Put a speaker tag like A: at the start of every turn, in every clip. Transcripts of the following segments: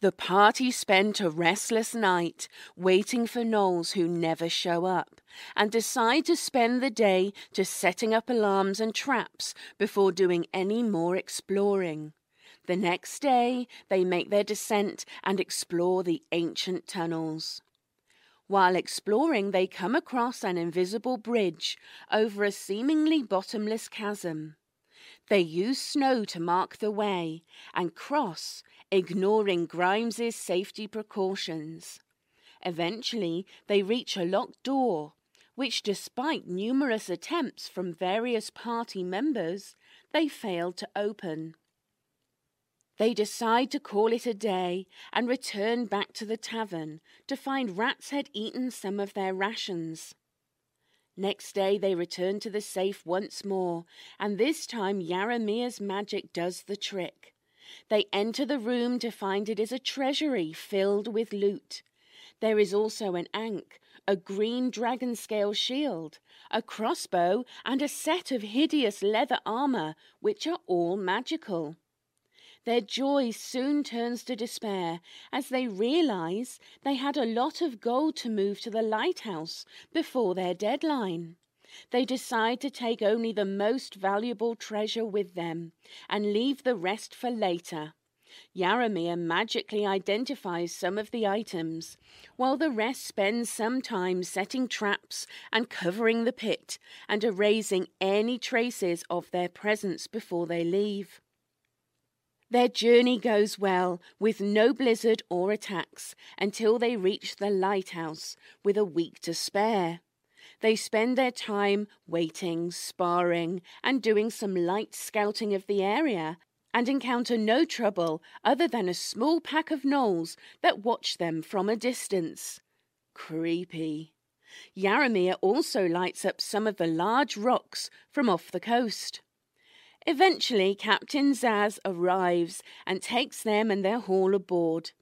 A: The party spent a restless night waiting for Knowles who never show up and decide to spend the day just setting up alarms and traps before doing any more exploring. The next day, they make their descent and explore the ancient tunnels. While exploring, they come across an invisible bridge over a seemingly bottomless chasm. They use snow to mark the way and cross, ignoring Grimes's safety precautions. Eventually, they reach a locked door, which, despite numerous attempts from various party members, they failed to open. They decide to call it a day and return back to the tavern to find rats had eaten some of their rations. Next day they return to the safe once more, and this time Yaramir's magic does the trick. They enter the room to find it is a treasury filled with loot. There is also an ank, a green dragon scale shield, a crossbow, and a set of hideous leather armor, which are all magical. Their joy soon turns to despair as they realize they had a lot of gold to move to the lighthouse before their deadline. They decide to take only the most valuable treasure with them and leave the rest for later. Yaramir magically identifies some of the items, while the rest spend some time setting traps and covering the pit and erasing any traces of their presence before they leave. Their journey goes well, with no blizzard or attacks, until they reach the lighthouse with a week to spare. They spend their time waiting, sparring, and doing some light scouting of the area, and encounter no trouble other than a small pack of gnolls that watch them from a distance. Creepy. Yaramir also lights up some of the large rocks from off the coast. Eventually, Captain Zaz arrives and takes them and their haul aboard.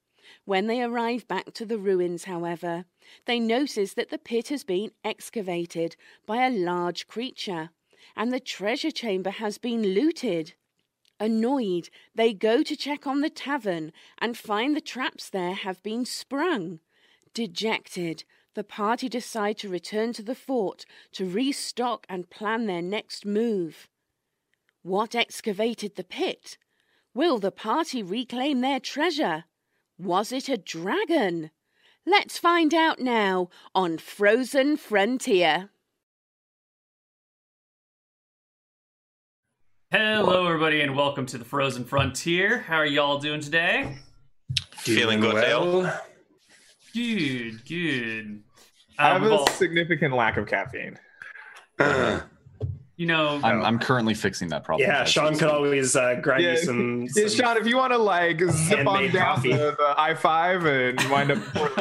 A: When they arrive back to the ruins, however, they notice that the pit has been excavated by a large creature and the treasure chamber has been looted. Annoyed, they go to check on the tavern and find the traps there have been sprung. Dejected, the party decide to return to the fort to restock and plan their next move. What excavated the pit? Will the party reclaim their treasure? Was it a dragon? Let's find out now on Frozen Frontier.
B: Hello, everybody, and welcome to the Frozen Frontier. How are y'all doing today?
C: Feeling good, Dale?
B: Good, good.
D: I have
B: Um,
D: a
B: well,
D: significant lack of caffeine.
B: you know,
E: I'm, I'm currently fixing that problem.
C: yeah,
E: as
C: Sean
E: we
C: could
E: speak.
C: always uh, grind
D: Yeah,
C: you some.
D: yeah,
C: some-
D: Sean, if you want to like zip on
C: Handmade
D: down
C: coffee.
D: to the I five and wind up pouring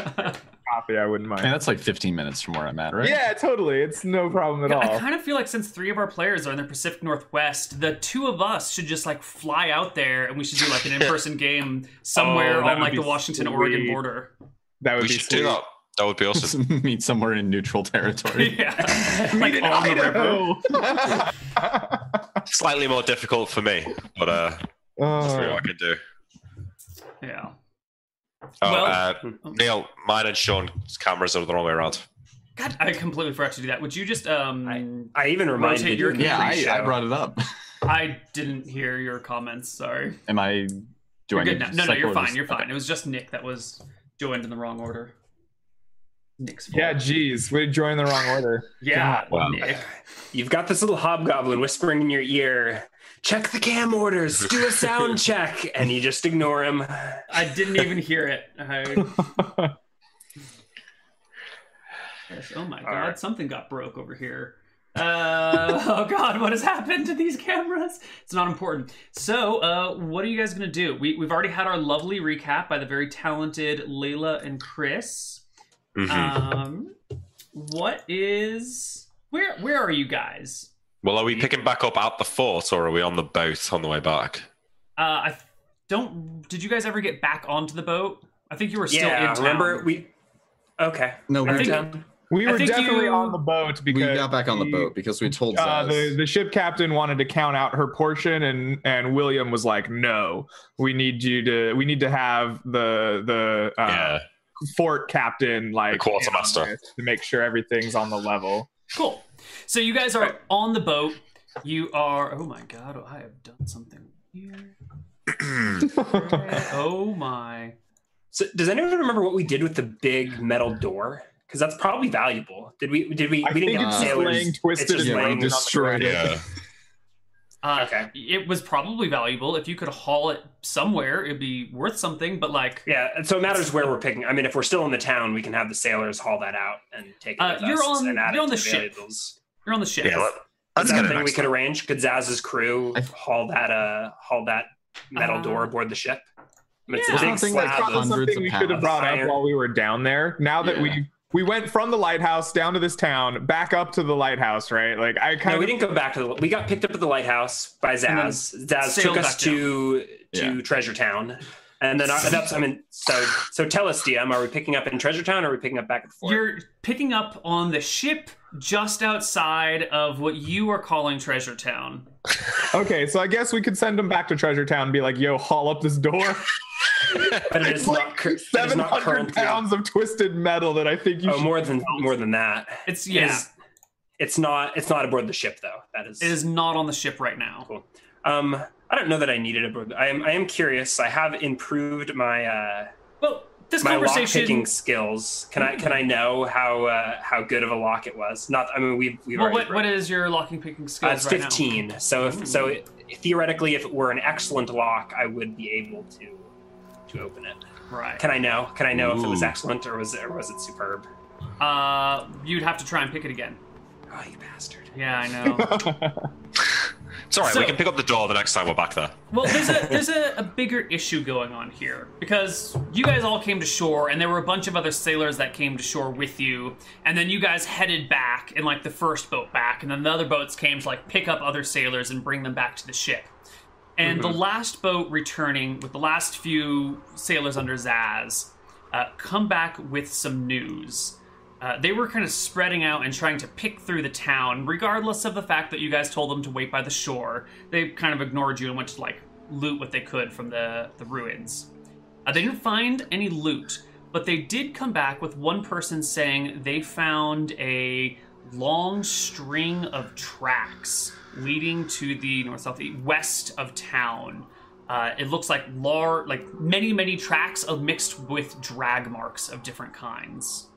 D: coffee, I wouldn't
E: Man,
D: mind.
E: that's like 15 minutes from where I'm at, right?
D: Yeah, totally. It's no problem at
B: I
D: all.
B: kind of feel like since three of our players are in the Pacific Northwest, the two of us should just like fly out there and we should do like an in person game somewhere
D: Oh, that
B: on like
D: would
B: the
D: be
B: Washington Oregon
D: sweet.
B: border.
D: That would
F: We
D: be
F: should
D: sweet.
F: do that. That would be awesome.
E: Meet somewhere in neutral territory.
B: Yeah. like on the river.
F: Slightly more difficult for me, but uh, let's see what I
D: Oh,
F: can do.
B: Yeah.
F: Oh,
B: Well-
F: uh, Neil, mine and Sean's cameras are the wrong way around.
B: God, I completely forgot to do that. Would you just um
C: I even reminded
B: Rotate your
C: you.
E: Yeah, I,
C: pre-show.
E: I brought it up.
B: I didn't hear your comments, sorry.
E: Am I? Do
B: You're
E: I
B: good
E: need
B: now.
E: to
B: No, no, you're
E: cycle
B: fine,
E: this?
B: you're fine.
E: Okay.
B: It was just Nick that was joined in the wrong order. Nick's fault.
D: yeah, geez, we joined the wrong order.
B: yeah,
E: Wow.
B: Nick.
C: You've got this little hobgoblin whispering in your ear. Check the cam orders. Do a sound check, and you just ignore him.
B: I didn't even hear it. I- Yes. Oh my god,
C: right.
B: something got broke over here. Uh, oh god, what has happened to these cameras? It's not important. So, uh, what are you guys gonna do? We, we've already had our lovely recap by the very talented Layla and Chris.
F: Mhm.
D: Ah.
C: Mm-hmm.
B: Um, what is where? Where are you guys?
F: well, are we picking back up at the fort, or are we on the boat on the way back?
B: Uh, I don't. Did you guys ever get back onto the boat? I think you were still
C: yeah,
B: in town.
C: remember we? Okay.
E: No,
B: I
E: we
B: think
C: Down.
D: We
B: I
D: were
B: think
D: definitely
B: you-
D: on the boat because
G: we got back on the
D: we-
G: boat because we told
D: Uh,
G: Zaz.
D: the, the ship captain wanted to count out her portion and and William was like no we need you to we need to have the the uh,
F: yeah.
D: fort captain like
F: The quartermaster.
D: in on this to make sure everything's on the level
B: Cool. So you guys are on the boat. You are. Oh my god! I have done something here. oh my.
C: So does anyone remember what we did with the big metal door? Because that's probably valuable. Did we? Did we?
D: I
C: we
D: think
C: didn't get
G: it's just
C: sailors.
D: laying twisted
C: just
D: and
G: yeah,
C: laying
G: we
C: on the
G: destroyed it.
F: Yeah.
B: Uh,
C: Okay.
B: It was probably valuable. If you could haul it somewhere, it'd be worth something. But like,
C: Yeah, and so it matters where we're picking. I mean, if we're still in the town, we can have the sailors haul that out and take it
B: Uh,
C: with
B: you're
C: us
B: on-
C: and add
B: you're
C: it
B: on
C: to
B: the ship.
C: valuables.
B: you're on the ship.
F: Yeah. Let,
C: Is
F: let's get
C: that a
F: it
C: thing we
F: next
C: could arrange? Could Zaz's crew
G: I-
C: haul that uh haul that metal
B: Uh,
C: door aboard the ship? I
B: yeah.
C: mean, it's a big
G: Something like
C: slab.
G: hundreds
C: of-
D: something
G: of
D: we should have
G: pounds.
D: brought up
C: Iron.
D: while we were down there now that
E: Yeah.
D: we we went from the lighthouse down to this town back up to the lighthouse right like I
C: No,
D: kind
C: we
D: of
C: didn't go back to the. We got picked up at the lighthouse by
B: then
C: Zaz. Zaz
B: sailed
C: took us
B: back
C: to to
E: Yeah.
C: Treasure Town, and then uh, that's. I mean, so so tell us, DM, are we picking up in Treasure Town? or Are we picking up back at the fort?
B: You're picking up on the ship just outside of what you are calling Treasure Town.
D: okay so I guess we could send them back to Treasure Town and be like yo haul up this door
C: but it is not. cur- it is not
D: seven hundred
C: currently-
D: pounds of twisted metal that I think you
C: Oh,
D: should
C: more than more than that.
B: It's yeah.
C: Is- it's not. It's not aboard the ship though. That is.
B: It is not on the ship right now.
C: Um, I don't know that I need it aboard. I am. I am curious. I have improved my uh,
B: Well, this
C: my lock
B: conversation.
C: picking skills. Can I can I know how uh, how good of a lock it was? Not. I mean, we've we've
B: Well,
C: already.
B: what, what
C: broken-
B: is your locking picking
C: uh,
B: skills
C: it's
B: right
C: fifteen. So if so, it, theoretically, if it were an excellent lock, I would be able to to open it.
B: now? Right.
C: Can I know? Can I know if it was
F: Ooh.
C: excellent or was it or was it superb?
B: Uh, you'd have to try and pick it again.
C: Oh, you bastard!
B: Yeah, I know.
F: It's all right.
B: So-
F: we can pick up the door the next time we're back there.
B: Well, there's a there's a, a bigger issue going on here because you guys all came to shore, and there were a bunch of other sailors that came to shore with you, and then you guys headed back in like the first boat back, and then the other boats came to like pick up other sailors and bring them back to the ship. And the last boat returning with the last few sailors under Zaz uh, come back with some news. Uh, they were kind of spreading out and trying to pick through the town, regardless of the fact that you guys told them to wait by the shore. They kind of ignored you and went to like loot what they could from the the ruins. Uh, they didn't find any loot, but they did come back with one person saying they found a long string of tracks leading to the north, south, east, west of town. Uh, it looks like lar- like many, many tracks of mixed with drag marks of different kinds.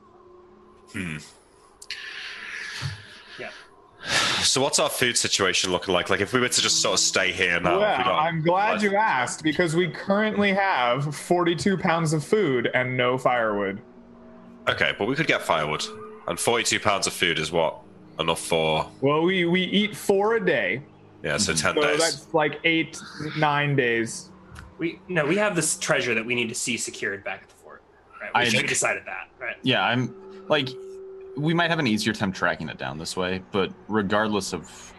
F: So, what's our food situation looking like? Like, if we were to just sort of stay here now,
D: Well,
F: have we got-
D: I'm glad you asked because we currently have 42 pounds of food and no firewood.
F: Okay, but we could get firewood, and forty-two pounds of food is what enough for.
D: Well, we we eat four a day,
F: Yeah, so
E: Ah,
F: ten
D: so
F: days.
D: that's like eight, nine days.
C: We no, we have this treasure that we need to see secured back at the fort. Right? We,
E: I
C: should-
E: think-
C: we decided that, right?
E: Yeah, I'm like, we might have an easier time tracking it down this way, but regardless of.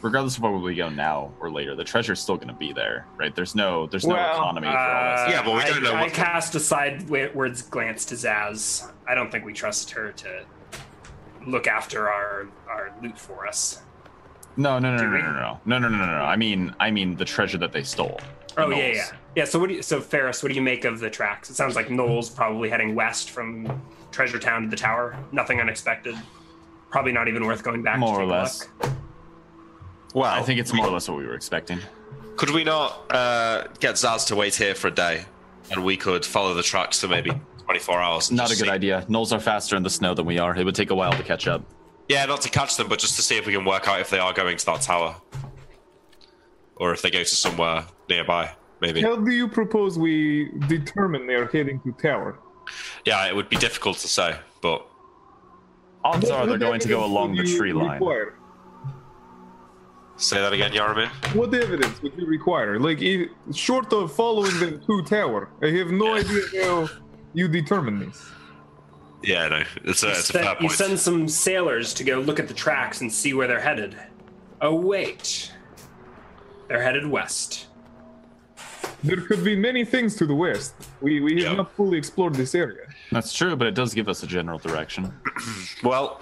E: Regardless of where we go now or later, the treasure's still going to be there, right? There's no, there's no
D: Well,
E: economy for all this.
C: Uh,
F: Yeah, but we don't
C: I,
F: know
C: I
F: what-
C: cast a sideways glance to Zaz. I don't think we trust her to look after our our loot for us.
E: No, no, no,
C: Do
E: no,
C: we-
E: no, no, no, no, no, no, no. I mean, I mean the treasure that they stole. The
C: Oh yeah,
E: Knolls.
C: yeah, yeah. So what? Do you, so Ferris, what do you make of the tracks? It sounds like Knowles probably heading west from Treasure Town to the Tower. Nothing unexpected. Probably not even worth going back.
E: More
C: to
E: or
C: take a
E: less.
C: look.
F: well,
E: I think it's more or less what we were expecting.
F: Could we not uh, get Zaz to wait here for a day, and we could follow the tracks for maybe twenty-four hours? and
E: Not a
F: just
E: good
F: see-
E: idea. Knolls are faster in the snow than we are. It would take a while to catch up.
F: Yeah, not to catch them, but just to see if we can work out if they are going to that tower, or if they go to somewhere nearby. Maybe.
D: How do you propose we determine they are heading to tower?
F: Yeah, it would be difficult to say, but
E: Odds are
D: What
E: they're going to go
D: evidence
E: along the
D: would you
E: tree line.
D: require?
F: say that again, Yaramir.
D: What evidence would you require? Like, if, short of following them to tower, I have no idea how you determine this.
F: Yeah, no, it's a,
C: You,
E: Uh,
F: it's a
C: sen-
F: fair
C: you
F: point.
C: send some sailors to go look at the tracks and see where they're headed. Oh wait, they're headed west.
D: There could be many things to the west. We we
F: Yeah.
D: have not fully explored this area.
E: That's true, but it does give us a general direction.
F: Well,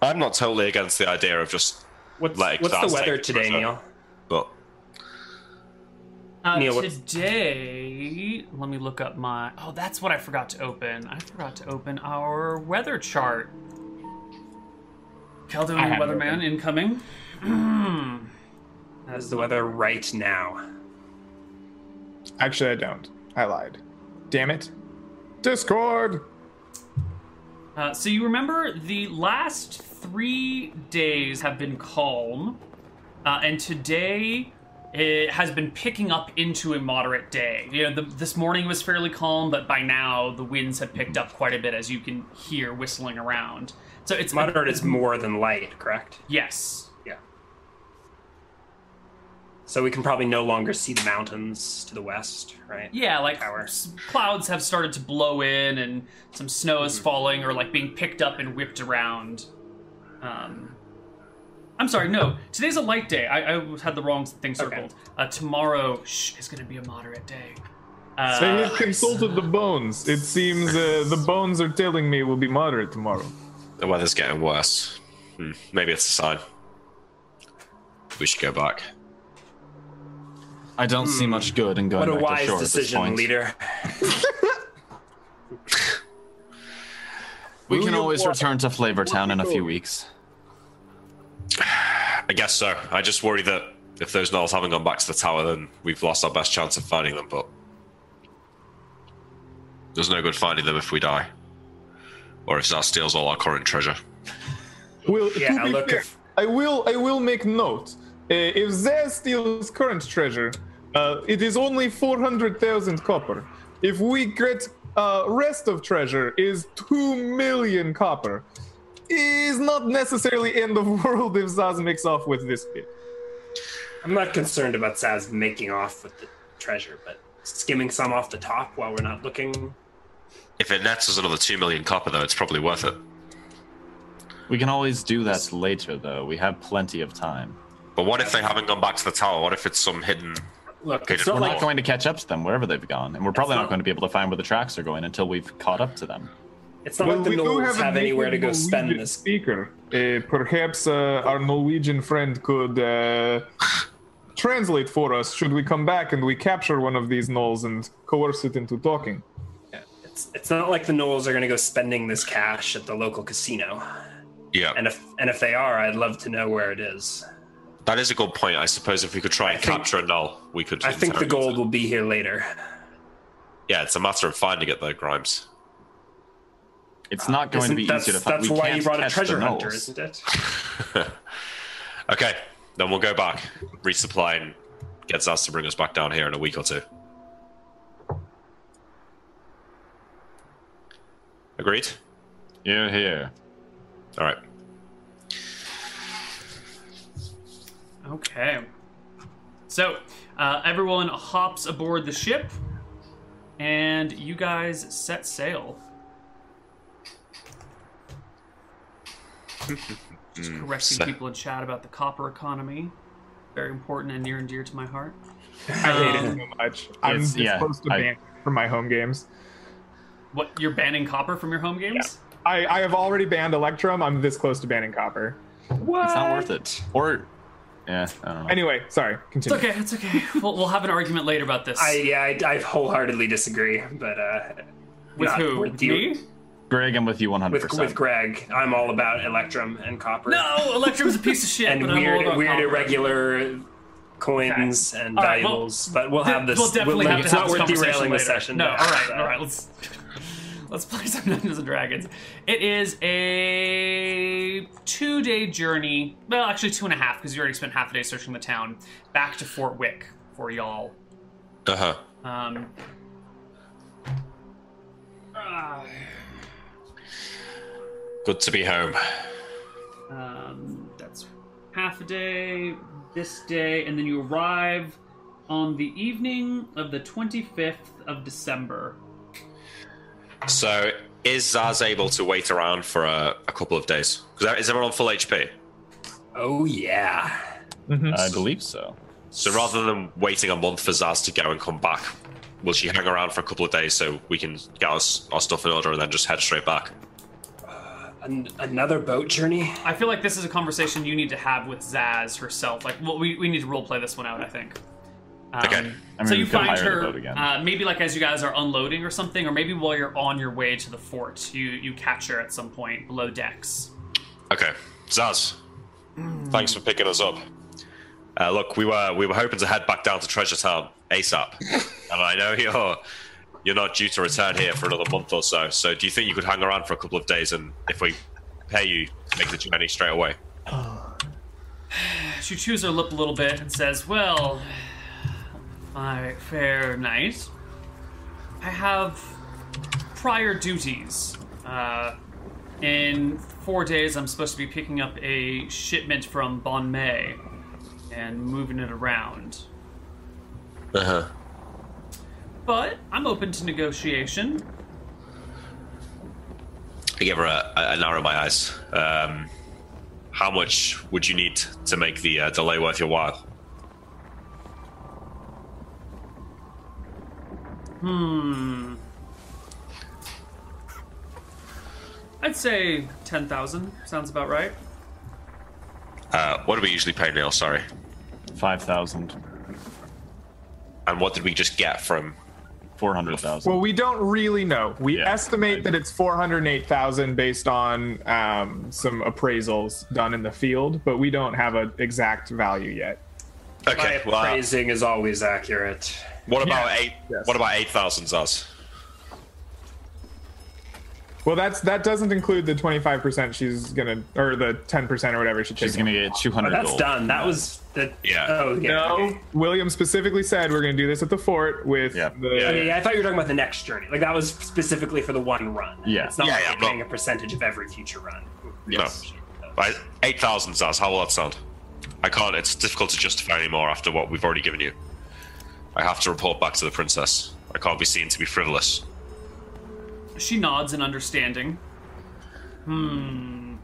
F: I'm not totally against the idea of just
C: What's,
F: Like,
C: what's
F: that's
C: the weather
F: like-
C: today, Neil?
F: but
B: Uh,
C: Neil, what's-
B: today, let me look up my. Oh, that's what I forgot to open. I forgot to open our weather chart.
C: I
B: Caledonian
C: have it
B: weatherman
C: open.
B: incoming.
C: How's the weather right now?
D: Actually, I don't. I lied. Damn it. Discord.
B: Uh, so you remember the last three days have been calm, uh, and today it has been picking up into a moderate day. You know, the, this morning was fairly calm, but by now the winds have picked up quite a bit, as you can hear whistling around. So it's
C: Moderate is more than light, correct?
B: Yes.
C: Yeah. So we can probably no longer see the mountains to the west, right?
B: Yeah, like
C: Tower.
B: s- clouds have started to blow in, and some snow is falling or like being picked up and whipped around. Um, I'm sorry, no. Today's a light day. I, I had the wrong thing circled. Uh, tomorrow shh, is going to be a moderate day. Uh,
D: I have consulted the bones. It seems uh, the bones are telling me it will be moderate tomorrow.
F: the weather's getting worse. Hmm, maybe it's a sign. We should go back.
E: I don't see much good in
C: What
E: going
C: a
E: back to
C: wise
E: shore at this
C: decision,
E: point.
C: leader.
E: We
D: Will
E: can
D: you
E: always
D: walk-
E: return to Flavor Town in a few
D: going?
E: weeks.
F: I guess so. I just worry that if those gnolls haven't gone back to the tower, then we've lost our best chance of finding them. But there's no good finding them if we die, or if Zar steals all our current treasure.
D: Will
C: Yeah,
D: to be
C: look,
D: fair,
C: if-
D: I will. I will make note. Uh, if Zaz steals current treasure, uh, it is only four hundred thousand copper. If we get uh, rest of treasure, is two million copper. Is not necessarily end of world if Zaz makes off with this bit.
C: I'm not concerned about Saz making off with the treasure, but skimming some off the top while we're not looking.
F: If it nets us another two million copper, though, it's probably worth it.
E: We can always do that later, though. We have plenty of time.
F: But what if they haven't gone back to the tower? What if it's some hidden?
C: Look,
F: Okay,
C: it's
F: just-
C: not
E: We're
C: like
E: not going to catch up to them wherever they've gone, and we're probably
C: That's
E: not going to be able to find where the tracks are going until we've caught up to them.
C: it's not like the
D: do
C: gnolls have,
D: a
C: anywhere to go
D: native
C: spend
D: Norwegian
C: this.
D: Speaker, Uh, perhaps uh, our Norwegian friend could uh, translate for us. Should we come back and we capture one of these gnolls and coerce it into talking?
C: It's, it's not like the gnolls are going to go spending this cash at the local casino.
F: Yeah,
C: And if and if they are, I'd love to know where it is.
F: that is a good point. I suppose if we could try and
C: think-
F: capture a null, we could.
C: I think the
F: interrogate
C: gold
F: it.
C: will be here later.
F: Yeah, it's a matter of finding it though, Grimes.
E: It's not going
C: Isn't-
E: to be
C: that's
E: easy to find.
C: that's
E: we
C: why
E: can't
C: you brought a
E: catch the
C: treasure hunter,
E: gnolls.
C: isn't it?
F: Okay, then we'll go back, resupply, and get Zaz to bring us back down here in a week or two. Agreed?
E: You're here.
F: All right.
B: Okay. So uh, everyone hops aboard the ship, and you guys set sail. Just correcting
F: so-
B: people in chat about the copper economy. Very important and near and dear to my heart.
D: I hate
B: Um,
D: it so much. I'm
E: it's-
D: just
E: yeah,
D: supposed to
E: I-
D: ban from my home games.
B: What you're banning copper from your home games?
D: I, I have already banned Electrum. I'm this close to banning Copper.
C: What?
E: It's not worth it. Or, yeah, I don't know.
D: Anyway, sorry.
B: It's
D: Continue.
B: okay. It's okay. We'll, we'll have an argument later about this.
C: I yeah, I, I wholeheartedly disagree, but uh,
B: with
C: not
B: who?
C: with
B: With
C: you.
B: me?
E: Greg, I'm with you 100%.
C: with with Greg, I'm all about Electrum and copper
B: No, Electrum's a piece of shit.
C: and
B: but I'm all
C: weird
B: about
C: weird
B: copper.
C: irregular coins and
B: All right, well,
C: valuables. but we'll have this.
B: We'll definitely have
C: it's
B: to
C: not
B: have this
C: worth
B: conversation
C: derailing
B: later.
C: the session.
B: No, all
C: but,
B: right,
C: uh,
B: all right. Let's let's play some Dungeons and Dragons. It is a two-day journey. Well, actually, two and a half because you already spent half a day searching the town. Back to Fort Wick for y'all.
F: Uh huh.
B: Um,
F: Good to be home.
B: Um, that's half a day this day, and then you arrive on the evening of the 25th of December.
F: So, is Zaz able to wait around for a, a couple of uh, days? Because is everyone on full HP?
C: Oh yeah.
E: I believe so.
F: So rather than waiting a month for Zaz to go and come back, will she hang around for a couple of days so we can get our, s- our stuff in order and then just head straight back?
C: An- another boat journey?
B: I feel like this is a conversation you need to have with Zaz herself. Like, well, we, we need to roleplay this one out, I think. Um,
F: Okay.
E: I mean,
B: so
E: we
B: you
E: could
B: find
E: hire the
B: her,
E: boat again.
B: Uh, maybe like as you guys are unloading or something, or maybe while you're on your way to the fort, you, you catch her at some point below decks.
F: Okay, Zaz, thanks for picking us up. Uh, look, we were we were hoping to head back down to Treasure Town ASAP, and I know you're you're not due to return here for another month or so. So, do you think you could hang around for a couple of days, and if we pay you, make the journey straight away?
B: She chews her lip a little bit and says, Well, my fair knight, I have prior duties. Uh, in four days, I'm supposed to be picking up a shipment from Bon May and moving it around.
F: Uh huh.
B: But I'm open to negotiation.
F: I give her a, a, an arrow in my eyes. Um, how much would you need to make the uh, delay worth your while?
B: I'd say 10,000 sounds about right.
F: Uh, what do we usually pay Neil? Sorry,
E: Five thousand.
F: and what did we just get from?
E: Four hundred thousand.
D: Well, we don't really know. We
E: Yeah,
D: estimate
E: I-
D: that it's 408,000 based on um, some appraisals done in the field, but we don't have an exact value yet.
F: Okay,
C: My
F: well, uh,
C: appraising is always accurate.
F: what about eight?
D: yes.
F: What about eight thousand, Zaz?
D: Well, that's that doesn't include the 25% she's gonna or the 10% or whatever she
E: She's
D: takes.
E: gonna get two
C: Oh,
E: hundred.
C: that's done. That was the.
F: Yeah.
C: Oh, yeah.
D: No,
C: okay.
D: William specifically said we're gonna do this at the fort with
E: Yeah.
D: the
C: Yeah, yeah, I thought you were talking about the next journey. Like that was specifically for the one run.
E: Yeah.
C: It's not
F: Yeah,
C: like
F: yeah,
C: you're
F: but-
C: getting a percentage of every future run. Oh,
F: Yes. Right, 8,000 Zaz, how will that sound? I can't, it's difficult to justify anymore after what we've already given you. I have to report back to the princess. I can't be seen to be frivolous.
B: She nods in understanding. Hmm.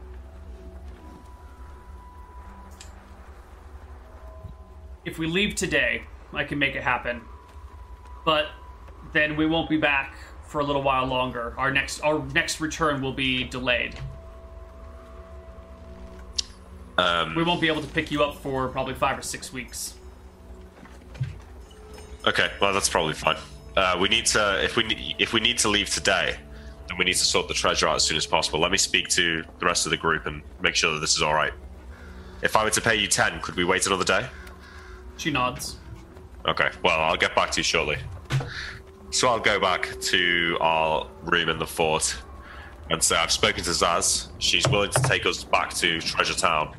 B: If we leave today, I can make it happen. But then we won't be back for a little while longer. Our next our next return will be delayed.
F: Um,
B: We won't be able to pick you up for probably 5 or 6 weeks.
F: okay, well, that's probably fine. Uh, we need to, if we, ne- if we need to leave today, then we need to sort the treasure out as soon as possible. Let me speak to the rest of the group and make sure that this is alright. If I were to pay you 10, could we wait another day?
B: She nods.
F: Okay, well, I'll get back to you shortly. So I'll go back to our room in the fort and say I've spoken to Zaz. She's willing to take us back to Treasure Town,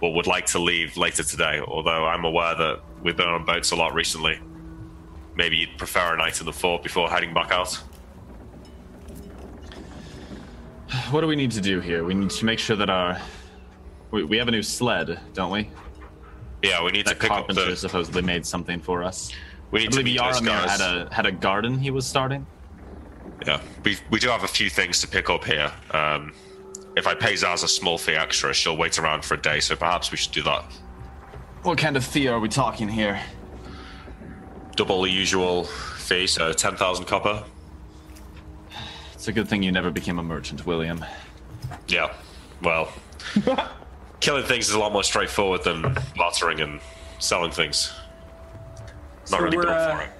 F: but would like to leave later today, although I'm aware that we've been on boats a lot recently. Maybe you'd prefer a night in the fort before heading back out?
E: What do we need to do here? We need to make sure that our we, we have a new sled, don't we?
F: Yeah, we need
E: That
F: to pick up
E: carpenter
F: the.
E: supposedly made something for us.
F: We
E: I
F: need to
E: believe
F: meet those
E: Yaramir
F: guys.
E: had a had a garden he was starting.
F: Yeah, we, we do have a few things to pick up here. Um, if I pay Zaz a small fee extra, she'll wait around for a day, so perhaps we should do that.
E: What kind of fee are we talking here?
F: double the usual fee, so 10,000 copper.
E: It's a good thing you never became a merchant, William.
F: Yeah, well, killing things is a lot more straightforward than bartering and selling things. Not
C: So
F: really
C: we're,
F: built
C: uh,
F: for it.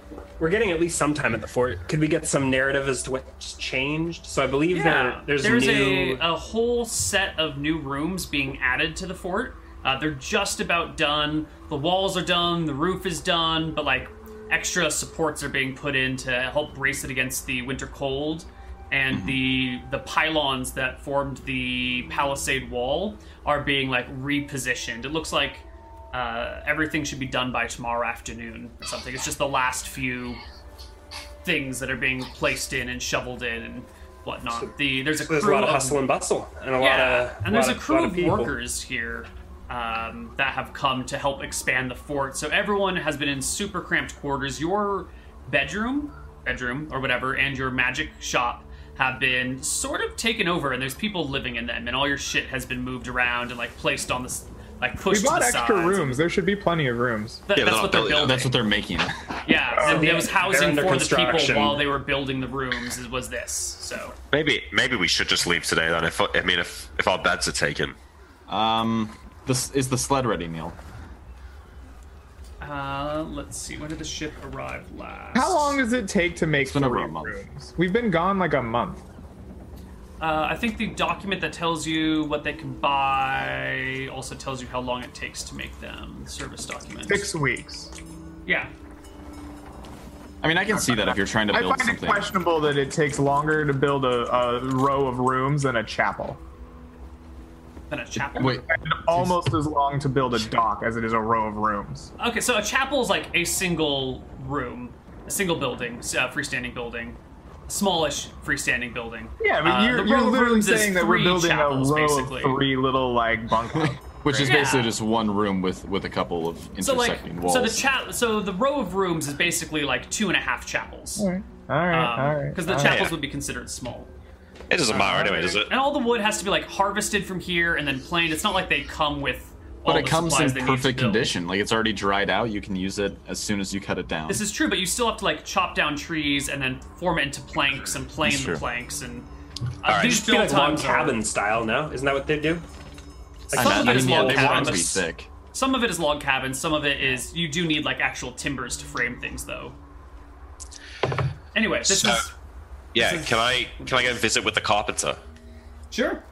C: We're getting at least some time at the fort. Could we get some narrative as to what's changed? So I believe
B: Yeah,
C: there, there's,
B: a,
C: new.
B: a whole set of new rooms being added to the fort. Uh, they're just about done. The walls are done, the roof is done, but like extra supports are being put in to help brace it against the winter cold.
C: Mm-hmm.
B: And the the pylons that formed the palisade wall are being like repositioned. It looks like uh, everything should be done by tomorrow afternoon or something. It's just the last few things that are being placed in and shoveled in and whatnot. The there's a crew
C: there's a lot of
B: of-
C: hustle and bustle and a lot
B: yeah,
C: of.
B: and there's
C: lot
B: a
C: of-
B: crew
C: lot
B: of
C: people.
B: workers here um, that have come to help expand the fort. So everyone has been in super cramped quarters. Your bedroom, bedroom or whatever, and your magic shop have been sort of taken over, and there's people living in them, and all your shit has been moved around and like placed on the s- like pushed
D: We bought
B: to the
D: extra
B: sides.
D: rooms. There should be plenty of rooms.
B: That-
F: Yeah,
B: that's what
F: they're not
B: they're
F: building
B: building.
F: them.
E: That's what they're making.
D: Um,
B: yeah, it- it was
C: They're
B: housing
C: under
B: for the people
C: construction.
B: while they were building the rooms. Is Was this so?
F: Maybe maybe we should just leave today then. If I mean if if our beds are taken,
E: Um, this is the sled ready, Neil.
B: Uh, let's see. When did the ship arrive last?
D: How long does it take to make
E: It's been over
D: 40
E: a month.
D: rooms? We've been gone like a month.
B: Uh, I think the document that tells you what they can buy also tells you how long it takes to make them. The service document.
D: Six weeks.
B: Yeah.
E: I mean, I can see that if you're trying to
D: I
E: build
D: find it
E: something.
D: questionable that it takes longer to build a, a row of rooms than a chapel.
B: Then a chapel.
E: Wait,
D: And almost as long to build a dock as it is a row of rooms.
B: Okay, so a chapel is like a single room, a single building, uh, freestanding building, smallish freestanding building.
D: Yeah,
B: Uh,
D: but
B: the
D: you're,
B: row
D: you're
B: of
D: literally
B: rooms is
D: saying that we're
B: three
D: building
B: chapels,
D: a row
B: basically.
D: of three little like bunkhouses.
E: which is
B: Yeah.
E: basically just one room with with a couple of
B: So like,
E: intersecting
B: so the
E: walls.
B: chap, so the row of rooms is basically like two and a half chapels,
D: All
B: because
D: right, all right, all right.
E: Oh,
B: the
D: all
B: chapels
F: yeah.
B: would be considered small.
F: it doesn't matter anyway, does it?
C: Uh-huh.
B: And all the wood has to be like harvested from here and then planed. It's not like they come with. All
E: but it
B: the
E: comes
B: supplies
E: in
B: they need to
E: perfect
B: build.
E: condition. Like it's already dried out. You can use it as soon as you cut it down.
B: This is true, but you still have to like chop down trees and then form it into planks and plane
E: That's
B: the
E: true.
B: planks and. Uh,
F: All right,
B: these
F: just
C: Be
B: build
C: like log
B: times are-
C: cabin style, no? Isn't that what they do?
E: I,
B: Some
E: mean,
B: of it
E: I
B: is
E: mean, yeah,
B: log
E: they want
B: cabin,
E: it to
B: but
E: be
B: s-
E: thick.
B: Some of it is log cabin. Some of it is you do need like actual timbers to frame things, though. Anyway, this
F: So-
B: is
F: Yeah, can I can I go and visit with the carpenter?
B: sure.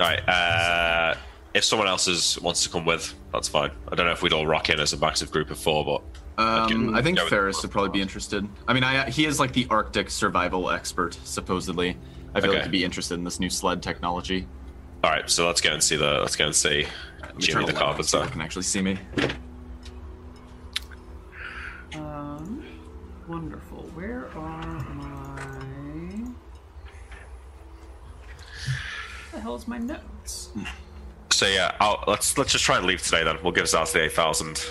F: All right. Uh, if someone else is, wants to come with, that's fine. I don't know if we'd all rock in as a massive group of four, but
E: Um, I think
F: go with-
E: Ferris would probably be interested. I mean, I, he is like the Arctic survival expert, supposedly. I feel
F: Okay.
E: like he'd be interested in this new sled technology.
F: all right. So let's go and see the let's go and see
E: Let me turn
F: Jimmy the
E: on light so you
F: carpenter.
E: can actually see me.
B: Um, wonderful. Where are my? Where the hell is my notes?
F: So yeah, I'll, let's let's just try and leave today. Then we'll give Zaz the eight thousand,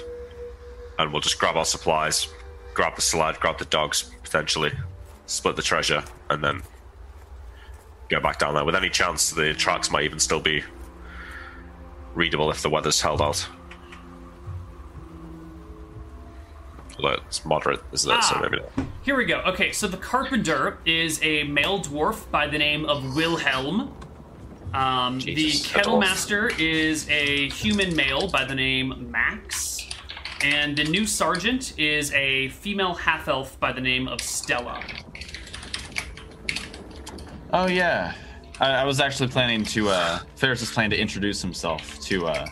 F: and we'll just grab our supplies, grab the sled, grab the dogs potentially, split the treasure, and then go back down there. With any chance, the tracks might even still be readable if the weather's held out. Although it's moderate, isn't it? So
B: Ah.
F: maybe not.
B: Here we go. Okay, so the carpenter is a male dwarf by the name of Wilhelm. Um, the
F: Jesus, a
B: kettle
F: dwarf.
B: master is a human male by the name Max. And the new sergeant is a female half elf by the name of Stella.
E: Oh yeah, I, I was actually planning to. Uh, Ferris is planning to introduce himself to uh,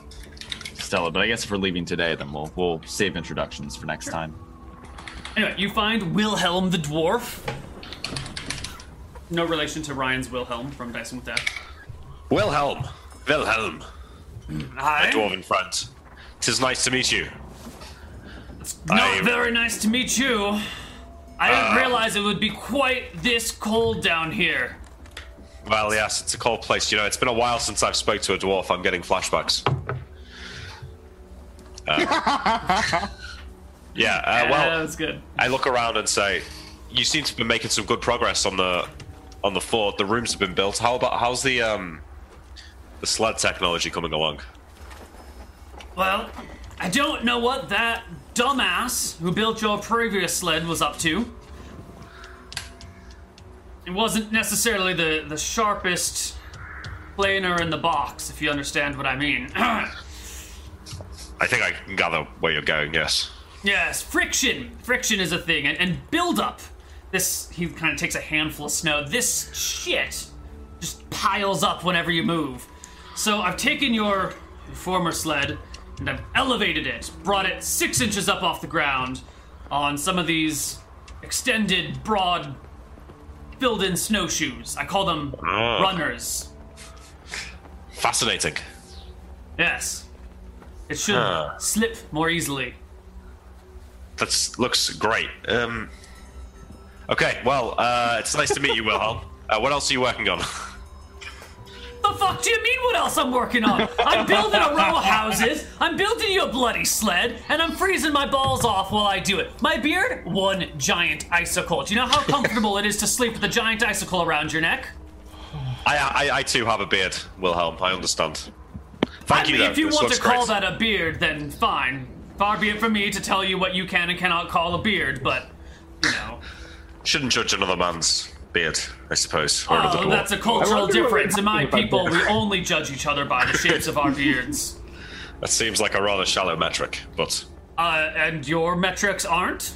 E: Stella, but I guess if we're leaving today, then we'll we'll save introductions for next time.
B: Anyway, you find Wilhelm the dwarf. No relation to Ryan's Wilhelm from Dyson with Death.
F: Wilhelm, Wilhelm,
B: Hi.
F: dwarven friend. Tis nice to meet you.
B: It's not
F: I-
B: very nice to meet you. I
F: Uh,
B: didn't realize it would be quite this cold down here.
F: Well, yes, it's a cold place. You know, it's been a while since I've spoke to a dwarf. I'm getting flashbacks. Uh, yeah. Uh,
B: Yeah,
F: well,
B: that's good.
F: I look around and say, "You seem to be making some good progress on the on the fort. The rooms have been built. How about how's the um the sled technology coming along?"
B: Well, I don't know what that dumbass who built your previous sled was up to. It wasn't necessarily the, the sharpest planer in the box, if you understand what I mean.
F: I think I can gather where you're going. Yes.
B: yes, friction. Friction is a thing, and, and buildup. This, he kind of takes a handful of snow. This shit just piles up whenever you move. So I've taken your former sled and I've elevated it, brought it six inches up off the ground on some of these extended, broad, filled in snowshoes. I call them
F: Ah.
B: runners.
F: Fascinating.
B: Yes. It should
F: Huh.
B: slip more easily.
F: That looks great. Um. Okay. Well, uh, it's nice to meet you, Wilhelm. Uh, what else are you working on?
B: The fuck do you mean what else I'm working on? I'm building a row of houses, I'm building you a bloody sled, and I'm freezing my balls off while I do it. My beard? One giant icicle. Do you know how comfortable it is to sleep with a giant icicle around your neck?
F: I, I, I too have a beard, Wilhelm. I understand. Thank
B: I
F: you.
B: mean,
F: though.
B: if you
F: This
B: want
F: looks
B: to call
F: great.
B: that a beard, then fine. Far be it from me to tell you what you can and cannot call a beard, but you know,
F: shouldn't judge another man's beard, I suppose. Or another
B: oh,
F: dwarf.
B: that's a
D: I
B: cultural
D: wonder what would
B: difference. In my
D: happen if I
B: people,
D: did.
B: we only judge each other by the shapes of our beards.
F: That seems like a rather shallow metric, but
B: Uh, and your metrics aren't.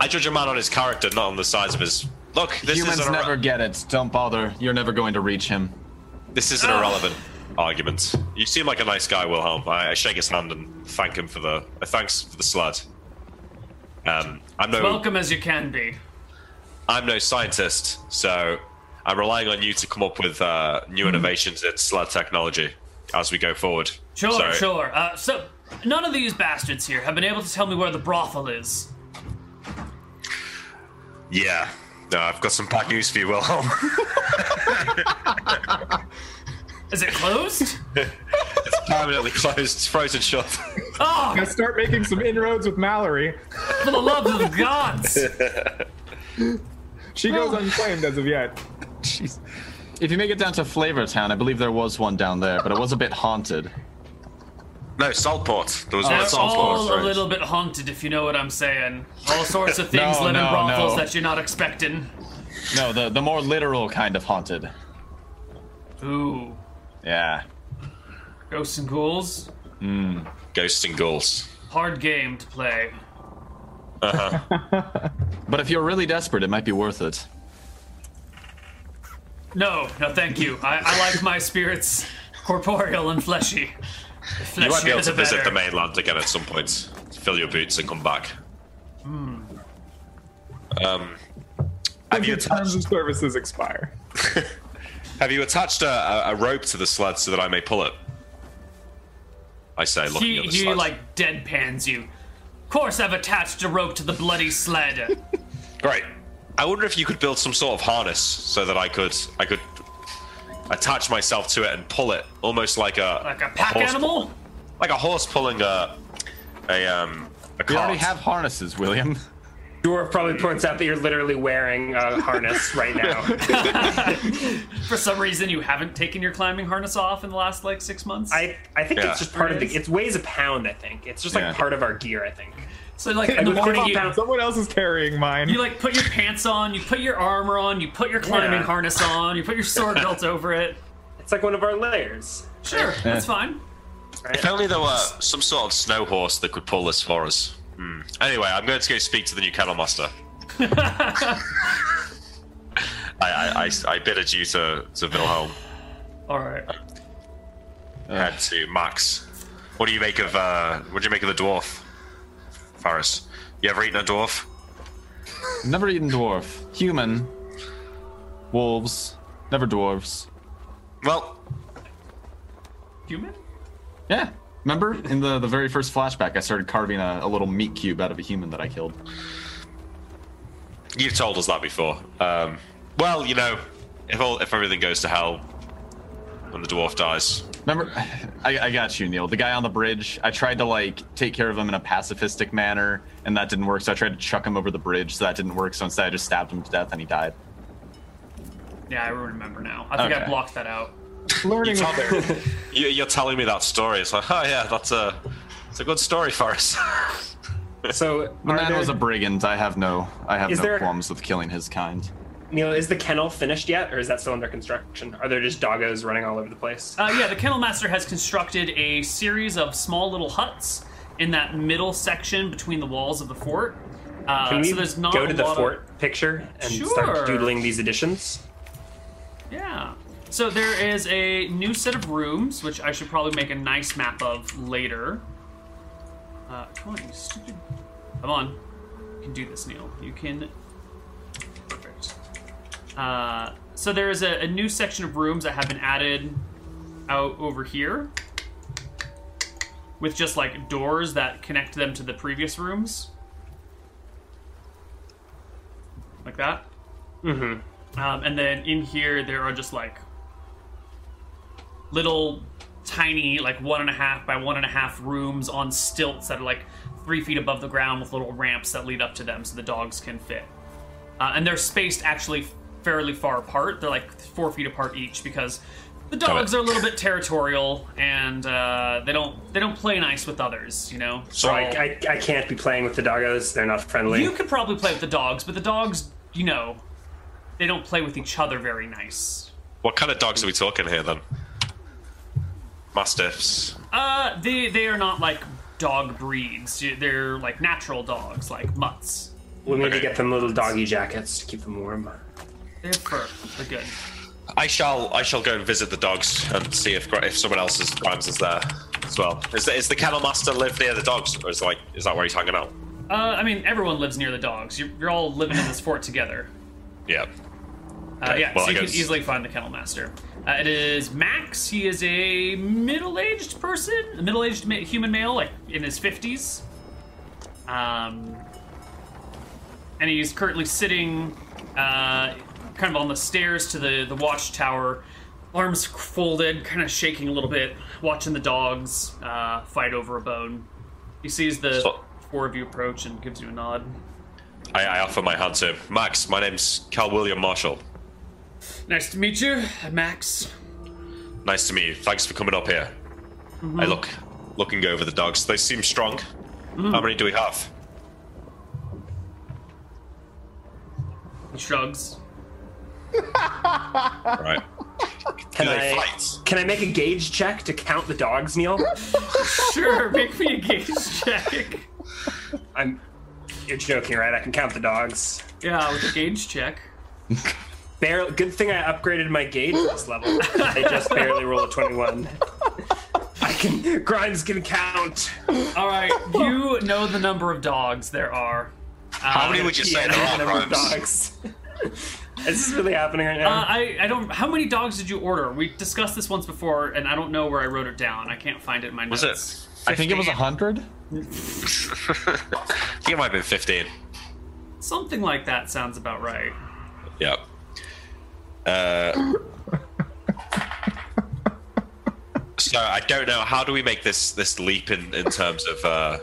F: I judge a man on his character, not on the size of his. Look, this
E: Humans
F: is an irre-
E: never get it. Don't bother. You're never going to reach him.
F: this is an irrelevant argument. You seem like a nice guy, Wilhelm. I, I shake his hand and thank him for the uh, thanks for the slud. Um, I'm no
B: Welcome as you can be.
F: I'm no scientist, so I'm relying on you to come up with uh,
B: Hmm.
F: new innovations in slud technology as we go forward.
B: Sure,
F: So-
B: sure. Uh, so, none of these bastards here have been able to tell me where the brothel is.
F: Yeah. No, I've got some bad news for you, Wilhelm.
B: Is it closed?
F: Permanently closed, it's frozen shut.
B: oh,
D: I start making some inroads with Mallory.
B: for the love of the gods!
D: She goes unclaimed as of yet.
E: Jeez. If you make it down to Flavor Town, I believe there was one down there, but it was a bit haunted.
F: no, Saltport. There was one
B: They're
F: at Saltport.
B: all a little bit haunted, if you know what I'm saying. All sorts of things
E: No,
B: live in
E: no,
B: brothels
E: no.
B: that you're not expecting.
E: No, the the more literal kind of haunted.
B: Ooh,
E: Yeah.
B: ghosts and ghouls.
F: Ghosts and ghouls.
B: Hard game to play.
E: But if you're really desperate, it might be worth it.
B: No, no, thank you. I, I like my spirits corporeal and fleshy.
F: You might
B: Fleshier
F: be able to
B: the
F: visit
B: better.
F: the mainland again at some point. Fill your boots and come back.
B: Hmm.
F: Um, have you
D: Your terms
F: attached,
D: of services expire.
F: have you attached a, a, a rope to the sled so that I may pull it? I say, looking
B: He,
F: at the
B: he
F: sled.
B: like deadpans you. Of course, I've attached a rope to the bloody sled.
F: Great. I wonder if you could build some sort of harness so that I could I could attach myself to it and pull it, almost like a
B: Like a pack
F: horse-
B: animal?
F: like a horse pulling a a um a
E: We
F: cart.
E: already have harnesses, William.
C: Dwarf probably points out that you're literally wearing a harness right now.
B: For some reason, you haven't taken your climbing harness off in the last like six months.
C: I I think
F: Yeah.
C: it's just part of the. It weighs a pound. I think it's just like
E: Yeah.
C: part of our gear. I think.
B: so like in the
C: Like,
B: morning, you,
C: compound-
D: Someone else is carrying mine.
B: you like put your pants on, you put your armor on, you put your climbing
C: Yeah.
B: harness on, you put your sword belt over it.
C: It's like one of our layers.
B: Sure, that's fine.
F: If only there were some sort of snow horse that could pull this for us. Hmm. Anyway, I'm going to go speak to the new cattle master. I, I, I, I bid adieu to, to Wilhelm.
B: All right.
F: Head to Max. What do you make of uh, what do you make of the dwarf, Faris? You ever eaten a dwarf?
E: Never eaten dwarf. Human. Wolves. Never dwarves.
F: Well,
B: Human?
E: Yeah. Remember in the, the very first flashback, I started carving a, a little meat cube out of a human that I killed.
F: You've told us that before. Um, well, you know, if all if everything goes to hell when the dwarf dies,
E: Remember, I, I got you, Neil. The guy on the bridge. I tried to like take care of him in a pacifistic manner, and that didn't work. So I tried to chuck him over the bridge. So that didn't work. So instead, I just stabbed him to death, and he died.
B: Yeah, I remember now. I think I
E: Okay.
B: blocked that out.
D: learning with her.
F: you, you're telling me that story. It's like, oh yeah, that's a it's a good story for us.
C: So
E: The
C: are
E: man
C: there-
E: was a brigand. I have no, I have
C: Is
E: no
C: there-
E: qualms with killing his kind.
C: Neil, is the kennel finished yet, or is that still under construction? Are there just doggos running all over the place?
B: Uh, yeah, the kennel master has constructed a series of small little huts in that middle section between the walls of the fort. Uh,
C: Can we
B: so there's not
C: go
B: a
C: to the
B: lot of-
C: fort picture and
B: Sure.
C: start doodling these additions?
B: Yeah. So there is a new set of rooms, which I should probably make a nice map of later. Uh, come on, you stupid. Come on. You can do this, Neil. You can. Perfect. Uh, so there is a, a new section of rooms that have been added out over here with just like doors that connect them to the previous rooms. Like that.
C: Mm-hmm.
B: Um, and then in here, there are just like little tiny, like one and a half by one and a half rooms on stilts that are like three feet above the ground with little ramps that lead up to them so the dogs can fit. Uh, and they're spaced actually fairly far apart. They're like four feet apart each because The dogs are a little bit territorial, and uh, they don't they don't play nice with others. You know,
F: So
C: I, I, I can't be playing with the doggos. They're not friendly.
B: you could probably play with the dogs, but the dogs, you know, they don't play with each other very nice.
F: what kind of dogs are we talking here then? Mastiffs.
B: Uh, they they are not like dog breeds. You- They're like natural dogs, like mutts.
C: we need
F: okay.
C: to get them little doggy jackets to keep them warm.
B: They're fur. They're good.
F: I shall I shall go and visit the dogs and see if if someone else's crimes is there as well. Is the, is the kennel master live near the dogs, or is like is that where he's hanging out?
B: Uh, I mean, everyone lives near the dogs. You're, you're all living in this fort together.
F: Yeah.
B: Uh,
F: Okay,
B: yeah,
F: well,
B: so
F: I
B: you can
F: guess-
B: easily find the kennel master. Uh, it is Max. He is a middle-aged person, a middle-aged ma- human male, like in his fifties. Um, and he's currently sitting, uh, kind of on the stairs to the the watchtower, arms folded, kind of shaking a little bit, watching the dogs uh, fight over a bone. He sees the
F: So-
B: four of you approach and gives you a nod.
F: I, I offer my hand to him. Max. My name's Cal William Marshall.
B: Nice to meet you, Max.
F: Nice to meet you. Thanks for coming up here. I look looking over the dogs. They seem strong. How many do we have?
B: He shrugs.
F: right.
C: Can
F: Do they
C: I
F: fight?
C: can I make a gauge check to count the dogs, Neil?
B: Sure, make me a gauge check.
C: I'm. You're joking, right? I can count the dogs.
B: Yeah, with a gauge check.
C: Barely, good thing I upgraded my gauge this level. I just barely rolled a 21. I can. Grimes can count.
B: All right, you know the number of dogs there are. Uh,
F: How many would you say there
C: Yeah,
F: are,
C: number of
F: Grimes?
C: dogs. Is this really happening right
B: Uh,
C: now?
B: I, I don't. How many dogs did you order? We discussed this once before, and I don't know where I wrote it down. I can't find it in my
F: Was
B: notes.
F: it?
E: I think it was a hundred.
F: I think it might have been 15.
B: Something like that sounds about right.
F: Yep. Uh, so I don't know. How do we make this this leap in, in terms of uh,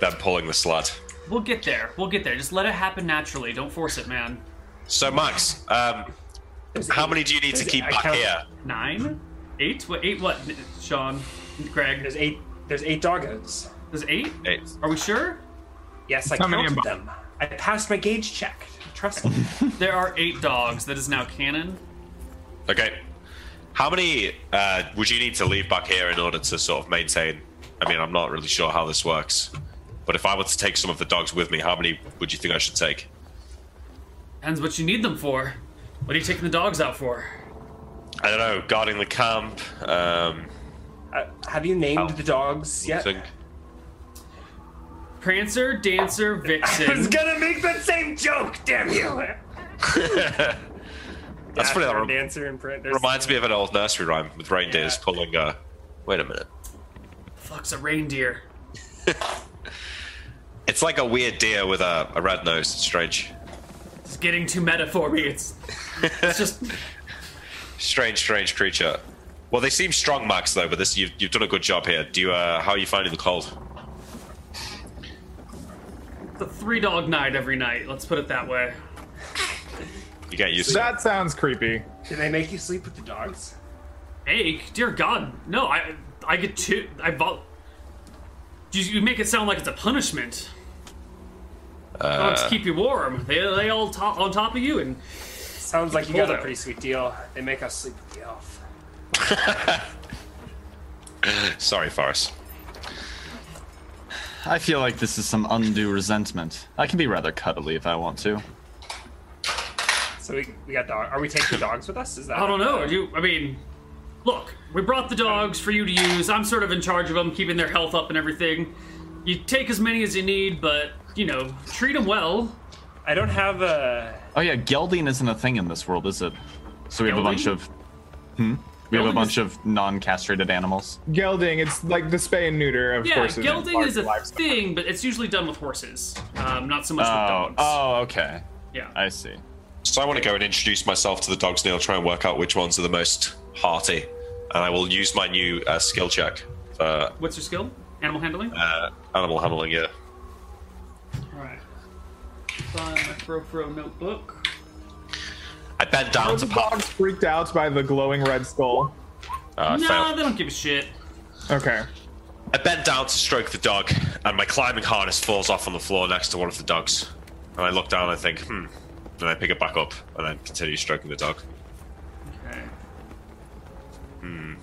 F: them pulling the sled?
B: We'll get there. We'll get there. Just let it happen naturally. Don't force it, man.
F: So Max, um, how many do you need to keep
C: I
F: back
C: count-
F: here?
B: Nine, eight. What? Eight? What? Sean, Greg.
C: There's eight. There's eight doggos.
B: There's eight.
F: Eight.
B: Are we sure?
C: Yes, I
D: How many
C: counted
D: am I-
C: them. I passed my gauge check. Trust me.
B: There are eight dogs. That is now canon.
F: Okay. How many uh, would you need to leave back here in order to sort of maintain? I mean, I'm not really sure how this works, but if I were to take some of the dogs with me, how many would you think I should take?
B: Depends what you need them for. What are you taking the dogs out for?
F: I don't know. Guarding the camp. Um,
C: Uh, have you named
F: Oh.
C: the dogs yet?
F: think-
B: Prancer, Dancer,
C: I was
B: Vixen.
C: gonna make that same joke. Damn you!
F: That's funny. That
C: After
F: rem-
C: dancer and print. There's
F: reminds me of an old nursery rhyme with reindeers
C: Yeah.
F: pulling. Uh, wait a minute.
B: Fuck's a reindeer.
F: It's like a weird deer with a, a red nose. It's strange.
B: It's getting too meta for me. It's, it's just.
F: Strange, strange creature. Well, they seem strong, Max. Though, but this you've, you've done a good job here. Do you? Uh, how are you finding the cold?
B: It's a three dog night every night. Let's put it that way.
F: You get used to. it.
D: That sounds creepy.
C: Do they make you sleep with the dogs?
B: Ache, dear God, no. I I get two. I bought. You, you make it sound like it's a punishment. dogs
C: Uh.
B: keep you warm. They they all to- on top of you and
C: Sounds like you
B: Hold
C: got a
B: up.
C: pretty sweet deal. They make us sleep with the elf.
F: Sorry, Forrest.
E: I feel like this is some undue resentment. I can be rather cuddly if I want to.
C: So we, we got dog. Are we taking the dogs with us? Is that?
B: I don't know. You, I mean, look, we brought the dogs for you to use. I'm sort of in charge of them, keeping their health up and everything. You take as many as you need, but you know, treat them well.
C: I don't have a.
E: Oh yeah, gelding isn't a thing in this world, is it? So we have a bunch
B: Gelding?
E: of. Hmm. We have
B: Gelding
E: a bunch
B: is-
E: of non-castrated animals.
D: Gelding, it's like the spay and neuter of
B: Yeah,
D: horses. and
B: gelding
D: large
B: is a
D: livestock.
B: thing, but it's usually done with horses, um, not so much
E: Oh,
B: with dogs.
E: oh, okay.
B: yeah.
E: I see.
F: So I want to go and introduce myself to the dogs now, try and work out which ones are the most hearty, and I will use my new uh, skill check for
B: What's your skill? Animal handling.
F: uh, animal handling. Yeah.
B: All right. Find my Frofro notebook.
F: I bend down
D: Are
F: to
D: the
F: pop.
D: dogs freaked out by the glowing red skull?
F: Uh, I
B: no,
F: failed.
B: they don't give a shit.
D: Okay.
F: I bend down to stroke the dog, and my climbing harness falls off on the floor next to one of the dogs. And I look down and I think, hmm. And I pick it back up and then continue stroking the dog.
B: Okay. Hmm.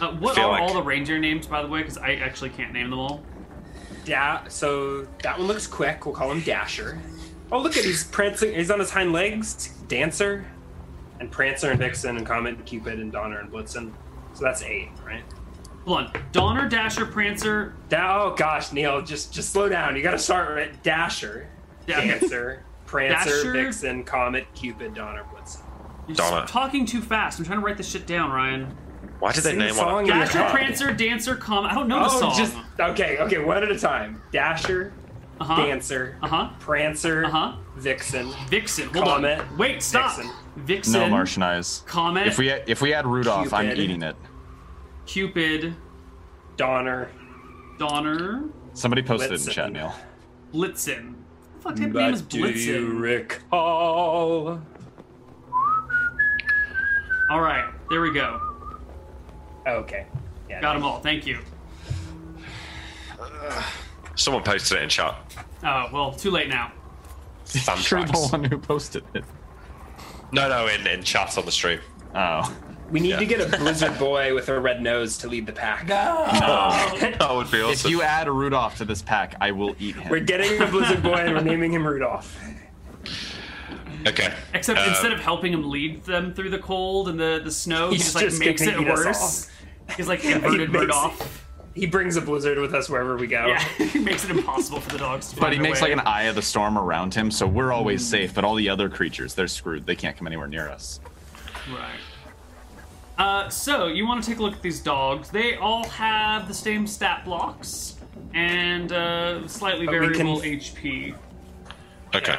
B: Uh, what
F: feel
B: are
F: like-
B: all the reindeer names, by the way? Because I actually can't name them all.
C: Yeah, so that one looks quick. We'll call him Dasher. Oh, look at he's prancing. He's on his hind legs. Dancer, and Prancer and Vixen and Comet and Cupid and Donner and Blitzen. So that's eight, right?
B: Hold on. Donner, Dasher, Prancer.
C: Da- oh gosh, Neil, just just slow down. You got to start with Dasher,
B: Yeah.
C: Dancer, Prancer,
B: Dasher.
C: Vixen, Comet, Cupid, Donner, Blitzen.
B: You're
F: Donner.
B: talking too fast. I'm trying to write this shit down, Ryan.
F: Why did they
C: Sing the
F: name one?
C: song
F: of-
C: and-
B: Dasher,
C: God.
B: Prancer, Dancer, Com. I don't know the
C: Oh,
B: song.
C: just okay, okay, one at a time. Dasher,
B: uh-huh.
C: Dancer,
B: Uh-huh.
C: Prancer,
B: Uh-huh.
C: Vixen.
B: Vixen. Hold
C: Comet.
B: on. Wait, stop.
C: Vixen.
B: Vixen.
E: No Martian eyes.
B: Comet.
E: If we if we add Rudolph, I'm
C: Cupid.
E: eating it.
B: Cupid.
C: Donner.
B: Donner.
E: Somebody posted it in
C: Blitzen.
E: chat, Neil.
B: Blitzen. What the fuck type of name is Blitzen?
C: recall?
B: all right. There we go.
C: Okay. Yeah.
B: Got them all. Thank you.
F: Someone posted it in chat.
B: Oh, well, too late now.
F: Sam
E: You're the
F: Trax.
E: one who posted it.
F: No, no, in, in chat on the stream.
E: Oh.
C: We need
F: Yeah.
C: to get a blizzard boy with a red nose to lead the pack.
F: That would be
E: If
F: awesome.
E: you add Rudolph to this pack, I will eat him.
C: We're getting the blizzard boy and we're naming him Rudolph.
F: Okay.
B: Except
F: Uh,
B: instead of helping him lead them through the cold and the, the snow, he
C: He's
B: just like
C: just
B: makes
C: gonna
B: it
C: eat us
B: worse. He's like
C: He
B: inverted
C: makes-
B: Rudolph.
C: He brings a blizzard with us wherever we go.
B: Yeah, he makes it impossible for the dogs to
E: but
B: find
E: he
B: their
E: makes
B: way.
E: like an eye of the storm around him, so we're always safe. But all the other creatures, they're screwed. They can't come anywhere near us.
B: Right. Uh, so you want to take a look at these dogs. They all have the same stat blocks and uh, slightly
C: we can-
B: variable HP.
F: Okay.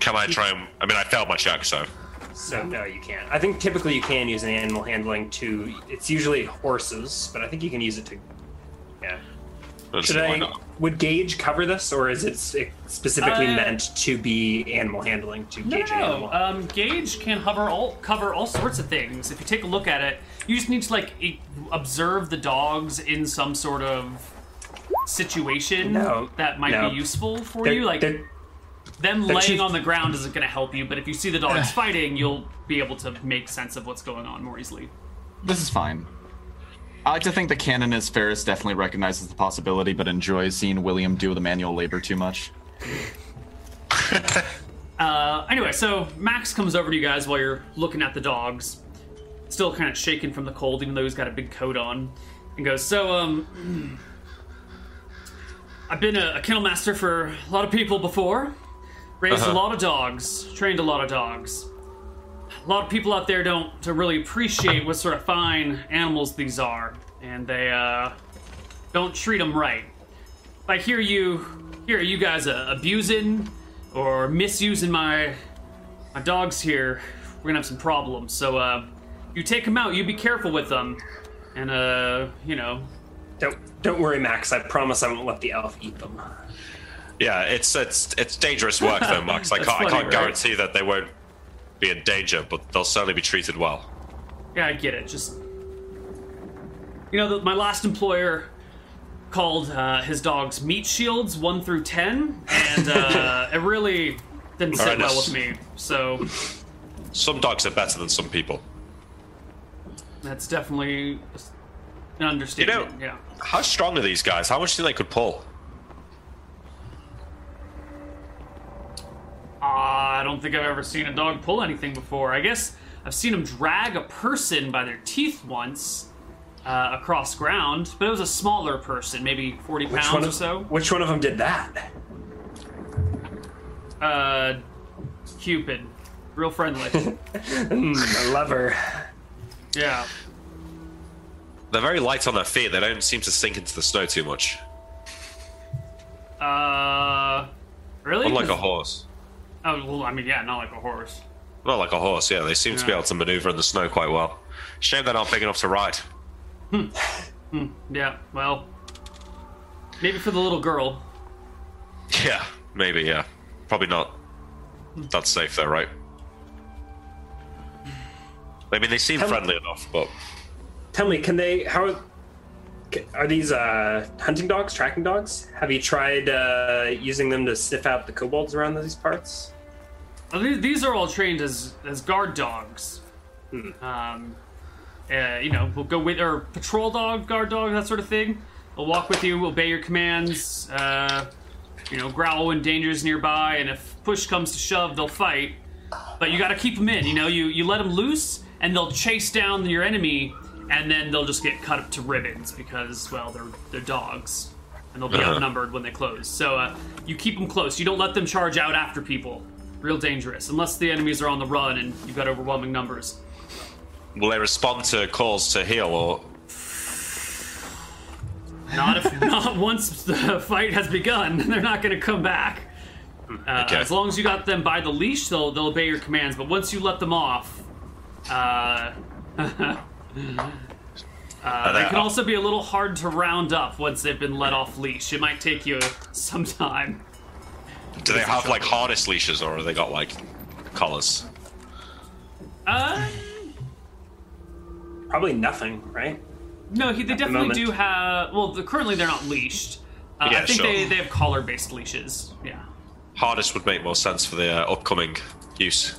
F: Can I try and. I mean, I failed my check, so.
C: So no, you can't. I think typically you can use an animal handling to. It's usually horses, but I think you can use it to. Yeah.
F: Let's-
C: Should
F: why
C: I?
F: not?
C: Would gauge cover this, or is it spe- specifically
B: Uh,
C: meant to be animal handling to
B: No,
C: gauge an
B: no,
C: animal?
B: no. Um, Gage can hover all cover all sorts of things. If you take a look at it, you just need to like e- observe the dogs in some sort of situation
C: No,
B: that might
C: no.
B: be useful for
C: They're-
B: you. Like
C: they're-
B: them laying
C: too-
B: on the ground isn't going to help you, but if you see the dogs fighting, you'll be able to make sense of what's going on more easily.
E: This is fine. I like to think that canon as Ferris definitely recognizes the possibility, but enjoys seeing William do the manual labor too much.
B: Uh, anyway, so Max comes over to you guys while you're looking at the dogs, still kind of shaken from the cold, even though he's got a big coat on, and goes, "So, um, I've been a, a kennel master for a lot of people before, raised a
F: Uh-huh.
B: lot of dogs, trained a lot of dogs. A lot of people out there don't to really appreciate what sort of fine animals these are, and they uh, don't treat them right. I hear you, hear you guys uh, abusing." or misusing my my dogs here, we're gonna have some problems. So uh, you take them out. You be careful with them, and uh, you know,
C: Don't don't worry, Max. I promise I won't let the elf eat them.
F: Yeah, it's it's it's dangerous work though, Max. I
B: That's
F: can't
B: funny,
F: I can't
B: right?
F: guarantee that they won't be in danger, but they'll certainly be treated well.
B: yeah, I get it. Just you know, the, my last employer called uh, his dogs meat shields one through ten, and uh, it really didn't sit
F: Alright,
B: well
F: that's-
B: with me. So
F: Some dogs are better than some people.
B: that's definitely an understatement.
F: You know-
B: yeah.
F: How strong are these guys? How much do you think they could pull?
B: Uh, I don't think I've ever seen a dog pull anything before. I guess I've seen him drag a person by their teeth once uh, across ground, but it was a smaller person, maybe 40
C: Which
B: pounds
C: one
B: or
C: of,
B: so.
C: Which one of them did that?
B: Uh, Cupid. Real friendly.
C: Mm, I love her.
B: yeah.
F: They're very light on their feet. They don't seem to sink into the snow too much,
B: Uh, really?
F: unlike a horse.
B: Oh, well, I mean, yeah, not like a horse.
F: Not like a horse. Yeah, they seem to be
B: Yeah.
F: able to maneuver in the snow quite well. Shame they're not big enough to ride.
B: Yeah, well, maybe for the little girl.
F: Yeah, maybe. Yeah, probably not. That's safe though, right? I mean, they seem
C: Tell-
F: friendly enough, but
C: Tell me, can they? How ca- are these uh, hunting dogs? Tracking dogs? Have you tried uh, using them to sniff out the kobolds around these parts?
B: Well, these, these are all trained as as guard dogs. Um, uh, you know, we'll go with or patrol dog, guard dog, that sort of thing. They'll walk with you, obey your commands. Uh, you know, growl when danger's nearby, and if push comes to shove, they'll fight. But you got to keep them in. You know, you you let them loose, and they'll chase down your enemy, and then they'll just get cut up to ribbons because, well, they're they're dogs, and they'll be
F: Uh-huh.
B: outnumbered when they close. So uh, you keep them close. You don't let them charge out after people. Real dangerous, unless the enemies are on the run and you've got overwhelming numbers.
F: will they respond to calls to heal or?
B: Not if not once the fight has begun, they're not going to come back. Uh,
F: Okay.
B: As long as you got them by the leash, they'll they'll obey your commands. But once you let them off, uh, uh, they
F: that-
B: can also be a little hard to round up once they've been let off leash. It might take you some time.
F: Do they have like harness leashes or have they got like collars?
B: Uh,
C: Probably nothing, right?
B: No, he, they definitely
C: moment.
B: do have. Well, the, currently they're not leashed. Uh, I
F: Yeah,
B: think
F: sure.
B: they, they have collar based leashes. Yeah.
F: Harness would make more sense for the uh, upcoming use.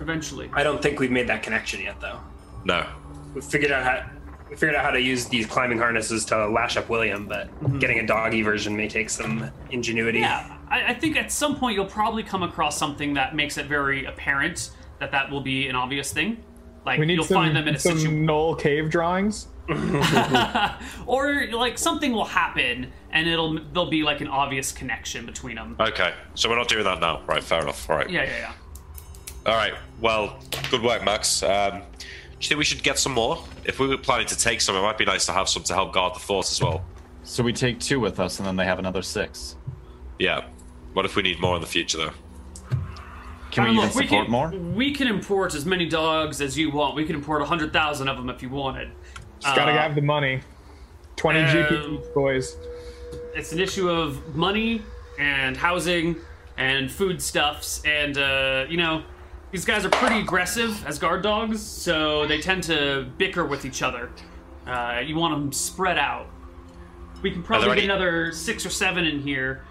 B: Eventually.
C: I don't think we've made that connection yet, though.
F: No.
C: We figured out how we figured out how to use these climbing harnesses to lash up William, but getting a doggy version may take some ingenuity.
B: Mm-hmm. Yeah. I, I think at some point you'll probably come across something that makes it very apparent that that will be an obvious thing. Like
D: We need
B: you'll
D: some,
B: find them in a
D: some
B: situation,
D: Knoll cave drawings.
B: or like something will happen and it'll there'll be like an obvious connection between them.
F: Okay, so we're not doing that now. Right, fair enough. All right.
B: Yeah, yeah, yeah.
F: All right. Well, good work, Max. Um, do you think we should get some more? If we were planning to take some, it might be nice to have some to help guard the fort as well.
E: So we take two with us, and then they have another six.
F: Yeah. What if we need more in the future, though?
E: Can we
B: I mean,
E: even
B: Uh, look,
E: support
B: can,
E: more?
B: We can import as many dogs as you want. We can import hundred thousand of them if you wanted.
D: Just gotta
B: Uh,
D: have the money. 20
B: um,
D: GP boys.
B: it's an issue of money and housing and foodstuffs and uh, you know these guys are pretty aggressive as guard dogs so they tend to bicker with each other uh, you want them spread out we can probably
F: there
B: get
F: any-
B: another six or seven in here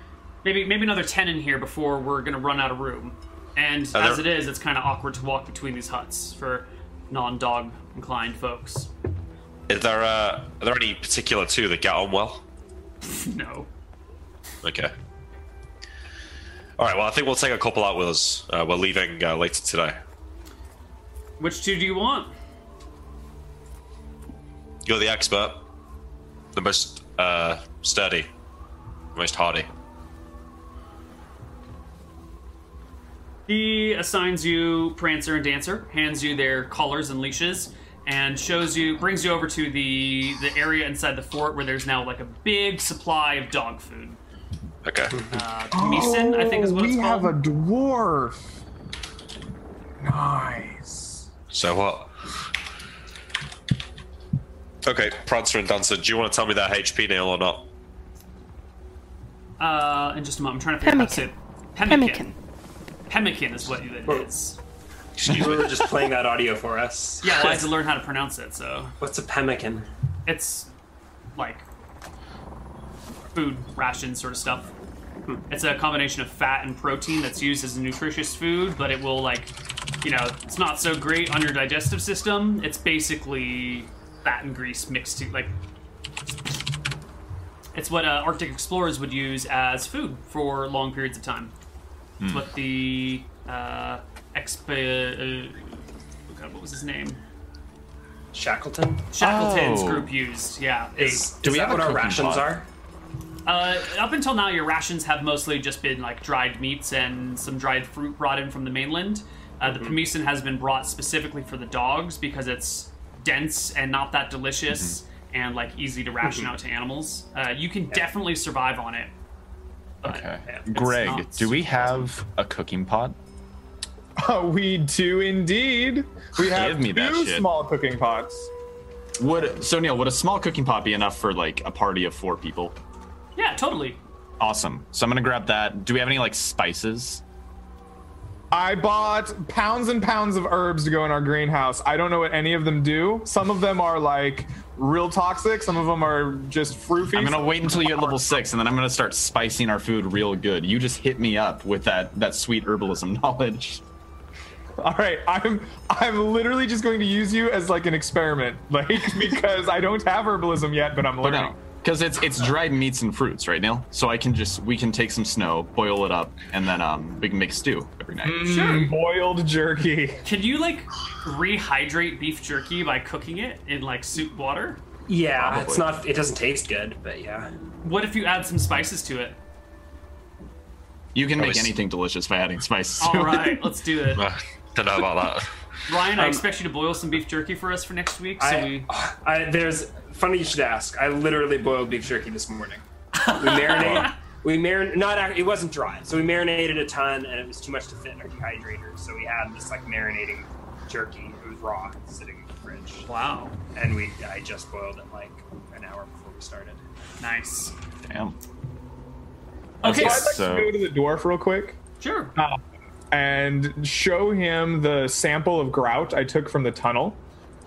B: maybe maybe another ten in here before we're gonna run out of room and
F: Are there-
B: as it is it's kind of awkward to walk between these huts for non-dog inclined folks
F: Is there uh, are there any particular two that get on well?
B: no
F: Okay. All right. Well, I think we'll take a couple out with us. Uh, we're leaving uh, later today.
B: which two do you want
F: You're the expert, the most uh, sturdy, the most hardy.
B: He assigns you Prancer and Dancer, hands you their collars and leashes, and shows you, brings you over to the the area inside the fort where there's now like a big supply of dog food.
F: Okay.
B: Uh, Meeson, I think is what
D: Oh, we
B: it's
D: have
B: called.
D: a dwarf. Nice.
F: So what? Okay, Prancer and Dancer, do you want to tell me their HP nail or not?
B: Uh, in just a moment, I'm trying to figure out how to say it. Pemmican.
G: Pemmican.
B: Pemmican is what it is.
F: Excuse
C: we
F: me.
C: were just playing that audio for us.
B: Yeah, well, I had to learn how to pronounce it, so
C: What's a pemmican?
B: it's like food ration sort of stuff. It's a combination of fat and protein that's used as a nutritious food, but it will like, you know, it's not so great on your digestive system. It's basically fat and grease mixed to like. It's what uh, Arctic explorers would use as food for long periods of time. It's what the uh, exp. Uh, oh God, what was his name?
C: Shackleton?
B: Shackleton's
E: Oh.
B: group used. Yeah,
C: Is,
E: Do
C: is
E: we
C: that
E: have a
C: what our
E: cooking
C: rations
E: pot?
C: are?
B: Uh, up until now, your rations have mostly just been like dried meats and some dried fruit brought in from the mainland. Uh,
E: Mm-hmm.
B: the pemmican has been brought specifically for the dogs because it's dense and not that delicious
E: Mm-hmm.
B: and like easy to ration out to animals. Uh, you can definitely survive on it. But
E: Okay.
B: it's
E: Greg,
B: not
E: do we have a cooking pot?
D: Oh, we do indeed. We have
E: Give me that
D: two
E: shit.
D: small cooking pots.
E: Would so Neil? Would a small cooking pot be enough for like a party of four people?
B: Yeah, totally.
E: Awesome. So I'm gonna grab that. Do we have any like spices?
D: I bought pounds and pounds of herbs to go in our greenhouse. I don't know what any of them do. Some of them are like real toxic. Some of them are just fruity.
E: I'm gonna wait until you get level six, and then I'm gonna start spicing our food real good. You just hit me up with that that sweet herbalism knowledge.
D: All right, I'm I'm literally just going to use you as like an experiment, like because I don't have herbalism yet, but I'm
E: But
D: learning.
E: no, because it's it's dried meats and fruits, right, Neil? So I can just we can take some snow, boil it up, and then um we can make stew every night.
D: Mm.
B: Sure.
D: Boiled jerky.
B: Can you like rehydrate beef jerky by cooking it in like soup water?
C: Yeah, it's
E: Probably.
C: not. It doesn't taste good, but yeah.
B: What if you add some spices to it?
E: You can make
F: Always-
E: anything delicious by adding spices. to
B: All
E: it.
B: right, let's do it.
F: Uh, don't know about that.
B: Ryan, I
C: Um,
B: expect you to boil some beef jerky for us for next week. So
C: I,
B: we
C: I there's funny you should ask. I literally boiled beef jerky this morning. We marinated. we marin not ac- it wasn't dry, so we marinated a ton, and it was too much to fit in our dehydrator. So we had this like marinating jerky. It was raw, sitting in the fridge,
B: wow,
C: and we I just boiled it like an hour before we started.
B: nice.
E: Damn.
B: Okay,
D: Well,
E: Okay.
D: I'd like
E: So-
D: to go to the dwarf real quick
B: sure.
C: Oh.
D: uh, and show him the sample of grout I took from the tunnel,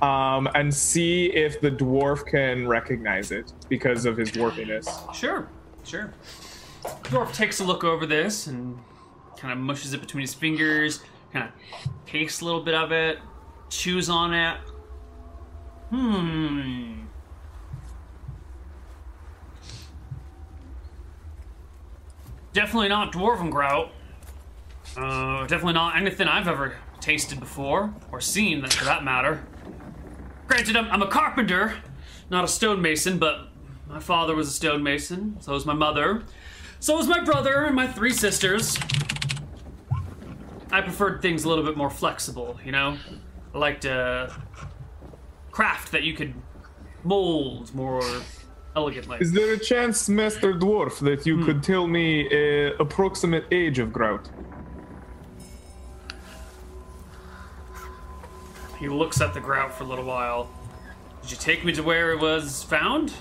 D: um, and see if the dwarf can recognize it because of his dwarfiness.
B: Sure, sure. Dwarf takes a look over this and kind of mushes it between his fingers, kind of takes a little bit of it, chews on it. Hmm. Definitely not dwarven grout. Uh, definitely not anything I've ever tasted before, or seen that- for that matter. Granted, I'm, I'm a carpenter, not a stonemason, but my father was a stonemason, so was my mother, so was my brother, and my three sisters. I preferred things a little bit more flexible, you know? I liked a craft that you could mold more elegantly.
D: Is there a chance, Master Dwarf, that
E: Hmm.
D: you could tell me uh, approximate age of grout?
B: He looks at the grout for a little while. Did you take me to where it was found?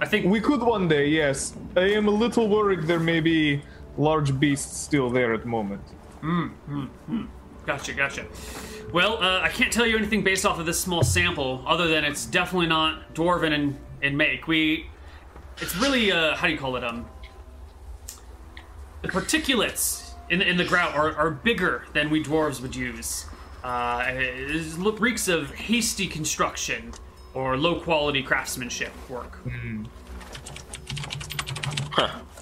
B: I think
D: We could one day, yes. I am a little worried there may be large beasts still there at the moment.
B: Gotcha, gotcha. Well, uh, I can't tell you anything based off of this small sample, other than it's definitely not dwarven in, in make. We, it's really uh, how do you call it? Um, the particulates in the, in the grout are, are bigger than we dwarves would use. Uh, it is- look, reeks of hasty construction or low quality craftsmanship work,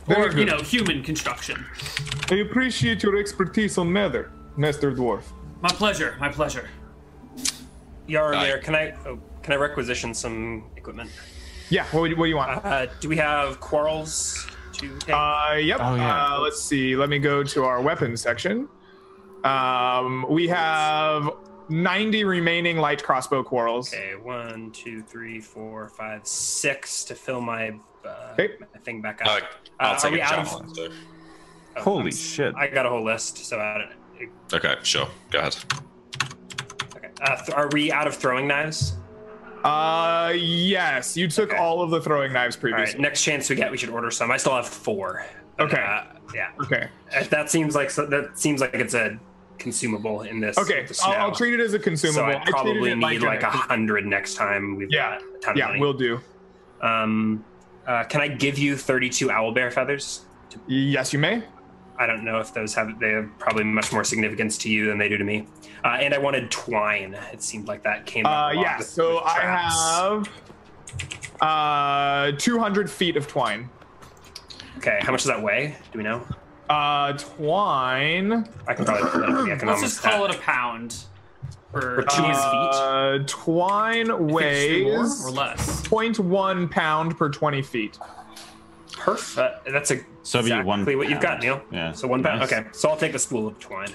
D: Very
B: or you know, human construction.
D: I appreciate your expertise on matter, Master Dwarf.
B: My pleasure, my pleasure.
C: Yaramir, can I oh, can I requisition some equipment?
D: Yeah, what, would- what do you want?
C: Uh, do we have quarrels to take?
D: Uh, yep.
E: Oh, yeah.
D: uh, let's see. Let me go to our weapons section. Um, we have 90 remaining light crossbow quarrels.
C: Okay, one, two, three, four, five, six to fill my, uh,
D: Okay.
C: my thing back
F: Uh,
C: up.
F: I'll
C: Uh,
F: take
C: are we
F: a
C: out of-
F: javelin. so-
C: Oh, I'm
E: Holy
C: s-
E: shit.
C: I got a whole list, so I don't.
F: Okay, sure. Go ahead.
C: Okay. Uh, th- are we out of throwing knives?
D: Uh, yes, you took
C: Okay.
D: all of the throwing knives
C: All right.
D: previously.
C: Next chance we get, we should order some. I still have four. But,
D: Okay.
C: Uh, yeah.
D: Okay.
C: Uh, That seems like so, that seems like it's a consumable in this.
D: Okay.
C: with the
D: I'll, I'll
C: snow.
D: treat it as a consumable.
C: So
D: I
C: I
D: treated
C: probably
D: it
C: need like
D: an-
C: a hundred next time. We've
D: Yeah.
C: got a ton
D: Yeah,
C: of money.
D: will do.
C: Um, uh, can I give you thirty-two owl bear feathers?
D: Yes, you may.
C: I don't know if those have they have probably much more significance to you than they do to me. Uh, and I wanted twine. It seemed like that came. up a
D: Uh,
C: lot
D: yeah,
C: with-
D: so
C: with
D: I
C: traps.
D: have uh 200 feet of twine.
C: Okay, how much does that weigh? Do we know?
D: Uh, twine.
C: I can probably put that in the
B: Let's
C: economics.
B: just call it a pound. For
C: For two-
B: uh,
D: Uh, twine
B: three more
D: weighs
B: or less.
D: 0.1 pound per 20 feet.
C: perf. That- that's a
E: So it'd be
C: exactly
E: one
C: what you've got,
E: pound.
C: Neil.
E: Yeah,
C: So one pound.
E: nice.
C: Okay, so I'll take a spool of twine.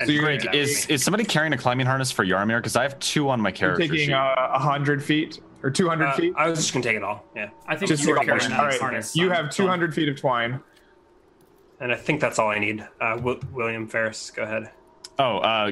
C: And
D: So
C: figure
D: you're gonna-
C: it out.
E: Is is somebody carrying a climbing harness for Yaramir? Because I have two on my character sheet.
D: Taking uh, 100 feet or 200
C: Uh,
D: feet.
C: I was just gonna take it all. Yeah,
B: I think
D: Just
B: you were
D: take
B: carrying
D: one.
B: that
D: All right,
B: harness.
D: You
B: on-
D: have 200 feet of twine.
C: and I think that's all I need. Uh, Wi- William Ferris, go ahead.
E: oh, uh,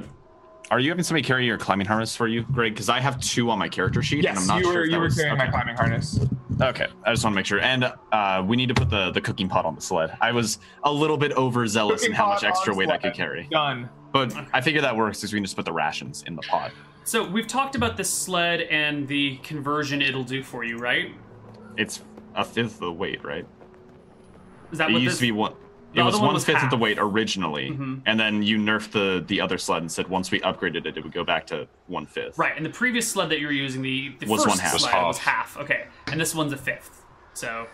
E: are you having somebody carry your climbing harness for you, Greg? Because I have two on my character sheet, and
D: Yes,
E: I'm not
D: you
E: sure
D: were
E: if
D: you
E: that
D: were
E: was
D: carrying
E: okay.
D: my climbing harness.
E: Okay, I just want to make sure. And uh, we need to put the, the cooking pot on the sled. I was a little bit overzealous in how much
D: Cooking pot
E: extra
D: on
E: weight I
D: sled.
E: could carry,
D: Done.
E: but I figure that works because we can just put the rations in the pot.
B: So we've talked about this sled and the conversion it'll do for you, right?
E: It's a fifth of the weight, right?
B: Is that
E: It
B: what
E: used
B: this?
E: to be one. It
B: the
E: was
B: other one
E: one
B: was
E: fifth of the
B: half. Mm-hmm.
E: weight originally, and then you nerfed the the other sled and said once we upgraded it, it would go back to one fifth.
B: Right, and the previous sled that you were using, the, the
E: Was
B: first
E: one half. Was
B: sled
F: half.
B: was half. Okay, and this one's a fifth. So,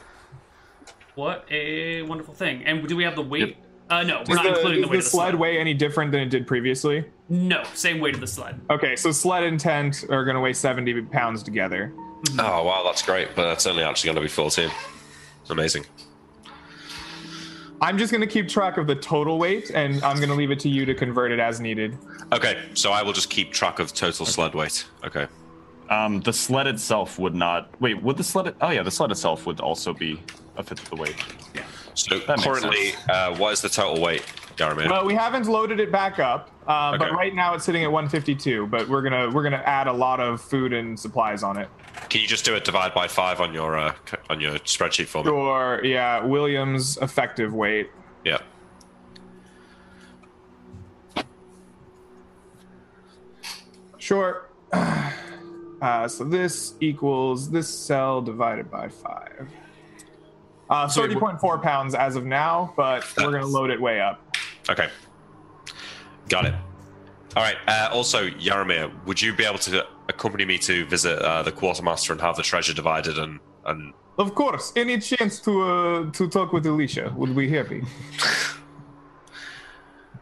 B: what a wonderful thing. And do we have the weight? Uh, no, we're
D: Is
B: not
D: the,
B: including
D: is
B: the weight of the
D: sled
B: sled.
D: weigh any different than it did previously?
B: No, same weight of the sled.
D: Okay, so sled and tent are going to weigh 70 pounds together.
F: Oh wow, that's great, but that's only actually going to be fourteen. Amazing.
D: I'm just going to keep track of the total weight, and I'm going to leave it to you to convert it as needed.
F: Okay, so I will just keep track of total sled weight. Okay.
E: Um, the sled itself would not. Wait, would the sled? Oh yeah, the sled itself would also be a fifth of the weight.
F: So
E: makes
F: currently, uh, what is the total weight, Garamir?
D: Well, we haven't loaded it back up, uh, but
F: Okay.
D: right now it's sitting at 152. But we're gonna we're gonna add a lot of food and supplies on it.
F: Can you just do a divide by five on your uh, c- on your spreadsheet for me?
D: Or yeah, William's effective weight.
F: Yeah.
D: Sure. Uh, so this equals this cell divided by five. Uh,
E: So it
D: thirty
E: w-
D: point four pounds as of now, but we're gonna load it way up.
F: Okay. Got it. All right. Uh, also, Yaramir, would you be able to accompany me to visit uh, the quartermaster and have the treasure divided and and
D: Of course, any chance to uh, to talk with Alicia would be happy.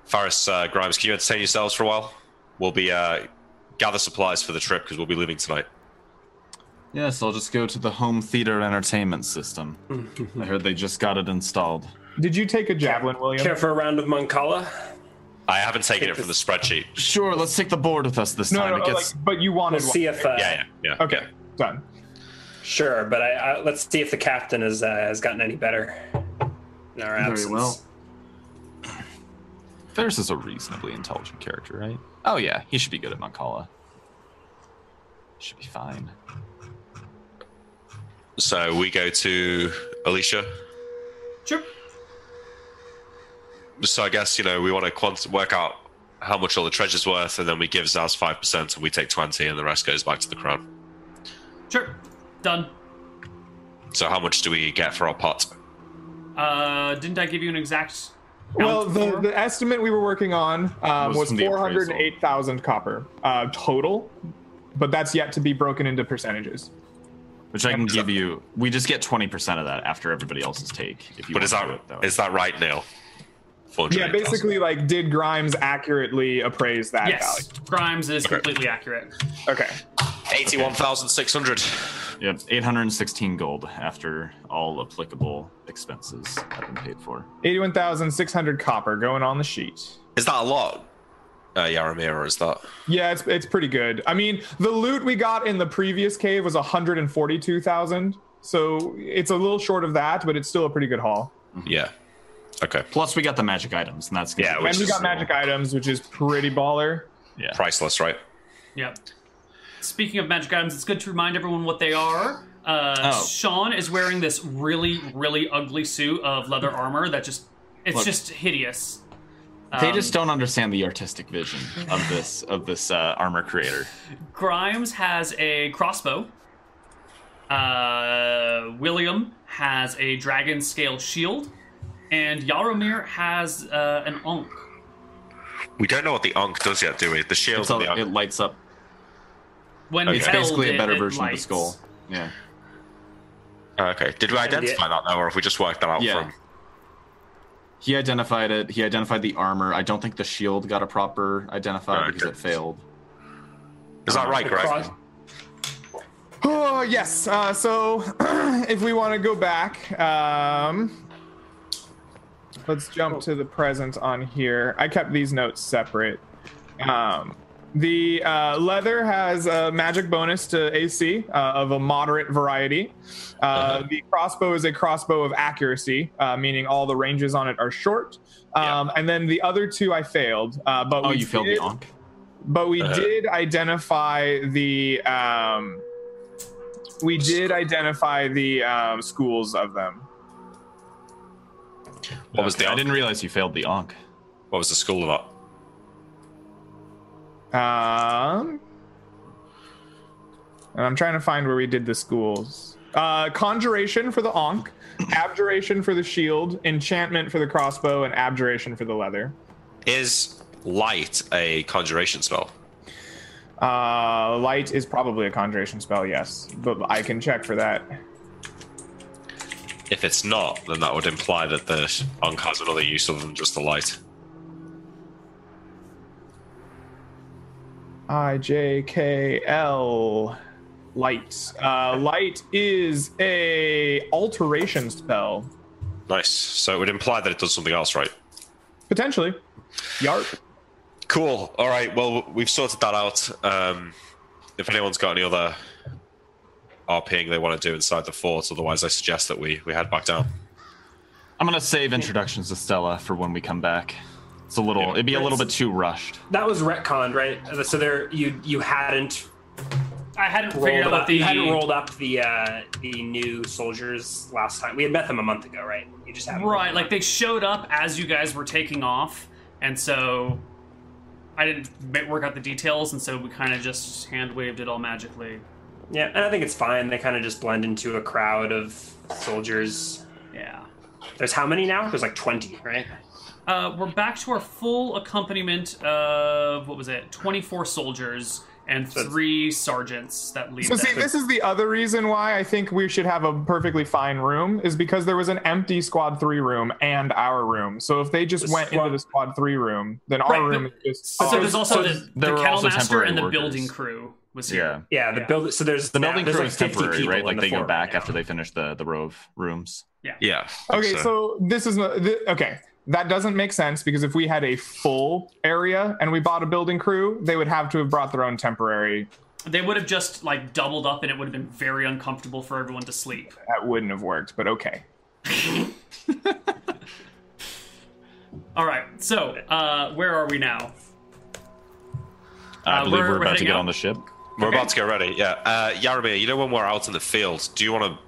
F: Faris uh, Grimes? Can you entertain yourselves for a while? We'll be uh, gather supplies for the trip because we'll be leaving tonight.
E: Yes, I'll just go to the home theater entertainment system. I heard they just got it installed.
D: Did you take a javelin, William?
C: Care for a round of Moncala?
F: I haven't taken it from the spreadsheet.
E: Sure, let's take the board with us this
D: No,
E: time.
D: no,
E: it gets
D: like, but you wanted
C: We'll see
D: one.
C: if. Uh,
F: Yeah, yeah, yeah.
D: Okay, done.
C: Sure, but I, I, let's see if the captain has uh, has gotten any better in our absence.
E: very well. Ferris is a reasonably intelligent character, right? Oh yeah, he should be good at Mancala. Should be fine.
F: So we go to Alicia.
B: Sure.
F: So I guess you know we want to quant- work out how much all the treasure's worth, and then we give Zaz five percent, and we take twenty, and the rest goes back to the crown.
B: Sure. Done.
F: So how much do we get for our pot?
B: Uh, didn't I give you an exact. count
D: Well, the,
B: for-
D: the estimate we were working on um,
E: Was
D: was
E: from the appraisal.
D: 408,000 copper uh, total, but that's yet to be broken into percentages.
E: Which I can give you. We just get twenty percent of that after everybody else's take. If you
F: But
E: want
F: is
E: to
F: that
E: do
F: is
E: it
F: that
E: that way.
F: right, Neil?
D: Yeah, basically, like, did Grimes accurately appraise that
B: yes, Grimes is
F: Okay.
B: completely accurate.
D: value? Okay.
F: eighty-one thousand six hundred.
E: Yep, eight hundred and sixteen gold after all applicable expenses have been paid for.
D: 81,600 copper going on the sheet.
F: Is that a lot, uh, Yaramir, or is that?
D: Yeah, it's, it's pretty good. I mean, the loot we got in the previous cave was 142,000, so it's a little short of that, but it's still a pretty good haul.
E: Mm-hmm.
F: Yeah. Okay.
E: Plus, we got the magic items, and that's gonna
F: Yeah,
E: be-
F: which
D: And we
F: is
D: got magic items, which is pretty baller.
E: yeah.
F: Priceless, right?
B: Yep. Speaking of magic items, it's good to remind everyone what they are. Uh,
E: Oh.
B: Sean is wearing this really, really ugly suit of leather armor that just. It's
E: Look.
B: just hideous.
E: They
B: Um,
E: just don't understand the artistic vision of this of this uh, armor creator.
B: Grimes has a crossbow. Uh, William has a dragon scale shield, and Yaromir has uh, an onk.
F: We don't know what the Ankh does yet, do we? The shield.
E: It's
F: and
E: all,
F: the
E: it
F: Ankh.
E: lights up.
B: When
E: It's
B: held,
E: basically
B: it-
E: a better
B: it
E: version of the
B: lights.
E: skull. Yeah.
F: Oh, okay. Did we identify that though, or if we just worked that out
E: Yeah.
F: Oh, from?
E: He identified it. He identified the armor. I don't think the shield got a proper
F: Oh,
E: identified because it failed.
F: Is that right, Greg?
C: Cross-
D: Oh yes. Uh, so if we want to go back, um, let's jump to the present on here. I kept these notes separate. Um, the uh, leather has a magic bonus to AC uh, of a moderate variety. Uh, The crossbow is a crossbow of accuracy, uh, meaning all the ranges on it are short. Um, And then the other two I failed, uh, but
E: Oh,
D: we
E: you failed the
D: did-
E: onk.
D: but we
F: Uh-huh.
D: did identify the um We did identify the um, schools of them.
F: What was the
E: I
F: onk?
E: didn't realize you failed the onk.
F: What was the school of that?
D: Um, and I'm trying to find where we did the schools. Uh, conjuration for the onk, abjuration for the shield, enchantment for the crossbow, and abjuration for the leather.
F: Is light a conjuration spell?
D: Uh, light is probably a conjuration spell, yes, but I can check for that.
F: If it's not, then that would imply that the onk has another use other than just the light.
D: I J K L light. Uh, light is a alteration spell
F: Nice. So it would imply that it does something else, right?
D: potentially. Yarp.
F: Cool. All right. Well, we've sorted that out. Um, if anyone's got any other RPing they want to do inside the fort, otherwise, I suggest that we, we head back down.
E: I'm gonna save introductions to Stella for when we come back. It's a little. It'd be a little bit too rushed.
C: That was retconned, right? So there, you you hadn't
B: I hadn't figured
C: rolled
B: out
C: up,
B: the
C: you hadn't rolled up the uh, the new soldiers last time. We had met them a month ago, right? You just haven't.
B: right. Like they showed up as you guys were taking off, and so I didn't ma- work out the details, and so we kind of just hand waved it all magically.
C: Yeah, and I think it's fine. They kind of just blend into a crowd of soldiers.
B: Yeah.
C: There's how many now? There's like twenty, right?
B: Uh, we're back to our full accompaniment of what was it? Twenty-four soldiers and
C: So it's-
B: three sergeants that lead.
D: So see,
B: that.
D: this is the other reason why I think we should have a perfectly fine room is because there was an empty squad three room and our room. So if they just
C: The
D: went
C: squad-
D: into the squad three room, then our
B: Right,
D: room
B: but-
D: is just.
B: so there's also the, the
E: there were
B: kettle
E: also
B: master
E: temporary
B: and the
E: workers.
B: building crew was here.
E: Yeah.
C: Yeah, the
B: Yeah.
C: build. So there's
E: The building
C: there's
E: crew
C: like
E: is
C: 50
E: temporary,
C: people
E: right?
C: in
E: Like
C: the
E: they go
C: fort
E: back
C: right now.
E: after they finish the the row of rooms.
F: Yeah. I think
D: okay, so this is not- th- okay. That doesn't make sense because if we had a full area and we bought a building crew, they would have to have brought their own temporary.
B: They would have just like doubled up, and it would have been very uncomfortable for everyone to sleep.
D: That wouldn't have worked, but okay.
B: All right. So uh, where are we now?
E: I
B: Uh,
E: believe
B: we're-
E: Uh, we're,
B: we're
E: about to
B: heading
E: get
B: out.
E: on the ship.
F: We're about to get ready. Yeah. Uh, Yaramir, you know when we're out in the field, do you want to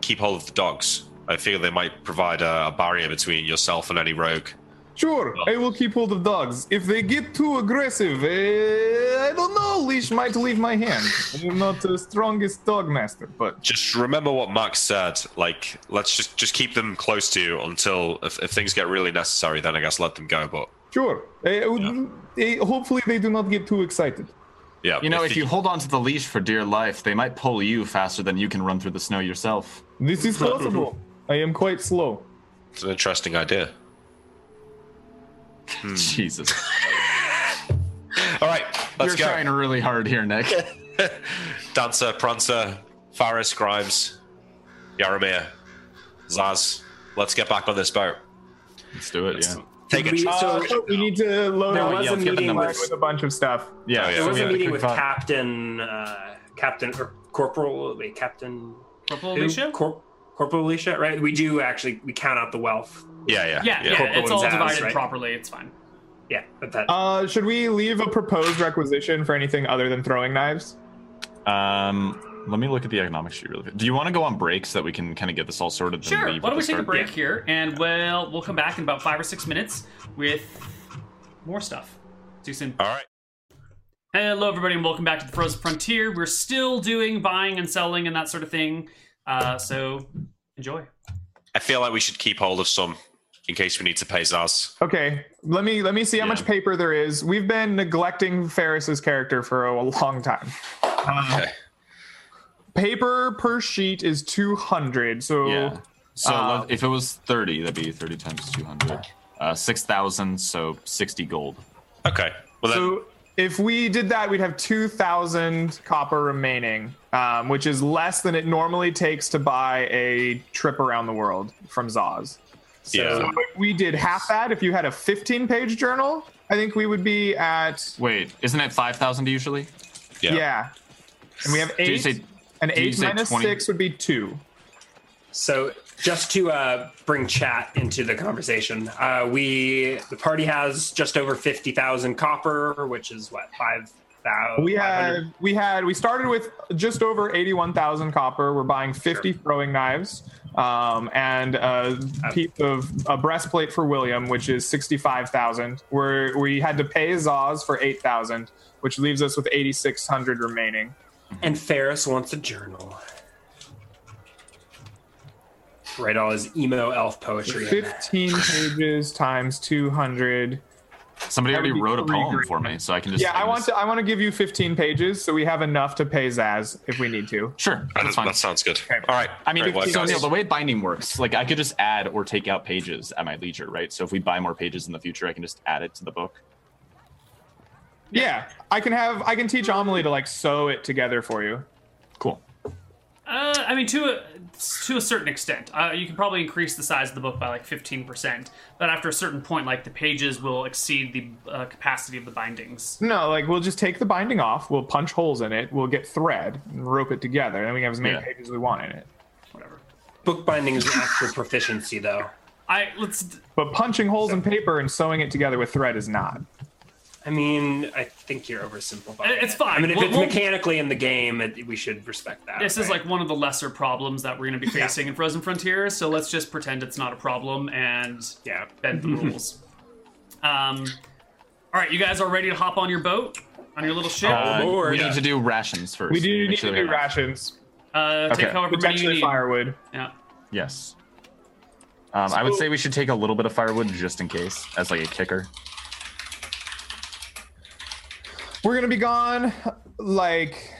F: keep hold of the dogs? I feel they might provide a, a barrier between yourself and any rogue.
D: Sure, I will keep hold of dogs. If they get too aggressive, eh, I don't know, leash might leave my hand. I'm not the strongest dog master, but
F: Just remember what Max said. Like, let's just just keep them close to you until if, if things get really necessary, then I guess let them go. But
D: sure. Eh, eh, hopefully, they do not get too excited.
F: yeah,
E: You know, if you
F: you-
E: hold on to the leash for dear life, they might pull you faster than you can run through the snow yourself.
D: This is possible. I am quite slow.
F: it's an interesting idea.
E: Jesus,
F: All right, let's
E: you're
F: go.
E: trying really hard here, Nick.
F: Dancer, Prancer, Faris, Grimes, Yaramir, Zaz. Let's get back on this boat.
E: Let's do it. Yeah.
F: Take a
C: We-
F: trip.
C: so
D: Uh, oh, we need to load
C: there
D: up
C: was
E: yeah,
C: a
E: let's get the
C: meeting
E: numbers.
D: with
C: with
D: a bunch of stuff.
E: Yeah.
F: Oh, yeah.
E: so
C: there was
E: we
C: a
E: had a
C: meeting
E: quick
C: with
E: thought.
C: Captain uh, Captain or Corporal wait, Captain
B: Corporal
C: who?
B: Alicia?
C: Cor- Corporal Alicia, right? We do actually we count out the wealth.
F: Yeah, yeah,
B: yeah, yeah.
C: Corporal
B: it's all
C: and Zaz,
B: divided
C: right?
B: properly. It's fine.
C: Yeah, but that
D: Uh, should we leave a proposed requisition for anything other than throwing knives?
E: Um, let me look at the economic sheet really. quick. Do you want to go on break so that we can kind of get this all sorted? and
B: Sure. Why
E: leave
B: don't
E: at
B: we
E: the
B: take a
E: start?
B: break here, and we'll we'll come back in about five or six minutes with more stuff. See you soon.
F: All right.
B: Hello, everybody, and welcome back to the Frozen Frontier. We're still doing buying and selling and that sort of thing. Uh, so enjoy.
F: I feel like we should keep hold of some in case we need to pay Zaz.
D: Okay, let me let me see how much paper there is. We've been neglecting Ferris's character for a, a long time.
F: Okay.
D: Paper per sheet is two hundred. So
E: Yeah. So
D: Uh,
E: let- if it was 30, that'd be 30 times 200. Uh, 6,000, so 60 gold.
F: Okay. Well, then,
D: So if we did that, we'd have 2,000 copper remaining, um, which is less than it normally takes to buy a trip around the world from Zaz. So
F: Yeah.
D: if we did half that, if you had a 15 page journal, I think we would be at,
E: Wait, isn't it 5,000 usually?
F: yeah.
D: yeah. And we have
E: you
D: eight.
E: say-
D: and
E: you
D: eight
E: say
D: minus
E: 20?
D: six would be two.
C: So, just to uh, bring chat into the conversation, uh, we the party has just over fifty thousand copper, which is what five thousand.
D: We had we had we started with just over eighty-one thousand copper. We're buying fifty throwing knives um, and a piece of a breastplate for William, which is sixty-five thousand. Where we had to pay Zaz for eight thousand, which leaves us with eighty-six hundred remaining.
C: And Ferris wants a journal. Write all his emo elf poetry. in that.
D: Fifteen pages times two hundred.
E: Somebody
D: That would
E: already
D: be
E: wrote a
D: three
E: poem
D: grand.
E: for me, so I can just.
D: Yeah, I want
E: just-
D: to. I want to give you fifteen pages, so we have enough to pay Zaz if we need to.
E: Sure, that's fine.
F: That sounds good. All right.
E: I mean,
F: Great work,
E: if, so
F: guys.
E: Neil, the way binding works, like I could just add or take out pages at my leisure, right? So if we buy more pages in the future, I can just add it to the book.
D: Yeah, I can have. I can teach Amelie to like sew it together for you.
E: Cool.
B: Uh, I mean, to a, to a certain extent, uh, you can probably increase the size of the book by like fifteen percent. But after a certain point, like the pages will exceed the uh, capacity of the bindings.
D: No, like we'll just take the binding off. We'll punch holes in it. We'll get thread and rope it together. Then we can have as many
E: Yeah.
D: pages as we want in it.
B: Whatever.
C: Book binding is an actual proficiency, though.
B: I let's.
D: But punching holes in paper and sewing it together with thread is not.
C: I mean, I think you're oversimplifying.
B: It- it's
C: it.
B: fine.
C: I mean, if
B: We'll-
C: it's
B: we'll-
C: mechanically in the game, it, we should respect that.
B: This is
C: right?
B: like one of the lesser problems that we're going to be facing in Frozen Frontiers. So let's just pretend it's not a problem and
C: yeah.
B: bend the rules. Um, all right, you guys are ready to hop on your boat, on your little ship.
E: Uh,
C: Lord.
E: we
C: Yeah.
E: need to do rations first.
D: Oh, We do
E: Make
D: need
E: sure
D: to
E: that we
D: do
E: have-
D: rations,
B: Uh, Take
E: okay.
B: however many you
D: potentially
B: need.
D: firewood.
B: Yeah.
E: Yes. Um, I would say we should take a little bit of firewood just in case, as like a kicker.
D: We're gonna be gone. Like,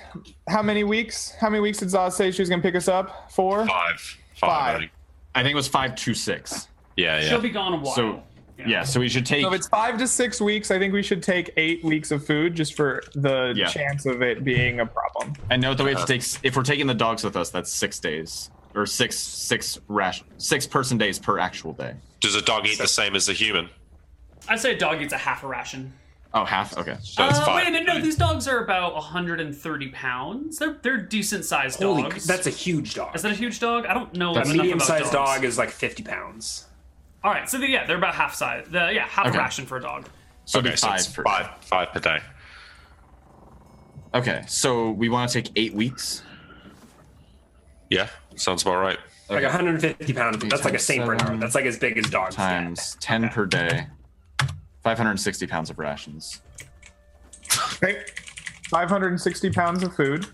D: how many weeks? How many weeks did Zaz say she was gonna pick us up? Four.
F: Five. Five.
D: Five.
F: I think.
E: I think it was five to six.
F: Yeah, yeah.
B: she'll be gone a while.
E: So yeah. so we should take.
D: So if it's five to six weeks, I think we should take eight weeks of food just for the
E: Yeah.
D: chance of it being a problem.
E: and note that we have
D: Uh-huh.
E: to take. s- If we're taking the dogs with us, that's six days or six six ration six person days per actual day.
F: Does a dog eat the same as a human?
B: I'd say a dog eats a half a ration.
E: Oh, half. Okay.
F: So it's
B: Uh,
F: five.
B: Wait a minute, no, these dogs are about 130 pounds. They're they're decent sized
C: Holy,
B: dogs.
C: that's a huge dog.
B: is that a huge dog? I don't know.
C: a
B: enough
C: medium
B: about
C: sized
B: dogs.
C: dog is like 50 pounds.
B: All right, so the, yeah, they're about half size. The, yeah, half
E: Okay.
B: a ration for a dog.
E: So it'd
F: okay,
E: be
F: so
E: five.
F: it's
E: per-
F: five. Five per day.
E: Okay, so we want to take eight weeks.
F: Yeah, sounds about right.
C: Like 150 pounds. That's like a
E: times
C: St. Bernard.
E: seven.
C: That's like as big as dogs. get.
E: times 10 per day 560 pounds of rations
D: Okay. 560 pounds of food.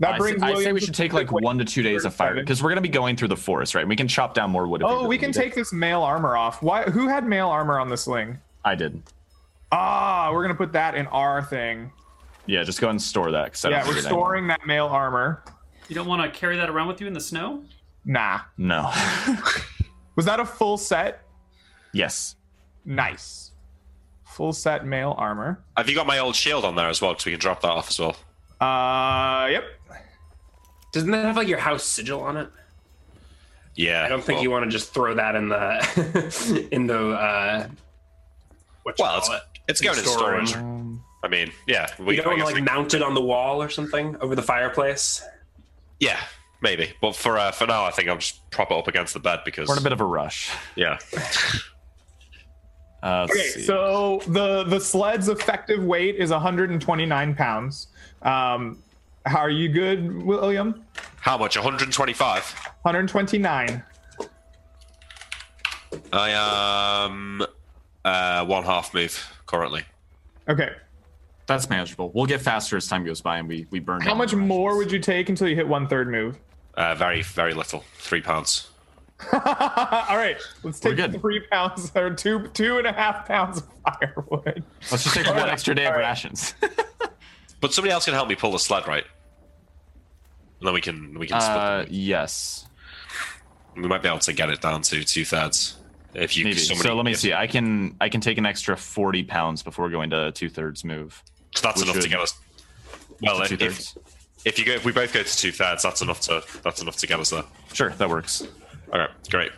D: That
E: I,
D: brings
E: say, I say
D: William
E: we
D: to
E: should take like
D: wait.
E: one to two days of fire because we're gonna be going through the forest right we can chop down more wood if
D: Oh,
E: really
D: we can
E: need it.
D: take this mail armor off. Why who had mail armor on the sling?
E: i did
D: Ah, we're gonna put that in our thing.
E: yeah just go ahead and store that 'cause I
D: Yeah,
E: don't
D: we're
E: think it-
D: storing that mail armor.
B: You don't want to carry that around with you in the snow?
D: Nah.
E: no
D: Was that a full set?
E: yes
D: Nice. Full set mail armor.
F: Have you got my old shield on there as well? Because we can drop that off as well.
D: Uh yep.
C: Doesn't that have like your house sigil on it?
F: Yeah.
C: I don't think you want to just throw that in the in the uh what you
F: Well, it's,
C: call it.
F: it's going in
C: Storeroom.
F: storage. I mean, yeah. We,
C: You don't
F: I
C: want to
F: guess
C: like
F: we-
C: mount it on the wall or something over the fireplace.
F: Yeah, maybe. But for uh, for now, I think I'll just prop it up against the bed because
E: we're in a bit of a rush
F: yeah,
E: uh, let's
D: Okay,
E: see.
D: so the the sled's effective weight is 129 pounds. Um how are you good, William?
F: how much? 125.
D: 129.
F: I am uh, one half move currently.
D: Okay.
E: that's manageable we'll get faster as time goes by and we we burn
D: How much more would you take until you hit one third move?
F: Uh, very very little. Three pounds.
D: All right, let's
E: We're
D: take
E: good.
D: three pounds or two two and a half pounds of firewood.
E: let's just take one extra day of rations
F: But somebody else can help me pull the sled, right? And then we can we can split
E: uh
F: them.
E: yes
F: we might be able to get it down to two thirds if you.
E: maybe
F: somebody-
E: so let me
F: if-
E: see i can i can take an extra 40 pounds before going to two-thirds move
F: so that's
E: we
F: enough to
E: should-
F: get us. Well,
E: To
F: if, if,
E: two-thirds.
F: if you go, if we both go to two thirds, that's enough to that's enough to get us there.
E: sure that works
F: All right, great.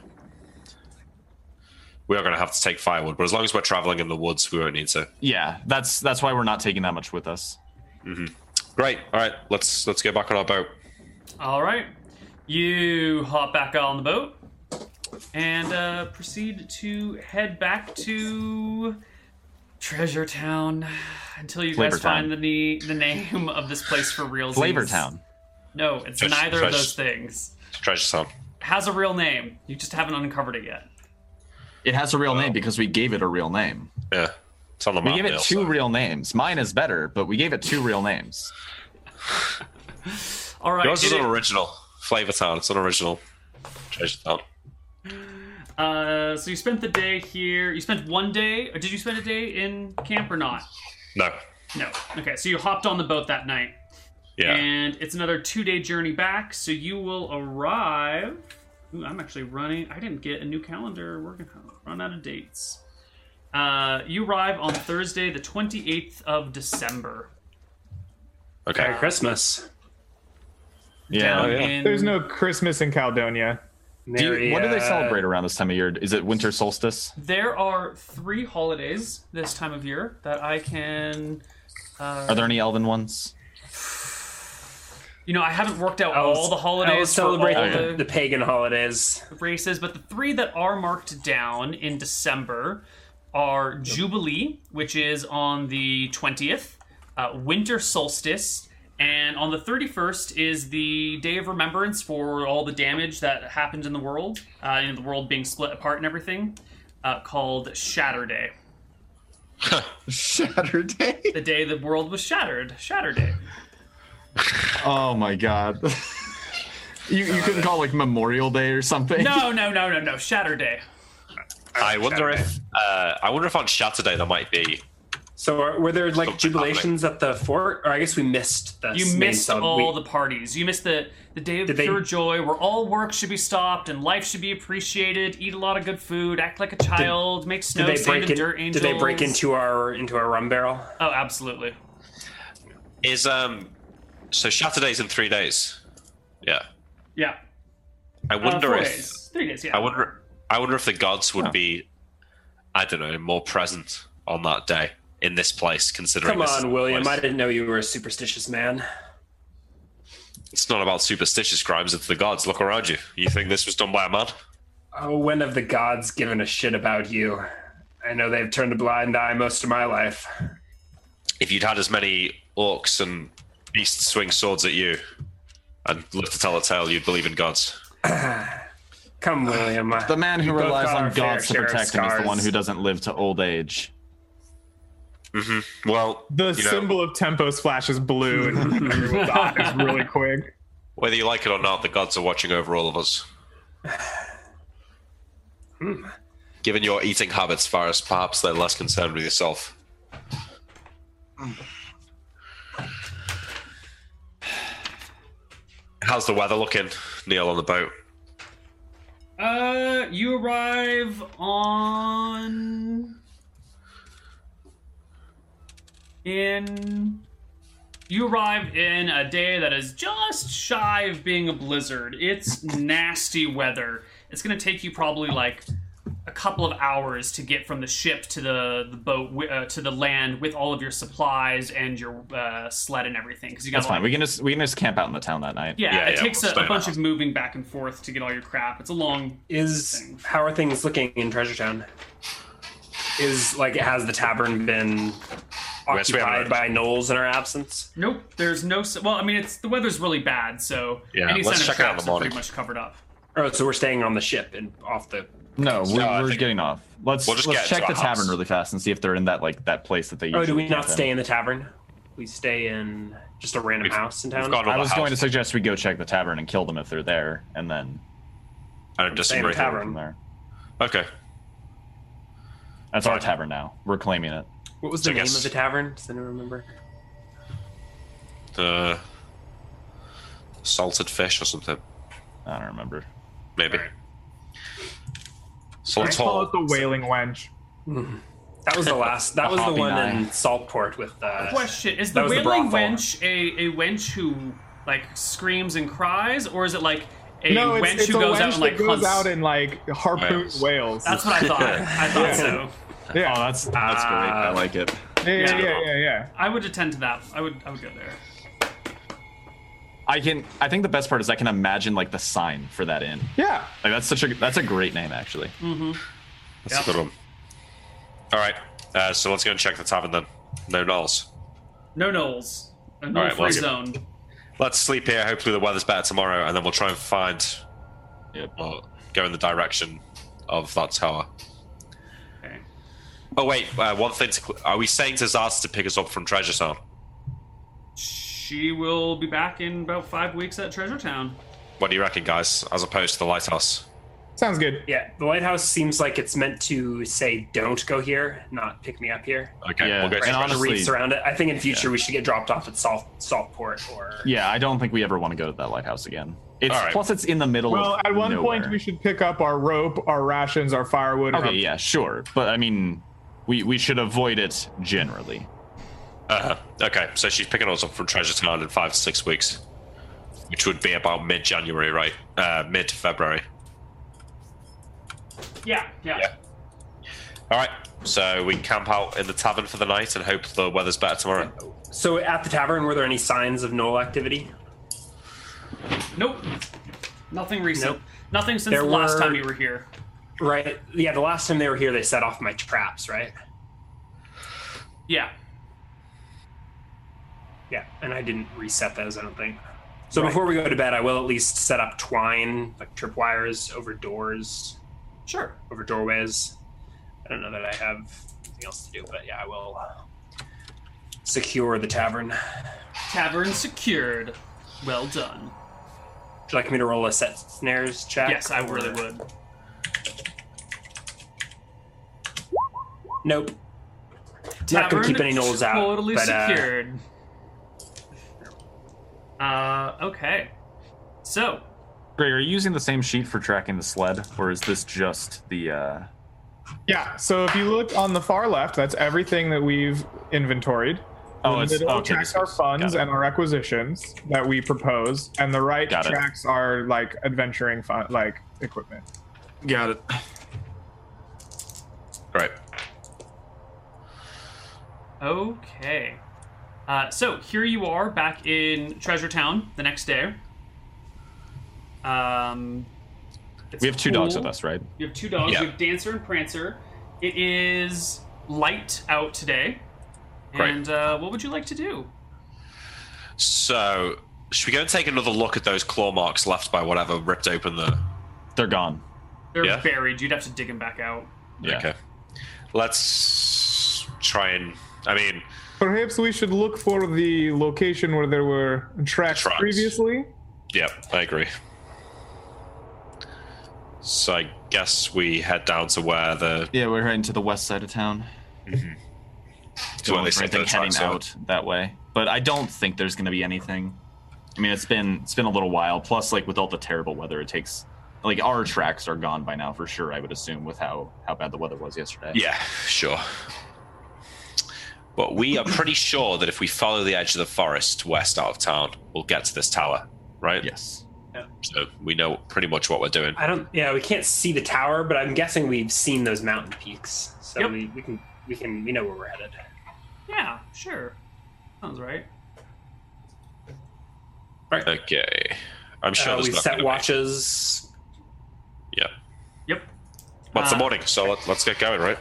F: We are going to have to take firewood, but as long as we're traveling in the woods, we won't need to.
E: Yeah, that's that's why we're not taking that much with us.
F: Great. All right, let's let's go back on our boat.
B: All right. You hop back on the boat and uh, proceed to head back to Treasure Town. Until you
E: Flavor
B: guys
E: Town.
B: find the ne- the name of this place for real.
E: Flavor Town.
B: No, it's
F: Touch-
B: neither of
F: touch.
B: those things.
F: Treasure Town.
B: Has a real name. You just haven't uncovered it yet.
E: It has a real name because we gave it a real name.
F: Yeah. It's on the
E: We
F: map.
E: gave it
F: Neil,
E: two
F: so-
E: real names. Mine is better, but we gave it two real names.
B: All right.
F: Yours is
B: it-
F: an original. Flavor Town. It's an original. Treasure Town.
B: uh, so you spent the day here. You spent one day. Or did you spend a day in camp or not?
F: No.
B: No. Okay. So you hopped on the boat that night,
F: Yeah.
B: and it's another two day journey back. So you will arrive. Ooh, I'm actually running. I didn't get a new calendar. We're gonna run out of dates. Uh, you arrive on Thursday, the 28th of December.
F: okay.
C: Merry Christmas.
E: Yeah.
B: Down
F: Oh, yeah.
B: in-
D: There's no Christmas in Caledonia.
E: Do you-
C: Merry,
E: what do they
C: uh,
E: celebrate around this time of year? Is it winter solstice?
B: There are three holidays this time of year that I can.
E: Are there any elven ones?
B: You know, I haven't worked out
C: I'll-
B: all the
C: I'll
B: holidays for all
C: celebrate the,
B: the
C: the pagan holidays.
B: races, but the three that are marked down in December are Jubilee, which is on the twentieth, uh, Winter Solstice, and on the thirty-first is the Day of Remembrance for all the damage that happened in the world, uh, in the world being split apart and everything, uh, called Shatter Day.
E: Saturday.
B: The day the world was shattered, Shatter Day.
E: Oh my god. you you couldn't call it like Memorial Day or something?
B: No, no, no, no, no. Shatter Day.
F: I wonder if uh, I wonder if on Saturday there might be.
C: So are, were there like
F: Something
C: jubilations at the fort? Or I guess we missed the
B: You
C: main
B: missed
C: cel-
B: all
C: we-
B: the parties. You missed the the day of
C: Did they-
B: pure joy, where all work should be stopped and life should be appreciated. Eat a lot of good food. Act like a child. make snow.
C: Did they
B: save
C: break
B: the
C: in,
B: dirt
C: Did
B: angels.
C: they break into our into our rum barrel?
B: Oh, absolutely.
F: Is um so Saturday's in three days. Yeah.
B: Yeah.
F: I
B: Uh,
F: wonder
B: four
F: if
B: days. Three days. Yeah.
F: I wonder I wonder if the gods would be I don't know, more present on that day in this place considering
C: Come
F: this is the
C: on, William.
F: place.
C: I didn't know you were a superstitious man.
F: It's not about superstitious crimes, it's the gods. Look around you. You think this was done by a man?
C: Oh, when have the gods given a shit about you? I know they've turned a blind eye most of my life.
F: If you'd had as many orcs and beasts swing swords at you and live to tell a tale, you'd believe in gods.
C: Come, William.
E: The man who
C: both
E: relies
C: got
E: on
C: our fair
E: gods to
C: share of
E: protect him is the
C: scars.
E: one who doesn't live to old age.
F: Well
D: The
F: you know,
D: symbol of Tempos flashes blue and everyone's eyes really quick.
F: whether you like it or not, the gods are watching over all of us.
D: Hmm.
F: Given your eating habits, Varus, perhaps they're less concerned with yourself. How's the weather looking, Neil, on the boat?
B: Uh, you arrive on in you arrive in a day that is just shy of being a blizzard. It's nasty weather. It's gonna take you probably like a couple of hours to get from the ship to the, the boat wi- uh, to the land with all of your supplies and your uh, sled and everything because you got
E: That's fine. We can just we can just camp out in the town that night.
B: yeah,
F: Yeah,
B: it
F: yeah,
B: takes
F: we'll
B: a,
F: stay
B: a
F: in
B: bunch
F: the
B: of moving back and forth to get all your crap. It's a long
C: Is how are things looking in Treasure Town? Is like has the tavern been
F: Yes, we haven't
C: occupied
F: heard.
C: by gnolls in our absence?
B: Nope, there's no. s- Well, I mean, it's the weather's really bad, so
F: Yeah,
B: any
F: let's
B: sign of
F: check it out in
B: tracks
F: the
B: are pretty
F: morning.
B: much covered up.
C: Oh, so we're staying on the ship and off the.
E: No, we're,
F: I
E: we're
F: think-
E: getting off. Let's
F: We'll just get
E: let's check
F: into
E: the
F: a
E: tavern
F: house.
E: really fast and see if they're in that like that place that they.
C: Oh,
E: Usually
C: do we
E: camp
C: not
E: in.
C: stay in the tavern? We stay in just a random house in town.
F: We've gone
E: I
F: over
E: was
F: the
E: going to
F: house.
E: suggest we go check the tavern and kill them if they're there, and then
F: I don't
C: Stay in
F: disagree.
C: the tavern.
E: from there.
F: Okay.
E: That's our tavern now. We're claiming it.
C: What was the
F: I
C: name
F: guess-
C: of the tavern? Does anyone remember?
F: Uh, salted fish or something,
E: I don't remember.
F: maybe.
D: I
F: Salt
D: call it
F: hole.
D: the Wailing Wench.
C: That was the last. That was the
E: Hoppy
C: one
E: nine.
C: in Saltport with uh, the.
B: Question: Is
C: That
B: the
C: was the
B: wailing
C: brothel.
B: wench a, a wench who like screams and cries, or is it like a
D: No,
B: wench
D: it's, it's
B: who
D: a
B: goes
D: wench
B: out and like
D: that goes
B: hunts?
D: out and like harpoons
F: Whales.
D: whales.
B: That's what I thought. I thought
D: Yeah.
B: so.
D: yeah.
E: Oh, that's that's great. I
C: Ah.
E: like it.
D: yeah, yeah,
B: yeah.
D: yeah, yeah, yeah.
B: I would attend to that. I would. I would go there.
E: I can. I think the best part is I can imagine like the sign for that inn.
D: Yeah.
E: Like that's such a that's a great name actually.
F: That's a good one. All right. Uh, so let's go and check the tavern then. No Knolls.
B: No Knowles. A
F: All
B: Knoll
F: right,
B: free
F: well,
B: zone.
F: Let's sleep here. Hopefully the weather's better tomorrow, and then we'll try and find
E: Yep.
F: or go in the direction of that tower.
B: Okay.
F: Oh wait, uh, one thing to cl- are we saying to Zaz to pick us up from Treasure Town?
B: She will be back in about five weeks at Treasure Town.
F: What do you reckon, guys? As opposed to the lighthouse?
D: Sounds good.
C: Yeah, the lighthouse seems like it's meant to say, "Don't go here," not pick me up here.
F: Okay,
E: Yeah,
F: we'll go.
E: and
F: To
C: Right,
E: honestly-
C: reefs around it. I think in future we should get dropped off at Salt Saltport or
E: Yeah, I don't think we ever want to go to that lighthouse again. It's
F: All right.
E: plus it's in the middle.
D: Well,
E: of
D: at one point
E: nowhere.
D: we should pick up our rope, our rations, our firewood. and
E: Okay,
D: our-
E: yeah, sure, but I mean, we we should avoid it generally.
F: uh, okay, so she's picking us up from Treasure Town in five to six weeks, which would be about mid-January, right? Uh, mid-February.
B: Yeah, yeah.
F: Yeah. All right, so we camp out in the tavern for the night and hope the weather's better tomorrow.
C: So at the tavern, were there any signs of Noel activity?
B: Nope. Nothing recent.
C: Nope.
B: Nothing since
C: There
B: the last
C: were-
B: time you were here.
C: Right. Yeah, the last time they were here, they set off my traps, right?
B: Yeah.
C: Yeah, and I didn't reset those, I don't think. So before we go to bed, I will at least set up twine, like tripwires over doors,
B: Sure.
C: over doorways. I don't know that I have anything else to do, but yeah, I will uh, secure the tavern.
B: Tavern secured. Well done.
C: Would you like me to roll a set snares check?
B: Yes, I
C: or-
B: really would.
C: Nope. Not gonna keep any knolls out,
B: Totally
C: but, uh,
B: secured. Uh, okay. So
E: Greg, are you using the same sheet for tracking the sled, or is this just the? uh
D: Yeah. So if you look on the far left, that's everything that we've inventoried.
E: Oh,
D: the
E: it's-
D: middle
E: okay,
D: tracks
E: this
D: our
E: is- got
D: funds
E: it.
D: and our acquisitions that we propose, and the right
E: Got it.
D: tracks our like adventuring fun, like equipment.
E: Got it.
F: Right.
B: okay. Uh, so here you are back in Treasure Town the next day. Um, it's
E: We have two dogs
B: cool.
E: with us, right?
B: You have two dogs.
F: Yeah.
B: You have Dancer and Prancer. It is light out today.
F: Great.
B: And uh, what would you like to do?
F: So should we go and take another look at those claw marks left by whatever ripped open the?
E: They're gone.
B: They're
F: Yeah.
B: buried. You'd have to dig them back out.
E: Yeah.
F: Okay. Let's try and. I mean,
D: Perhaps we should look for the location where there were tracks,
F: Tracks.
D: previously.
F: yeah, I agree. So I guess we head down to where the
E: Yeah, we're heading to the west side of town.
F: to where they
E: I
F: said the
E: think heading
F: tracks are.
E: out that way. But I don't think there's going to be anything. I mean, it's been it's been a little while. Plus, like with all the terrible weather, it takes like our tracks are gone by now for sure. I would assume with how how bad the weather was yesterday.
F: Yeah, sure. But we are pretty sure that if we follow the edge of the forest west out of town, we'll get to this tower, right?
E: Yes.
F: So we know pretty much what we're doing.
C: I don't. Yeah, we can't see the tower, but I'm guessing we've seen those mountain peaks, so
B: Yep.
C: we, we can we can we know where we're headed.
B: Yeah, sure. Sounds right.
F: Okay. I'm sure
C: Uh,
F: there's
C: we
F: not
C: set
F: gonna be-
C: watches.
F: Yeah.
B: Yep.
F: But
C: Ah.
F: it's the
B: Uh,
F: morning, so let, let's get going, right?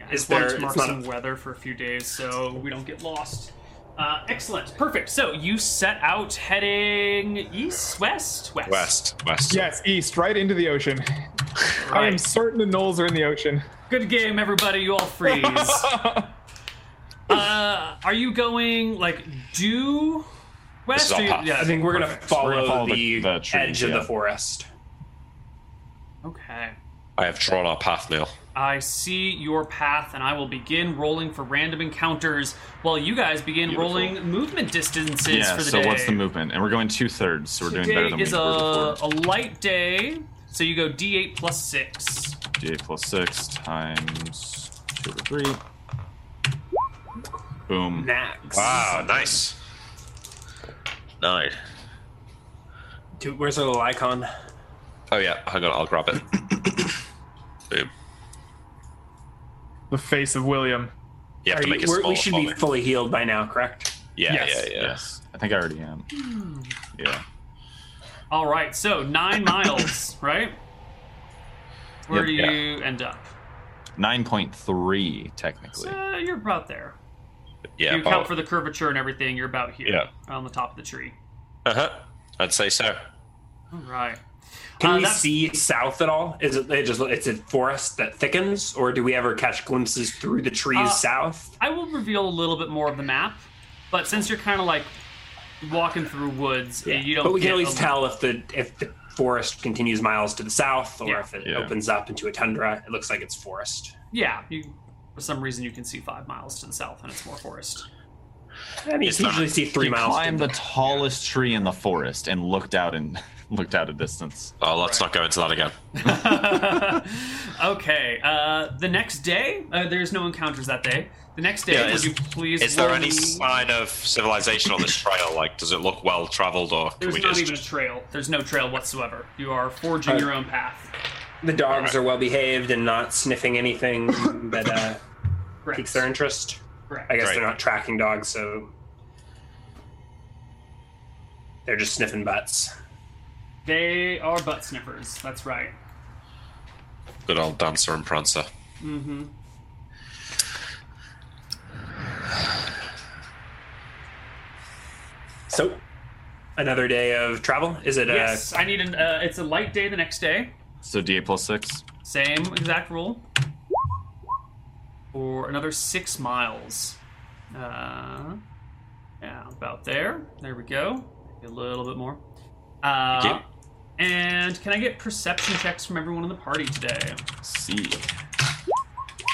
B: Yeah,
C: Is
B: I wanted
C: there-
B: to mark
C: it's not
B: some weather for a few days so we don't get lost. Uh, excellent. Perfect. So you set out heading east, west, west.
F: West, west.
D: Yes, east, right into the ocean. I am
B: Right.
D: certain the knolls are in the ocean.
B: Good game, everybody. You all freeze. uh, are you going like due west?
F: is our
B: Or you-
F: path.
B: yeah.
C: I think we're gonna follow,
E: We're gonna follow
C: the,
E: the- the trees,
C: edge of
E: yeah.
C: the forest.
B: Okay.
F: I have drawn our path, Neil.
B: I see your path, and I will begin rolling for random encounters while you guys begin
E: Beautiful.
B: rolling movement distances
E: Yeah.
B: for the
E: So
B: day.
E: what's the movement? And we're going two thirds, so we're doing better
B: Today
E: than we
B: is uh, a,
E: were
B: a
E: before.
B: light day, so you go D8 plus six.
E: D plus six times two over three. Boom.
C: Max,
F: Wow, Ah, nice. Nine.
C: Dude, where's our little icon?
F: Oh, yeah. Hang on, I'll grab it. Boom.
D: the face of William.
F: You have
C: Are
F: to
C: you-
F: make it
C: we're-
F: smaller
C: we should
F: for
C: be
F: me.
C: fully healed by now, correct?
F: Yeah,
D: Yes.
F: yeah, yeah.
E: Yes. I think I already am. Yeah.
B: All right, so nine miles, right? Where
E: Yep.
B: do you end up?
E: Nine point three, technically.
B: So you're about there.
F: Yeah,
B: you account
F: about-
B: for the curvature and everything. You're about here
F: Yeah.
B: on the top of the tree.
F: Uh-huh. I'd say so.
B: All right.
C: Can
B: Uh,
C: we
B: that's-
C: see south at all? Is it, it just it's a forest that thickens, or do we ever catch glimpses through the trees
B: Uh,
C: south?
B: I will reveal a little bit more of the map, but since you're kind of like walking through woods, you don't.
C: but we can
B: get
C: at
B: a-
C: least tell if the if the forest continues miles to the south, or
B: Yeah.
C: if it
E: Yeah.
C: opens up into a tundra. It looks like it's forest.
B: Yeah, you. For some reason, you can see five miles to the south, and it's more forest.
C: I mean,
F: It's
C: you
F: not-
C: usually see three
E: you
C: miles.
E: climb
C: to
E: the tallest tree in the forest and looked out and looked out a distance.
F: Oh, let's not go into that again.
B: okay. Uh, the next day, uh, there's no encounters that day. The next day,
F: Yeah,
B: would
F: is-
B: you please?
F: Is there
B: roll
F: any
B: me-
F: sign of civilization on this trail? Like, does it look well traveled, or can
B: There's
F: we
B: not
F: just?
B: even a trail. There's no trail whatsoever. You are forging your own path.
C: the dogs are well behaved and not sniffing anything that uh,
B: Correct.
C: piques their interest.
B: Correct.
C: I guess
F: Right.
C: they're not tracking dogs, so they're just sniffing butts.
B: They are butt sniffers. That's right.
F: Good old dancer and prancer.
C: So, another day of travel. Is it?
B: yes, I need an. Uh, it's a light day the next day.
E: So D8 plus six.
B: Same exact rule. For another six miles. Uh, yeah, about there. There we go. Maybe a little bit more. Uh,
F: Thank you.
B: And can I get perception checks from everyone in the party today?
E: C.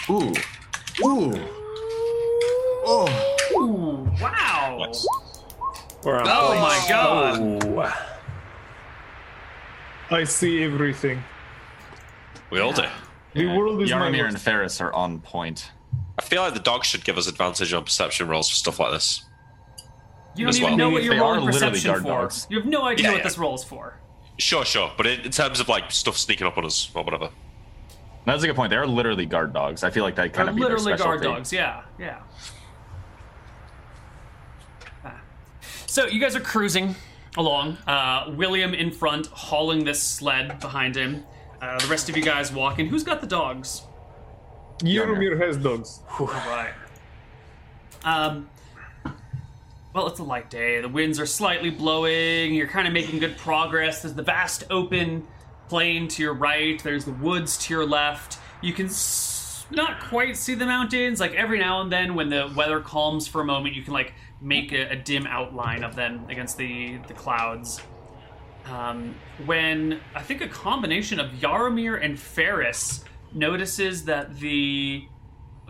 E: Ooh. Ooh. Oh.
B: Ooh, wow!
F: Nice.
C: A, we're on
B: Oh
C: place.
B: my god!
C: Oh.
D: I see everything.
F: We all do.
D: The world is my
E: Yaramir
D: oyster.
E: and Ferris are on point.
F: I feel like the dog should give us advantage on perception rolls for stuff like this.
B: You don't
F: As
B: even
F: well.
B: know what
E: They
B: you're
E: are
B: rolling
E: literally
B: perception
E: guard
B: for.
E: dogs.
B: You have no idea
F: Yeah,
B: what
F: yeah.
B: this roll is for.
F: Sure, sure, but in, in terms of like stuff sneaking up on us or whatever,
E: That's a good point. They are literally guard dogs. I feel like that kind
B: They're
E: of be their
B: literally guard
E: specialty.
B: dogs. Yeah, yeah. Ah. So you guys are cruising along. Uh, William in front, hauling this sled behind him. Uh, the rest of you guys walking. Who's got the dogs?
D: Yaramir has dogs.
B: All right. Um. Well, it's a light day. The winds are slightly blowing. You're kind of making good progress. There's the vast open plain to your right. There's the woods to your left. You can s- not quite see the mountains. Like every now and then, when the weather calms for a moment, you can like make a, a dim outline of them against the the clouds. Um, when I think a combination of Yaramir and Ferris notices that the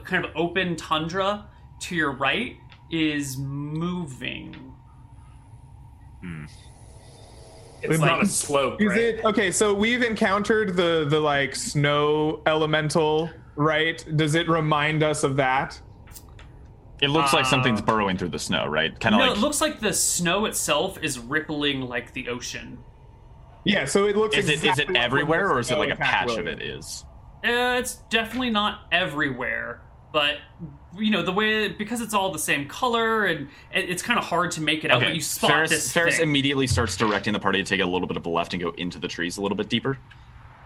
B: kind of open tundra to your right is moving.
C: Hmm. It's
D: like-
C: not a slope,
D: Is
C: right?
D: it okay? So we've encountered the the like snow elemental, right? Does it remind us of that?
E: It looks like
B: Uh,
E: something's burrowing through the snow, right? Kind of
B: no,
E: like
B: it looks like the snow itself is rippling like the ocean.
D: Yeah. So it looks.
E: is it is
D: exactly
E: it
D: like
E: everywhere
D: when
E: or is it
D: snow
E: like a
D: attacked
E: patch of
D: William.
E: it is?
B: Uh, it's definitely not everywhere, but you know the way because it's all the same color and it- it's kind of hard to make it out. But you spot
E: Ferris,
B: this
E: Ferris
B: thing.
E: immediately starts directing the party to take a little bit of a left and go into the trees a little bit deeper.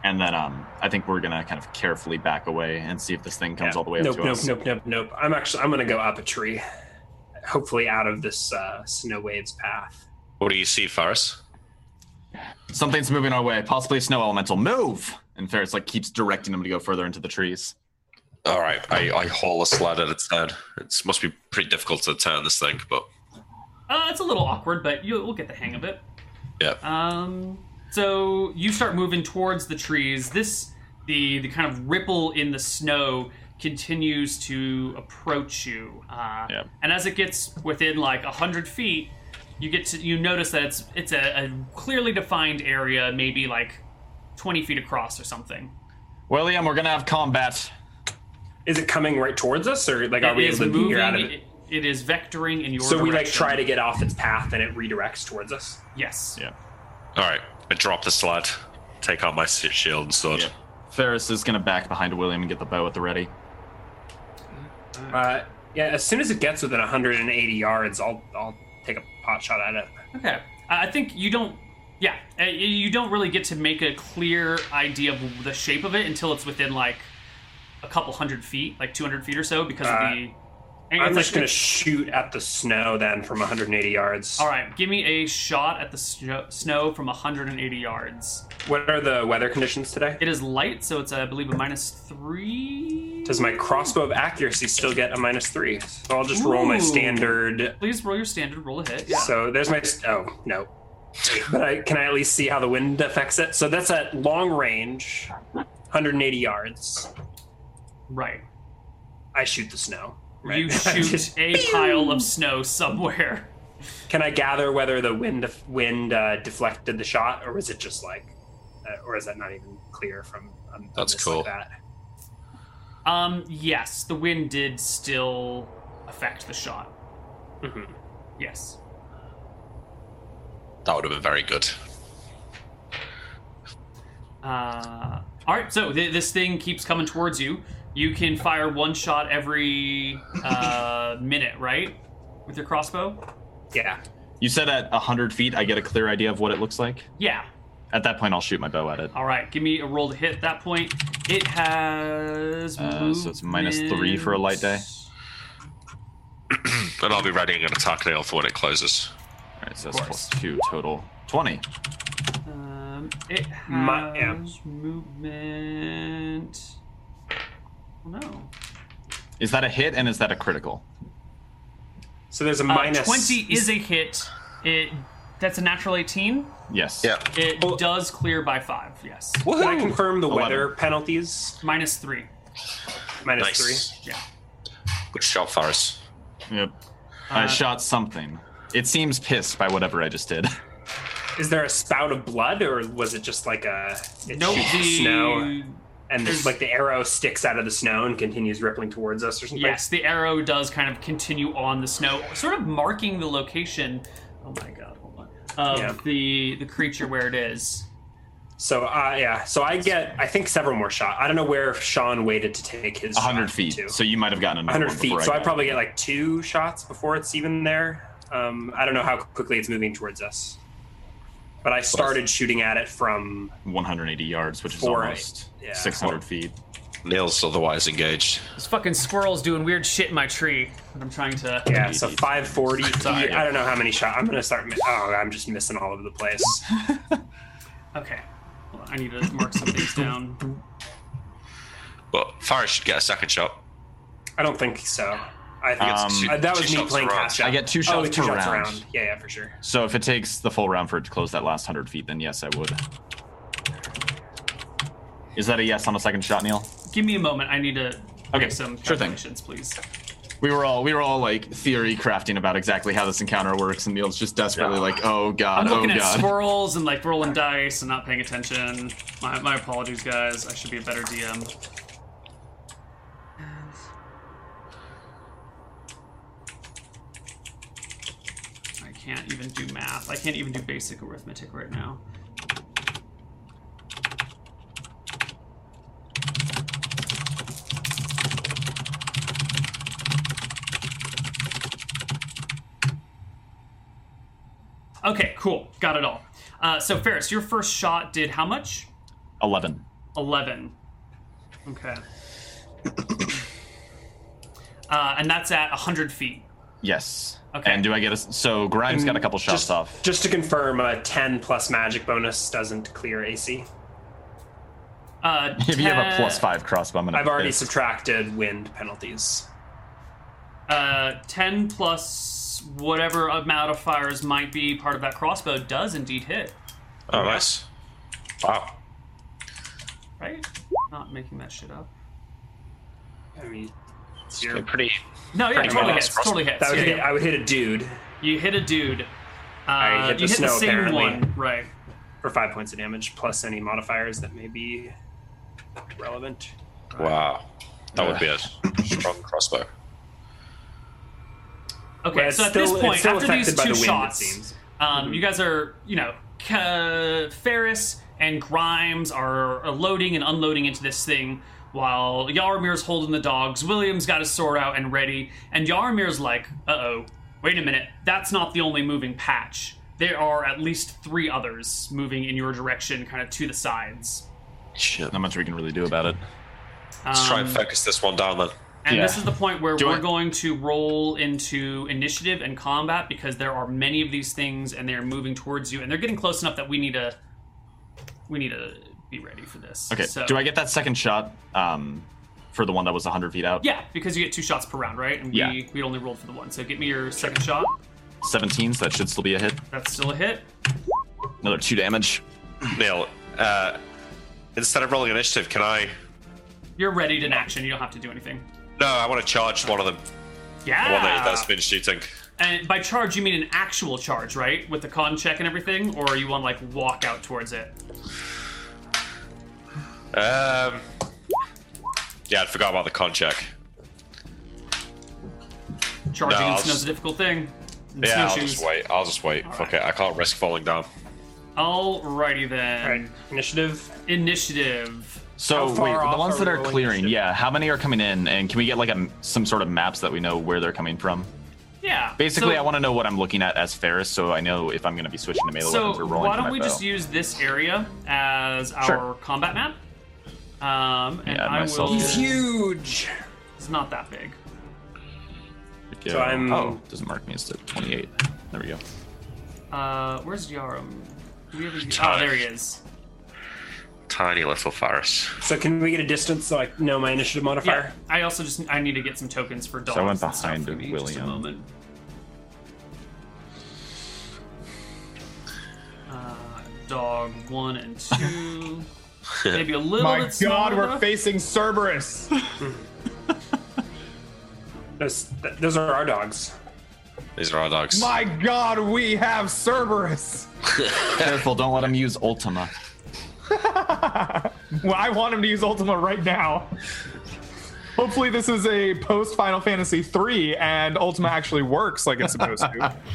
E: And then um, I think we're gonna kind of carefully back away and see if this thing comes all the way up
C: nope,
E: to
C: nope,
E: us.
C: nope, nope, nope. I'm actually I'm gonna go up a tree, hopefully out of this uh, snow waves path.
F: what do you see, Ferris?
E: Something's moving our way, possibly a snow elemental. Move! And Ferris like keeps directing him to go further into the trees.
F: All right, I, I haul a sled at its head. It must be pretty difficult to turn this thing, but
B: Uh, it's a little awkward, but you, we'll get the hang of it.
F: yeah.
B: Um, so you start moving towards the trees. This the the kind of ripple in the snow continues to approach you. Uh,
E: Yeah.
B: And as it gets within like a hundred feet, you get to you notice that it's it's a, a clearly defined area, maybe like twenty feet across or something.
E: William, we're gonna have combat.
C: Is it coming right towards us, or like are we
B: It is
C: able to
B: moving.
C: veer out of it?
B: it- it is vectoring in your
C: so we like
B: direction.
C: try to get off its path, and it redirects towards us.
B: yes.
E: Yeah.
F: All right, I drop the sled, take out my s- shield and sword.
E: Yeah. Ferris is gonna back behind William and get the bow at the ready.
C: Uh, yeah, as soon as it gets within 180 yards, I'll I'll take a pot shot at it.
B: Okay. I I think you don't. Yeah, uh, you don't really get to make a clear idea of the shape of it until it's within like a couple hundred feet, like 200 feet or so, because of
C: Uh,
B: the. and
C: I'm
B: it's
C: just
B: like-
C: gonna shoot at the snow then from 180 yards.
B: All right, give me a shot at the snow, snow from 180 yards.
C: What are the weather conditions today?
B: It is light, so it's I believe a minus three.
C: Does my crossbow of accuracy still get a minus three? So I'll just roll my
B: Ooh.
C: standard.
B: Please roll your standard. Roll a hit.
C: So there's my. s- Oh no. But I, can I at least see how the wind affects it? So that's at long range, 180 yards.
B: Right.
C: I shoot the snow. Right.
B: You
C: I
B: shoot
C: just-
B: a pile of snow somewhere.
C: Can I gather whether the wind wind uh, deflected the shot, or was it just like, uh, or is that not even clear from? Um,
F: That's
C: this
F: cool.
C: Like that?
B: Um. Yes, the wind did still affect the shot.
E: Mm-hmm.
C: Mhm.
B: Yes.
F: That would have been very good.
B: Uh, all right, so th- this thing keeps coming towards you. You can fire one shot every uh, minute, right? With your crossbow?
C: Yeah.
E: You said at 100 feet, I get a clear idea of what it looks like.
B: Yeah.
E: At that point, I'll shoot my bow at it.
B: All right, give me a roll to hit at that point. It has.
E: Uh, so it's minus three for a light
B: movement.
F: And I'll be readying an attack nail for when it closes.
E: All right, so
B: Of
E: that's
B: course.
E: plus two total. 20.
B: Um, it has
C: My- yeah.
B: movement. Oh, no.
E: Is that a hit and is that a critical?
C: So there's a
B: Uh,
C: minus
B: 20 is a hit. It That's a natural 18.
E: Yes.
B: It
C: Well-
B: does clear by five, yes.
C: Can I
F: Woohoo!
C: confirm the
E: Eleven.
C: weather penalties?
B: Minus three.
C: Minus
F: Nice.
C: three.
B: Yeah.
F: Good shot, Faris.
E: Yep. I
B: Uh,
E: shot something. It seems pissed by whatever I just did.
C: Is there a spout of blood, or was it just like a it
B: Nope.
C: shoots
B: The,
C: snow and
B: there's-
C: there's like the arrow sticks out of the snow and continues rippling towards us or something?
B: Yes, the arrow does kind of continue on the snow, sort of marking the location. Oh my god, hold on. Of
C: Yeah.
B: the the creature where it is.
C: So uh, yeah. So I get I think several more shot. I don't know where Sean waited to take his
E: 100
C: shot
E: feet.
C: to.
E: So you might have gotten another
C: 100
E: one
C: feet.
E: before
C: So
E: I
C: I
E: got
C: probably get like two shots before it's even there. Um, I don't know how quickly it's moving towards us, but I started shooting at it from
E: 180 yards, which is
C: Four,
E: almost
C: yeah.
E: 600 feet.
F: Neil's otherwise engaged.
B: This fucking squirrel's doing weird shit in my tree, and I'm trying to.
C: yeah, so 540.
B: Sorry.
C: I don't know how many shots. I'm gonna start. mi- Oh, I'm just missing all over the place.
B: Okay, Hold on, I need to mark some things down.
F: But Faris should get a second shot.
C: I don't think so. I think it's,
E: Um,
C: uh, that
F: two
C: was me
F: shots
C: playing
F: around.
C: catch up.
E: I get two
C: Oh,
E: shots
C: two
E: per
C: shots
E: round.
C: around. Yeah, yeah, for sure.
E: So if it takes the full round for it to close that last 100 feet, then yes, I would. Is that a yes on a second shot, Neil?
B: Give me a moment. I need to
E: Okay,
B: make some
E: sure thing.
B: calculations, please.
E: We were all we were all like theory crafting about exactly how this encounter works, and Neil's just desperately like, "Oh god,
B: I'm
E: oh
B: looking at
E: god."
B: squirrels and like rolling dice and not paying attention. My, my apologies, guys. I should be a better DM. I can't even do math. I can't even do basic arithmetic right now. Okay, cool. Got it all. Uh, so, Ferris, your first shot did how much?
E: Eleven.
B: 11. Okay. Uh, and that's at 100 feet.
E: Yes.
B: Okay.
E: And do I get a so Grimes got a couple shots
C: just,
E: off?
C: Just to confirm, a 10 plus magic bonus doesn't clear AC.
B: Uh,
E: If you have a
B: te-
E: plus five crossbow, I'm gonna.
C: I've already
E: piss.
C: subtracted wind penalties.
B: Uh, 10 plus whatever amount of fires might be part of that crossbow does indeed hit,
F: Oh, nice. Wow.
B: right? Not making that shit up.
C: I mean, you're
F: pretty.
B: No, yeah,
F: Pretty
B: totally
F: much.
B: hits. Totally hits.
C: That would
B: yeah,
C: hit,
B: yeah.
C: I would hit a dude
B: You hit a dude. Uh,
C: hit the
B: you hit the
C: snow,
B: same
C: apparently.
B: one, right?
C: for five points of damage, plus any modifiers that may be relevant.
F: Wow. That would be a strong crossbow.
B: Okay,
C: Yeah, it's
B: so at
C: still-
B: this
C: it's
B: point,
C: still
B: after
C: affected
B: these
C: by the
B: two
C: wind, it
B: shots,
C: seems.
B: Um, you guys are, you know, c- uh, Ferris and Grimes are loading and unloading into this thing while Yarmir's holding the dogs. William's got his sword out and ready, and Yarmir's like, "Uh oh, wait a minute, that's not the only moving patch. There are at least three others moving in your direction, kind of to the sides."
F: Shit.
E: Not much we can really do about it.
F: Let's try and
B: Um,
F: focus this one down then.
B: And
E: Yeah.
B: this is the point where
E: Do
B: we're
E: I-
B: going to roll into initiative and combat because there are many of these things and they're moving towards you and they're getting close enough that we need to we need to be ready for this.
E: Okay.
B: So,
E: Do I get that second shot um, for the one that was 100 feet out?
B: Yeah, because you get two shots per round, right? And
E: Yeah.
B: we we only rolled for the one. So get me your second shot.
E: 17, so that should still be a hit.
B: That's still a hit.
E: Another two damage.
F: Neil, uh, instead of rolling initiative, can I?
B: You're ready to action. You don't have to do anything.
F: No, I want to charge one of them. The one that,
D: Ah.
B: Yeah.
F: that's been shooting.
B: And by charge, you mean an actual charge, right? With the con check and everything, or you want to like walk out towards it?
F: Um, yeah, I forgot about the con check.
B: Charging
F: No,
B: in
F: I'll
B: snow's
F: just-
B: a difficult thing. And
F: Yeah, I'll
B: snowshoes.
F: just wait. I'll just wait. Fuck it. I can't risk falling down.
B: Alrighty then.
C: All right, initiative.
B: Initiative.
E: So
C: How far
E: wait, the
C: off
E: ones
C: are
E: that
C: we
E: are
C: rolling
E: clearing,
C: initiative?
E: yeah, how many are coming in? And can we get like a, some sort of maps that we know where they're coming from?
B: Yeah.
E: Basically,
B: so,
E: I want to know what I'm looking at as Ferris, so I know if I'm going to be switching to melee
B: So
E: weapons or rolling.
B: why
E: for
B: don't
E: my
B: we
E: bow.
B: just use this area as our
E: Sure.
B: combat map? Um, and
E: Yeah,
B: I
E: myself.
B: will.
C: He's huge.
B: It's not that big.
E: Yeah.
C: So I'm-
E: Oh, doesn't mark me as 28. There we go.
B: Uh, where's Yarum? Do we have a... Oh,
F: Tyler.
B: there he is.
F: Tiny little Faris.
C: So can we get a distance so I know my initiative modifier?
B: Yeah. I also just I need to get some tokens for dogs.
E: I went
B: and stuff.
E: behind
B: Give me Just a
E: William.
B: moment. Uh, dog one and two. Maybe a little
D: My
B: bit
D: god,
B: smaller,
D: we're
B: though.
D: facing Cerberus.
C: Those, th- those are our dogs.
F: These are our dogs.
D: My god, we have Cerberus.
E: Careful, don't let him use Ultima.
D: Well, I want him to use Ultima right now. Hopefully, this is a post Final Fantasy III and Ultima actually works like it's supposed to.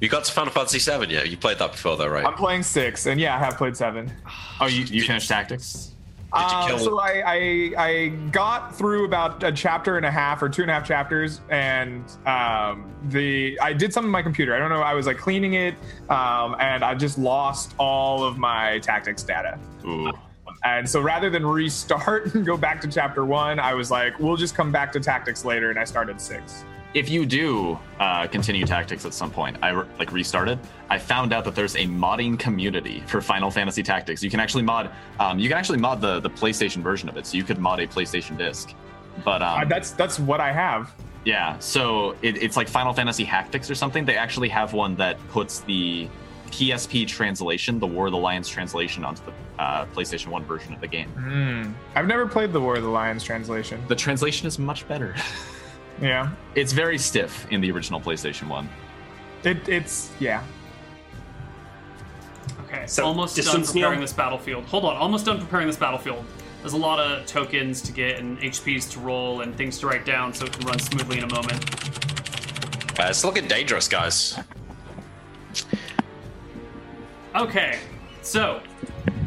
F: You got to Final Fantasy Seven yet? You played that before, though, right?
D: I'm playing six, and yeah, I have played seven.
E: Oh, you, you finished tactics?
F: Did you
D: Um,
F: kill?
D: so I, I I got through about a chapter and a half or two and a half chapters, and um, the I did something to my computer. I don't know. I was like cleaning it, um, and I just lost all of my tactics data.
E: Ooh.
D: And so rather than restart and go back to chapter one, I was like, we'll just come back to tactics later, and I started six.
E: If you do uh, continue tactics at some point, I re- like restarted. I found out that there's a modding community for Final Fantasy Tactics. You can actually mod. Um, you can actually mod the the PlayStation version of it. So you could mod a PlayStation disc. But um,
D: Uh, that's that's what I have.
E: Yeah, so it, it's like Final Fantasy Hactics or something. They actually have one that puts the PSP translation, the War of the Lions translation, onto the uh, PlayStation 1 version of the game.
B: Mm-hmm.
D: I've never played the War of the Lions translation.
E: The translation is much better.
D: Yeah,
E: It's very stiff in the original PlayStation 1.
D: it it's yeah.
B: Okay,
C: So,
B: almost done
C: distance,
B: preparing
C: Neil?
B: this battlefield. Hold on, almost done preparing this battlefield. There's a lot of tokens to get and HPs to roll and things to write down so it can run smoothly in a moment.
F: Uh, it's looking dangerous, guys.
B: Okay, so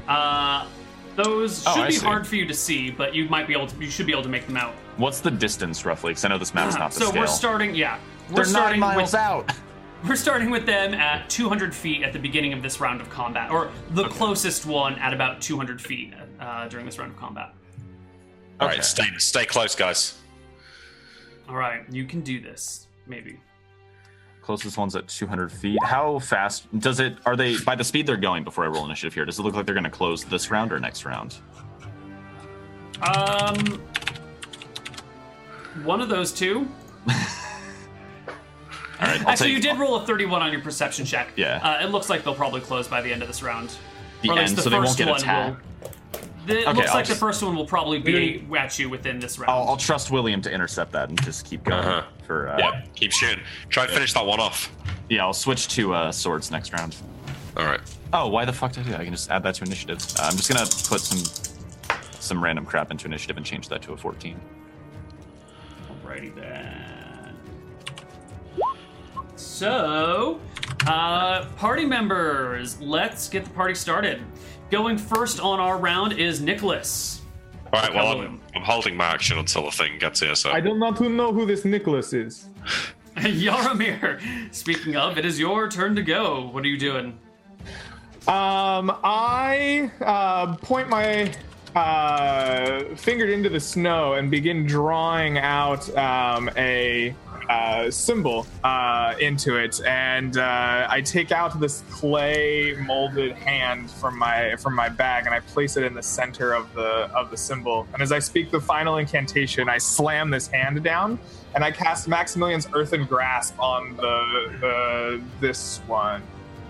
B: uh, those
E: Oh,
B: should
E: I
B: be
E: see.
B: hard for you to see, but you might be able to, you should be able to make them out.
E: What's the distance roughly? Because I know this map's not the
B: so
E: scale.
B: we're starting, yeah, we're
E: They're nine
B: starting
E: miles
B: with
E: out.
B: we're starting with them at 200 feet at the beginning of this round of combat, or the closest one at about 200 feet uh, during this round of combat.
F: All
E: Okay.
F: right, stay stay close, guys.
B: All right, you can do this, maybe.
E: Closest one's at 200 feet. How fast does it? Are they by the speed they're going before I roll initiative here? Does it look like they're going to close this round or next round?
B: Um, one of those two.
E: All right, I'll
B: Actually,
E: take
B: you did roll a 31 on your perception check.
E: Yeah.
B: Uh, it looks like they'll probably close by the end of this round.
E: the
B: or at least
E: end,
B: the
E: so they won't
B: first
E: get
B: one
E: attacked.
B: The, it
E: Okay,
B: looks
E: I'll
B: like
E: just-
B: the first one will probably be at you within this
E: I'll,
B: round.
E: I'll trust William to intercept that and just keep going
F: Uh-huh.
E: for. Uh,
F: Yeah, keep shooting. Try and finish that one off.
E: Yeah, I'll switch to uh, swords next round.
F: All right.
E: Oh, why the fuck did I do that? I can just add that to initiative. Uh, I'm just gonna put some some random crap into initiative and change that to a 14.
B: Alrighty then. So, uh, party members, let's get the party started. Going first on our round is Nicholas.
F: All right. Well, I'm,
B: William.
F: I'm holding my action until the thing gets here. So
D: I do not know who this Nicholas is.
B: Yaramir, speaking of, it is your turn to go. What are you doing?
D: Um, I uh, point my uh, fingered into the snow and begin drawing out um, a uh, symbol uh, into it. And uh, I take out this clay molded hand from my from my bag and I place it in the center of the of the symbol. And as I speak the final incantation, I slam this hand down and I cast Maximilian's Earthen Grasp on the, the this one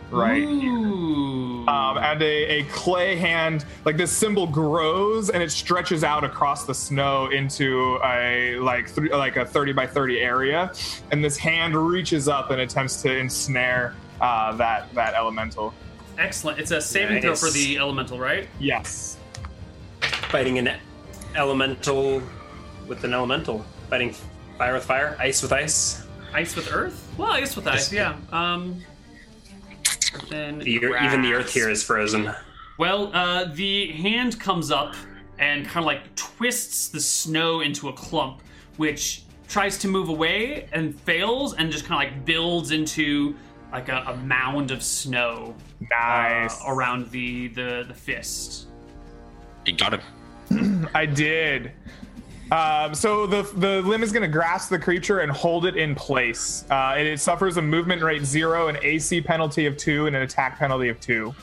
D: right here
B: Ooh.
D: um, and a, a clay hand like this symbol grows and it stretches out across the snow into a like th- like a 30 by 30 area and this hand reaches up and attempts to ensnare uh, that that elemental
B: Excellent. It's a saving throw for
C: Nice.
B: the elemental, right?
D: yes
C: Fighting an elemental with an elemental. Fighting fire with fire, ice with ice.
B: Ice with earth? Well, ice with ice, yeah. Um, then
C: The, ear- even the earth
B: grasp.
C: here is frozen.
B: Well, uh, the hand comes up and kind of like twists the snow into a clump, which tries to move away and fails and just kind of like builds into like a, a mound of snow uh,
D: nice
B: around the, the, the fist.
F: You got him.
D: i did um, so the the limb is going to grasp the creature and hold it in place uh, and it suffers a movement rate zero an ac penalty of two and an attack penalty of two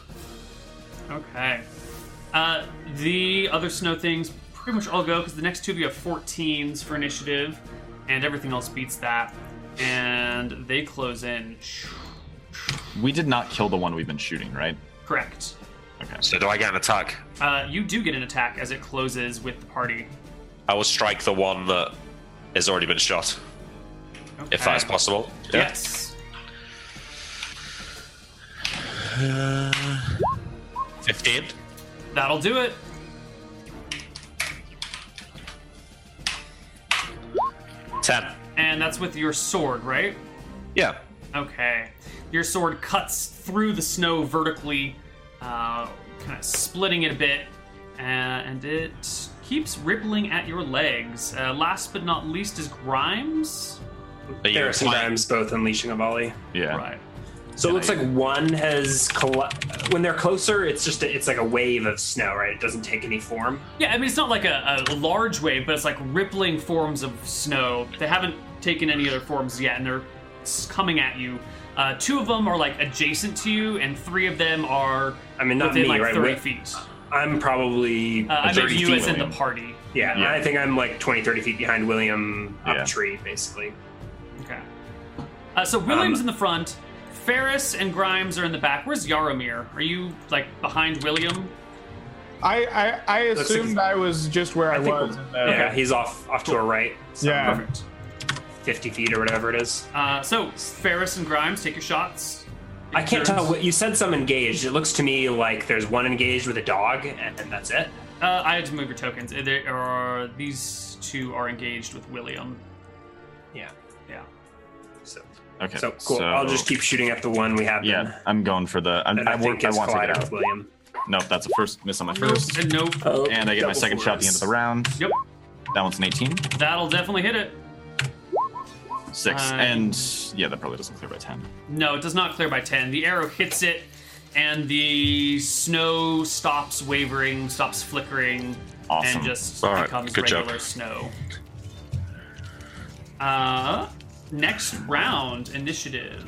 B: Okay. Uh, the other snow things pretty much all go because the next two of you have 14s for initiative, and everything else beats that. And they close in.
E: We did not kill the one we've been shooting, right?
B: Correct.
E: Okay.
F: So do I get an attack?
B: Uh, you do get an attack as it closes with the party.
F: I will strike the one that has already been shot, if that is
B: Okay.
F: possible.
B: Yes.
F: Fifteen.
B: That'll do it.
F: Ten.
B: And that's with your sword, right?
F: Yeah.
B: Okay. Your sword cuts through the snow vertically, uh, kind of splitting it a bit, uh, and it keeps rippling at your legs. Uh, last but not least is Grimes.
F: Are you
C: There are some
F: implying-
C: times both unleashing a volley.
E: Yeah.
B: Right.
C: So it looks
E: I-
C: like one has coll- when they're closer. It's just a, it's like a wave of snow, right? It doesn't take any form.
B: Yeah, I mean, it's not like a, a large wave, but it's like rippling forms of snow. They haven't taken any other forms yet, and they're s- coming at you. Uh, two of them are like adjacent to you, and three of them are
C: I mean, not
B: within
C: me,
B: like
C: right?
B: 30
C: Wait.
B: feet.
C: I'm probably
B: Uh, I mean,
E: 30
B: you
E: feet,
B: as in the
E: William.
B: party.
C: yeah,
E: yeah.
C: I think I'm like 20, 30 feet behind William
E: Yeah.
C: Uptree, basically.
B: Okay. Uh, so William's
C: Um,
B: in the front. Ferris and Grimes are in the back. Where's Yaromir? Are you like behind William?
D: I, I, I
C: Looks like
D: assumed I was just where I,
C: I think
D: was.
C: we're-
D: in the-
C: Yeah, he's off off to a right, so
D: Yeah.
B: Perfect.
C: 50 feet or whatever it is.
B: Uh, so Ferris and Grimes, take your shots.
C: I can't
B: Your
C: tell.
B: turns.
C: What, you said some engaged. It looks to me like there's one engaged with a dog, and, and that's it.
B: Uh, I had to move your tokens. Uh, There are these two are engaged with William.
C: Yeah.
B: Yeah.
C: So
E: Okay.
C: so cool. I'll just keep shooting at the one we have. then.
E: Yeah, I'm going for the. I'm,
C: And
E: I,
C: I,
E: work,
C: think
E: I
C: it's
E: want to get
C: collider
E: out.
C: with William.
E: Nope, that's a first miss on my
B: Nope.
E: first.
B: and Nope.
C: Oh,
E: And I get my
C: double
E: second shot at the end of the
C: fours.
E: round.
B: Yep.
E: That one's an 18.
B: That'll definitely hit it.
E: Six.
B: Nice.
E: And yeah, that probably doesn't clear by 10.
B: No, it does not clear by 10. The arrow hits it, and the snow stops wavering, stops flickering,
E: Awesome.
B: and just
F: All right,
B: becomes
F: good job.
B: regular snow. Uh, next round initiative.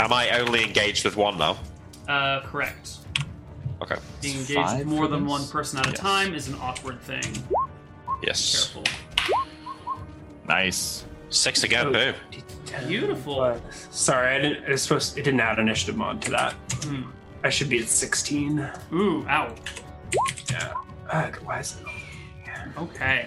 F: Am I only engaged with one now?
B: Uh, correct.
F: Okay.
B: Being engaged with
E: Five
B: more
E: for
B: than
E: this?
B: one person at a
E: Yes.
B: time is an awkward thing.
F: Yes.
B: Careful.
E: Nice.
F: Six again. Boom.
B: Beautiful.
C: Sorry, I didn't. It was supposed. It didn't add initiative mod to that.
B: Hmm.
C: I should be at sixteen.
B: Ooh, ow.
C: Yeah. Ugh, why is it?
B: Okay.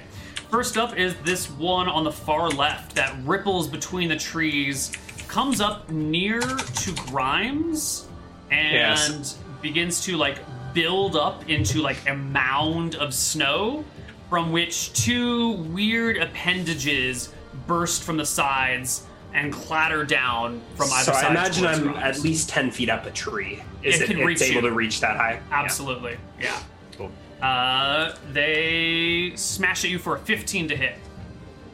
B: First up is this one on the far left that ripples between the trees, comes up near to Grimes, and
C: Yes.
B: begins to like build up into like a mound of snow from which two weird appendages burst from the sides and clatter down from either
C: so
B: side.
C: I imagine
B: towards
C: I'm
B: Grimes.
C: at least ten feet up a tree. Is
B: It
C: it,
B: can
C: it's
B: reach
C: able
B: you.
C: to reach that high?
B: Absolutely. Yeah. Uh, they smash at you for a 15 to hit.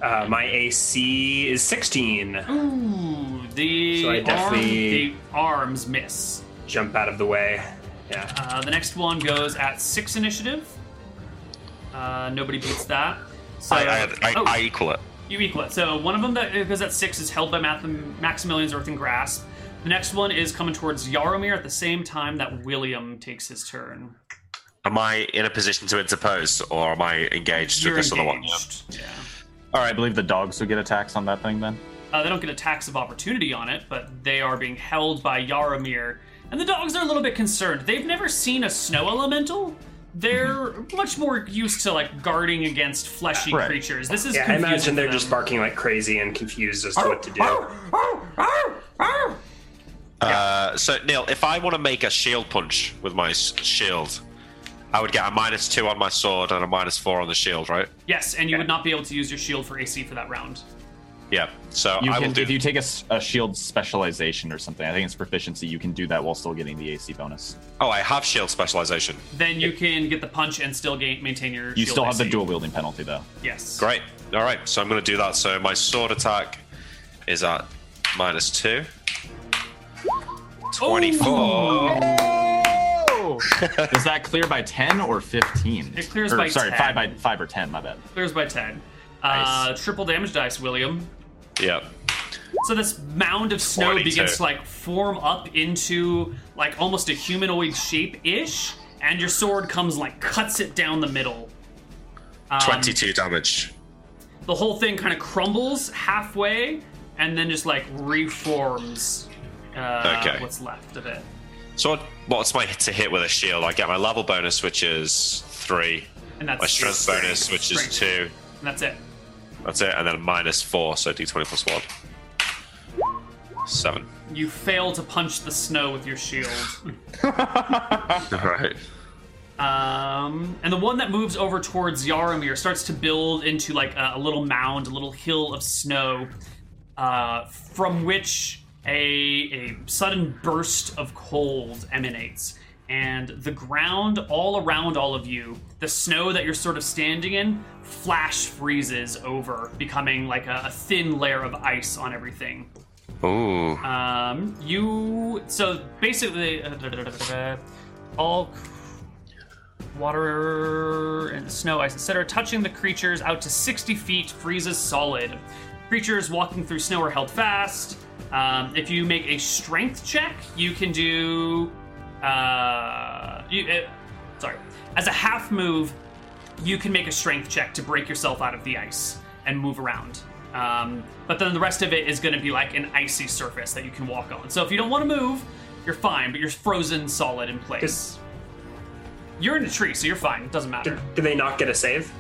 C: Yeah. Uh, my AC is sixteen.
B: Ooh, the,
C: So I
B: arm,
C: definitely-
B: the arms miss.
C: Jump out of the way. Yeah.
B: Uh, the next one goes at six initiative. Uh, nobody beats that. So
F: I, I, I,
B: oh,
F: I equal it.
B: you equal it. So one of them that goes at six is held by Mathem- Maximilian's Earthen Grasp. The next one is coming towards Yaromir at the same time that William takes his turn.
F: Am I in a position to interpose, or am I engaged
B: You're
F: with this other one?
B: engaged. Yeah.
E: All right, I believe the dogs will get attacks on that thing then.
B: Uh, they don't get a tax of opportunity on it, but they are being held by Yaromir. And the dogs are a little bit concerned. They've never seen a snow elemental. They're much more used to like guarding against fleshy
E: Right.
B: creatures. This is
C: Yeah, I
B: confusing
C: imagine
B: for
C: they're
B: them.
C: just barking like crazy and confused as to what to do.
F: Uh, so Neil, if I want to make a shield punch with my s- shield, I would get a minus two on my sword and a minus four on the shield, right?
B: Yes, and you would not be able to use your shield for AC for that round.
F: Yeah. So
E: You
F: I
E: can,
F: will do.
E: if you take a, s- a shield specialization or something, I think it's proficiency. You can do that while still getting the AC bonus.
F: Oh, I have shield specialization.
B: Then you can get the punch and still gain maintain your.
E: You
B: shield
E: still have the
B: AC.
E: dual wielding penalty though.
B: Yes.
F: Great. All right. So I'm going to do that. So my sword attack is at minus two. 24.
D: Oh!
E: Is that clear by ten or fifteen?
B: It clears
E: Or,
B: by
E: sorry,
B: 10.
E: five by five or ten. My bad.
B: Clears by ten. Uh,
E: Nice.
B: triple damage dice, William.
F: Yeah.
B: So this mound of snow
F: 22.
B: begins to like form up into like almost a humanoid shape ish, and your sword comes and, like cuts it down the middle. Um,
F: 22 damage.
B: The whole thing kind of crumbles halfway, and then just like reforms. Uh,
F: Okay.
B: What's left of it?
F: So what, what's my hit to hit with a shield? I get my level bonus, which is three.
B: And that's
F: My strength, bonus, which is
B: Strength.
F: two.
B: And that's it.
F: That's it, and then minus four, so d20 plus one. Seven.
B: You fail to punch the snow with your shield.
F: All right.
B: Um, and the one that moves over towards Yaromir starts to build into like a, a little mound, a little hill of snow, uh, from which a, a sudden burst of cold emanates. And the ground all around all of you, the snow that you're sort of standing in, flash freezes over, becoming like a, a thin layer of ice on everything.
F: Ooh.
B: Um, you so basically uh, da- da- da- da- da- da. all water and snow, ice, etc., touching the creatures out to 60 feet freezes solid. Creatures walking through snow are held fast. Um, if you make a strength check, you can do. Uh, you, uh, sorry, as a half move, you can make a strength check to break yourself out of the ice and move around. Um, but then the rest of it is going to be like an icy surface that you can walk on. So if you don't want to move, you're fine, but you're frozen solid in place.
C: Does-
B: You're in a tree, so you're fine. It doesn't matter.
C: Did, did they not get a save?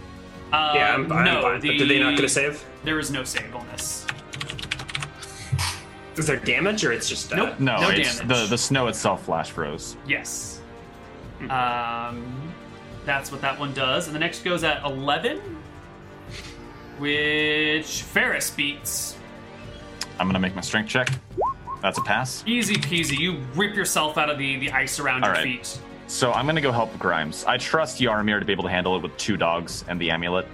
B: Uh,
C: yeah, I'm, I'm
B: no,
C: fine.
B: the-
C: But did they not get a save?
B: There is no save on this.
C: Is there damage or it's just uh,
B: Nope.
E: No,
B: No
E: it's
B: damage.
E: the the snow itself flash froze.
B: Yes.
C: Hmm.
B: Um, that's what that one does. And the next goes at 11, which Ferris beats.
E: I'm gonna make my strength check. That's a pass.
B: Easy peasy. You rip yourself out of the, the ice around
E: All
B: your
E: right.
B: feet.
E: So I'm gonna go help Grimes. I trust Yarmir to be able to handle it with two dogs and the amulet.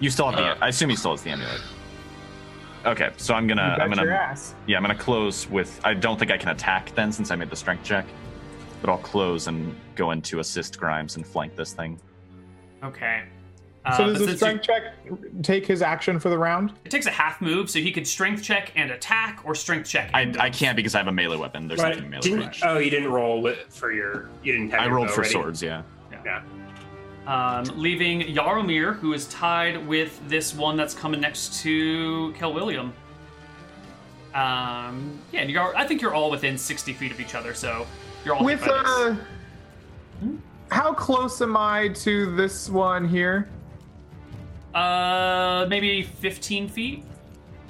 E: You still have the.
F: Uh.
E: I assume he still has the amulet. Okay, so I'm gonna. I'm gonna.
D: Your ass.
E: Yeah, I'm gonna close with. I don't think I can attack then since I made the strength check, but I'll close and go in to assist Grimes and flank this thing.
B: Okay. Uh,
D: So
B: but
D: does the
B: since you-
D: strength check take his action for the round?
B: it takes a half move, so he could strength check and attack, or strength check.
E: I,
B: and
E: I can't because I have a melee weapon. There's
C: Right.
E: nothing melee
C: Didn't-
E: range.
C: oh, you didn't roll it for your. You didn't have.
E: I
C: your
E: rolled
C: bow
E: for
C: ready.
E: swords. Yeah.
C: Yeah.
B: um, leaving Yaromir, who is tied with this one that's coming next to Kel William. Um, yeah, and you're, I think you're all within 60 feet of each other, so you're all hit
D: With
B: by this.
D: uh, how close am I to this one here?
B: Uh, maybe 15 feet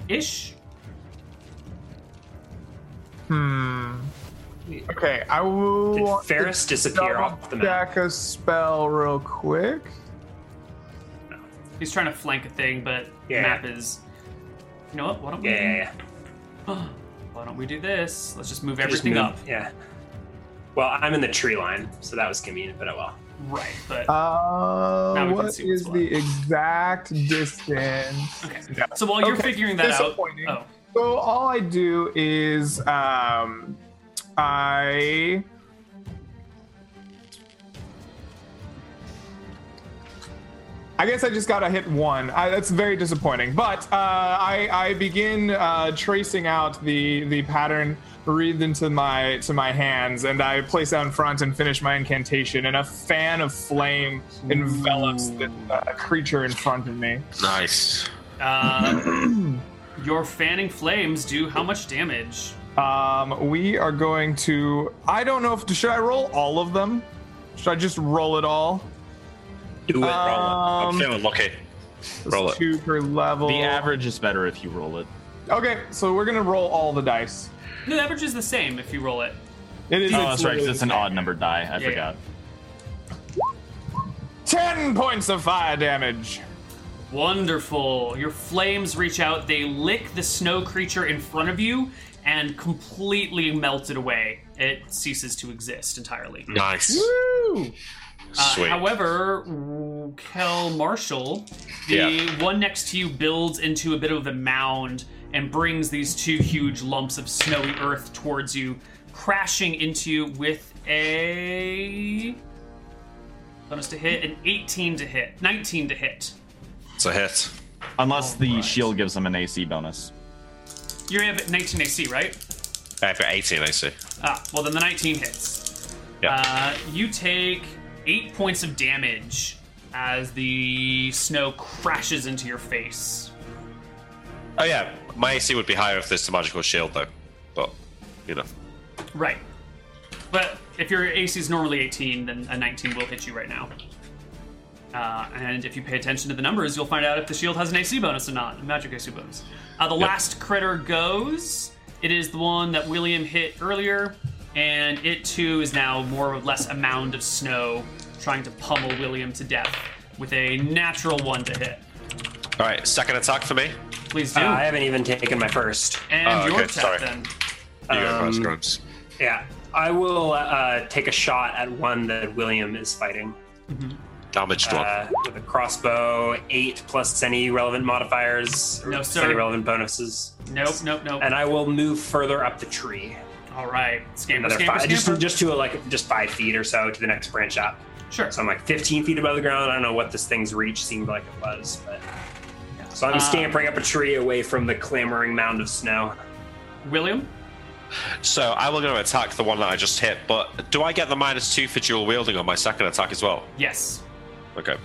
B: ish.
D: Hmm. Okay, I will.
C: Did
D: want to
C: Ferris disappear
D: double
C: off the map?
D: Check a spell real quick.
B: He's trying to flank a thing, but the
C: Yeah.
B: map is. You know what? Why don't we?
C: Yeah, yeah, yeah.
B: Why don't we do this? Let's just move
C: Just
B: everything
C: move-
B: up.
C: Yeah. Well, I'm in the tree line, so that was convenient, but oh well.
B: Right, but Now
D: Uh,
B: we can
D: what
B: see what's
D: is the exact distance?
B: okay. So while you're
D: Okay,
B: figuring that out,
D: disappointing.
B: oh,
D: So all I do is um, I I guess I just got to hit one. I, that's very disappointing. But uh, I, I begin uh, tracing out the the pattern breathed into my to my hands, and I place out in front and finish my incantation. And a fan of flame envelops the uh, creature in front of me.
F: Nice.
B: Uh, your fanning flames do how much damage?
D: Um, we are going to. I don't know if should I roll all of them. Should I just roll it all?
C: Do it.
F: I'm
D: Um,
F: feeling lucky. Roll it.
D: two per level.
E: The average is better if you roll it.
D: Okay, so we're gonna roll all the dice.
B: No, the average is the same if you roll it.
D: It is
E: Oh, that's right,
D: literally
E: because it's an odd number die. I
B: Yeah.
E: forgot.
D: ten points of fire damage.
B: Wonderful. Your flames reach out, they lick the snow creature in front of you and completely melt it away. It ceases to exist entirely.
F: Nice.
D: Woo!
B: Uh,
F: Sweet.
B: however, w- Kel Marshall, the
F: Yeah.
B: one next to you, builds into a bit of a mound and brings these two huge lumps of snowy earth towards you, crashing into you with a bonus to hit, an 18 to hit, 19 to hit.
F: it's a hit.
E: Unless the shield gives them an AC bonus.
B: You have 19 AC, right?
F: I have 18 AC.
B: Ah, well then the 19 hits.
F: Yeah.
B: Uh, you take eight points of damage as the snow crashes into your face.
F: oh yeah, my AC would be higher if there's a magical shield though, but you know.
B: Right. But if your AC is normally 18, then a 19 will hit you right now. Uh, and if you pay attention to the numbers, you'll find out if the shield has an AC bonus or not, a magic AC bonus. Uh, the last critter goes. It is the one that William hit earlier, and it too is now more or less a mound of snow trying to pummel William to death with a natural one to hit.
F: All right, second attack for me. You
B: Please do.
C: Uh, I haven't even taken my first.
B: and
F: Oh,
B: your
F: okay,
B: attack
F: sorry.
B: then.
F: go first,
C: Um,
F: Grimes.
C: Yeah, I will uh, uh, take a shot at one that William is fighting
F: Damaged
C: uh, with a crossbow. Eight plus any relevant modifiers. or
B: No,
C: plus
B: sir.
C: Any relevant bonuses.
B: Nope, nope, nope.
C: And I will move further up the tree.
B: All right. Scamper,
C: Another
B: scamper,
C: five,
B: scamper.
C: just just to like just five feet or so to the next branch up.
B: sure.
C: So I'm like 15 feet above the ground. I don't know what this thing's reach seemed like it was, but so I'm
B: Um,
C: scampering up a tree away from the clamoring mound of snow.
B: William?
F: one. So I will go attack the one that I just hit, but do I get the minus two for dual wielding on my second attack as well?
B: Yes.
F: Okay.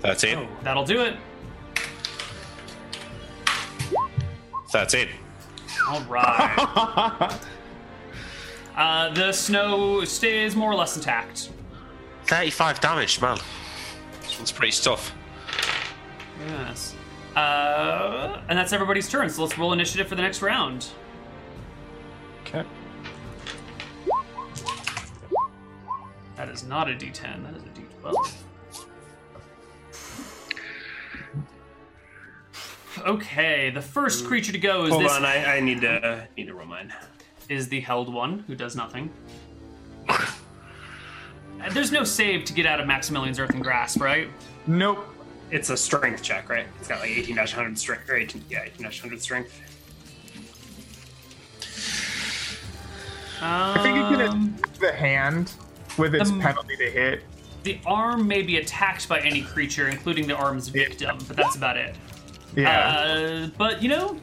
F: 13.
C: Oh,
B: That'll do it.
F: 13.
B: All right. uh, the snow stays more or less intact.
F: 35 damage, man. This one's pretty tough.
B: Yes. Uh, and that's everybody's turn. So let's roll initiative for the next round.
E: Okay.
B: That is not a D10. That is a D12. Okay, the first creature to go is
C: Mm. Hold
B: this
C: on, I, I need to need to roll mine.
B: is the held one who does nothing. Uh, There's no save to get out of Maximilian's earthen grasp, right?
D: Nope.
C: It's a strength check, right? It's got like 18 100 strength, or 18, yeah, 18 100 strength.
D: I think you can
B: Um,
D: attack the hand with its
B: Um,
D: penalty to hit.
B: The arm may be attacked by any creature, including the arm's victim, but that's about it.
D: Yeah.
B: Uh, but you know,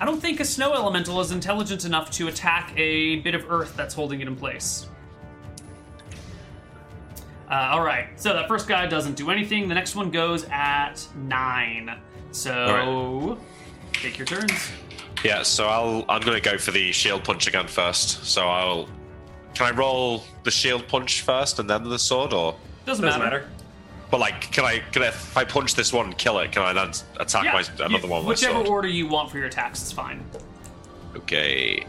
B: I don't think a snow elemental is intelligent enough to attack a bit of earth that's holding it in place. Uh, all right, so that first guy doesn't do anything. The next one goes at nine. So take your turns.
F: Yeah, so I'll I'm gonna go for the shield punch again first. So I'll can I roll the shield punch first and then the sword or
B: Doesn't,
C: Doesn't matter.
F: but like can I can I, if I punch this one and kill it, can I then attack
B: Yeah,
F: my another
B: you-
F: one with my
B: whichever
F: sword?
B: order you want for your attacks is fine.
F: Okay.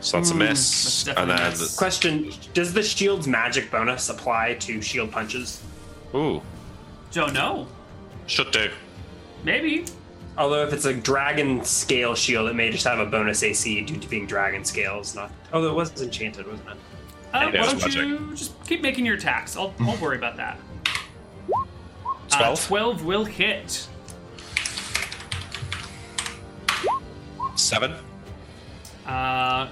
F: So that's a miss.
B: Hmm, that's
F: and
B: definitely
F: then
B: a miss.
C: Question: Does the shield's magic bonus apply to shield punches?
F: Ooh.
B: Don't know.
F: Should do.
B: Maybe.
C: Although if it's a dragon scale shield, it may just have a bonus AC due to being dragon scales. Not although it was enchanted, wasn't it?
B: Uh,
F: Yeah,
B: why
F: it's
B: don't you just keep making your attacks? I'll,
F: Hmm.
B: I'll worry about that. Uh,
F: Twelve.
B: 12 will hit.
F: Seven.
B: Uh,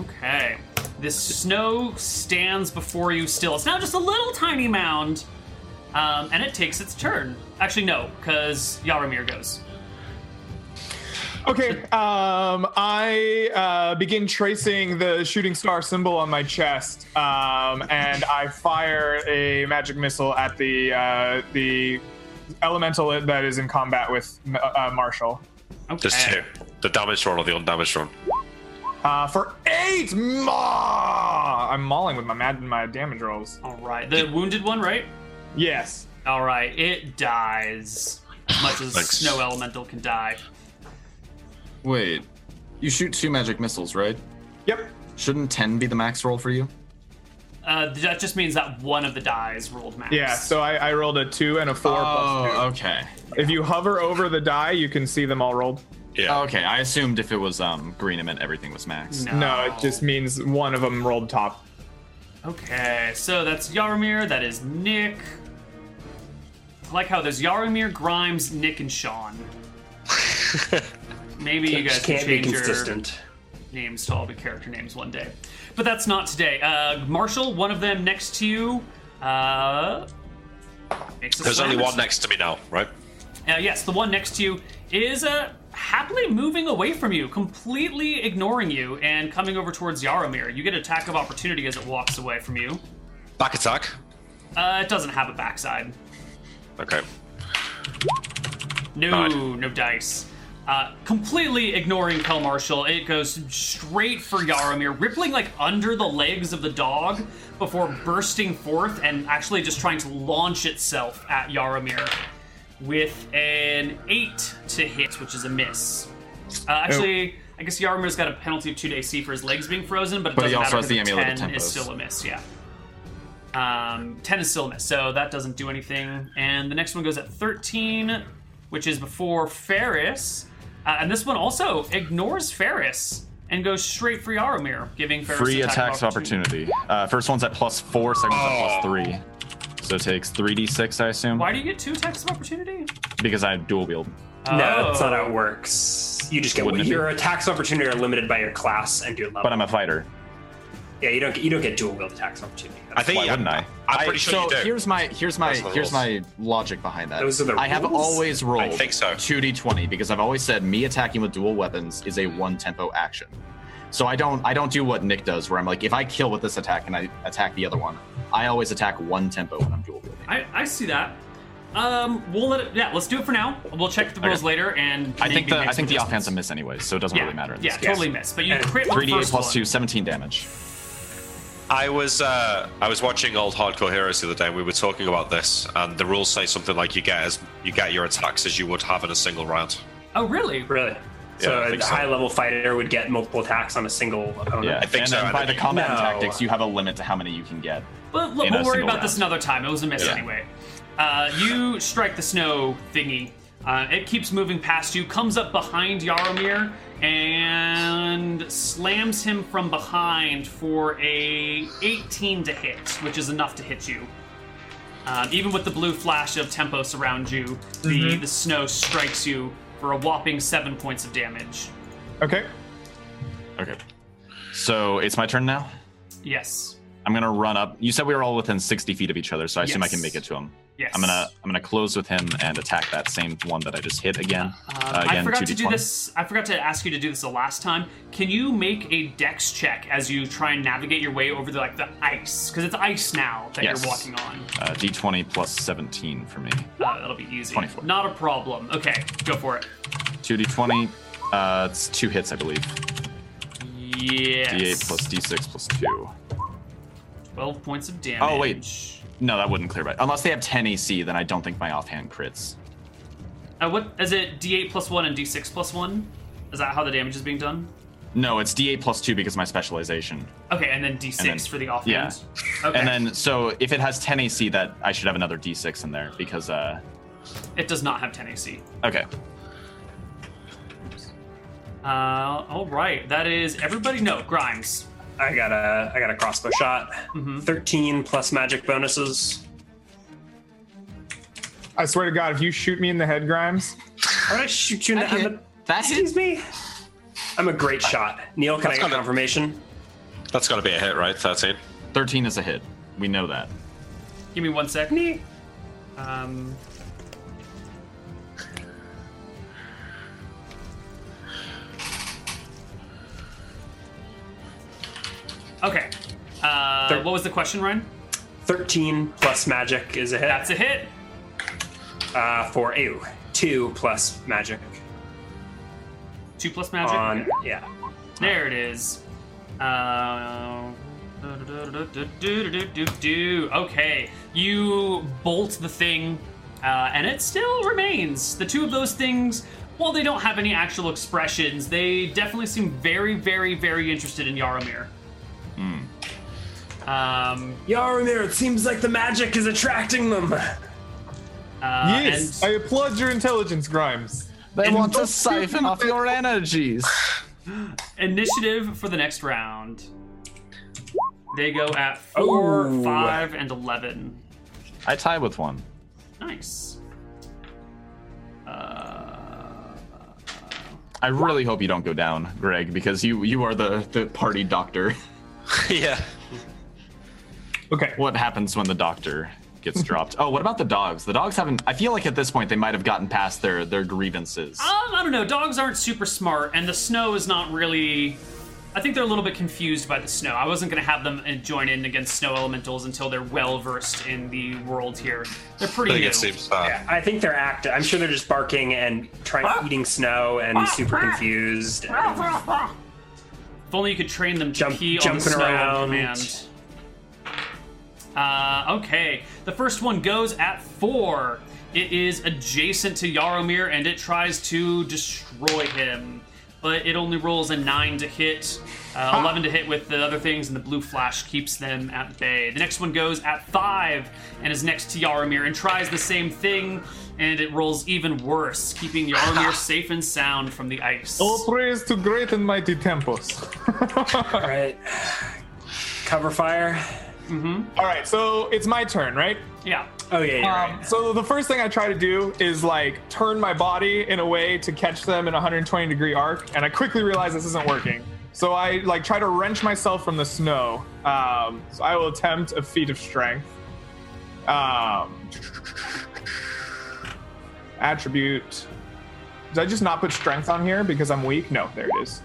B: okay. This snow stands before you still. It's now just a little tiny mound, um, and it takes its turn. Actually, no, because Yaramir goes.
D: Okay, um, I uh, begin tracing the shooting star symbol on my chest, um, and I fire a magic missile at the uh, the elemental that is in combat with uh, uh, Marshall
B: Okay.
F: There's two. The damaged one or the undamaged one.
D: uh, for eight. Ma! I'm mauling with my mad my damage rolls.
B: All right. The wounded one, right?
D: Yes.
B: All right. It dies. As much as
F: Thanks.
B: snow elemental can die.
E: Wait, you shoot two magic missiles, right?
D: Yep.
E: Shouldn't 10 be the max roll for you?
B: Uh, that just means that one of the dies rolled max.
D: Yeah. So I, I rolled a two and a four. plus two.
E: Oh, okay.
D: If you hover over the die, you can see them all rolled.
F: Yeah.
B: Oh,
E: Okay, I assumed if it was um green, it meant everything was max.
B: No.
D: No, it just means one of them rolled top.
B: Okay, so that's Yaramir, that is Nick. I like how there's Yaramir, Grimes, Nick, and Sean. Maybe you guys
C: just
B: can
C: can't be
B: change
C: consistent.
B: your names to all the character names one day. But that's not today. Uh, Marshall, one of them next to you. Uh, makes a
F: There's
B: slam
F: only
B: or
F: one
B: something.
F: next to me now, right?
B: Uh, yes, the one next to you is uh, happily moving away from you, completely ignoring you, and coming over towards Yaramir. You get attack of opportunity as it walks away from you.
F: Back attack.
B: Uh, it doesn't have a backside.
F: Okay.
B: No,
F: Nod.
B: no dice. Uh, completely ignoring Kel Marshall, it goes straight for Yaramir, rippling like under the legs of the dog before bursting forth and actually just trying to launch itself at Yaramir with an eight to hit, which is a miss.
E: Oh.
B: Uh, actually, I guess Yaramir's got a penalty of two to AC for his legs being frozen, but it
E: But he
B: doesn't matter
E: also has the
B: because
E: amulet of
B: ten is
E: Tempest.
B: still a miss. Yeah. Um, 10 is still a miss, so that doesn't do anything. And the next one goes at 13, which is before Ferris. Uh, and this one also ignores Ferris and goes straight for Yaromir, giving Ferris
E: Three
B: an attack
E: attacks of opportunity. Uh, first one's at plus four, second one's at plus three. So it takes 3d6, I assume.
B: Why do you get two attacks of opportunity?
E: Because I dual wield.
C: No, that's not
B: Oh.
C: how it works. You just get
E: Wouldn't it be?
C: your attacks opportunity are limited by your class and your level.
E: But I'm a fighter.
C: yeah, you don't get you don't get dual wield attacks opportunity. That's
F: I think
E: Why wouldn't I?
F: I'm pretty sure
E: so
F: you do.
E: here's my here's my
F: Those are the
E: here's
F: rules.
E: my logic behind that.
C: Those are the
E: I have
C: rules?
E: always rolled
F: I think so.
E: 2d20 because I've always said me attacking with dual weapons is a one tempo action. So I don't I don't do what Nick does where I'm like if I kill with this attack and I attack the other one, I always attack one tempo when I'm dual wielding.
B: I, I see that. Um, we'll let it, yeah, let's do it for now. We'll check the rules
E: Okay.
B: later, and
E: I think
B: maybe
E: the
B: make
E: I think
B: some
E: the offense
B: adjustments.
E: a miss anyway, so it doesn't
B: yeah,
E: really matter. in
B: Yeah,
E: this case.
B: totally miss. But you
C: And
B: crit
E: 3d8
B: first
E: plus
B: one.
E: 2, 17 damage.
F: I was uh, I was watching old Hardcore Heroes the other day. and We were talking about this, and the rules say something like you get as you get your attacks as you would have in a single round.
B: Oh, really?
C: Really?
F: I
C: So a
F: think so.
C: high level fighter would get multiple attacks on a single opponent.
E: Yeah,
F: I think
E: and
F: so,
E: then
F: I
E: by
F: think-
E: the combat
C: No.
E: tactics, you have a limit to how many you can get.
B: But look,
E: in a
B: we'll worry
E: single
B: about this
E: round.
B: another time. It was a miss
F: Yeah.
B: anyway. Uh, you strike the snow thingy. Uh, it keeps moving past you, comes up behind Yaromir, and slams him from behind for a 18 to hit, which is enough to hit you. Um, even with the blue flash of tempos around you, the, the snow strikes you for a whopping seven points of damage.
D: Okay.
E: Okay. So it's my turn now.
B: Yes.
E: I'm gonna run up. You said we were all within 60 feet of each other, so I assume I
B: Yes.
E: can make it to him.
B: Yes.
E: I'm gonna I'm gonna close with him and attack that same one that I just hit again.
B: Um,
E: Uh, again,
B: I forgot to do
E: 2d20.
B: this. I forgot to ask you to do this the last time. Can you make a dex check as you try and navigate your way over the like the ice? Because it's ice now that
E: Yes.
B: you're walking on.
E: Uh, D20 plus 17 for me.
B: Uh, that'll be easy.
E: 24.
B: Not a problem. Okay, go for it.
E: 2d20. Uh, it's two hits, I believe.
B: Yes.
E: D8 plus D6 plus two.
B: Twelve points of damage.
E: Oh, wait. No, that wouldn't clear. But unless they have 10 AC, then I don't think my offhand crits.
B: Uh, what is it? D8 plus one and D6 plus one. Is that how the damage is being done?
E: No, it's D8 plus two because of my specialization.
B: Okay, and then D6
E: And then-
B: for the offhand. Yeah. Okay.
E: And then, so if it has 10 AC, that I should have another D6 in there because. uh
B: it does not have 10 AC.
E: Okay.
B: Uh, all right. That is everybody. No, Grimes.
C: I got a I got a crossbow shot.
B: Mm-hmm.
C: Thirteen plus magic bonuses.
D: I swear to God, if you shoot me in the head, Grimes,
C: How would I shoot you in the
E: That hit.
C: I'm a-
E: That hit.
C: Excuse me. I'm a great shot. Neil, can I
F: That's
C: get
F: not a-
C: confirmation?
F: That's got to be a hit, right? 13.
E: 13 is a hit. We know that.
B: Give me one sec. Um, okay. Uh,
C: Thir-
B: what was the question, Ryan?
C: 13 plus magic is a hit.
B: That's a hit.
C: Uh, for ew, 2 plus magic.
B: Two plus magic.
C: On, yeah.
B: There it is. Uh, okay, you bolt the thing, uh, and it still remains. The two of those things, while they don't have any actual expressions, they definitely seem very, very, very interested in Yaramir. Um,
C: Yarimir, it seems like the magic is attracting them.
B: uh,
D: yes,
B: and-
D: I applaud your intelligence, Grimes.
G: They
B: And
G: want to
D: don't
G: siphon
D: you-
G: off your energies.
B: Initiative for the next round. They go at four,
C: Oh.
B: five, and eleven.
E: I tie with one.
B: Nice. Uh,
E: I really hope you don't go down, Greg, because you you are the, the party doctor.
F: yeah.
D: Okay.
E: What happens when the doctor gets dropped? Oh, what about the dogs? The dogs haven't. I feel like at this point they might have gotten past their their grievances.
B: um, I don't know. Dogs aren't super smart, and the snow is not really. I think they're a little bit confused by the snow. I wasn't going to have them uh, join in against snow elementals until they're well versed in the world here. They're
F: I
B: pretty
F: think
B: new.
F: it seems uh,
C: I think they're active. I'm sure they're just barking and trying eating snow and super confused. and-
B: If only you could train them to
C: Jump-
B: pee on the
C: jumping
B: snow
C: around.
B: on command. Uh, okay, the first one goes at four. It is adjacent to Yaromir and it tries to destroy him, but it only rolls a nine to hit, uh, eleven to hit with the other things, and the blue flash keeps them at bay. The next one goes at five and is next to Yaromir and tries the same thing, and it rolls even worse, keeping Yaromir safe and sound from the ice.
D: All praise to great and mighty Tempos.
C: All right. Cover fire.
D: All right, so it's my turn, right?
B: Yeah.
C: Oh yeah, you're right.
D: Um, so the first thing I try to do is like turn my body in a way to catch them in a 120 degree arc, and I quickly realize this isn't working. So I like try to wrench myself from the snow. Um, so I will attempt a feat of strength. Um, attribute. Did I just not put strength on here because I'm weak? No, there it is.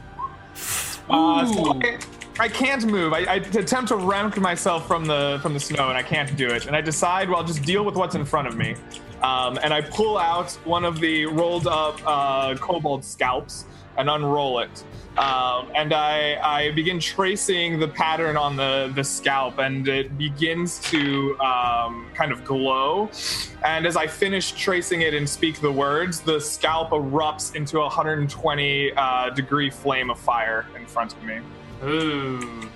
D: Uh, so
B: Ooh.
D: I, I can't move. I, I attempt to wrench myself from the from the snow, and I can't do it. And I decide, well, I'll just deal with what's in front of me. Um, and I pull out one of the rolled up uh, kobold scalps and unroll it. Um, and I, I begin tracing the pattern on the, the scalp, and it begins to um, kind of glow. And as I finish tracing it and speak the words, the scalp erupts into a 120 uh, degree flame of fire in front of me.
B: Ooh.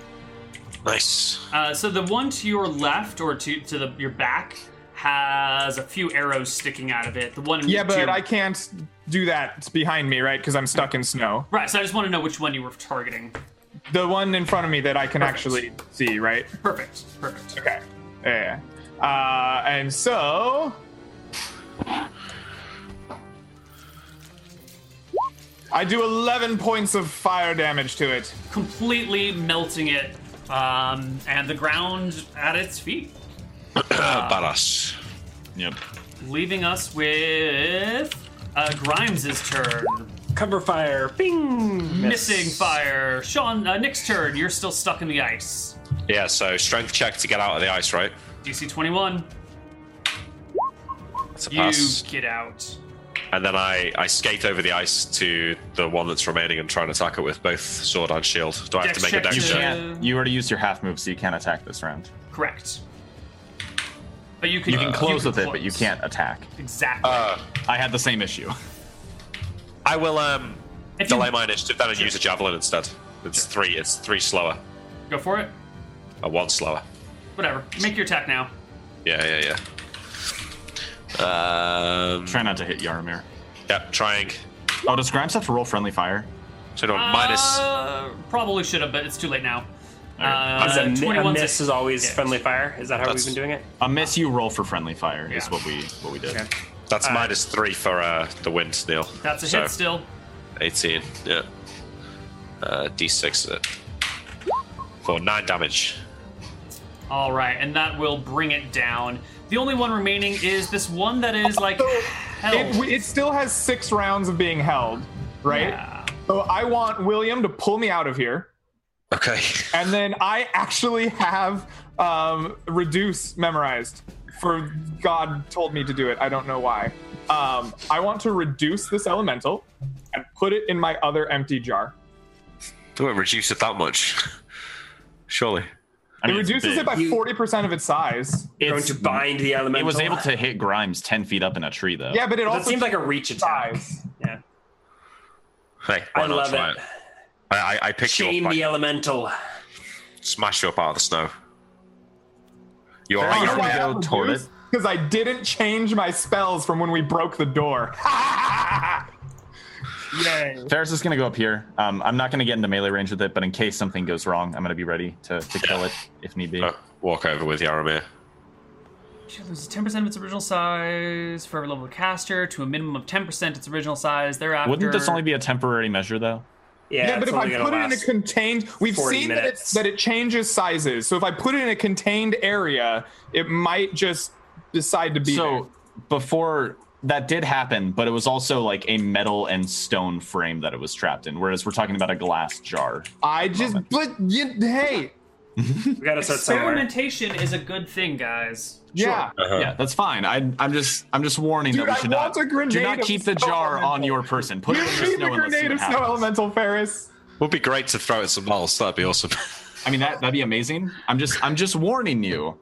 F: nice.
B: Uh, so the one to your left or to to the, your back has a few arrows sticking out of it. The one
D: Yeah,
B: to
D: but
B: your-
D: I can't do that behind me, right? Because I'm stuck in snow.
B: right. So I just want to know which one you were targeting.
D: The one in front of me that I can
B: Perfect.
D: actually see, right?
B: Perfect. Perfect.
D: Okay. Yeah. Uh, and so. I do 11 points of fire damage to it.
B: Completely melting it, um, and the ground at its feet,
F: Badass.
E: Yep.
B: leaving us with uh, Grimes' turn.
C: Cover fire. Bing.
B: Missing fire. Sean, uh, Nick's turn. You're still stuck in the ice.
F: Yeah, so strength check to get out of the ice, right?
B: DC 21.
F: That's a
B: You
F: pass.
B: get out.
F: And then I, I skate over the ice to the one that's remaining and try and attack it with both sword and shield. Do I have
B: Dex
F: to make a
B: check
F: dex
E: You
B: to-
F: check?
E: can't. You already used your half move, so you can't attack this round. Uh,
B: Correct. But you can uh,
E: You can close
B: you
E: with it, but you
B: close.
E: can't attack.
B: Exactly.
F: Uh,
E: I had the same issue.
F: I will um
B: If you-
F: delay my initiative then and use a javelin instead. It's three. It's three slower.
B: Go for it.
F: Uh, one slower.
B: Whatever. Make your attack now.
F: Yeah, yeah, yeah. Um,
E: Try not to hit Yaramir.
F: yeah, trying.
E: Oh, does Grimes have to roll friendly fire?
F: So
C: Oh.
F: no, minus.
B: Uh, probably should have, but it's too late now. Uh,
C: Is that a, mi- a
B: 21 's
C: miss
B: a-
C: is always
B: yeah.
C: friendly fire? Is that how
F: That's-
C: we've been doing it?
E: A miss you roll for friendly fire is
B: Yeah.
E: what we what we did.
C: Okay.
F: That's minus three for uh, the wind, Neil.
B: That's a
F: So,
B: hit still.
F: 18. Yeah. Uh, D6 is it. for nine damage.
B: All right, and that will bring it down. The only one remaining is this one that is like
D: So,
B: held.
D: It, it still has six rounds of being held, right?
B: Yeah.
D: So I want William to pull me out of here,
F: Okay.
D: and then I actually have um, reduce memorized. For God told me to do it. I don't know why. Um, I want to reduce this elemental and put it in my other empty jar.
F: Don't reduce it that much. Surely.
E: I
D: It
E: mean, it's
D: reduces it
E: big.
D: by
C: You-
D: forty percent of its size.
C: You're going
E: It's-
C: to bind the elemental.
E: It was able to hit Grimes ten feet up in a tree, though.
D: Yeah, but it
C: That
D: also
C: seemed like a reach attack.
D: size.
C: Yeah.
F: Hey, why
C: I
F: not
C: love
F: try
C: it.
F: it? I, I, I pick you
C: Shame
F: up,
C: the
F: I
C: elemental.
F: smash you up out of the snow. Oh, You are
E: Fair
F: right.
E: enough.
F: you're right.
E: go toilet.
D: Because I didn't change my spells from when we broke the door. Yay.
E: Ferris is gonna go up here. Um, I'm not gonna get into melee range with it, but in case something goes wrong, I'm gonna be ready to, to kill it if need be.
F: Uh, walk over with Yaramir.
B: It loses 10% of its original size for every level of caster to a minimum of 10% its original size thereafter.
E: Wouldn't this only be a temporary measure, though?
C: Yeah,
D: Yeah, but
C: it's
D: if I
C: only gonna
D: put it in a
C: last.
D: contained, we've
C: 40
D: seen that,
C: minutes.
D: it's, that it changes sizes. So if I put it in a contained area, it might just decide to be
E: So before that did happen, but it was also like a metal and stone frame that it was trapped in, whereas we're talking about a glass jar.
D: there. I just, but you, hey,
C: we gotta start somewhere.
B: Experimentation is a good thing, guys.
D: yeah.
F: Uh-huh.
E: Yeah, that's fine. I, I'm just I'm just warning
D: Dude,
E: that we
D: I
E: should
D: want
E: not
D: a grenade
E: do not
D: of
E: keep the
D: snow
E: jar on
D: elemental.
E: your person. Put it
D: You
E: in the
D: need the
E: snow and let's see
D: grenade
E: what
D: of snow
E: happens.
D: elemental, Ferris.
F: Would be great to throw at some moles. That'd be awesome.
E: I mean that that'd be amazing. I'm just I'm just warning you.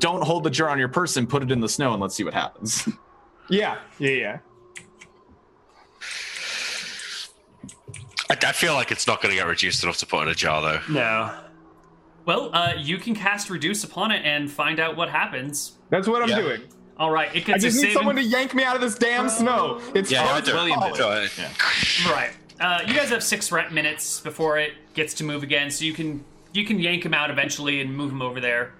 E: Don't hold the jar on your person. Put it in the snow and let's see what happens.
D: Yeah, yeah, yeah.
F: I, I feel like it's not going to get reduced enough to put in a jar, though.
C: No.
B: Well, uh, you can cast Reduce upon it and find out what happens.
D: That's what I'm
F: Yeah.
D: doing.
B: All right, it
D: I
B: gets a
D: just need
B: saving-
D: someone to yank me out of this damn snow. It's
E: Yeah,
D: hard
E: do
D: to
E: it. William
D: call
E: did
D: it.
E: it.
F: So, uh,
E: Yeah.
B: Right. Uh, you guys have six rat minutes before it gets to move again, so you can you can yank him out eventually and move him over there.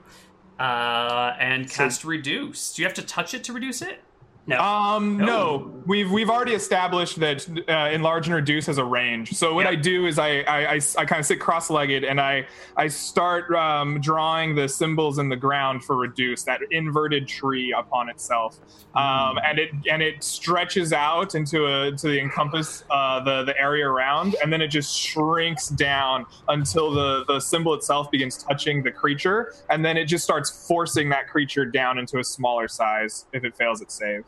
B: Uh, and cast reduce. Do you have to touch it to reduce it?
C: No.
D: Um, no, we've we've already established that uh, enlarge and reduce has a range. So what
B: Yeah.
D: I do is I I, kind of sit cross-legged and I I start um, drawing the symbols in the ground for reduce that inverted tree upon itself, um, and it and it stretches out into a to the encompass uh, the the area around, and then it just shrinks down until the the symbol itself begins touching the creature, and then it just starts forcing that creature down into a smaller size if it fails its save.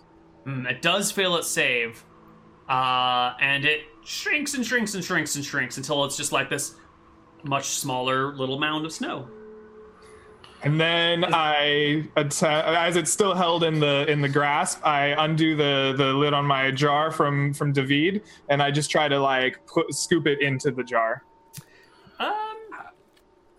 B: Mm, it does fail its save, uh, and it shrinks and shrinks and shrinks and shrinks until it's just like this much smaller little mound of snow.
D: And then I, atta- as it's still held in the in the grasp, I undo the the lid on my jar from from David, and I just try to like put, scoop it into the jar.
B: Um,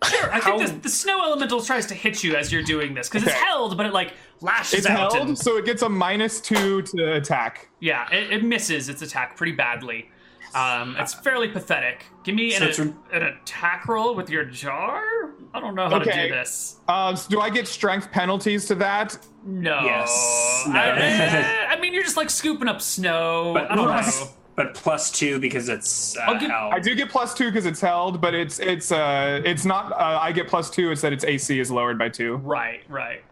B: sure. I
C: How-
B: think the, the snow elemental tries to hit you as you're doing this because
D: Okay.
B: it's held, but it like lashes
D: It's
B: out.
D: held,
B: and-
D: so it gets a minus two to attack.
B: yeah, it, it misses its attack pretty badly. Um, it's fairly pathetic. Give me
C: So
B: an,
C: it's re-
B: an attack roll with your jar. I don't know how to
D: Okay.
B: do this.
D: Uh, so do I get strength penalties to that?
B: No. eh,
C: Yes. No.
B: I, I mean, you're just like scooping up snow.
C: But
B: I don't
C: plus,
B: know.
C: but plus two because it's uh,
B: I'll give-
C: held.
D: I do get plus two because it's held, but it's it's uh it's not. Uh, I get plus two. It's that its AC is lowered by two.
B: Right, right.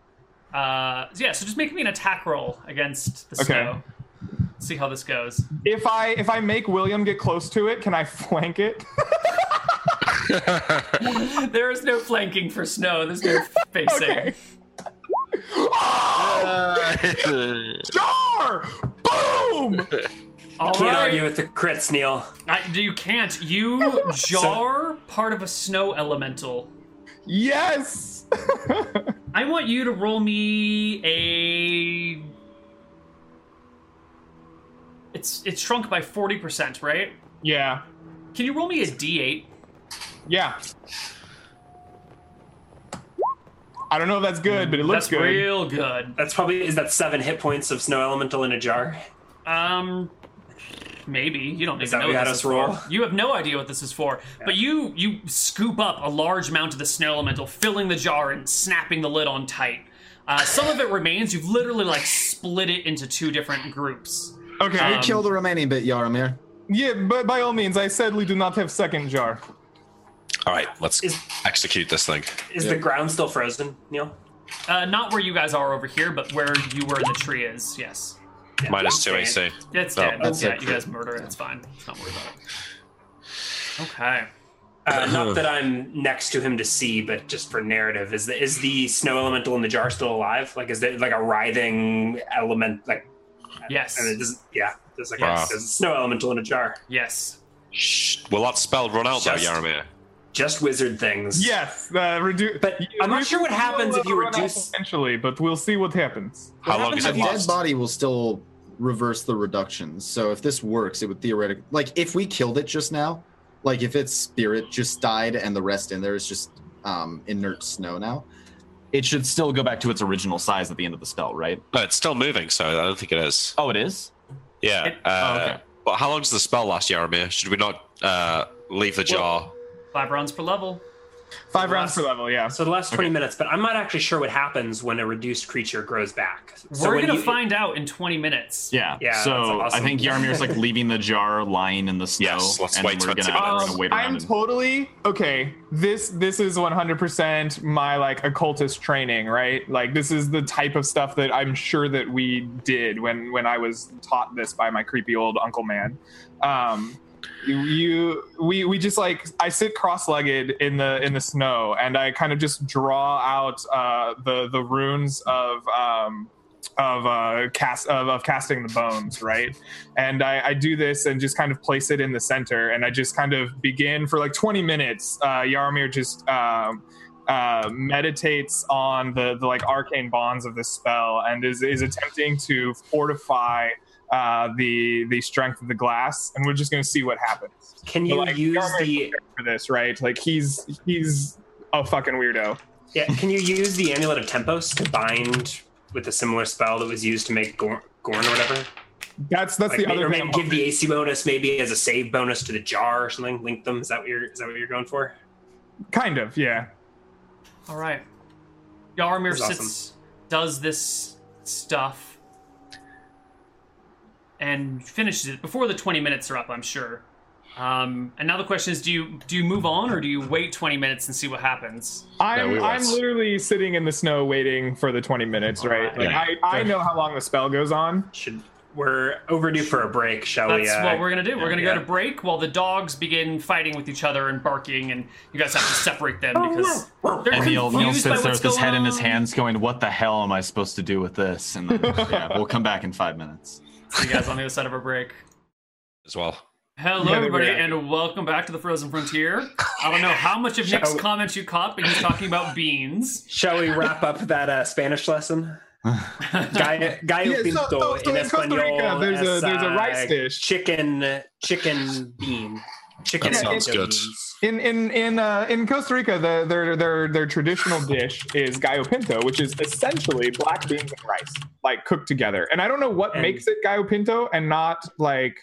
B: Uh, yeah, so just make me an attack roll against the
D: Okay.
B: snow. See how this goes.
D: If I if I make William get close to it, can I flank it?
B: There is no flanking for snow. There's no facing.
D: Okay. Ah!
G: Uh,
D: Jar! Boom!
B: All
C: Can't
B: right.
C: argue with the crits, Neil.
B: I- you can't. You jar part of a snow elemental.
D: Yes!
B: I want you to roll me a. It's it's shrunk by forty percent, right?
D: yeah.
B: Can you roll me a d8?
D: Yeah. I don't know if that's good, but it looks
B: That's
D: good.
B: real good.
C: That's probably is that seven hit points of snow elemental in a jar.
B: Um, maybe you don't even
C: that
B: know
C: we
B: what
C: had
B: this
C: us
B: is
C: roll?
B: for. You have no idea what this is for, but you you scoop up a large amount of the snow elemental, filling the jar and snapping the lid on tight. Uh, some of it remains. You've literally like split it into two different groups.
D: Okay.
B: Um,
G: Kill the remaining bit, Yaramir.
D: yeah, but by all means, I sadly do not have second jar.
F: All right, let's
C: Is-
F: execute this thing.
C: Is the ground still frozen, Neil?
B: Uh, not where you guys are over here, but where you were in the tree is. Yes,
F: Minus two
C: Oh, that's
F: AC.
B: it's
F: No,
B: dead.
D: that's
B: yeah,
D: it.
B: you guys murder it. It's fine. Don't worry about it. Okay.
C: Uh, not that I'm next to him to see, but just for narrative, is the is the snow elemental in the jar still alive? Like, is there like a writhing element? Like,
B: Yes.
C: and it doesn't. Yeah, there's like
F: Wow.
C: there's a snow elemental in a jar.
B: Yes.
F: Shh. Will that spell run out
C: Just-
F: though, Yaramir?
C: Just wizard things.
D: Yes, uh, reduce.
C: But I'm not sure what happens if you reduce-
D: Essentially, but we'll see what happens.
F: How long
C: happens
F: is
C: if
F: it
C: you-
F: last?
G: dead body will still reverse the reductions. So if this works, it would theoretically like if we killed it just now, like if its spirit just died and the rest in there is just um, inert snow now.
E: It should still go back to its original size at the end of the spell, right?
F: No, it's still moving, so I don't think it is.
E: Oh, it is.
F: Yeah.
B: It-
F: uh,
E: oh, okay.
F: But how long does the spell last, Yaramir? Should we not uh, leave the jar?
B: Five rounds per level.
D: Five rounds per level. Yeah.
C: So the last 20 minutes, but I'm not actually sure what happens when a reduced creature grows back. So
B: we're
C: when
B: gonna
C: you-
B: find out in 20 minutes.
E: Yeah.
C: Yeah,
E: so
C: that's awesome.
E: I think Yarmir's like leaving the jar lying in the snow.
F: Yes, let's
E: and
F: wait
E: we're
F: 20
E: gonna, we're
F: minutes.
E: gonna wait around.
D: Um, I'm
E: and-
D: totally okay. This this is 100% my like occultist training, right? Like this is the type of stuff that I'm sure that we did when when I was taught this by my creepy old uncle man. Um, you- you we we just like I sit cross-legged in the in the snow and I kind of just draw out uh, the the runes of um, of uh, cast of, of casting the bones, right? and I, I do this and just kind of place it in the center and i just kind of begin for like 20 minutes uh, yarmir just um, uh, meditates on the, the like arcane bonds of this spell and is, is attempting to fortify uh, the the strength of the glass and we're just going to see what happens
C: Can
D: But,
C: you
D: like,
C: use
D: Yarmir's
C: the
D: prepared for this right like he's he's a fucking weirdo
C: yeah, Can you use the amulet of Tempos to bind with a similar spell that was used to make Gorn, Gorn or whatever?
D: that's that's
C: Like,
D: the other
C: or
D: thing
C: maybe give the AC bonus maybe as a save bonus to the jar or something. Link them. Is that what you're? Is that what you're going for?
D: kind of yeah
B: All right. Yarmir
C: That's
B: sits, does this stuff, and finishes it before the 20 minutes are up. I'm sure. Um, and now the question is: Do you do you move on, or do you wait 20 minutes and see what happens?
D: I'm,
F: we
D: I'm
F: was.
D: literally sitting in the snow waiting for the 20 minutes, right?
B: Alright.
D: Like I, I know how long the spell goes on.
C: Should we're overdue for a break? Shall we?
B: That's
C: uh,
B: what we're gonna do. We're gonna
C: yeah.
B: go to break while the dogs begin fighting with each other and barking, and you guys have to separate them because they're
E: And Neil,
B: confused
E: Neil
B: by what's
E: sits there with his
B: going
E: head in his
B: on.
E: hands, going, "What the hell am I supposed to do with this?" And then, yeah, we'll come back in five minutes.
B: See you guys on the other side of our break.
F: As well.
B: Hello,
D: Yeah,
B: everybody,
D: yeah.
B: and welcome back to the Frozen Frontier. I don't know how much of Nick's comments you caught, but he's talking about beans.
C: Shall we wrap up that uh, Spanish lesson? Gallo, gallo
D: Yeah, so-
C: pinto
D: so- so
C: in
D: in Costa
C: Espanol
D: Rica, there's a-
C: es,
D: there's a
C: uh,
D: rice dish.
C: Chicken, chicken bean. Chicken
F: That
C: and
F: sounds
C: pinto
F: good.
C: beans.
D: In in in uh, in Costa Rica, the, their their their traditional dish is gallo pinto, which is essentially black beans and rice, like cooked together. And I don't know what
C: And-
D: makes it gallo pinto and not like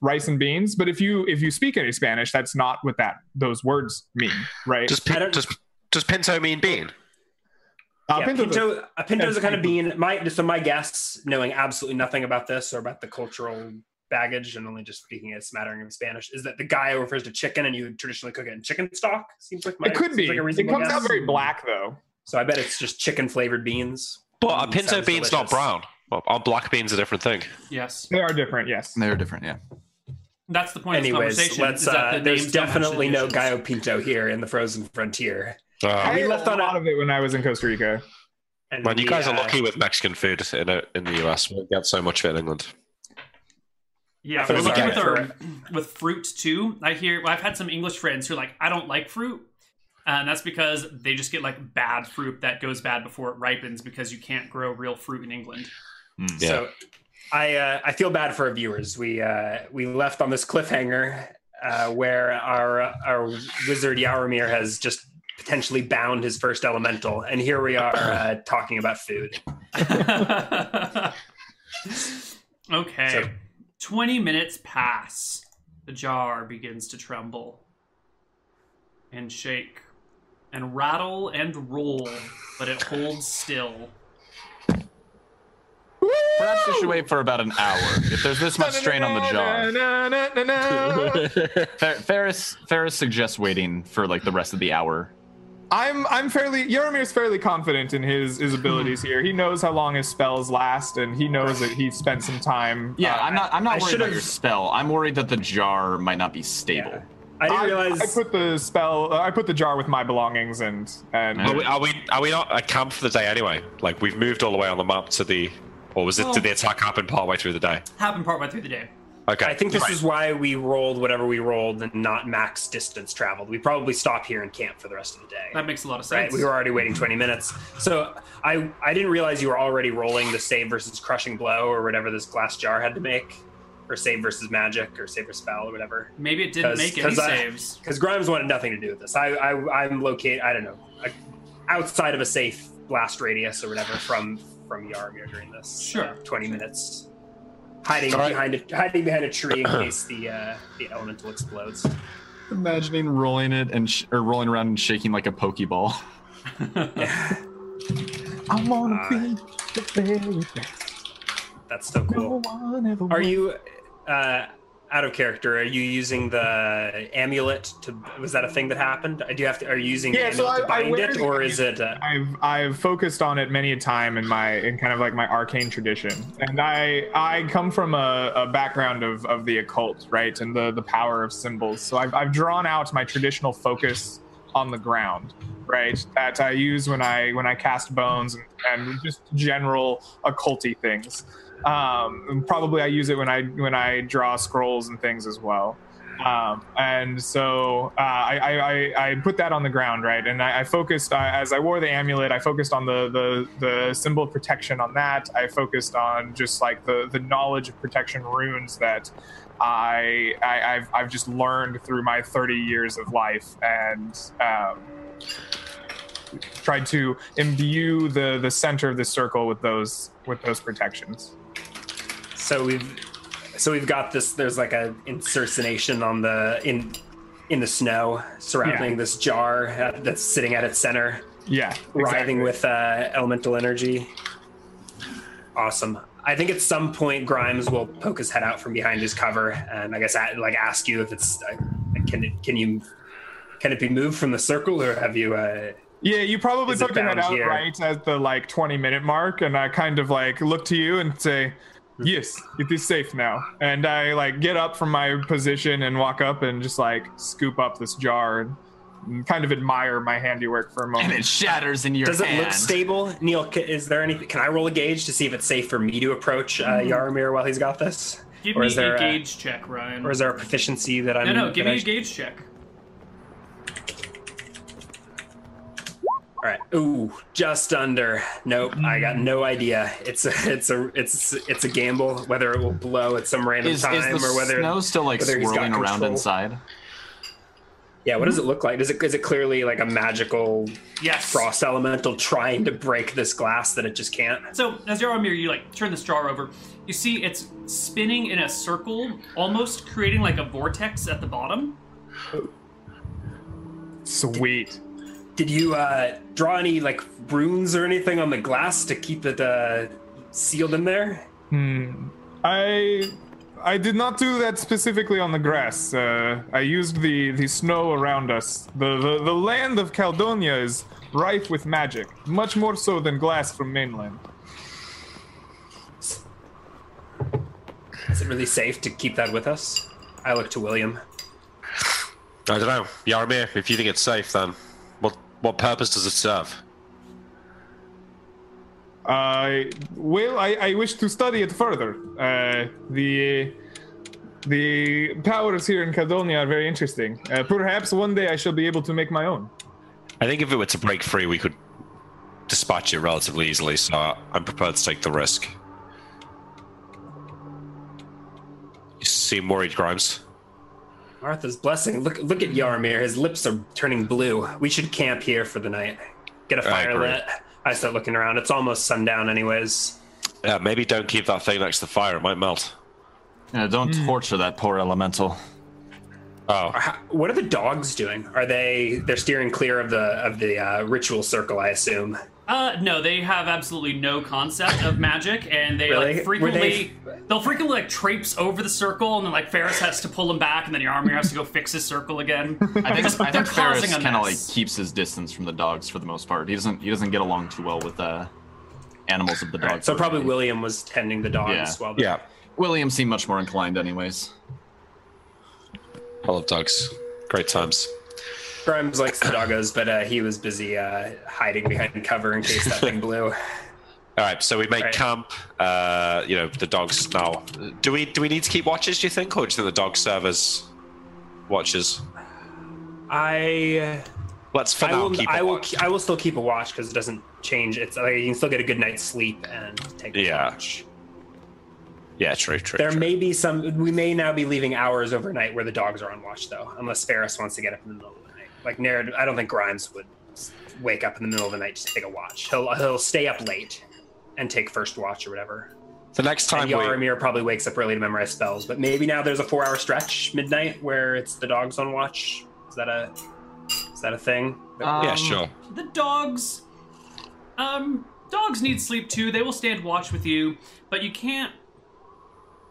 D: rice and beans. But if you if you speak any Spanish, that's not what that those words mean, right?
F: Does,
C: I
F: pin,
C: don't-
F: does, does Pinto mean bean?
D: Uh,
C: Yeah,
D: pinto's a-
C: pinto, a pinto's a
D: and
C: kind of bean. My so my guess, knowing absolutely nothing about this or about the cultural baggage, and only just speaking a smattering of Spanish, is that the gallo refers to chicken, and you would traditionally cook it in chicken stock. Seems like my,
D: it could
C: seems
D: be.
C: Like a
D: it
C: reasonable
D: comes out
C: guess.
D: very black though.
C: So I bet it's just chicken flavored beans.
F: But a
C: Mm,
F: pinto
C: sounds
F: bean's not
C: delicious.
F: brown. Well, our black bean's a different thing.
B: Yes,
D: They are different. Yes.
E: They're different, yeah.
B: that's the point of this
C: Anyways,
B: conversation.
C: let's.
B: is that
C: Uh,
B: the
C: there's
B: names don't match the
C: definitely no
B: dishes.
C: gallo pinto here in the frozen frontier.
F: Uh,
D: I
C: We
D: ate
C: left
D: a
C: on
D: lot
C: a-
D: of it when I was in Costa Rica.
C: And
F: man, you
C: we,
F: guys are
C: uh,
F: lucky with Mexican food in, uh, in the US. We don't get so much of it in England.
B: Yeah,
C: But
B: we're
C: it's
B: looking with
C: alright.
B: our with fruit too. I hear well, I've had some English friends who are like, I don't like fruit, and that's because they just get like bad fruit that goes bad before it ripens because you can't grow real fruit in England.
E: Hmm.
F: Yeah.
C: So I uh, I feel bad for our viewers. We uh, we left on this cliffhanger uh, where our our wizard Yaramir has just potentially bound his first elemental, and here we are uh, talking about food.
B: okay.
C: So-
B: 20 minutes pass. The jar begins to tremble and shake and rattle and roll, but it holds still.
D: Woo!
E: Perhaps you should wait for about an hour. If there's this much strain on the jaw.
D: jaw.
E: Fer- Ferris Ferris suggests waiting for like the rest of the hour.
D: I'm I'm fairly Yaramir's fairly confident in his
E: Hmm.
D: his abilities here. He knows how long his spells last, and he knows that he spent some time.
E: Yeah,
D: uh,
E: I'm not I'm not
C: I
E: worried about
C: should've-
E: your spell. I'm worried that the jar might not be stable.
C: Yeah. I didn't
D: I,
C: realize.
D: I put the spell. Uh, I put the jar with my belongings, and and
F: Are we, are we are we not at camp for the day anyway? Like we've moved all the way on the map to the, or was it
B: Well-
F: did the attack happen partway through the day?
B: Happened partway through the day.
F: Okay,
C: I think this
F: right.
C: is why we rolled whatever we rolled and not max distance traveled. We probably stop here and camp for the rest of the day.
B: That makes a lot of sense.
C: right? We were already waiting 20 minutes. So I I didn't realize you were already rolling the save versus crushing blow or whatever this glass jar had to make, or save versus magic or save versus spell or whatever.
B: Maybe it didn't
C: 'Cause-
B: make any
C: 'cause I-
B: saves.
C: Because Grimes wanted nothing to do with this. I, I I'm located. I don't know, like, outside of a safe blast radius or whatever from from Yarmir during this.
B: Sure.
C: 20 minutes. Hiding
F: All right.
C: behind a hiding behind a tree in case the uh, the elemental explodes.
E: Imagining rolling it and sh- or rolling around and shaking like a pokeball.
D: I wanna
C: Uh,
D: be the very best.
C: That's so cool.
D: No one ever
C: Are
D: will.
C: you uh, out of character? Are you using the amulet to? Was that a thing that happened? Do you have to? Are you using
D: Yeah,
C: the
D: so
C: amulet to
D: I- I
C: bind
D: wear
C: it,
D: the
C: or is it? Uh,
D: I've I've focused on it many a time in my in kind of like my arcane tradition, and I I come from a, a background of, of the occult, right, and the the power of symbols. So I've I've drawn out my traditional focus on the ground, right, that I use when I when I cast bones and, and just general occulty things. Um, and probably I use it when I when I draw scrolls and things as well um, and so uh, I, I- I, I put that on the ground, right? And I, I focused uh, as I wore the amulet. I focused on the, the the symbol of protection on that. I focused on just like the the knowledge of protection runes that I, I I've I've just learned through my thirty years of life and. Um, tried to imbue the the center of the circle with those with those protections
C: so we've, so we've got this. There's like a insercination on the in, in the snow surrounding
D: Yeah.
C: this jar uh, that's sitting at its center,
D: yeah
C: writhing with uh, elemental energy. Awesome. I think at some point Grimes will poke his head out from behind his cover, and I guess I, like ask you if it's uh, can it can you can it be moved from the circle, or have you? Uh,
D: Yeah, you probably
C: Is it
D: poked your head
C: bound
D: out
C: here?
D: right at the like 20 minute mark, and I kind of like look to you and say,
C: Hmm.
D: "Yes, it is safe now." And I like get up from my position and walk up and just like scoop up this jar and kind of admire my handiwork for a
E: And it
D: moment.
E: shatters in your
C: does it
E: hand.
C: look stable, Neil? c- Is there any? Can I roll a gauge to see if it's safe for me to approach uh, Yaramir while he's got this,
B: Mm-hmm. Give
C: or
B: me
C: is there
B: a
C: a-
B: gauge check, Ryan.
C: or is there a proficiency that I'm?
B: no, no, give
C: that
B: me
C: I
B: a
C: sh-
B: gauge check.
C: All right. Ooh, just under. Nope. I got no idea. It's a, it's a, it's, it's a gamble whether it will blow at some random
E: Is, is
C: time
E: the
C: or whether.
E: snow still like
C: whether he's got
E: swirling around
C: control.
E: inside?
C: Yeah. What does it look like? Does it, is it clearly like a magical
B: Yes.
C: frost elemental trying to break this glass that it just can't?
B: So as Yaramir, you like turn this jar over. You see it's spinning in a circle, almost creating like a vortex at the bottom.
D: Sweet.
C: Did you uh, draw any like runes or anything on the glass to keep it uh, sealed in there?
D: Hmm. I I did not do that specifically on the grass. Uh, I used the the snow around us. The, the the land of Caldonia is rife with magic, much more so than glass from mainland.
C: Is it really safe to keep that with us? I look to William.
F: I don't know, Yaramir. If you think it's safe, then what what purpose does it serve?
D: I well, I, I wish to study it further. Uh, the the powers here in Cadonia are very interesting. Uh, perhaps one day I shall be able to make my own.
F: I think if it were to break free, we could dispatch it relatively easily. So I'm prepared to take the risk. You seem worried, Grimes.
C: Martha's blessing. Look, look at Yarmir. His lips are turning blue. We should camp here for the night. Get a
F: I
C: fire
F: agree.
C: lit. I start looking around. It's almost sundown, anyways.
F: Yeah, Uh, maybe don't keep that thing next to the fire. It might melt.
E: Yeah, don't
C: Hmm.
E: torture that poor elemental.
F: Oh,
C: Are- how- What are the dogs doing? Are they? They're steering clear of the of the uh, ritual circle, I assume.
B: Uh, no, they have absolutely no concept of magic, and they
C: Really?
B: like
C: Were they-
B: frequently they... will frequently like traipse over the circle, and then like Ferris has to pull him back, and then your armor has to go fix his circle again.
E: I think, I
B: They're
E: think Ferris
B: causing a
E: kind of like
B: mess.
E: keeps his distance from the dogs for the most part. He doesn't he doesn't get along too well with uh, animals of the dog.
C: So probably
E: variety.
C: William was tending the dogs
E: Yeah.
C: while the
F: Yeah,
E: William seemed much more inclined, anyways.
F: I love dogs. Great times.
C: Grimes likes the doggos, but uh, he was busy uh, hiding behind cover in case that thing blew.
F: All right, so we make
C: Right.
F: camp. Uh, you know, the dogs now. Do we do we need to keep watches? Do you think, or do you think the dog servers watches?
C: I
F: Let's for
C: I
F: now
C: will
F: keep. a
C: I will
F: watch.
C: I will still keep a watch because it doesn't change. It's like you can still get a good night's sleep and take a
F: Yeah.
C: watch.
F: Yeah, true, true.
C: There
F: true.
C: may be some. We may now be leaving hours overnight where the dogs are on watch, though, unless Ferris wants to get up in the middle of the night. Like Nared, I don't think Grimes would s- wake up in the middle of the night just to take a watch. He'll he'll stay up late and take first watch or whatever.
F: the next time
C: And
F: we
C: Yaramir probably wakes up early to memorize spells, but maybe now there's a four-hour stretch midnight where it's the dogs on watch. Is that a is that a thing?
F: yeah,
E: Um,
F: sure.
B: the dogs um dogs need sleep too they will stand watch with you but you can't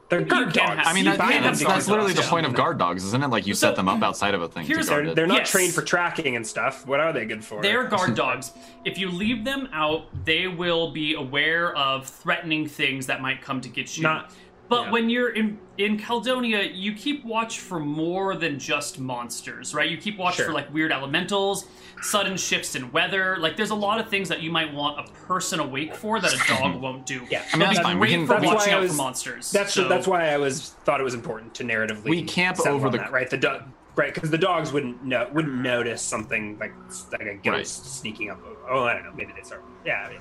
C: They're good
B: can
C: dogs.
B: have-
E: I mean,
B: You
E: that,
B: buy
E: yeah,
B: them
E: that's,
B: guard
E: that's literally
B: dogs,
E: the
B: yeah.
E: point of guard dogs, isn't it? Like you
B: So-
E: set them up outside of a thing.
B: here's-
E: to guard
C: They're,
E: it.
C: they're not
B: Yes.
C: trained for tracking and stuff. What are they good for?
B: They are guard dogs. If you leave them out, they will be aware of threatening things that might come to get you.
C: Not-
B: but
C: yeah.
B: when you're in in Caledonia, you keep watch for more than just monsters, right? You keep watch
C: Sure.
B: for like weird elementals, sudden shifts in weather. Like there's a lot of things that you might want a person awake for that a dog won't do.
C: Yeah.
E: I mean, that's
B: Be
E: fine. We
B: great
E: can,
B: for
E: we can-
C: why
B: watching
C: I
B: out
C: was-
B: for monsters.
C: That's
B: so.
C: that's why I was thought it was important to narratively.
E: We camp
C: settle
E: over
C: on
E: the-
C: that, right the do- right because the dogs wouldn't know wouldn't notice something like like a ghost
E: Right.
C: sneaking up. over- Oh, I don't know. Maybe they start. Yeah, yeah.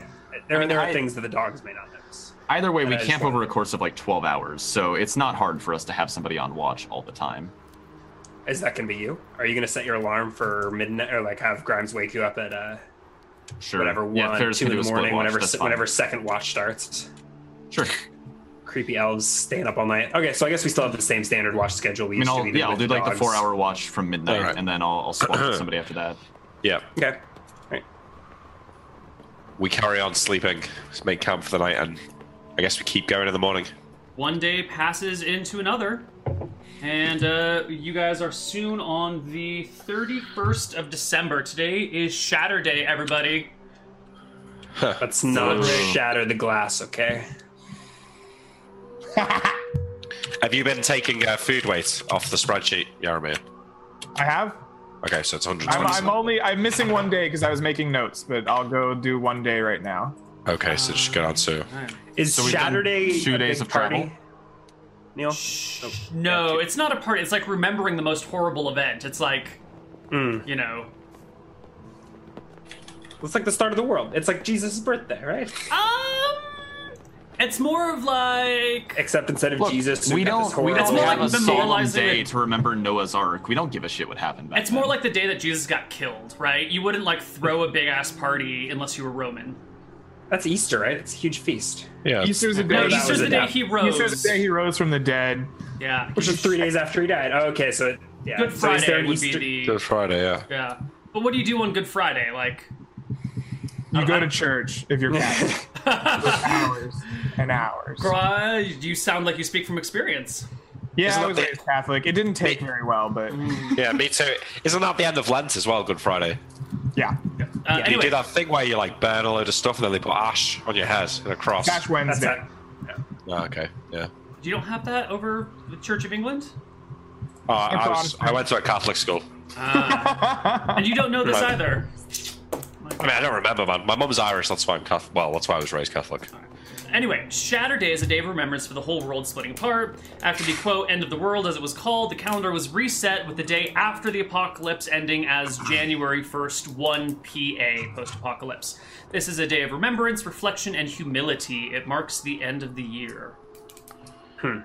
C: There,
E: I mean,
C: there are
E: I-
C: things that the dogs may not notice.
E: either way, we
C: I just
E: camp
C: want-
E: over a course of like 12 hours, so it's not hard for us to have somebody on watch all the time.
C: Is that gonna be you? Are you gonna set your alarm for midnight or like have Grimes wake you up at uh,
E: Sure.
C: whatever one,
E: yeah, Ferris
C: two
E: can
C: in
E: do a
C: the
E: split
C: morning,
E: watch,
C: whenever
E: that's
C: se-
E: fine.
C: whenever second watch starts?
E: Sure.
C: Creepy elves staying up all night. Okay, so I guess we still have the same standard watch schedule. We
E: I mean,
C: used to
E: I'll,
C: did
E: yeah, I'll
C: with
E: do like the
C: dogs.
E: four hour watch from midnight,
F: Alright.
E: and then I'll, I'll swap with somebody after that.
F: Yeah,
C: Okay. Right.
F: we carry on sleeping. Let's make camp for the night, and I guess we keep going in the morning.
B: one day passes into another and uh, you guys are soon on the 31st of december today is shatter day everybody
C: Let's not
E: Ooh.
C: shatter the glass, okay?
F: Have you been taking uh, food weight off the spreadsheet, Yaramir?
D: I have.
F: Okay, so it's 120.
D: I'm, I'm only. I'm missing one day because I was making notes, but I'll go do one day right now.
F: okay, so just go down to.
C: Is
E: So we've done
C: Saturday
E: two
C: a
E: days
C: big
E: of
C: party?
E: travel?
C: Neil?
B: no it's not a party it's like remembering the most horrible event it's like
C: Mm.
B: you know
C: It's like the start of the world. It's like Jesus' birthday, right?
B: um it's more of like
C: Except instead of
E: Look,
C: Jesus,
E: we
C: we've got
E: don't,
C: this
E: we
C: horrible-
E: don't
B: It's more
E: have
B: like
E: a solemn
B: memorializing
E: day
B: it.
E: to remember Noah's Ark. We don't give a shit what happened back
B: it's more
E: then.
B: like the day that jesus got killed right you wouldn't like throw a big ass party unless you were roman
C: That's Easter, right? It's a huge feast.
F: Yeah.
D: Easter's a day.
B: no
C: that
B: easter's
C: was
B: the
C: a
B: day
C: death.
B: he rose
D: Easter's the day he rose from the dead.
B: yeah
C: Which is three days after he died. Oh, okay, so it, yeah.
B: good
C: so is there
B: friday
C: an
B: would
C: Easter-
B: be the
F: Good Friday, yeah.
B: Yeah. But what do you do on Good Friday? Like,
D: You go to church if you're Catholic. hours and hours.
B: uh, you sound like you speak from experience.
D: Yeah,
F: Isn't
D: I
F: that
D: was
F: the-
D: raised Catholic. It didn't take very well, but
B: Mm.
F: Yeah, me too. Isn't that the end of Lent as well, Good Friday?
D: yeah.
B: Uh,
F: You do
B: anyway,
F: that thing where you like burn a load of stuff and then they put ash on your head in a cross.
D: Ash
C: That's
D: Wednesday.
C: not-
F: Oh, okay, yeah.
B: you don't have that over the Church of England?
F: Oh, I, was,
D: Protestant.
F: I went to a Catholic school.
B: And you don't know this
F: Right.
B: either.
F: I mean, I don't remember, man. My mum's Irish, that's why I'm Catholic. Well, that's why I was raised Catholic.
B: Anyway, Shatter Day is a day of remembrance for the whole world splitting apart. After the quote end of the world, as it was called, the calendar was reset with the day after the apocalypse ending as January 1st, 1 PA post apocalypse. This is a day of remembrance, reflection, and humility. It marks the end of the year.
C: Hmm.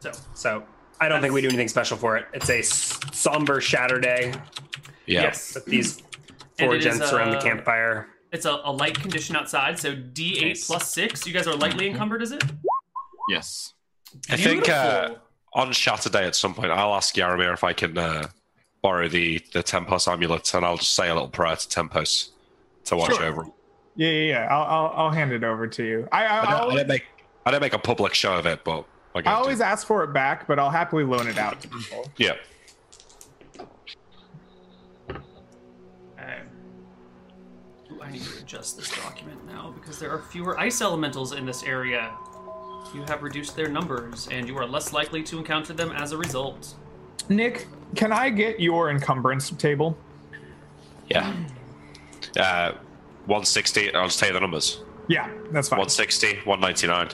B: So,
C: So I don't think we do anything special for it. It's a s- somber Saturday.
F: Yeah.
B: yes.
C: with these
B: And
C: four
B: it is,
C: gents around the
B: uh,
C: campfire.
B: It's a, a light condition outside, so D8
C: Nice.
B: plus 6. You guys are lightly encumbered, is it?
E: yes.
F: I think uh,
B: Beautiful.
F: on Saturday at some point, I'll ask Yaramir if I can uh, borrow the, the Tempos amulet and I'll just say a little prayer to Tempos to watch
D: Sure.
F: over.
D: Yeah, yeah, yeah. I'll, I'll, I'll hand it over to you. I, I,
F: I
D: I,
F: don't, I
D: always,
F: don't make I don't make a public show of it, but like
D: I
F: do.
D: always ask for it back, but I'll happily loan it out to people.
F: yeah.
B: Alright. Ooh, I need to adjust this document now because there are fewer ice elementals in this area. You have reduced their numbers, and you are less likely to encounter them as a result.
D: Nick, can I get your encumbrance table?
F: Yeah. Uh, 160, I'll just tell you the numbers
D: Yeah, that's fine.
F: 160, 199,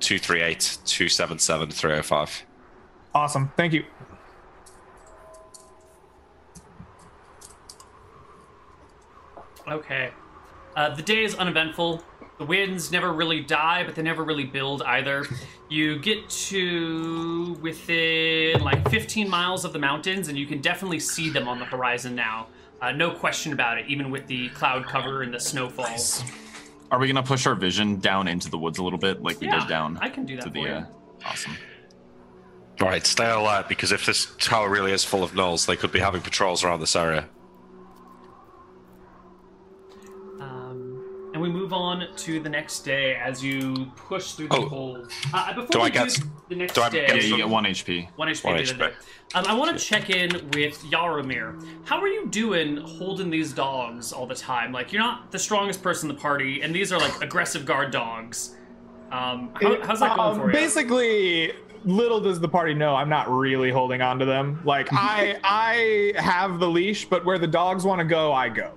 F: 238, 277, 305.
D: Awesome. Thank you.
B: Okay. Uh, the day is uneventful. The winds never really die, but they never really build either. You get to within like 15 miles of the mountains, and you can definitely see them on the horizon now. Uh, no question about it, even with the cloud cover and the snowfall.
E: Are we gonna push our vision down into the woods a little bit, like we
B: Yeah,
E: did down?
B: I can do that
E: To
B: for
E: the
B: you.
E: uh, awesome.
F: All right, stay alert because if this tower really is full of gnolls, they could be having patrols around this area.
B: Um, and we move on to the next day as you push through the
F: Oh.
B: cold. Uh, before
F: Do
B: we
F: I get-
B: do the next
F: do I
B: day,
F: get
E: Yeah, you get one HP.
B: One HP.
F: One
B: did it
F: HP.
B: there. Um, I want to check in with Yaromir. How are you doing holding these dogs all the time? Like, you're not the strongest person in the party, and these are like aggressive guard dogs. Um, how, how's that going
D: Um,
B: for you?
D: Basically, little does the party know I'm not really holding on to them. Like I, I have the leash, but where the dogs want to go, I go.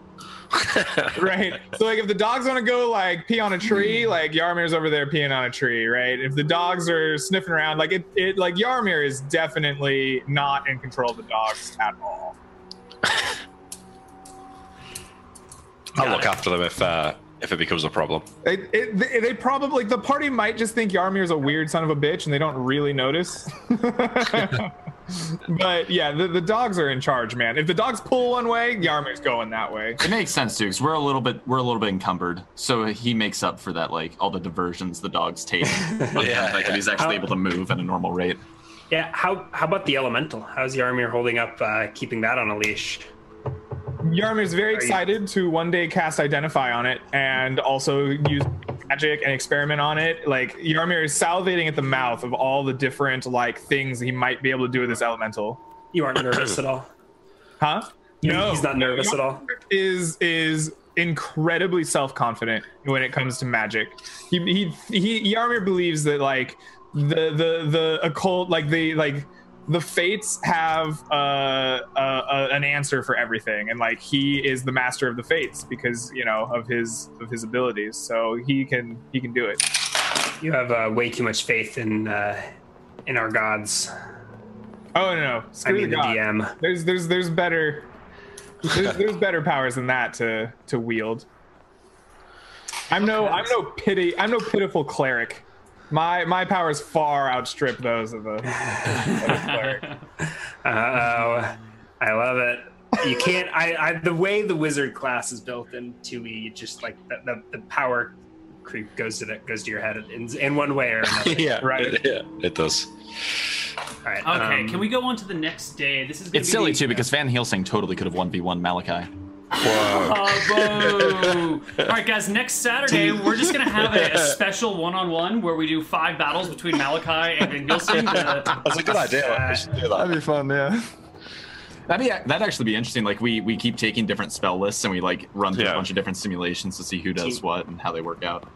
D: right. So like, if the dogs want to go, like pee on a
B: Hmm.
D: tree, like Yarmir's over there peeing on a tree, right? If the dogs are sniffing around, like it, it like Yarmir is definitely not in control of the dogs at all.
F: I'll look after them if uh, if it becomes a problem.
D: It, it, they, they probably like, the party might just think Yarmir's a weird son of a bitch, and they don't really notice. but yeah, the, the dogs are in charge, man. If the dogs pull one way, Yarmir's going that way.
E: It makes sense too, because we're a little bit we're a little bit encumbered, so he makes up for that like all the diversions the dogs take. yeah, like, that he's actually able to move at a normal rate.
C: Yeah. How how about the elemental? How's Yarmir holding up? Uh, keeping that on a leash.
D: Yarmir's very
C: you-
D: excited to one day cast Identify on it and also use magic and experiment on it. Like Yarmir is salivating at the mouth of all the different like things he might be able to do with this elemental.
C: You aren't nervous at all.
D: Huh? No,
C: he's not nervous at all.
D: is is incredibly self-confident when it comes to magic. He he, he Yarmir believes that like the the the occult like the like the fates have uh, uh, uh, an answer for everything, and like he is the master of the fates because you know of his of his abilities, so he can he can do it.
C: You have uh, way too much faith in uh, in our gods.
D: Oh no, no,
C: I
D: screw
C: mean
D: the
C: the
D: god.
C: DM.
D: There's there's there's better there's, there's better powers than that to to wield. I'm no I'm no pity I'm no pitiful cleric. My my powers far outstrip those of the, of the cleric.
C: Oh, I love it. You can't. I, I the way the wizard class is built in two E, you just like the, the, the power creep goes to that goes to your head in, in one way or another.
F: yeah,
D: Right.
F: Yeah, it does.
C: All right.
B: okay,
C: um,
B: can we go on to the next day? This is gonna
E: It's
B: be
E: silly
B: the-
E: too, because Van Helsing totally could have one v one Malachi.
F: Whoa.
B: Oh, whoa. All right, guys. Next Saturday, we're just gonna have a, a special one-on-one where we do five battles between Malachi and Van Gilson. The-
F: That's a good idea. We should do that.
G: be fun, yeah.
E: That'd be that'd actually be interesting. Like we we keep taking different spell lists and we like run through
F: Yeah.
E: a bunch of different simulations to see who does
C: Team-
E: what and how they work out.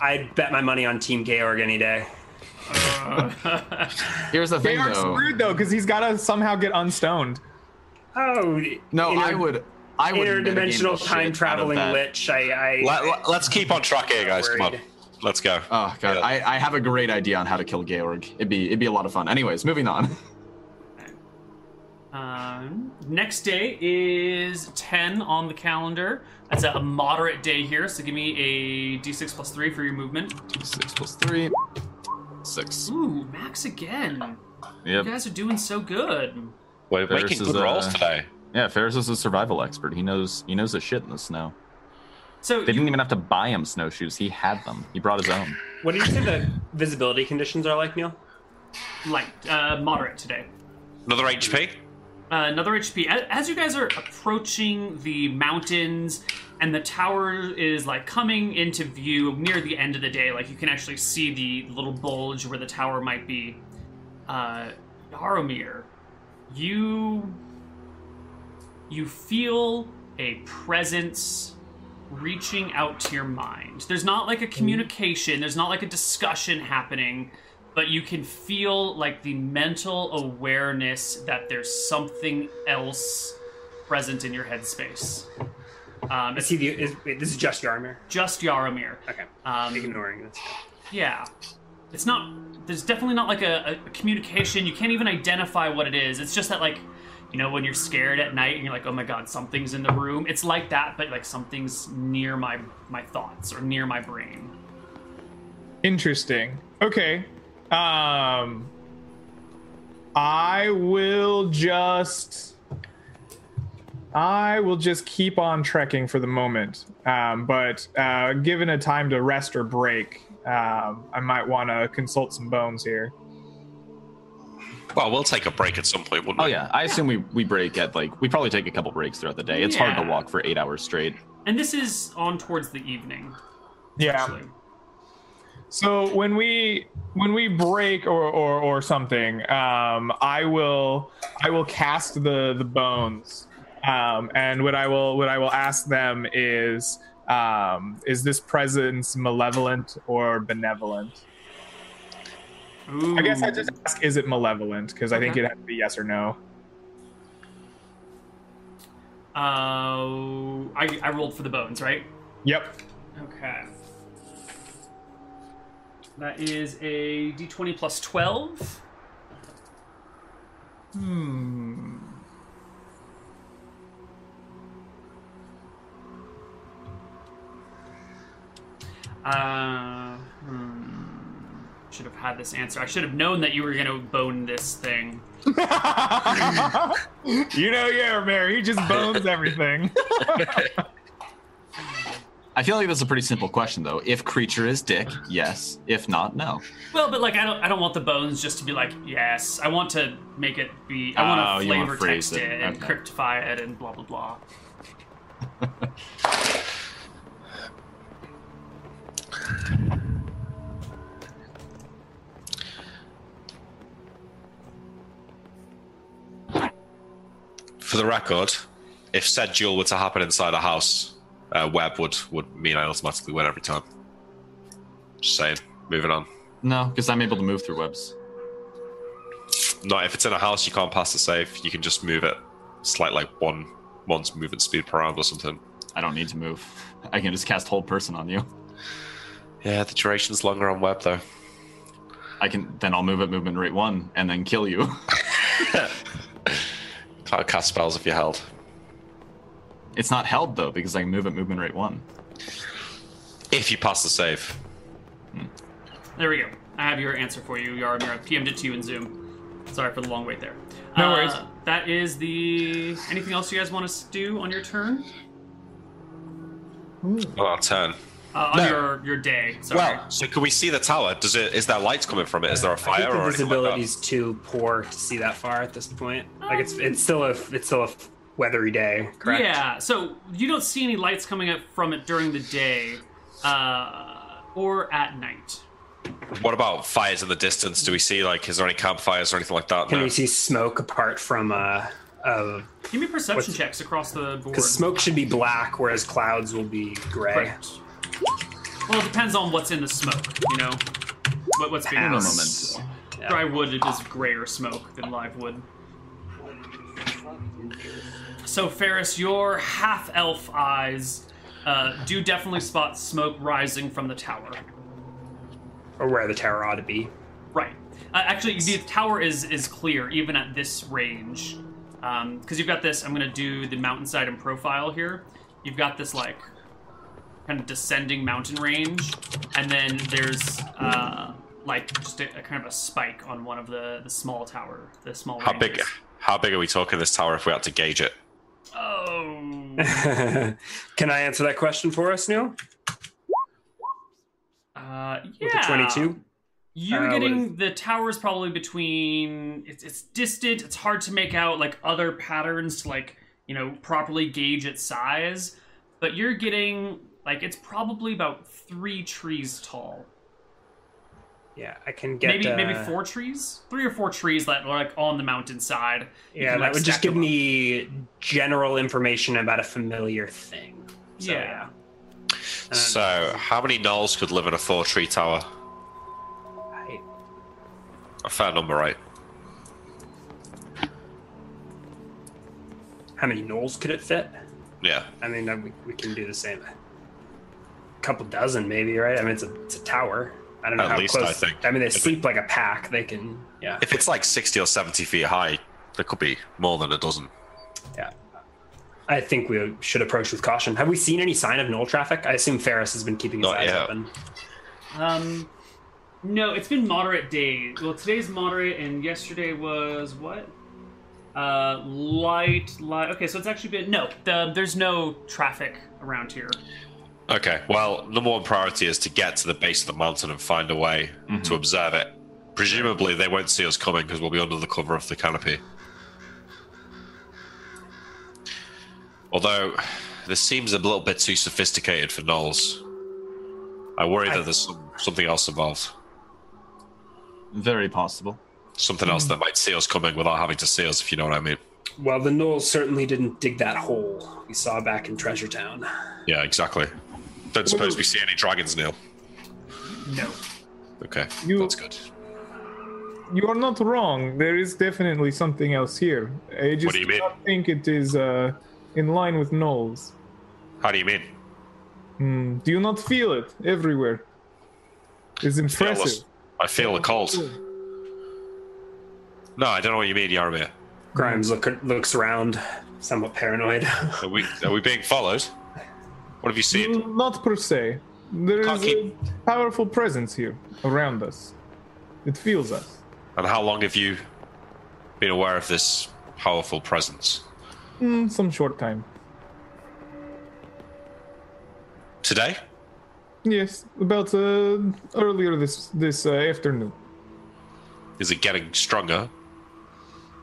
C: I'd bet my money on Team Georg any day.
E: Here's the
D: They
E: thing
D: are
E: though.
D: screwed though because he's got to somehow get unstoned.
C: Oh
E: No,
C: inter-
E: I would I would metagame the
C: interdimensional
E: shit out
C: time
E: of
C: traveling
E: that.
C: lich. I, I
F: Let, let, us keep on track here, guys. Come on.
C: Worried.
F: Let's go.
E: Oh god,
F: Yeah.
E: I, I have a great idea on how to kill Georg. It'd be it'd be a lot of fun. Anyways, moving on.
B: Um, next day is 10 on the calendar. That's a moderate day here, so give me a d6 plus 3 for your movement.
E: Six plus three, six.
B: Ooh, max again.
E: Yep.
B: You guys are doing so good.
F: We're
E: Ferris
F: making
E: is,
F: good
E: uh,
F: rolls today.
E: Yeah, Ferris is a survival expert. He knows he knows the shit in the snow.
B: So,
E: They
B: you-
E: didn't even have to buy him snowshoes. He had them. He brought his own.
C: what did you say the visibility conditions are like, Neil?
B: light, uh, moderate today.
F: Another HP?
B: Uh, another HP. As, as you guys are approaching the mountains, and the tower is like coming into view near the end of the day, like you can actually see the little bulge where the tower might be. Uh, Yaromir, you you feel a presence reaching out to your mind. There's not like a communication, there's not like a discussion happening, but you can feel like the mental awareness that there's something else present in your headspace. Um,
C: Is
B: it's
C: he the? Is, wait, this is just Yarmir.
B: just Yaromir.
C: Okay.
B: Um,
C: Ignoring this.
B: yeah. It's not, there's definitely not like a, a communication. You can't even identify what it is. It's just that, like, you know, when you're scared at night and you're like, oh my god, something's in the room. It's like that, but like something's near my my thoughts or near my brain.
D: Interesting. Okay. Um I will just I will just keep on trekking for the moment. Um, but uh, given a time to rest or break, um, I might want to consult some bones here.
F: Well, we'll take a break at some point, wouldn't
E: Oh
F: we?
E: yeah, I assume we we break at like we probably take a couple breaks throughout the day. It's hard
B: Yeah.
E: to walk for eight hours straight.
B: And this is on towards the evening.
D: Yeah.
B: Actually.
D: So when we when we break or or, or something, um, I will I will cast the the bones, um, and what I will what I will ask them is um, is this presence malevolent or benevolent?
B: Ooh.
D: I guess I just ask is it malevolent because I think
B: Okay.
D: it has to be yes or no.
B: Uh, I, I rolled for the bones, right?
D: Yep.
B: Okay. That is a d20 plus 12. Hmm. Uh, hmm. Should have had this answer. I should have known that you were going to bone this thing.
D: you know, yeah, Mary. He just bones everything.
E: I feel like that's a pretty simple question though. If creature is dick, yes. If not, no.
B: Well, but like I don't, I don't want the bones just to be like yes. I want to make it be. I
E: Oh,
B: want to
E: you wanna
B: flavor
E: phrase
B: text it,
E: it.
B: and
E: Okay.
B: cryptify it and blah blah blah.
F: For the record, if said duel were to happen inside a house, uh, Web would would mean I automatically win every time. Just saying. Moving on.
E: No, because I'm able to move through webs.
F: Not if it's in a house, you can't pass the save. You can just move it. It's like like one one's movement speed per round or something.
E: I don't need to move. I can just cast hold person on you.
F: Yeah, the duration's longer on Web though.
E: I can then I'll move at movement rate one and then kill you.
F: Can't cast spells if you're held.
E: It's not held though because I can move at movement rate one.
F: If you pass the save.
B: There we go. I have your answer for you, Yaramir. PM to you in Zoom. Sorry for the long wait there.
D: No
B: Uh,
D: worries.
B: That is the. Anything else you guys want to do on your turn?
F: Well, I'll turn.
B: Uh, on
F: No.
B: your your day. Sorry.
F: Well, so can we see the tower? Does it? Is there lights coming from it? Is there a
C: I
F: fire
C: think the
F: or anything like that?
C: visibility's too poor to see that far at this point. Like it's it's still a it's still a weathery day, correct?
B: Um, Yeah, so you don't see any lights coming up from it during the day uh, or at night.
F: What about fires in the distance? Do we see like? Is there any campfires or anything like that?
C: Can
F: No.
C: we see smoke apart from uh uh
B: Give me perception
C: What's-
B: checks across the board.
C: because smoke should be black, whereas clouds will be gray.
B: Correct. Well, it depends on what's in the smoke, you know? What, what's being
E: For a
C: House.
B: burnt.
E: moment.
B: Dry wood it is grayer smoke than live wood. So, Ferris, your half elf eyes uh, do definitely spot smoke rising from the tower.
C: Or where the tower ought to be.
B: Right. Uh, actually, the tower is is clear even at this range, because you've got this. I'm going to do the mountainside and profile here. You've got this like kind of descending mountain range, and then there's uh, like just a, a kind of a spike on one of the the small tower, the small.
F: How big?
B: ranges.
F: How big are we talking this tower if we had to gauge it?
B: Oh.
C: Can I answer that question for us, Neil?
B: Uh, yeah.
C: With a 22?
B: You're
C: Uh, what
B: getting the tower's probably between it's it's distant, it's hard to make out like other patterns to like, you know, properly gauge its size, but you're getting like it's probably about 3 trees tall.
C: Yeah, I can get
B: maybe
C: uh,
B: maybe four trees? 3 or 4 trees that are like on the mountainside. You
C: Yeah,
B: can,
C: that
B: like,
C: would just
B: stack
C: give
B: them up.
C: me general information about a familiar thing. So,
B: Yeah.
C: yeah. And
F: So, how many gnolls could live in a four tree tower?
C: I-
F: A fair number, right?
C: how many knolls could it fit?
F: Yeah.
C: I mean, uh, we, we can do the same. A couple dozen, maybe, right? I mean, it's a, it's a tower. I don't know
F: At
C: how
F: least,
C: close.
F: I think.
C: I mean, they
F: If it-
C: sleep like a pack. They can, yeah,
F: If it's like 60 or 70 feet high, there could be more than a dozen.
C: yeah. I think we should approach with caution. Have we seen any sign of knoll traffic? I assume Ferris has been keeping his
F: Not
C: eyes
F: yet.
C: open.
B: Um no, it's been moderate day. Well, today's moderate and yesterday was what? Uh light light. Okay, so it's actually been no, the, there's no traffic around here.
F: Okay, well, number one priority is to get to the base of the mountain and find a way to observe it. Presumably, they won't see us coming because we'll be under the cover of the canopy. Although, this seems a little bit too sophisticated for Knowles. I worry that there's some, something else involved.
E: Very possible.
F: Something else that might see us coming without having to see us, if you know what I mean.
C: Well, the knolls certainly didn't dig that hole we saw back in Treasure Town.
F: Yeah, exactly. Don't suppose we see any dragons, Neil.
B: No.
F: Okay,
D: You-
F: that's good.
D: You are not wrong. There is definitely something else here. I just
F: do you mean?
D: not think it is uh, in line with Knowles.
F: How do you mean?
D: Hmm. Do you not feel it everywhere? It's
F: Feel
D: impressive.
F: us- I feel the cold. No, I don't know what you mean, Yaramir.
C: Grimes look, looks around, somewhat paranoid.
F: Are we are we being followed? What have you seen?
D: Not per se. There is
F: Can't
D: a powerful presence here around us. It feels us.
F: And how long have you been aware of this powerful presence?
D: Hmm, some short time.
F: Today?
D: Yes, about uh, earlier this this uh, afternoon.
F: Is it getting stronger?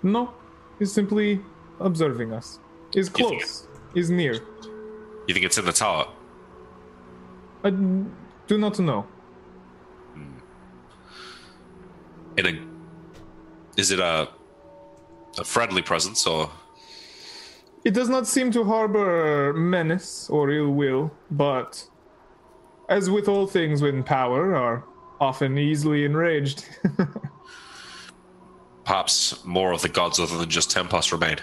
D: No, it's simply observing us. Is
F: You think-
D: close. Is near.
F: You think it's in the tower?
D: I do not know.
F: In a is it a a friendly presence or
D: It does not seem to harbor menace or ill will, but as with all things when power are often easily enraged.
F: perhaps more of the gods other than just Tempest remain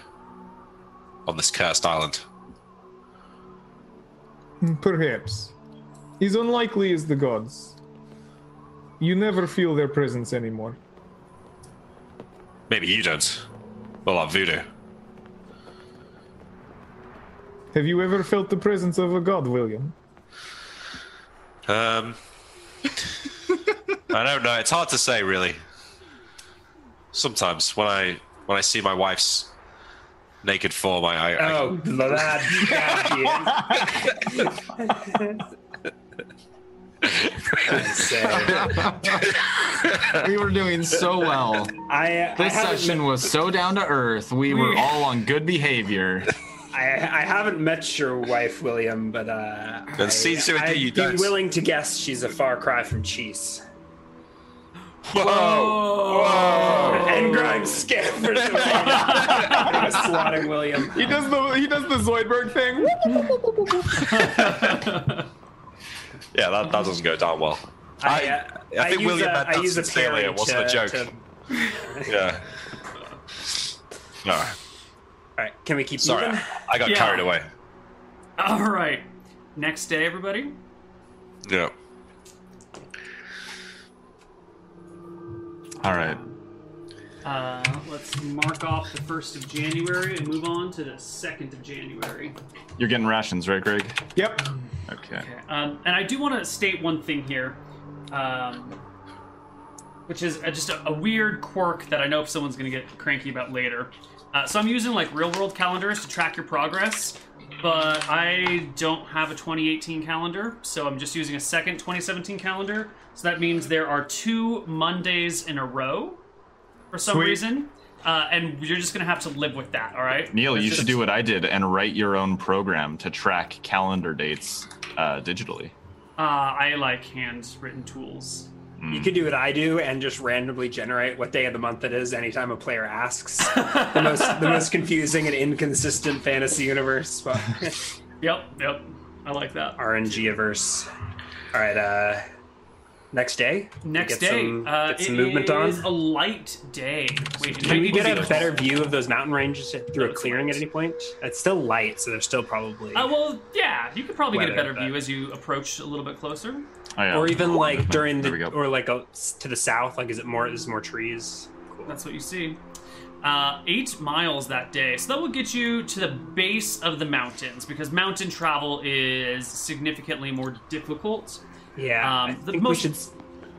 F: on this cursed island?
D: Perhaps. He's unlikely as the gods. You never feel their presence anymore.
F: Maybe you don't. Well, that voodoo.
D: Have you ever felt the presence of a god, William?
F: Um, I don't know. It's hard to say, really. Sometimes when I when I see my wife's naked form, I, I, I
C: Oh, that, that is. I say,
G: we were doing so well.
C: I, I,
G: This
C: haven't
G: session
C: met,
G: was so down to earth. We were all on good behavior.
C: I, I haven't met your wife, William, but uh, I,
F: That seems to indicate
C: I'd
F: you
C: be
F: don't.
C: willing to guess she's a far cry from cheese.
F: whoa.
G: Oh.
C: And Grimes scampers away, swatting William.
D: He does the he does the Zoidberg thing.
F: Yeah, that, that doesn't go down well.
C: I, uh,
F: I think
C: use
F: William
C: a-
F: meant
C: I
F: that
C: use a
F: sincerely,
C: parry
F: it wasn't a
C: to-
F: joke.
C: to-
F: Yeah. No,
C: all right, can we keep
F: sorry,
C: moving?
F: I, I got
B: Yeah.
F: carried away.
B: All right. Next day, everybody.
F: Yeah.
E: All right.
B: Uh, let's mark off the first of January and move on to the second of January.
E: You're getting rations, right, Greg?
D: Yep.
E: Okay.
B: Okay. Um, and I do want to state one thing here, um, which is uh just a, a weird quirk that I know if someone's going to get cranky about later. Uh, so I'm using like real world calendars to track your progress. but I don't have a 2018 calendar, so I'm just using a second 2017 calendar. So that means there are two Mondays in a row for some
D: Sweet.
B: reason. Uh, and you're just gonna have to live with that, all right?
E: Neil,
B: That's
E: you
B: just-
E: should do what I did and write your own program to track calendar dates uh, digitally.
B: Uh, I like handwritten tools.
C: You could do what I do and just randomly generate what day of the month it is anytime a player asks. the most the most confusing and inconsistent fantasy universe. But
B: Yep, yep. I like that.
C: RNG averse. All right. Uh, next day. We
B: Next
C: get
B: day,
C: some,
B: uh,
C: get
B: it
C: some movement on.
B: is a light day. Wait,
C: Can we get a
B: movie-
C: better view of those mountain ranges through a
B: Those
C: clearing at
B: lights.
C: any point? It's still light, so they're still probably.
B: Uh, well, yeah, you could probably get a
C: Weather,
B: better
C: but-
B: view as you approach a little bit closer.
E: Oh, yeah.
C: or even like during
E: There we
C: the
E: go.
C: or like a, to the south. Like, is it more? Is more trees?
B: That's what you see. Uh, eight miles that day. So that will get you to the base of the mountains because mountain travel is significantly more difficult
C: Yeah.
B: Um,
C: I
B: the
C: think
B: most-
C: we should. s-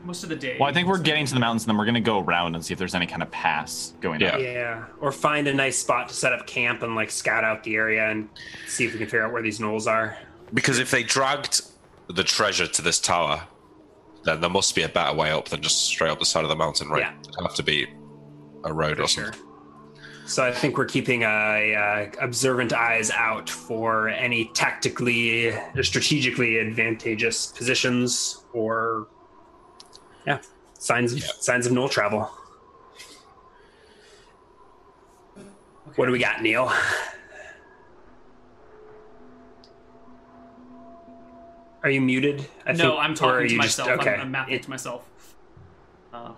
B: most of the day.
E: Well, I think we're getting to the mountains, and then we're gonna go around and see if there's any kind of pass going
F: Yeah.
E: up.
C: Yeah, or find a nice spot to set up camp and like scout out the area and see if we can figure out where these knolls are.
F: Because if they dragged the treasure to this tower, then there must be a better way up than just straight up the side of the mountain, right?
C: Yeah.
F: It'd have to be a road or something.
C: So I think we're keeping a, uh observant eyes out for any tactically, strategically advantageous positions or yeah, signs of signs of knoll travel. What do we got, Neil? Are you muted? I
B: no,
C: think-
B: I'm
C: or are
B: talking to
C: you just-
B: myself.
C: okay.
B: I'm, I'm mapping it to myself. Uh,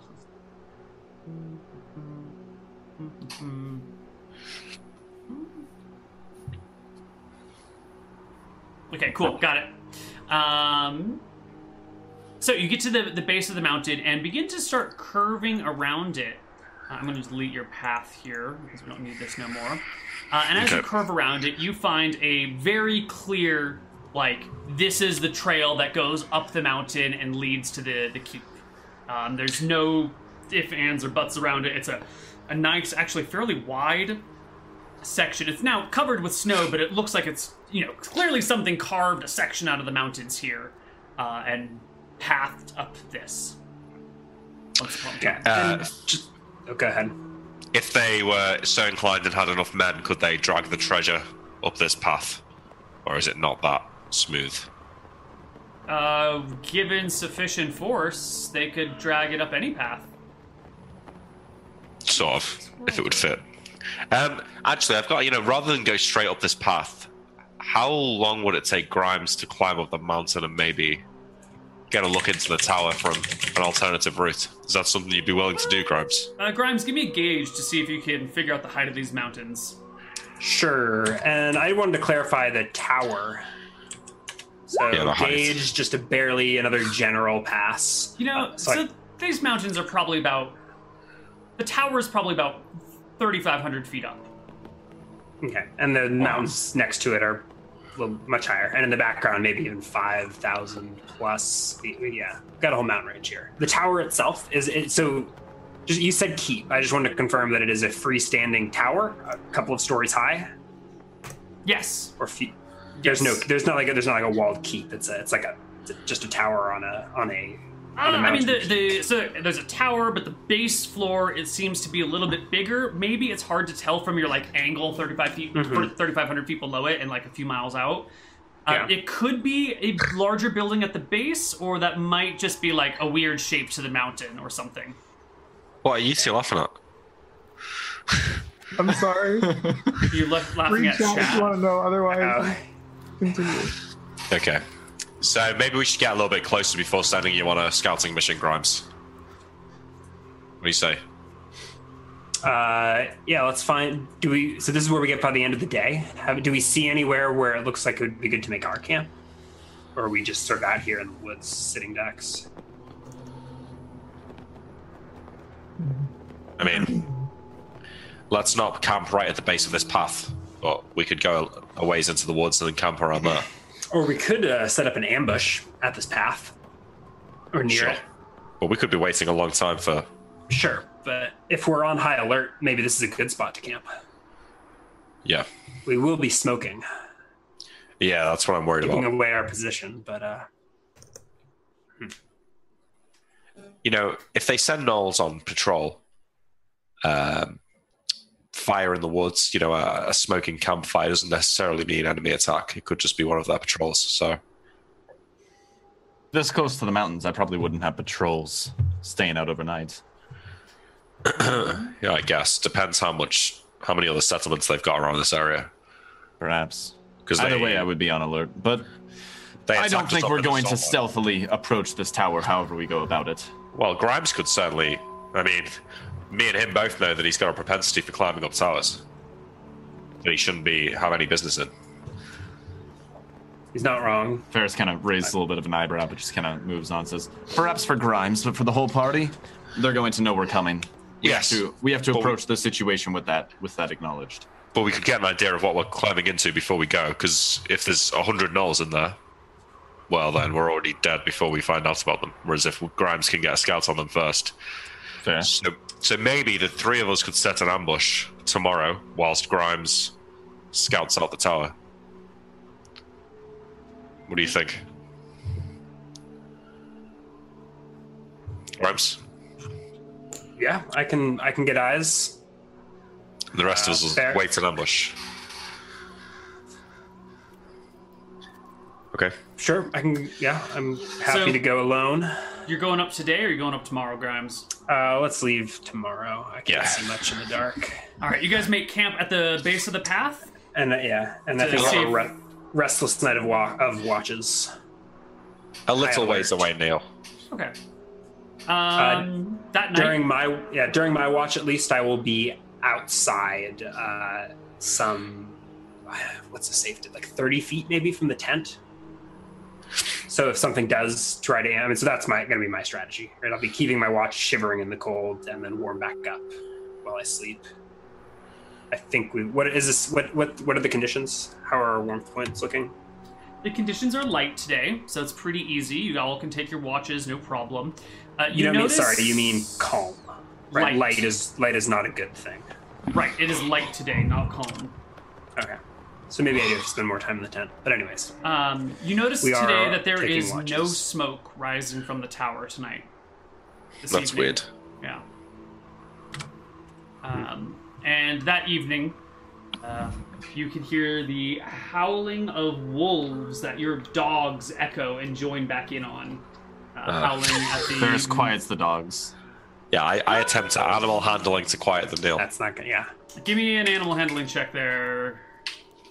B: okay, cool. Got it. Um, so you get to the, the base of the mountain and begin to start curving around it. Uh, I'm going to delete your path here because we don't need this no more. Uh, and as you
F: Okay.
B: curve around it, you find a very clear, like, this is the trail that goes up the mountain and leads to the, the keep. Um, there's no if, ands, or buts around it. It's a, a nice, actually fairly wide section. It's now covered with snow, but it looks like it's, you know, clearly something carved a section out of the mountains here uh, and pathed up this. Once upon a time.
C: Okay.
F: Uh,
C: Oh, go ahead.
F: if they were so inclined and had enough men, could they drag the treasure up this path? Or is it not that smooth?
B: Uh, given sufficient force, they could drag it up any path.
F: Sort of, if it would fit. Um, actually, I've got, you know, rather than go straight up this path, how long would it take Grimes to climb up the mountain and maybe get a look into the tower from an alternative route? Is that something you'd be willing to do, Grimes?
B: Uh, Grimes, give me a gauge to see if you can figure out the height of these mountains.
C: Sure, and I wanted to clarify the tower. So
F: Yeah, the height.
C: gauge just a barely another general pass.
B: You know,
C: Uh, so I-
B: so these mountains are probably about. The tower is probably about 3,500 feet up.
C: okay, and the mountains next to it are a little, much higher, and in the background maybe even five thousand plus. feet. Yeah, got a whole mountain range here. The tower itself is it, so. Just, you said keep. I just wanted to confirm that it is a freestanding tower, a couple of stories high,
B: Yes.
C: or few, there's no
B: Yes.
C: there's not like a, there's not like a walled keep. It's a it's like a it's just a tower on a on a
B: Uh,
C: on a
B: I mean,
C: mountain.
B: the, the so there's a tower, but the base floor it seems to be a little bit bigger. Maybe it's hard to tell from your like angle, 35 feet,
C: Mhm.
B: 3,500 feet below it, and like a few miles out. Uh,
C: Yeah.
B: It could be a larger building at the base, or that might just be like a weird shape to the mountain or something.
F: What are you two laughing at?
D: I'm sorry.
B: You're left laughing at
D: Reach out if you
B: Chad.
D: want to know. Otherwise,
C: Oh.
D: continue.
F: Okay. So maybe we should get a little bit closer before sending you on a scouting mission, Grimes. What do you say?
C: Uh, yeah, let's find. Do we? So this is where we get by the end of the day. Have, do we see anywhere where it looks like it would be good to make our camp, or are we just sort of out here in the woods, sitting ducks?
F: I mean, let's not camp right at the base of this path, but we could go a ways into the woods and then camp around there.
C: Or we could uh, set up an ambush at this path, or near it.
F: But we could be waiting a long time for.
C: Sure, but if we're on high alert, maybe this is a good spot to camp.
F: Yeah.
C: We will be smoking.
F: Yeah, that's what I'm worried
C: giving
F: about.
C: away our position, but uh,
F: You know, if they send Knowles on patrol, um, fire in the woods, you know, a, a smoking campfire doesn't necessarily mean enemy attack. It could just be one of their patrols. So,
E: This close to the mountains, I probably wouldn't have patrols staying out overnight.
F: yeah, I guess depends how much, how many other settlements they've got around this area.
E: Perhaps.
F: Because
E: Either way, I would be on alert. But
F: They
E: I don't
F: attacked us
E: think
F: up
E: we're
F: in the
E: going to
F: summer.
E: stealthily approach this tower, however we go about it.
F: Well, Grimes could certainly. I mean, me and him both know that he's got a propensity for climbing up towers that he shouldn't be have any business in.
C: he's not wrong.
E: Ferris kind of raises a little bit of an eyebrow, but just kind of moves on. and Says, "Perhaps for Grimes, but for the whole party, they're going to know we're coming. We
F: Yes.
E: have to, we have to
F: But-
E: approach the situation with that with that acknowledged.
F: But we could get an idea of what we're climbing into before we go, because if there's a hundred gnolls in there, well, then we're already dead before we find out about them. Whereas if Grimes can get a scout on them first,
E: Fair.
F: so so maybe the three of us could set an ambush tomorrow whilst Grimes scouts out the tower. What do you think, Grimes?
C: Yeah, I can I can get eyes.
F: The rest of us
C: Uh,
F: will
C: fair.
F: wait an ambush. Okay.
C: Sure, I can. Yeah, I'm happy
B: So-
C: to go alone.
B: You're going up today, or you're going up tomorrow, Grimes?
C: Uh, let's leave tomorrow. I can't
F: Yeah.
C: see much in the dark.
B: All right, you guys make camp at the base of the path.
C: And uh, yeah, and I
B: To
C: think we'll have a
B: see-
C: re- restless night of wa- of watches.
F: A little ways
C: alert.
F: away, Neil.
B: Okay. Um, that night.
C: Uh, During my yeah during my watch at least, I will be outside. Uh, some what's the safety like thirty feet maybe from the tent. So if something does try to, I mean, so that's my gonna be my strategy. Right, I'll be keeping my watch shivering in the cold and then warm back up while I sleep. I think we. What is this? What what what are the conditions? How are our warmth points looking?
B: The conditions are light today, so it's pretty easy. You all can take your watches, no problem. Uh, you
C: You, don't
B: notice,
C: mean sorry, you mean calm. Right?
B: Light.
C: Light. is light is not a good thing.
B: right? It is light today, not calm.
C: Okay. So maybe I do have to spend more time in the tent. But anyways.
B: Um, you notice
C: We are
B: today that there
C: taking
B: is no
C: watches.
B: smoke rising from the tower tonight. This
F: That's
B: evening.
F: weird.
B: Yeah. Um, and that evening, uh, you can hear the howling of wolves that your dogs echo and join back in on. Uh, howling at the
E: Ferris quiets the dogs.
F: Yeah, I, I attempt animal handling to quiet them, Neil.
C: That's not good. Yeah.
B: Give me an animal handling check there,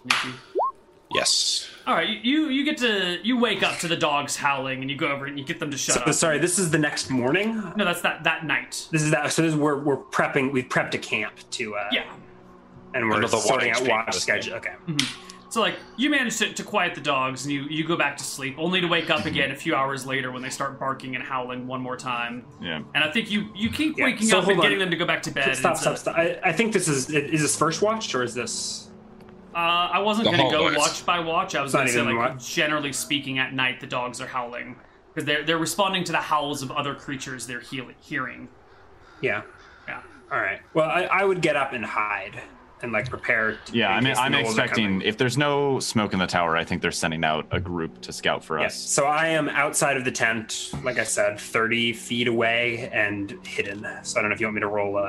B: Nikki.
F: Yes.
B: All right, you you get to you wake up to the dogs howling, and you go over and you get them to shut
C: So,
B: up.
C: sorry, this is the next morning.
B: No, that's that that night.
C: This is that. So this is we're we're prepping. We've prepped a camp to. Uh,
B: Yeah.
C: And we're
F: Another
C: sorting
F: watch
C: out
F: being
C: watch
F: listed.
C: schedule. Okay.
B: So like you manage to, to quiet the dogs, and you you go back to sleep, only to wake up again a few hours later when they start barking and howling one more time.
E: Yeah.
B: And I think you you keep
C: Yeah,
B: waking
C: so
B: up and
C: hold on.
B: getting them to go back to bed.
C: Stop.
B: and
C: Stop.
B: so-
C: Stop. I, I think this is it- is this first watch or is this?
B: Uh, I wasn't
F: The
B: gonna go
F: hallways.
B: watch by watch. I was
C: Not
B: gonna say
C: even
B: like
C: wa-
B: generally speaking, at night the dogs are howling because they're they're responding to the howls of other creatures they're heal- hearing.
C: Yeah.
B: Yeah.
C: All right. Well, I, I would get up and hide and like prepare. To,
E: Yeah,
C: in
E: I mean,
C: case the
E: I'm
C: gnolls are coming.
E: expecting if there's no smoke in the tower, I think they're sending out a group to scout for
C: Yes.
E: us.
C: So I am outside of the tent, like I said, 30 feet away and hidden. So I don't know if you want me to roll a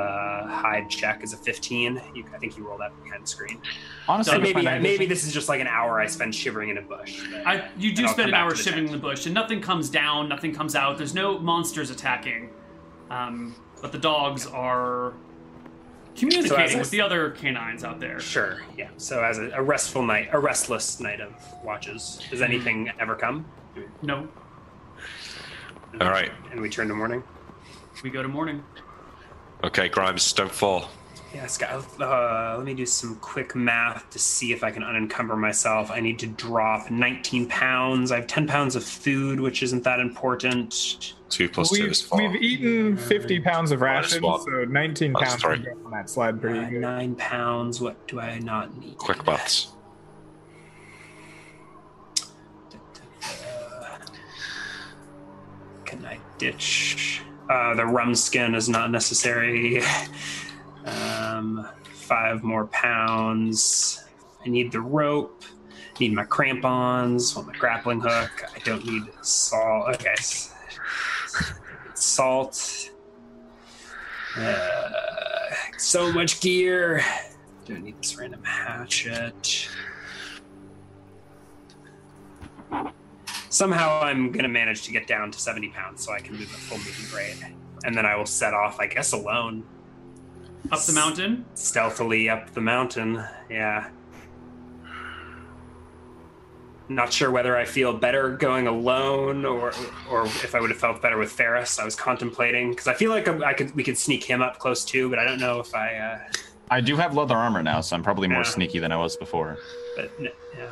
C: hide check as a 15. You, I think you roll that behind the screen.
E: Honestly,
C: So
E: with my
C: maybe
E: night
C: maybe
E: vision-
C: this is just like an hour I spend shivering in a bush. but-
B: I, you do
C: And I'll
B: spend
C: come
B: an
C: back
B: hour
C: to the
B: shivering in
C: tent.
B: the bush, and nothing comes down, nothing comes out. There's no monsters attacking, um, but the dogs are communicating
C: I-
B: with the other canines out there.
C: Sure. Yeah. So as a, a restful night, a restless night of watches. Does anything ever come?
B: No,
F: All right.
C: And we turn to morning.
B: we go to morning.
F: Okay, Grimes, don't fall.
C: Yeah, Scott, uh, let me do some quick math to see if I can unencumber myself. I need to drop 19 pounds. I have 10 pounds of food, which isn't that important.
F: Two plus two
D: We've,
F: is four.
D: we've eaten 50 pounds of
F: Minus
D: rations,
F: one.
D: so 19
F: Minus
D: pounds
F: three.
D: would go on that slide
C: Uh,
D: pretty good.
C: nine pounds. What do I not need?
F: Quick maths.
C: Uh, Can I ditch? Uh, the rum skin is not necessary. Um, five more pounds. I need the rope. Need my crampons, want my grappling hook. I don't need salt. Okay. s- Salt. Uh, so much gear. Don't need this random hatchet. Somehow I'm gonna manage to get down to 70 pounds so I can move at full movement rate. And then I will set off, I guess, alone,
B: Up the mountain.
C: stealthily up the mountain. Yeah. Not sure whether I feel better going alone or or if I would have felt better with Ferris. I was contemplating because I feel like I, I could we could sneak him up close too, but I don't know if I. Uh,
E: I do have leather armor now, so I'm probably more
C: Yeah.
E: sneaky than I was before.
C: but n- yeah,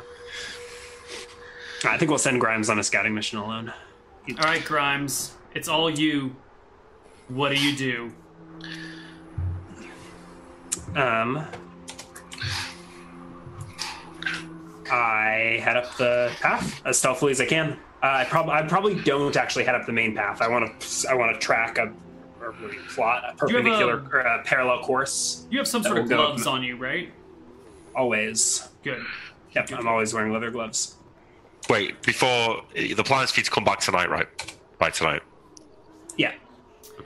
C: I think we'll send Grimes on a scouting mission alone.
B: All right, Grimes, it's all you. What do you do?
C: Um, I head up the path as stealthily as I can. Uh, I probably I probably don't actually head up the main path. I want to I want to track a or really plot a
B: you have um, a-
C: perpendicular or a parallel course
B: You have some sort
C: will
B: of
C: go up
B: gloves
C: the-
B: on you, right?
C: always.
B: Good.
C: Yep, I'm always wearing leather gloves.
F: Wait, before the plan is for you to come back tonight, right? By tonight.
C: Yeah.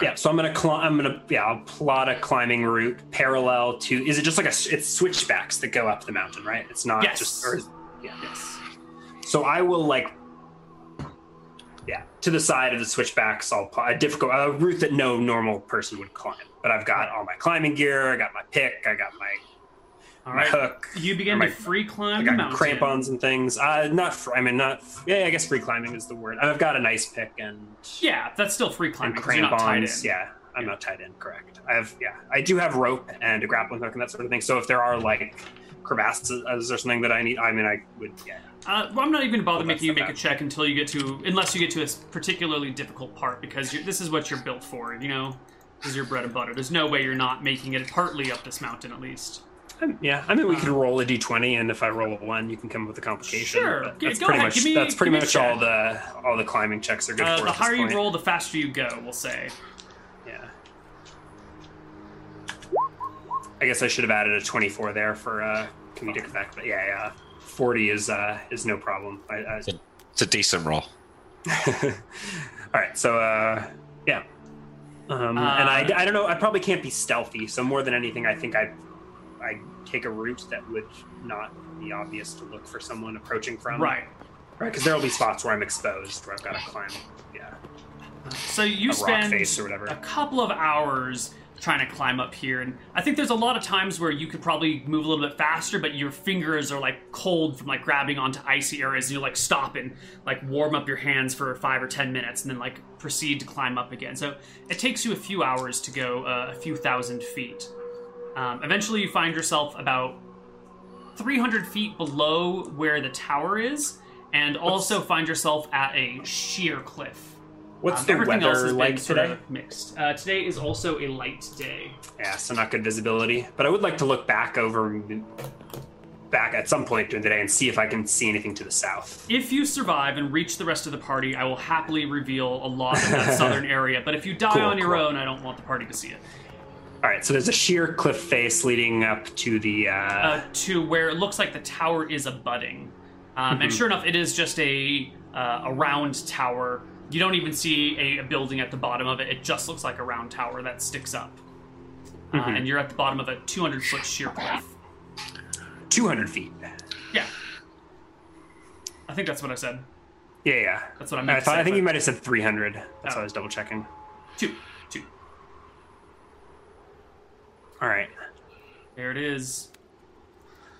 C: Yeah, so I'm gonna cl- I'm gonna yeah I'll plot a climbing route parallel to is it just like a s- it's switchbacks that go up the mountain right it's not
B: Yes.
C: just or
B: Yes.
C: So I will like, yeah, to the side of the switchbacks. I'll pl- a difficult a route that no normal person would climb. But I've got all my climbing gear. I got my pick. I got my,
B: All
C: my
B: right.
C: hook.
B: You begin to
C: Or my-
B: free climb
C: I
B: the
C: got
B: mountain.
C: crampons and things. Uh, not. Fr- I mean, not. Yeah, I guess free climbing is the word. I've got a nice pick and
B: Yeah, that's still free climbing.
C: and
B: 'cause You're not tied in.
C: crampons. Yeah, I'm not tied in. Correct. I have. Yeah, I do have rope and a grappling hook and that sort of thing. So if there are like crevasses or something that I need, I mean, I would. Yeah.
B: Uh, well, I'm not even going to bother
C: Well, that's
B: making you
C: the
B: make a
C: fact.
B: check until you get to, unless you get to a s- particularly difficult part, because you're, this is what you're built for. You know, this is your bread and butter. There's no way you're not making it partly up this mountain, at least.
C: Um, Yeah, I mean, we could roll a d20, and if I roll a one, you can come up with a complication.
B: Sure.
C: but
B: G-
C: that's
B: go
C: pretty
B: ahead,
C: much
B: give me-
C: that's pretty
B: give me a
C: much all the all the climbing checks are good
B: Uh,
C: for.
B: the
C: at this
B: higher you
C: point.
B: roll, the faster you go. We'll say.
C: yeah. I guess I should have added a 24 there for uh, comedic effect, but yeah, yeah, 40 is uh, is no problem. I, I,
F: It's a decent roll.
C: all right, so uh, yeah, um, and I,
B: Uh,
C: I don't know. I probably can't be stealthy, so more than anything, I think I I take a route that would not be obvious to look for someone approaching from.
B: Right.
C: right? Because there will be spots where I'm exposed, where I've got to climb, yeah,
B: So you
C: a rock
B: spend
C: face or whatever.
B: a couple of hours trying to climb up here and i think there's a lot of times where you could probably move a little bit faster but your fingers are like cold from like grabbing onto icy areas and you like stop and like warm up your hands for five or ten minutes and then like proceed to climb up again so it takes you a few hours to go uh, a few thousand feet um, eventually you find yourself about 300 feet below where the tower is and also find yourself at a sheer cliff
C: What's
B: um,
C: the
B: everything else
C: weather
B: has
C: like
B: been sort of
C: today?
B: mixed. Uh, today is also a light day.
C: Yeah, so not good visibility. But I would like to look back over, back at some point during the day and see if I can see anything to the south.
B: If you survive and reach the rest of the party, I will happily reveal a lot of that southern area. But if you die
C: Cool,
B: on your
C: cool.
B: own, I don't want the party to see it.
C: All right, so there's a sheer cliff face leading up to the. Uh,
B: Uh, to where it looks like the tower is abutting, um,
C: Mm-hmm.
B: and sure enough, it is just a uh, a round tower. You don't even see a, a building at the bottom of it. It just looks like a round tower that sticks up, uh,
C: Mm-hmm.
B: and you're at the bottom of a 200 foot sheer cliff.
C: 200 feet.
B: Yeah, I think that's what I said.
C: Yeah, yeah.
B: That's what I meant
C: I,
B: to
C: thought,
B: say,
C: I think
B: but-
C: you might have said 300. That's
B: Oh.
C: why I was double checking.
B: Two, two.
C: All right.
B: There it is.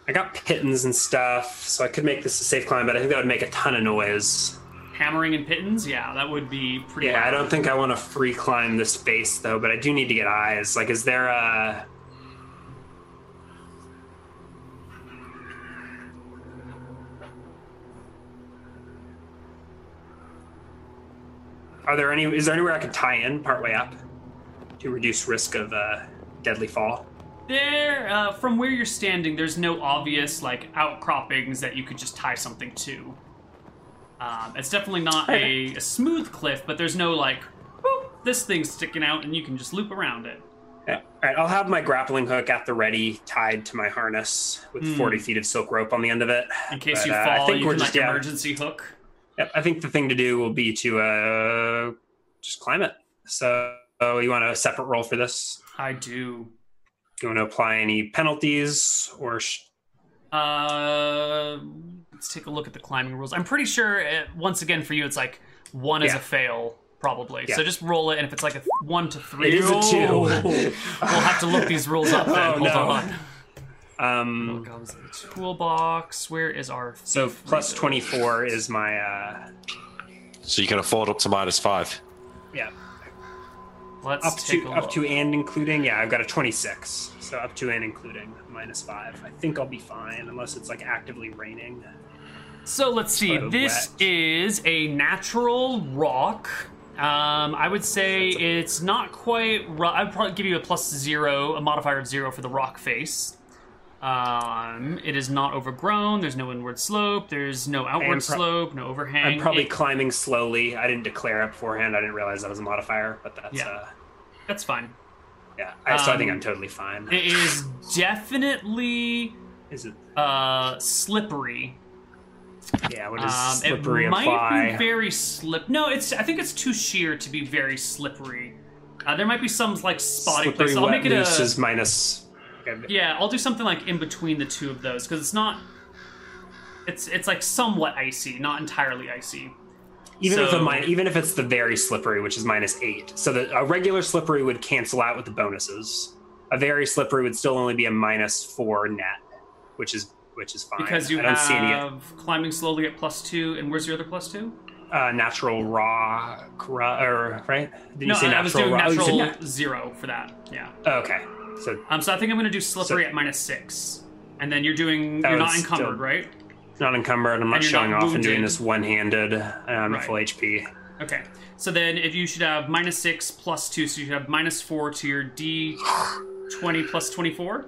C: I got pittons and stuff, so I could make this a safe climb, but I think that would make a ton of noise.
B: Hammering and pittons, yeah, that would be pretty.
C: Yeah, I
B: loud.
C: don't think I want to free climb this base though, but I do need to get eyes. Like, is there a? Are there any? Is there anywhere I could tie in partway up to reduce risk of uh, deadly fall?
B: There, uh, from where you're standing, there's no obvious like outcroppings that you could just tie something to. Um, it's definitely not a, a smooth cliff, but there's no like, boop, this thing's sticking out, and you can just loop around it.
C: Yeah. All right, I'll have my grappling hook at the ready, tied to my harness with 40 feet of silk rope on the end of it.
B: In case
C: But,
B: you
C: uh,
B: fall,
C: I think
B: you
C: we're
B: can
C: just
B: like
C: yeah,
B: emergency hook.
C: Yep, I think the thing to do will be to uh, just climb it. So oh, you want a separate roll for this?
B: I do.
C: You want to apply any penalties or? Sh-
B: Uh, let's take a look at the climbing rules. I'm pretty sure it, once again for you, it's like one is
C: Yeah.
B: a fail probably.
C: Yeah.
B: So just roll it, and if it's like a th- one to three, oh,
C: it is a two.
B: we'll have to look these rules up. Then.
C: Oh,
B: Hold
C: no.
B: on.
C: um,
B: Comes the toolbox. Where is our?
C: so plus
B: resource?
C: 24 is my uh,
F: So you can afford up to minus five.
C: yeah
B: Let's
C: up
B: take
C: to
B: a
C: up
B: look.
C: to and including. Yeah, I've got a 26. So up to and including minus five. I think I'll be fine unless it's like actively raining.
B: So let's see.
C: Sort of
B: This
C: wet.
B: is a natural rock. Um, I would say it's not quite. Ru- I'd probably give you a plus zero, a modifier of zero for the rock face. Um, it is not overgrown. There's no inward slope. There's no outward
C: pro-
B: slope. No overhang.
C: I'm probably
B: It-
C: climbing slowly. I didn't declare it beforehand. I didn't realize that was a modifier, but that's
B: Yeah.
C: uh,
B: that's fine.
C: yeah. I, so I think
B: Um,
C: I'm totally fine.
B: It is definitely
C: Is it?
B: uh, slippery.
C: Yeah. What
B: Um,
C: is slippery
B: it might be
C: imply?
B: very slip. No, it's. I think it's too sheer to be very slippery. Uh, there might be some like spotty
C: slippery
B: places. I'll
C: wet
B: make it a.
C: loose is minus. okay,
B: Yeah, I'll do something like in between the two of those because it's not. It's it's like somewhat icy, not entirely icy.
C: Even if the
B: so-
C: min- even if it's the very slippery, which is minus eight, so the, a regular slippery would cancel out with the bonuses. A very slippery would still only be a minus four net, which is which is fine.
B: Because you
C: I don't
B: have
C: see any
B: climbing slowly at plus two, and where's your other plus two?
C: uh, natural raw, raw or right? Did
B: no,
C: you say
B: I,
C: natural
B: I was doing
C: raw? Oh, you
B: natural
C: said
B: zero for that. Yeah.
C: na- okay, so
B: Um. So I think I'm gonna do slippery at minus six, and then you're doing
C: That
B: you're
C: would
B: not
C: still-
B: encumbered, right?
C: not encumbered. I'm not
B: And you're
C: showing
B: not
C: off and doing
B: wounded.
C: this one-handed. I'm
B: Right.
C: at full HP.
B: Okay. So then if you should have minus six plus two, so you should have minus four to your D twenty plus twenty four.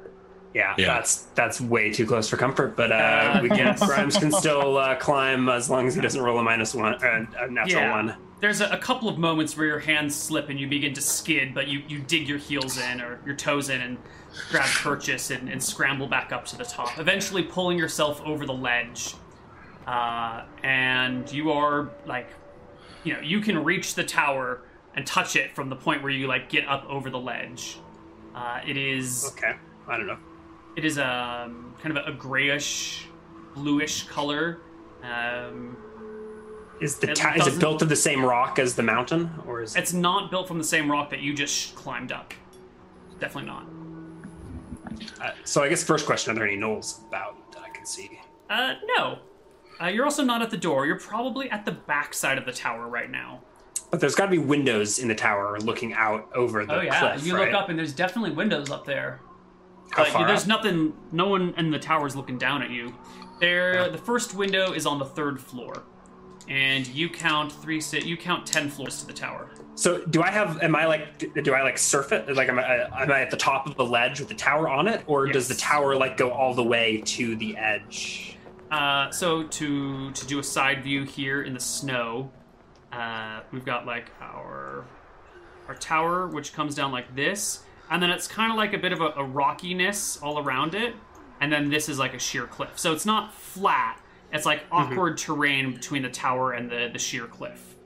C: Yeah,
F: Yeah.
C: that's that's way too close for comfort. But uh,
B: Uh,
C: we can,
B: yes.
C: Grimes can still uh, climb as long as he doesn't roll a minus one, uh, a natural
B: Yeah.
C: one.
B: There's a, a couple of moments where your hands slip and you begin to skid, but you, you dig your heels in or your toes in and grab purchase and, and scramble back up to the top, eventually pulling yourself over the ledge. Uh, and you are like, you know, you can reach the tower and touch it from the point where you like get up over the ledge. Uh, it is
C: Okay, I don't know.
B: it is um, kind of a, a grayish, bluish color. Um,
C: Is the
B: It
C: ta- is it
B: doesn't-
C: built of the same rock as the mountain, or is it?
B: It's not built from the same rock that you just climbed up. Definitely not.
C: Uh, so I guess first question: Are there any knolls about that I can see?
B: Uh, no. Uh, you're also not at the door. You're probably at the back side of the tower right now.
C: But there's got to be windows in the tower looking out over the
B: oh yeah,
C: cliff.
B: you
C: right?
B: look up and there's definitely windows up there.
C: How
B: but
C: far
B: there's
C: up?
B: nothing. No one in the tower's looking down at you. There, the first window is on the third floor, and you count three. si- You count ten floors to the tower.
C: So do I have? Am I like? d- Do I like surf it? Like am I? Am I at the top of the ledge with the tower on it, or does the
B: Yes.
C: tower like go all the way to the edge?
B: Uh, so to to do a side view here in the snow, uh, we've got like our our tower, which comes down like this, and then it's kind of like a bit of a, a rockiness all around it, and then this is like a sheer cliff. So it's not flat; it's like awkward terrain between the tower and the the sheer cliff.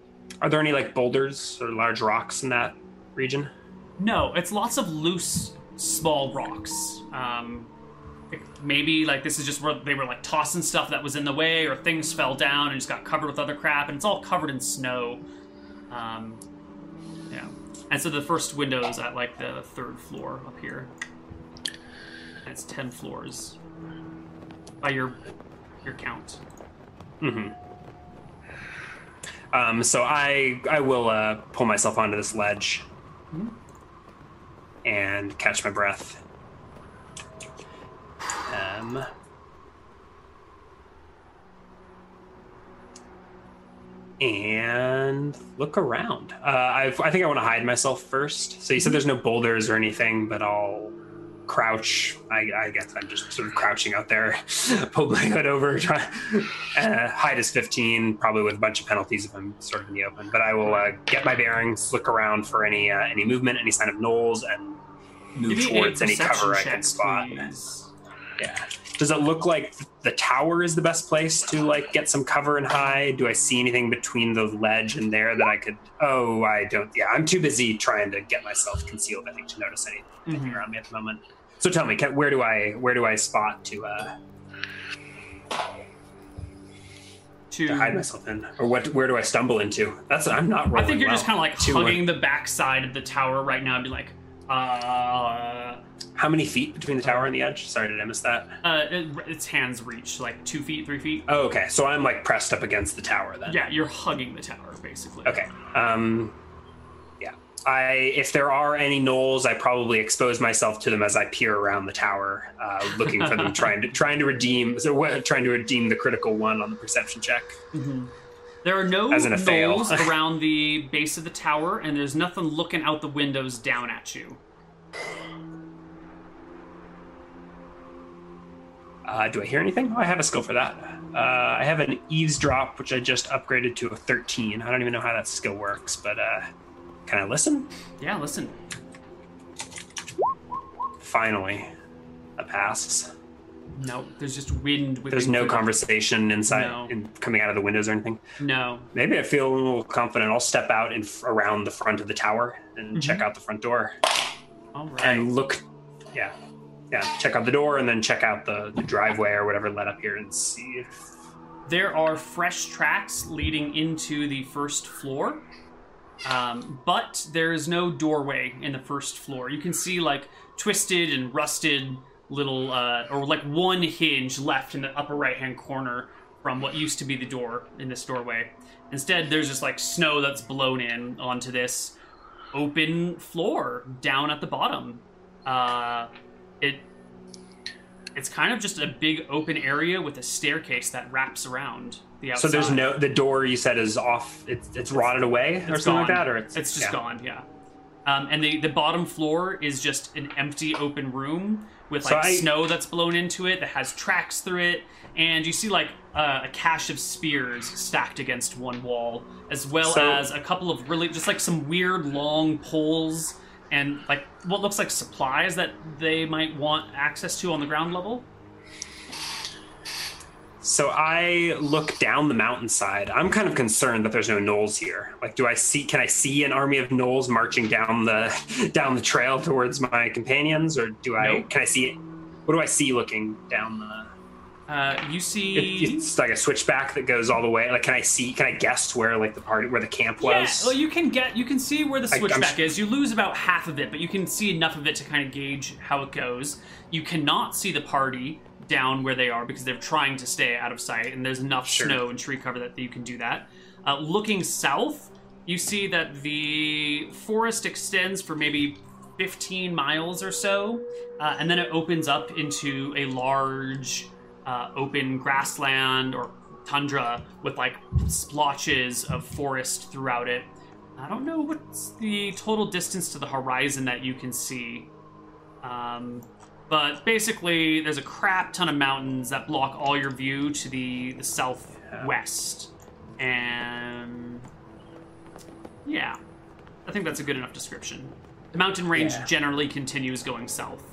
C: Are there any like boulders or large rocks in that region?
B: No, it's lots of loose, small rocks. Um, it- maybe like this is just where they were like tossing stuff that was in the way, or things fell down and just got covered with other crap, and it's all covered in snow. Um, yeah, and so the first window is at like the third floor up here. And it's ten floors by your your count.
C: Um, so I I will uh, pull myself onto this ledge and catch my breath. Um, and look around. Uh, i I think I want to hide myself first. So you said there's no boulders or anything, but I'll crouch. I, I guess I'm just sort of crouching out there, pull my hood over, try. Uh, hide is 15, probably with a bunch of penalties if I'm sort of in the open. But I will uh, get my bearings, look around for any uh, any movement, any sign of knolls, and move
B: Give me a
C: towards any
B: perception
C: cover I
B: check,
C: can spot.
B: please.
C: Yeah. Does it look like the tower is the best place to like get some cover and hide? Do I see anything between the ledge and there that I could? Oh, I don't. Yeah, I'm too busy trying to get myself concealed. I think to notice anything
B: Mhm.
C: around me at the moment. So tell me, can, where do I where do I spot to uh, to hide
B: To
C: myself in, or what? Where do I stumble into? That's I'm not.
B: I
C: Rolling
B: think you're
C: well.
B: just kind of like
C: Two
B: hugging the backside of the tower right now and be like, uh,
C: How many feet between the tower and the edge? Sorry, did I miss that?
B: uh, it, its hands reach like two feet, three feet. Uh,
C: Oh, okay. So I'm like pressed up against the tower then.
B: Yeah, you're hugging the tower basically.
C: Okay. Um, yeah. I if there are any knolls, I probably expose myself to them as I peer around the tower, uh, looking for them, trying to trying to redeem so what, trying to redeem the critical one on the perception check.
B: There are no
C: As in a fail.
B: knolls around the base of the tower, and there's nothing looking out the windows down at you.
C: Uh, do I hear anything? Oh, I have a skill for that. Uh, I have an eavesdrop, which I just upgraded to a thirteen. I don't even know how that skill works, but uh, can I listen?
B: Yeah, listen.
C: Finally, that passes.
B: No, there's just wind. whipping
C: There's no
B: through the-
C: conversation inside,
B: No.
C: in, coming out of the windows or anything.
B: No,
C: Maybe I feel a little confident. I'll step out and f- around the front of the tower and check out the front door
B: all
C: and
B: Mm-hmm. right.
C: look. Yeah, yeah. Check out the door and then check out the, the driveway or whatever led up here and see. If,
B: There are fresh tracks leading into the first floor, um, but there is no doorway in the first floor. You can see like twisted and rusted little, uh, or like one hinge left in the upper right hand corner from what used to be the door in this doorway. Instead, there's just like snow that's blown in onto this open floor down at the bottom. Uh, it it's kind of just a big open area with a staircase that wraps around the
C: so
B: outside.
C: there's no the door you said is off. It's it's rotted away or
B: It's
C: something like
B: gone.
C: that, or it's
B: just
C: yeah.
B: gone. Yeah. Um, and the the bottom floor is just an empty open room with
C: So
B: like
C: I-
B: snow that's blown into it that has tracks through it, and you see like uh, a cache of spears stacked against one wall, as well
C: So-
B: as a couple of really just like some weird long poles and like what looks like supplies that they might want access to on the ground level.
C: So I look down the mountainside. I'm kind of concerned that there's no gnolls here. Like, do I see? Can I see an army of gnolls marching down the down the trail towards my companions, or do I?
B: Nope.
C: Can I see it? What do I see looking down the?
B: Uh, you see.
C: It, it's like a switchback that goes all the way. Like, can I see? Can I guess where like the party where the camp
B: Yeah,
C: was?
B: well, you can get, you can see where the
C: I- I'm
B: switchback
C: sh-
B: is. You lose about half of it, but you can see enough of it to kind of gauge how it goes. You cannot see the party down where they are because they're trying to stay out of sight, and there's enough
C: Sure.
B: snow and tree cover that you can do that. Uh, looking south, you see that the forest extends for maybe 15 miles or so, uh, and then it opens up into a large uh, open grassland or tundra with like splotches of forest throughout it. I don't know what's the total distance to the horizon that you can see. Um, but basically, there's a crap ton of mountains that block all your view to the, the southwest. And yeah, I think that's a good enough description. The mountain range
C: Yeah.
B: generally continues going south.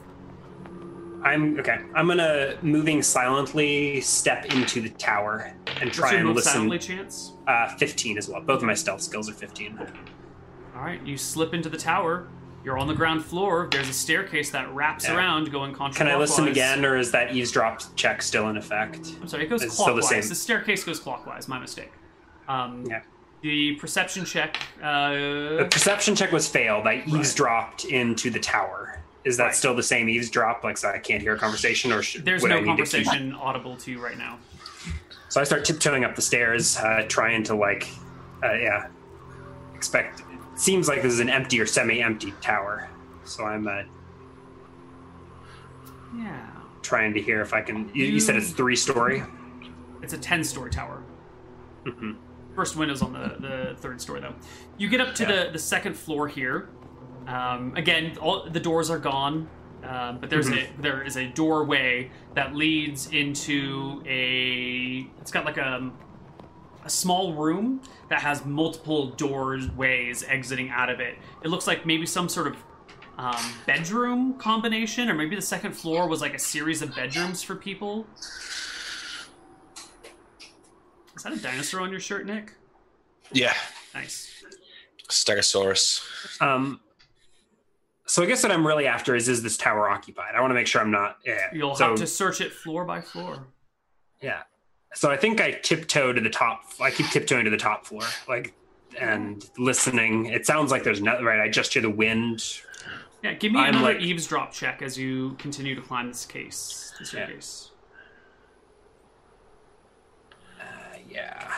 C: I'm okay. I'm gonna moving silently step into the tower and
B: What's
C: try
B: your
C: and
B: move
C: listen.
B: silently chance?
C: Uh, 15 as well. Both of my stealth skills are 15.
B: All right, you slip into the tower. You're on the ground floor. There's a staircase that wraps
C: Yeah.
B: around, going contraclockwise.
C: Can I listen again, or is that eavesdrop check still in effect?
B: I'm sorry, it goes
C: It's still the
B: clockwise.
C: same.
B: the staircase goes clockwise. My mistake. Um,
C: Yeah.
B: The perception check.
C: The
B: Uh,
C: perception check was failed. I eavesdropped into the tower. Is that
B: Right.
C: still the same eavesdrop? Like, so I can't hear a conversation, or should,
B: there's
C: would I
B: no
C: need to keep-
B: conversation audible to you right now.
C: So I start tiptoeing up the stairs, uh, trying to like, uh, yeah, expect. It seems like this is an empty or semi-empty tower, so I'm uh,
B: Yeah.
C: trying to hear if I can. You, you said it's three-story.
B: It's a ten-story tower.
C: Mhm.
B: First window's on the, the third story, though. You get up to
C: Yeah.
B: the, the second floor here. Um, again, all the doors are gone, um, but there's a there is a doorway that leads into a. It's got like a a small room that has multiple doorways exiting out of it. It looks like maybe some sort of um, bedroom combination, or maybe the second floor was like a series of bedrooms for people. Is that a dinosaur on your shirt, Nick?
F: Yeah,
B: Nice.
F: Stegosaurus.
C: Um, so I guess what I'm really after is is this tower occupied? I want to make sure I'm not. Yeah.
B: You'll
C: so,
B: have to search it floor by floor.
C: Yeah. So I think I tiptoe to the top. I keep tiptoeing to the top floor, like, and listening. It sounds like there's nothing right. I just hear the wind.
B: Yeah, give me
C: I'm
B: another
C: like-
B: eavesdrop check as you continue to climb this case, this
C: Yeah.
B: staircase.
C: Yeah.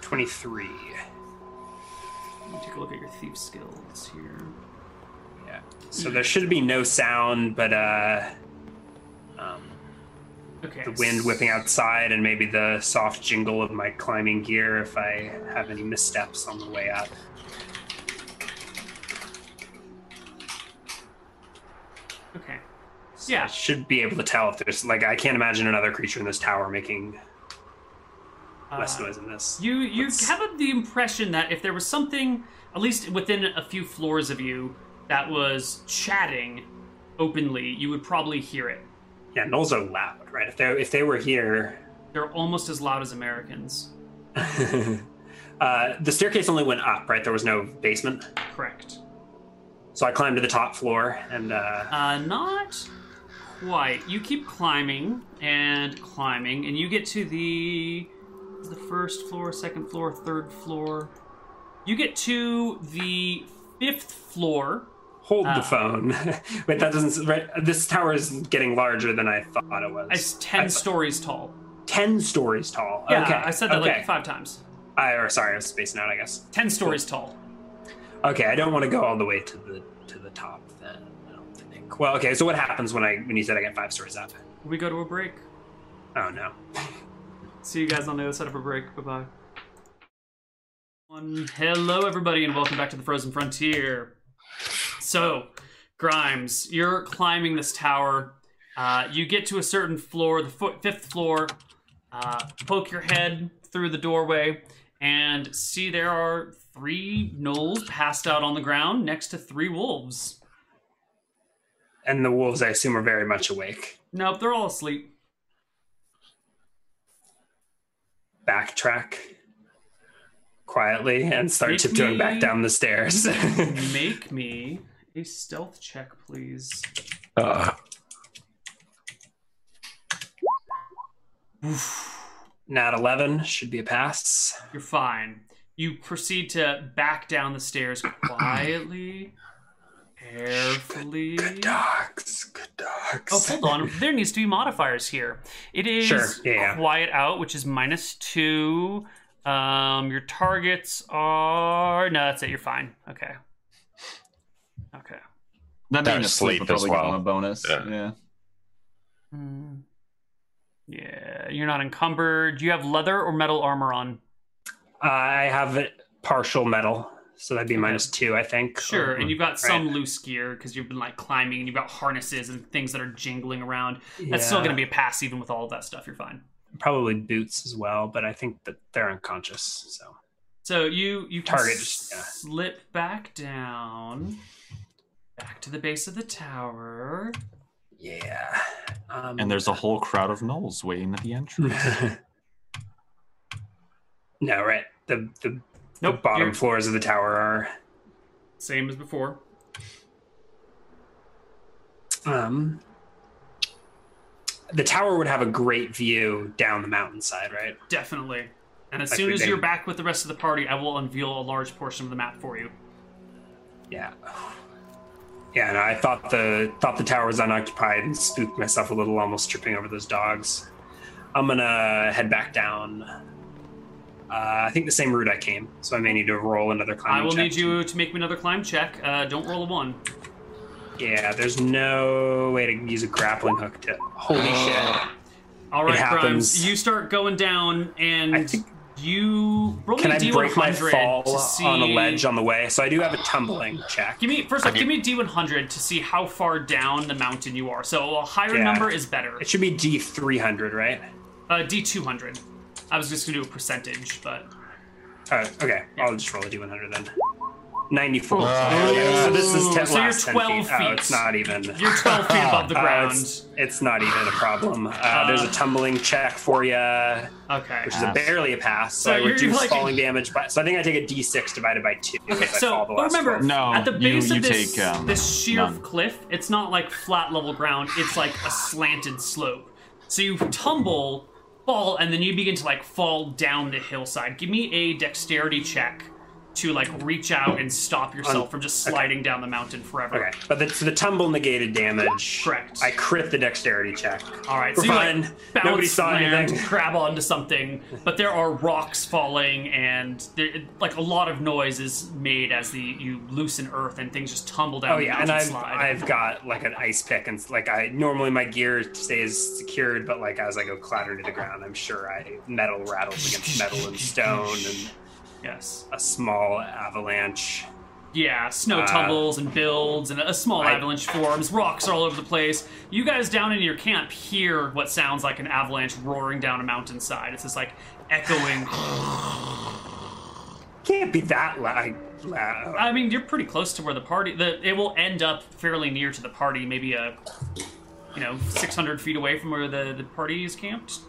C: Twenty-three.
B: Let me take a look at your thief skills here.
C: Yeah. So there should be no sound, but uh,
B: Okay.
C: the wind whipping outside and maybe the soft jingle of my climbing gear if I have any missteps on the way up.
B: Okay.
C: I
B: Yeah.
C: should be able to tell if there's like I can't imagine another creature in this tower making less
B: uh,
C: noise than this.
B: You you
C: Let's-
B: have the impression that if there was something, at least within a few floors of you, that was chatting openly, you would probably hear it.
C: Yeah, gnolls are loud, right? If they if they were here,
B: They're almost as loud as Americans.
C: uh, the staircase only went up, right? There was no basement,
B: Correct.
C: so I climbed to the top floor and uh,
B: Uh, not quite. You keep climbing and climbing, and you get to the the first floor, second floor, third floor. You get to the fifth floor.
C: hold
B: Ah.
C: the phone. Wait, that doesn't. Right, this tower is getting larger than I thought it was.
B: It's ten
C: I-
B: stories tall.
C: ten stories tall.
B: Yeah,
C: okay,
B: I said that
C: okay.
B: like five times.
C: I or sorry, I was spacing out. I guess.
B: Ten stories tall.
C: Okay, I don't want to go all the way to the to the top then. I don't think. Well, okay. So what happens when I when you said I get five stories up?
B: We go to a break.
C: Oh no.
B: See you guys on the other side of a break. Bye bye. Hello, everybody, and welcome back to the Frozen Frontier. So, Grimes, you're climbing this tower. Uh, you get to a certain floor, the fo- fifth floor. Uh, poke your head through the doorway and see there are three gnolls passed out on the ground next to three wolves.
C: And the wolves, I assume, are very much awake.
B: Nope, they're all asleep.
C: Backtrack quietly and start
B: Make
C: tiptoeing
B: me-
C: back down the stairs.
B: Make me a stealth check, please.
F: Uh,
C: Nat eleven should be a pass.
B: You're fine. You proceed to back down the stairs quietly, carefully.
C: Dogs, good dogs.
B: Oh, hold on. There needs to be modifiers here. It is
C: Sure, yeah, yeah.
B: quiet out, which is minus two. Um, your targets are no. That's it. You're fine. Okay. Okay.
E: Not
F: They're
E: being asleep,
F: asleep
E: would
F: as
E: probably give
F: well.
E: them a bonus.
F: Yeah.
E: Yeah.
B: Hmm. Yeah, you're not encumbered. Do you have leather or metal armor on?
C: Uh, I have it partial metal, so that'd be minus two, I think.
B: Sure, and you've got some
C: Mm-hmm. Right.
B: loose gear because you've been like climbing, and you've got harnesses and things that are jingling around.
C: Yeah.
B: That's still going to be a pass, even with all of that stuff. You're fine.
C: probably boots as well, but I think that they're unconscious. So
B: So you you can
C: Target just- yeah.
B: slip back down, back to the base of the tower.
C: yeah. Um,
E: And there's a whole crowd of gnolls waiting at the entrance.
C: no right. The the, the
B: Nope,
C: bottom
B: you're-
C: floors of the tower are.
B: Same as before.
C: Um, the tower would have a great view down the mountainside, right?
B: Definitely. And as
C: Like
B: soon
C: we
B: as
C: did.
B: you're back with the rest of the party, I will unveil a large portion of the map for you.
C: Yeah. Yeah, no, I thought the thought the tower was unoccupied and spooked myself a little, almost tripping over those dogs. I'm gonna head back down. Uh, I think the same route I came, so I may need to roll another climbing.
B: I will
C: check.
B: need you to make me another climb check. Uh, don't roll a one.
C: Yeah, there's no way to use a grappling hook to. Holy
B: Uh,
C: shit!
B: All right, Grimes,
C: happens.
B: you start going down,
C: I
B: and
C: think-
B: you roll
C: Can
B: me
C: I
B: a D100
C: break my fall
B: to see
C: on a ledge on the way? So I do have a tumbling check.
B: Give me first off, give me a D100 to see how far down the mountain you are. So a higher
C: Yeah.
B: number is better.
C: It should be D300, right?
B: Uh, D200. I was just gonna do a percentage, but
C: Uh, okay, I'll just roll a d100 then. 94.
F: Oh.
C: Yeah, so this is 10
B: So you're
C: last 10
B: 12
C: feet. Oh,
B: feet.
C: it's not even.
B: You're 12 feet above the
C: Uh,
B: ground.
C: it's, it's not even a problem. Uh, there's a tumbling check for you,
B: okay.
C: which is a
E: Pass.
C: barely a pass. So,
B: So
C: I
B: you're
C: reduce
B: like-
C: falling damage. By, so I think I take a d6 divided by 2.
B: Okay,
C: if I
B: so
C: fall the
B: but
C: last
B: remember,
C: roll.
E: No,
B: at the
E: you-
B: base
E: you
B: of this
E: take, um,
B: this sheer
E: none.
B: cliff, it's not like flat level ground. It's like a slanted slope. So you tumble, fall, and then you begin to like fall down the hillside. Give me a dexterity check to like reach out and stop yourself
C: Um,
B: from just sliding down the mountain forever.
C: Okay, but the, so the tumble negated damage.
B: Correct.
C: I crit the dexterity check.
B: All right,
C: We're
B: so you
C: fine.
B: like bounce,
C: Nobody saw
B: land,
C: anything.
B: grab onto something, but there are rocks falling, and there, like a lot of noise is made as the you loosen earth and things just tumble down.
C: Oh yeah,
B: the
C: and
B: mountain
C: I've
B: slide.
C: I've got like an ice pick and s- like I normally my gear stays secured, but like as I go clatter to the ground, I'm sure I metal rattles against metal and stone and
B: yes,
C: a small avalanche.
B: yeah, snow
C: Uh,
B: tumbles and builds, and a small
C: I-
B: avalanche forms. Rocks are all over the place. You guys down in your camp hear what sounds like an avalanche roaring down a mountainside. It's this like echoing.
C: Can't be that loud. loud.
B: I mean, you're pretty close to where the party. The it will end up fairly near to the party, maybe a, you know, 600 feet away from where the the party is camped,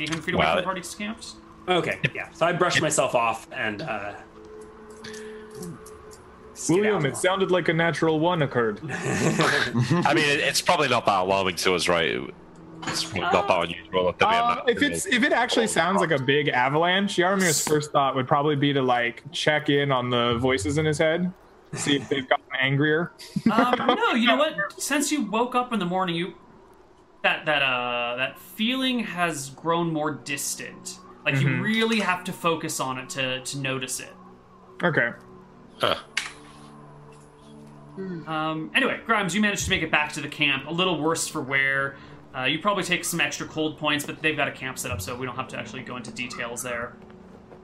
B: 800 feet away
F: Wow.
B: from the party's camped.
C: Okay, yeah. So I brush myself off and uh
D: William,
C: skedaddle.
D: it sounded like a natural one occurred.
F: I mean, it- it's probably not that alarming to us, right? It's probably not that unusual. That there be a
D: Uh,
F: ma-
D: if it's if it actually sounds like a big avalanche, Yarmir's first thought would probably be to like check in on the voices in his head, see if they've gotten angrier.
B: Um, no, you know what? Since you woke up in the morning, you that that uh that feeling has grown more distant. Like
C: Mm-hmm.
B: you really have to focus on it to to notice it.
D: Okay.
F: Huh.
B: Um, anyway, Grimes, you managed to make it back to the camp, a little worse for wear. Uh, you probably take some extra cold points, but they've got a camp set up, so we don't have to actually go into details there.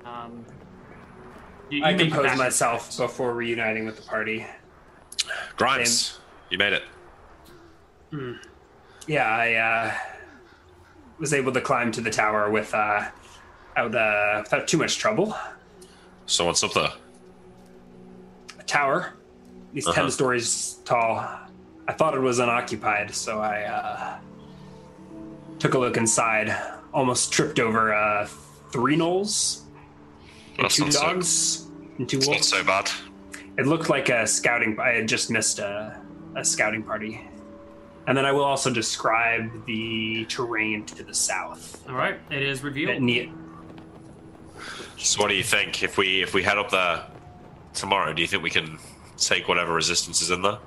B: Um, you, you
C: I
B: make it
C: compose
B: back.
C: myself before reuniting with the party.
F: Grimes, you made it.
C: Yeah, I uh, was able to climb to the tower with uh, out, uh, without too much trouble.
F: Someone's up there.
C: A tower, at least
F: Uh-huh.
C: ten stories tall. I thought it was unoccupied, so I uh, took a look inside. Almost tripped over uh, three gnolls,
F: That's
C: two
F: not so,
C: dogs, and two
F: it's not
C: wolves.
F: so bad.
C: It looked like a scouting. I had just missed a, a scouting party. And then I will also describe the terrain to the south.
B: All right, it is
C: That
B: revealed.
C: ne-
F: So, what do you think if we if we head up there tomorrow? Do you think we can take whatever resistance is in there?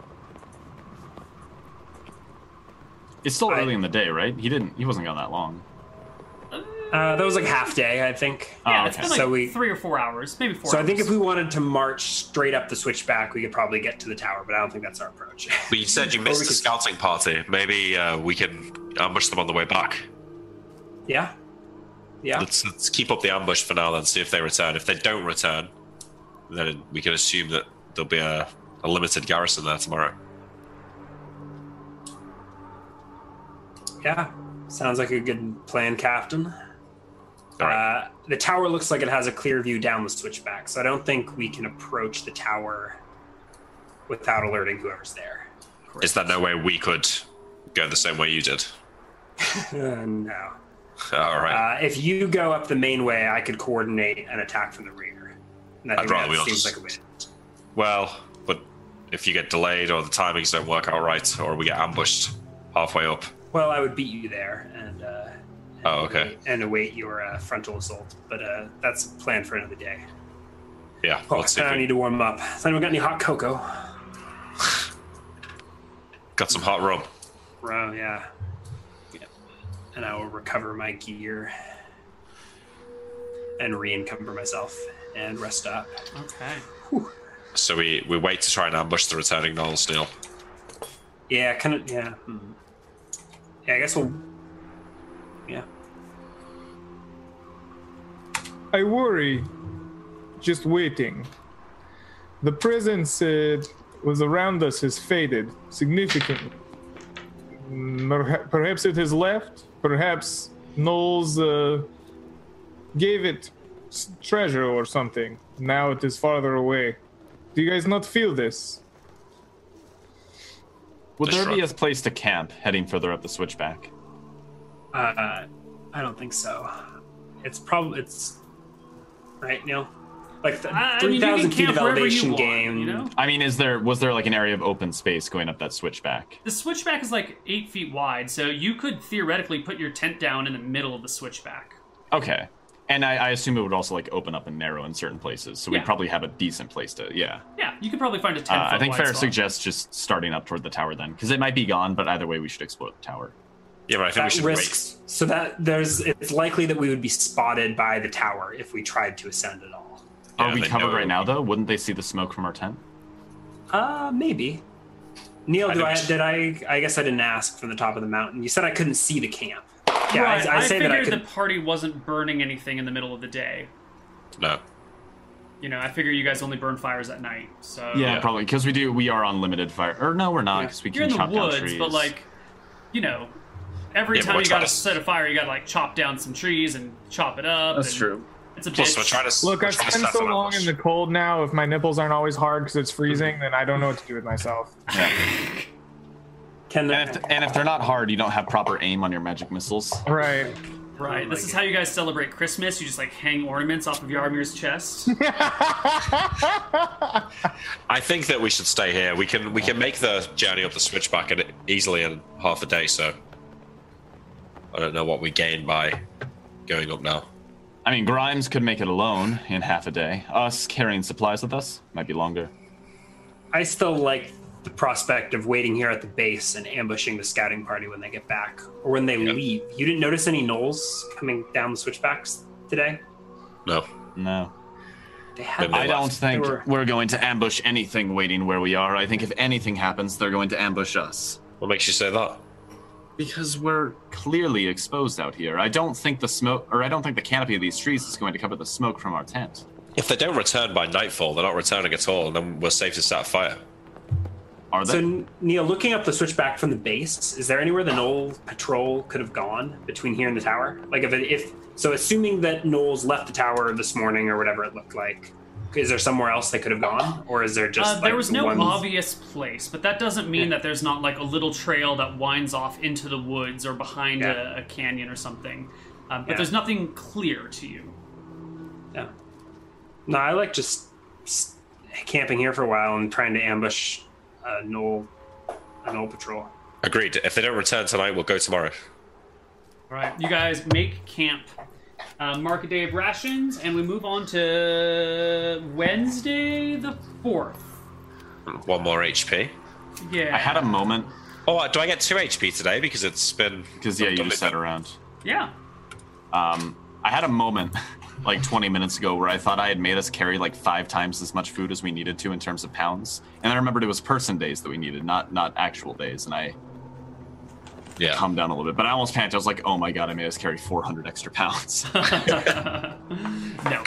E: It's still
C: I-
E: early in the day, right? He didn't. He wasn't gone that long.
C: Uh, that was like half day, I think.
B: yeah,
E: Oh,
B: it's
E: okay.
B: been like
C: So we-
B: three or four hours, maybe four.
C: So I think
B: hours.
C: if we wanted to march straight up the switchback, we could probably get to the tower, but I don't think that's our approach.
F: But you said you
C: Or
F: missed
C: we
F: the
C: could-
F: scouting party. Maybe uh, we can ambush them on the way back.
C: yeah, yeah.
F: Let's, let's keep up the ambush for now, then see if they return. If they don't return, then we can assume that there'll be a, a limited garrison there tomorrow.
C: Yeah, sounds like a good plan, Captain.
F: All right.
C: Uh, the tower looks like it has a clear view down the switchback, so I don't think we can approach the tower without alerting whoever's there.
D: Uh,
F: is there no way we could go the same way you did?
C: Uh, no.
F: All right.
C: Uh, if you go up the main way, I could coordinate an attack from the rear. And I
F: I'd
C: think
F: rather we
C: that
F: all
C: seems
F: just-
C: like a win.
F: well, but if you get delayed or the timings don't work out right, or we get ambushed halfway up,
C: Well, I would beat you there and. Uh,
F: Oh, okay.
C: And await your uh, frontal assault, but uh, that's planned for another day.
F: yeah.
C: Oh,
F: let's see
C: and
F: if
C: I
F: we-
C: need to warm up. Has anyone got any hot cocoa?
F: Got some hot rum.
C: Bro, yeah. And I will recover my gear and re-encumber myself and rest up.
B: okay,
F: So we, we wait to try and ambush the returning Knolls, Neil.
C: Yeah, kind of. Yeah. hmm. Yeah, I guess we'll. Yeah.
D: I worry just waiting. The presence that was around us has faded significantly. Merha- Perhaps it has left. Perhaps Knowles uh, gave it s- treasure or something. Now it is farther away. Do you guys not feel this?
E: Would
F: Just
E: there be a
F: shrug.
E: place to camp heading further up the switchback?
C: Uh, I don't think so. It's probably it's right, Neil. Like the,
B: I- I mean,
C: three
B: you can
C: thousand feet
B: camp
C: of
B: wherever you
C: elevation
B: want,
C: game.
B: you know?
E: I mean, is there was there like an area of open space going up that switchback?
B: The switchback is like eight feet wide, so you could theoretically put your tent down in the middle of the switchback.
E: Okay. And I, I assume it would also like open up and narrow in certain places, so
B: Yeah.
E: we'd probably have a decent place to. Yeah,
B: Yeah, you could probably find a ten.
E: uh, I
B: foot
E: think
B: wide
E: Fair
B: spot.
E: suggests just starting up toward the tower then, because it might be gone. But either way, we should explore the tower.
F: Yeah, but I think we
C: That
F: should
C: risks so that there's it's likely that we would be spotted by the tower if we tried to ascend at all.
F: Yeah,
E: Are we
F: they
E: covered
F: know-
E: right now though? Wouldn't they see the smoke from our tent?
C: Uh, maybe. Neil,
F: I
C: do I,
F: don't-
C: did I? I guess I didn't ask from the top of the mountain. You said I couldn't see the camp. Yeah,
B: Right,
C: I, I say
B: figured
C: that I could.
B: the party wasn't burning anything in the middle of the day.
F: wait. No.
B: You know, I figure you guys only burn fires at night, so
E: Yeah, probably because we do. We are on limited fire, or no, we're not
C: Yeah.
E: because we
B: You're in
E: can
B: the
E: chop down
B: woods,
E: trees.
B: but like, you know, every
F: Yeah, but
B: time
F: we're
B: you got to
F: trying to-
B: set a fire, you got to like chop down some trees and chop it up. and It's a
F: Plus,
B: bitch.
F: we're trying to.
D: Look,
F: we're
D: I've
F: trying to
D: spent
F: set
D: so
F: them up.
D: long in the cold now. If my nipples aren't always hard because it's freezing, then I don't know what to do with myself.
E: Yeah.
C: Can
E: and, if, and if they're not hard, you don't have proper aim on your magic missiles.
D: Right.
B: Right. This is how you guys celebrate Christmas. You just like hang ornaments off of Yarmir's chest.
F: I think that we should stay here. We can we can make the journey up the switchback in, easily in half a day. So I don't know what we gain by going up now.
E: I mean, Grimes could make it alone in half a day. Us carrying supplies with us might be longer.
C: I still like the prospect of waiting here at the base and ambushing the scouting party when they get back or when they
F: Yeah.
C: leave. You didn't notice any gnolls coming down the switchbacks today?
F: No,
E: No.
C: They had.
F: They
E: I don't
F: left.
E: think
C: They were-
E: we're going to ambush anything waiting where we are. I think if anything happens, they're going to ambush us.
F: what makes you say that?
E: Because we're clearly exposed out here. I don't think the smoke, or I don't think the canopy of these trees is going to cover the smoke from our tent.
F: If they don't return by nightfall, they're not returning at all, and then we're safe to set a fire.
E: Are they?
C: So Neil, looking up the switchback from the base, is there anywhere the Knoll patrol could have gone between here and the tower? Like if it, if so, assuming that Knolls left the tower this morning or whatever it looked like, is there somewhere else they could have gone, or is there just
B: Uh, there
C: like,
B: was no
C: one-
B: obvious place, but that doesn't mean that there's not like a little trail that winds off into the woods or behind
C: Yeah.
B: a, a canyon or something. Um, but
C: Yeah.
B: there's nothing clear to you.
C: Yeah. No, I like just s- camping here for a while and trying to ambush a Knoll, a Knoll patrol.
F: Agreed. If they don't return tonight, we'll go tomorrow.
B: All right, you guys make camp, uh, mark a day of rations, and we move on to Wednesday the fourth.
F: One more HP.
B: Yeah,
E: I had a moment,
F: Oh, do I get two HP today because it's been?
E: because yeah, you just sat around.
B: yeah.
E: Um, I had a moment like 20 minutes ago where I thought I had made us carry like five times as much food as we needed to in terms of pounds, and I remembered it was person days that we needed, not not actual days, and I
F: Yeah.
E: calmed down a little bit. But I almost panicked. I was like, "Oh my god, I made us carry 400 extra pounds."
B: no.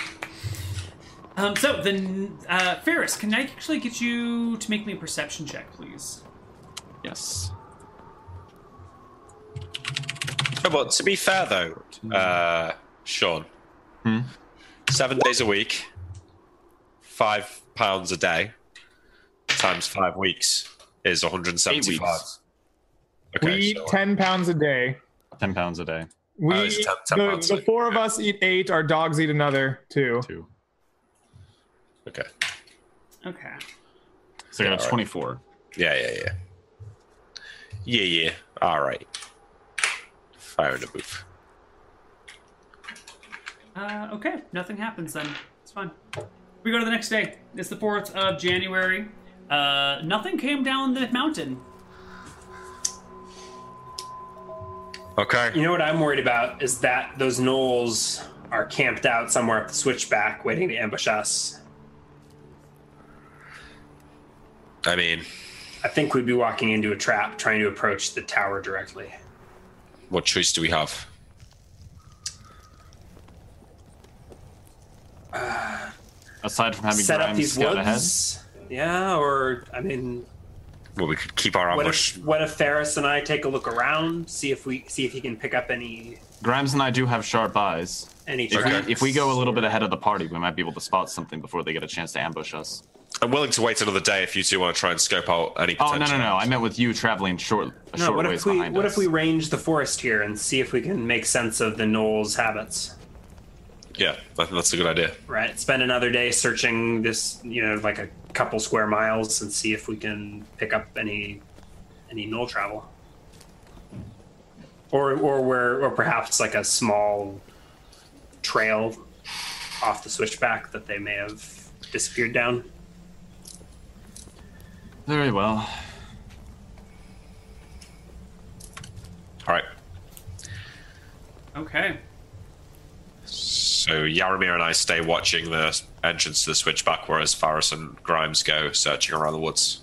B: Um, so then, uh, Ferris, can I actually get you to make me a perception check, please?
E: yes.
F: No, but to be fair
E: Hmm.
F: though, uh, Sean, seven days a week, five pounds a day, times five weeks is one hundred and
E: Eight
F: seventy-five.
E: weeks.
F: Okay,
D: we eat
F: so- uh,
D: 10 pounds a day.
E: 10 pounds a day.
D: We,
F: Oh, it's 10 10
D: the,
F: pounds a
D: the
F: day.
D: four of us eat eight. Our dogs eat another two.
E: Two.
F: Okay.
B: Okay.
E: So I got
F: Yeah,
E: a 24.
F: Yeah, yeah, yeah. Yeah, yeah. All right. Fire in the booth.
B: Uh, okay, nothing happens then. It's fine. We go to the next day. It's the 4th of January. Uh, nothing came down the mountain.
F: Okay.
C: You know what I'm worried about is that those gnolls are camped out somewhere up the switchback waiting to ambush us.
F: I mean,
C: I think we'd be walking into a trap trying to approach the tower directly.
F: what choice do we have?
E: Aside from having
C: Set up
E: Grimes
C: these
E: scout ahead,
C: woods. Yeah, or I mean
F: Well, we could keep our
C: What
F: ambush.
C: if what if Ferris and I take a look around, see if we see if he can pick up any
E: Grimes and I do have sharp eyes.
C: any
E: If,
C: tracks?
E: we, if we go a little bit ahead of the party, we might be able to spot something before they get a chance to ambush us.
F: I'm willing to wait another day if you two want to try and scope out any
E: Oh
F: potential.
E: no no no! I meant with you traveling short a
C: No,
E: short
C: what
E: ways
C: if we
E: behind
C: what
E: us.
C: if we range the forest here and see if we can make sense of the Knoll's habits?
F: Yeah, I think that's a good idea.
C: Right. Spend another day searching this, you know, like a couple square miles and see if we can pick up any any null travel. Or or where or perhaps like a small trail off the switchback that they may have disappeared down.
E: Very well.
F: All right.
B: Okay.
F: So Yaramir and I stay watching the entrance to the switchback, whereas Faris and Grimes go searching around the woods.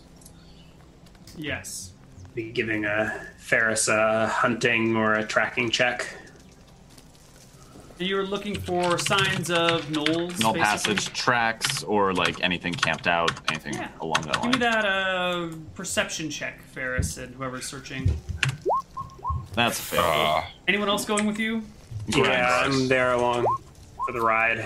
B: Yes.
C: Be giving a Ferris a hunting or a tracking check.
B: And you were looking for signs of knolls.
E: No
B: basically?
E: passage tracks or like anything camped out, anything
B: Yeah.
E: along that
B: Give
E: line.
B: me that uh, perception check, Ferris, and whoever's searching.
E: That's fair.
C: Uh,
F: Ah,
B: Anyone else going with you?
C: Yeah, I'm there along for the ride,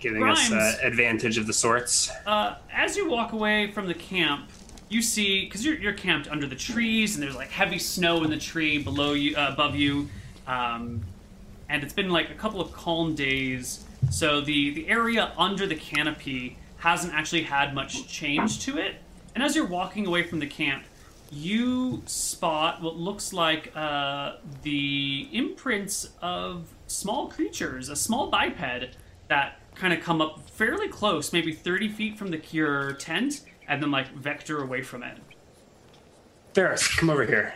C: giving us
B: Grimes.
C: uh, advantage of the sorts.
B: Uh, as you walk away from the camp, you see because you're, you're camped under the trees, and there's like heavy snow in the tree below you, uh, above you, um, and it's been like a couple of calm days. So the the area under the canopy hasn't actually had much change to it. And as you're walking away from the camp, you spot what looks like uh, the imprints of small creatures, a small biped that kind of come up fairly close, maybe 30 feet from the your tent, and then like vector away from it.
C: Ferris, come over here.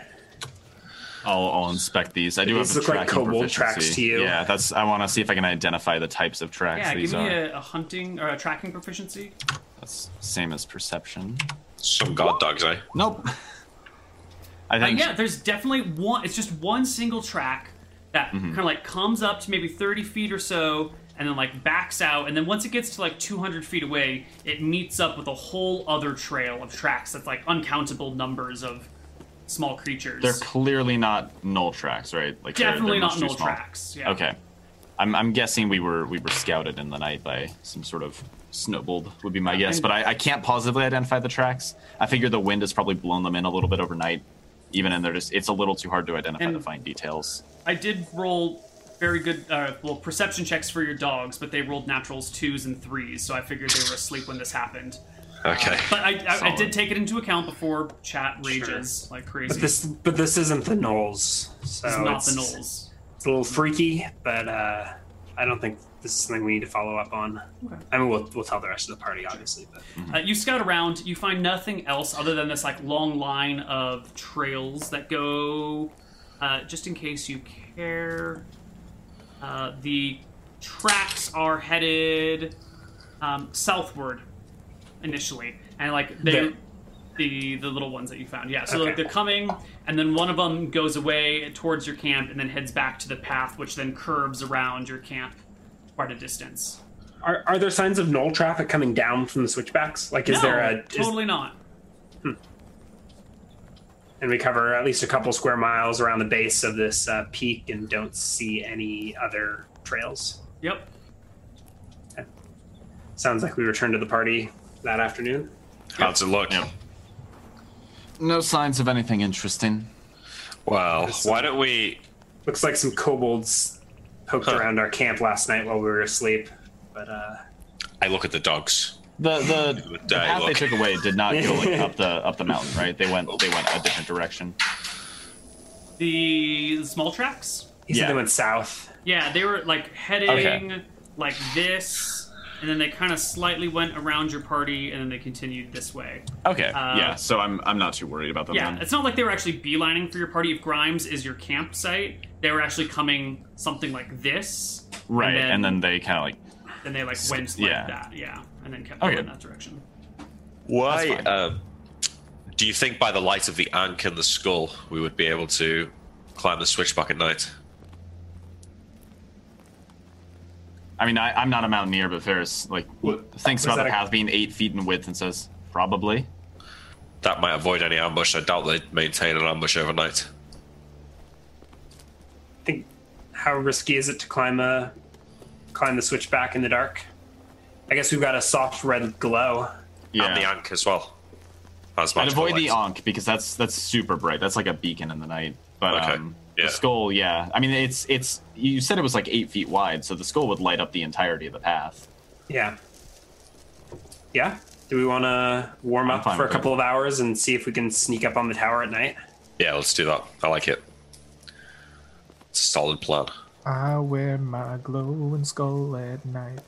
E: I'll, I'll inspect these. I do
C: These
E: have a
C: look like
E: tracking
C: kobold
E: proficiency.
C: tracks to you.
E: Yeah, that's. I want to see if I can identify the types of tracks
B: Yeah,
E: these
B: give me
E: are.
B: a, a hunting or a tracking proficiency.
E: That's same as perception.
F: some guard dogs, eh?
E: Nope. I
B: Uh,
E: think.
B: yeah, there's definitely one. It's just one single track that
E: Mm-hmm.
B: kind of like comes up to maybe 30 feet or so, and then like backs out, and then once it gets to like 200 feet away, it meets up with a whole other trail of tracks that's like uncountable numbers of small creatures.
E: They're clearly not null tracks, right? Like they're-
B: definitely
E: they're
B: not
E: much too
B: null
E: small.
B: tracks. Yeah.
E: Okay. I'm, I'm guessing we were we were scouted in the night by some sort of snowballed would be my guess,
B: and-
E: but I, I can't positively identify the tracks. I figure the wind has probably blown them in a little bit overnight, even and they're just it's a little too hard to identify
B: And-
E: the fine details.
B: I did roll very good, uh, well, perception checks for your dogs, but they rolled naturals twos and threes, so I figured they were asleep when this happened.
F: Okay.
B: But I, I, I
E: Solid.
B: did take it into account before chat rages like crazy.
C: But this, but this isn't the Knolls.
B: It's
C: So it's
B: not the Knolls.
C: It's a little freaky, but uh, I don't think this is something we need to follow up on.
B: Okay.
C: I mean, we'll, we'll tell the rest of the party, obviously. But
B: Uh, you scout around, you find nothing else other than this like long line of trails that go. Uh, just in case you care, uh, the tracks are headed um, southward initially, and like they.
C: There.
B: The, the little ones that you found, yeah. So
C: Okay.
B: like they're coming, and then one of them goes away towards your camp, and then heads back to the path, which then curves around your camp quite a distance.
C: are, are there signs of Knoll traffic coming down from the switchbacks? Like, is
B: no,
C: there a. is-
B: totally not?
C: and we cover at least a couple square miles around the base of this uh, peak and don't see any other trails.
B: Yep.
C: Sounds like we returned to the party that afternoon.
F: How's it look?
E: No signs of anything interesting.
F: Well, why don't we?
C: Looks like some kobolds poked
F: Huh.
C: around our camp last night while we were asleep, but uh,
F: I look at the dogs.
E: The the, the
F: Day,
E: path they
F: look.
E: took away did not go like up the up the mountain, right? They went they went a different direction.
B: The small tracks?
C: he said
E: Yeah.
C: they went south.
B: Yeah, they were like heading
E: Okay.
B: like this, and then they kind of slightly went around your party, and then they continued this way.
E: Okay,
B: Uh,
E: yeah. So I'm I'm not too worried about them.
B: Yeah,
E: then.
B: it's not like they were actually beelining for your party. If Grimes is your campsite, they were actually coming something like this.
E: right.
B: then-
E: And then, they kind of like
B: Then they like went like
E: yeah.
B: that, yeah, and then kept
E: Okay.
B: going in that direction.
F: Why?
E: That's fine.
F: Um, do you think by the light of the ank and the skull, we would be able to climb the switchback at night?
E: I mean, I, I'm not a mountaineer, but Ferris like
C: What-
E: thinks
C: was
E: about the
C: that a-
E: path being eight feet in width and says, "Probably."
F: That might avoid any ambush. I doubt they'd maintain an ambush overnight.
C: I think how risky is it to climb a climb the switchback in the dark? I guess we've got a soft red glow.
F: And the Ankh as well. As
E: and
F: magical
E: avoid the
F: lights.
E: Ankh because that's that's super bright. That's like a beacon in the night. But
F: Okay,
E: um,
F: yeah.
E: the skull, yeah. I mean, it's it's. You said it was like eight feet wide, so the skull would light up the entirety of the path.
C: Yeah. Yeah. Do we want to warm
E: I'm
C: up
E: fine
C: for a
E: with it.
C: couple of hours and see if we can sneak up on the tower at night?
F: Yeah, let's do that. I like it. It's a solid plan.
D: I wear my glowing skull at night.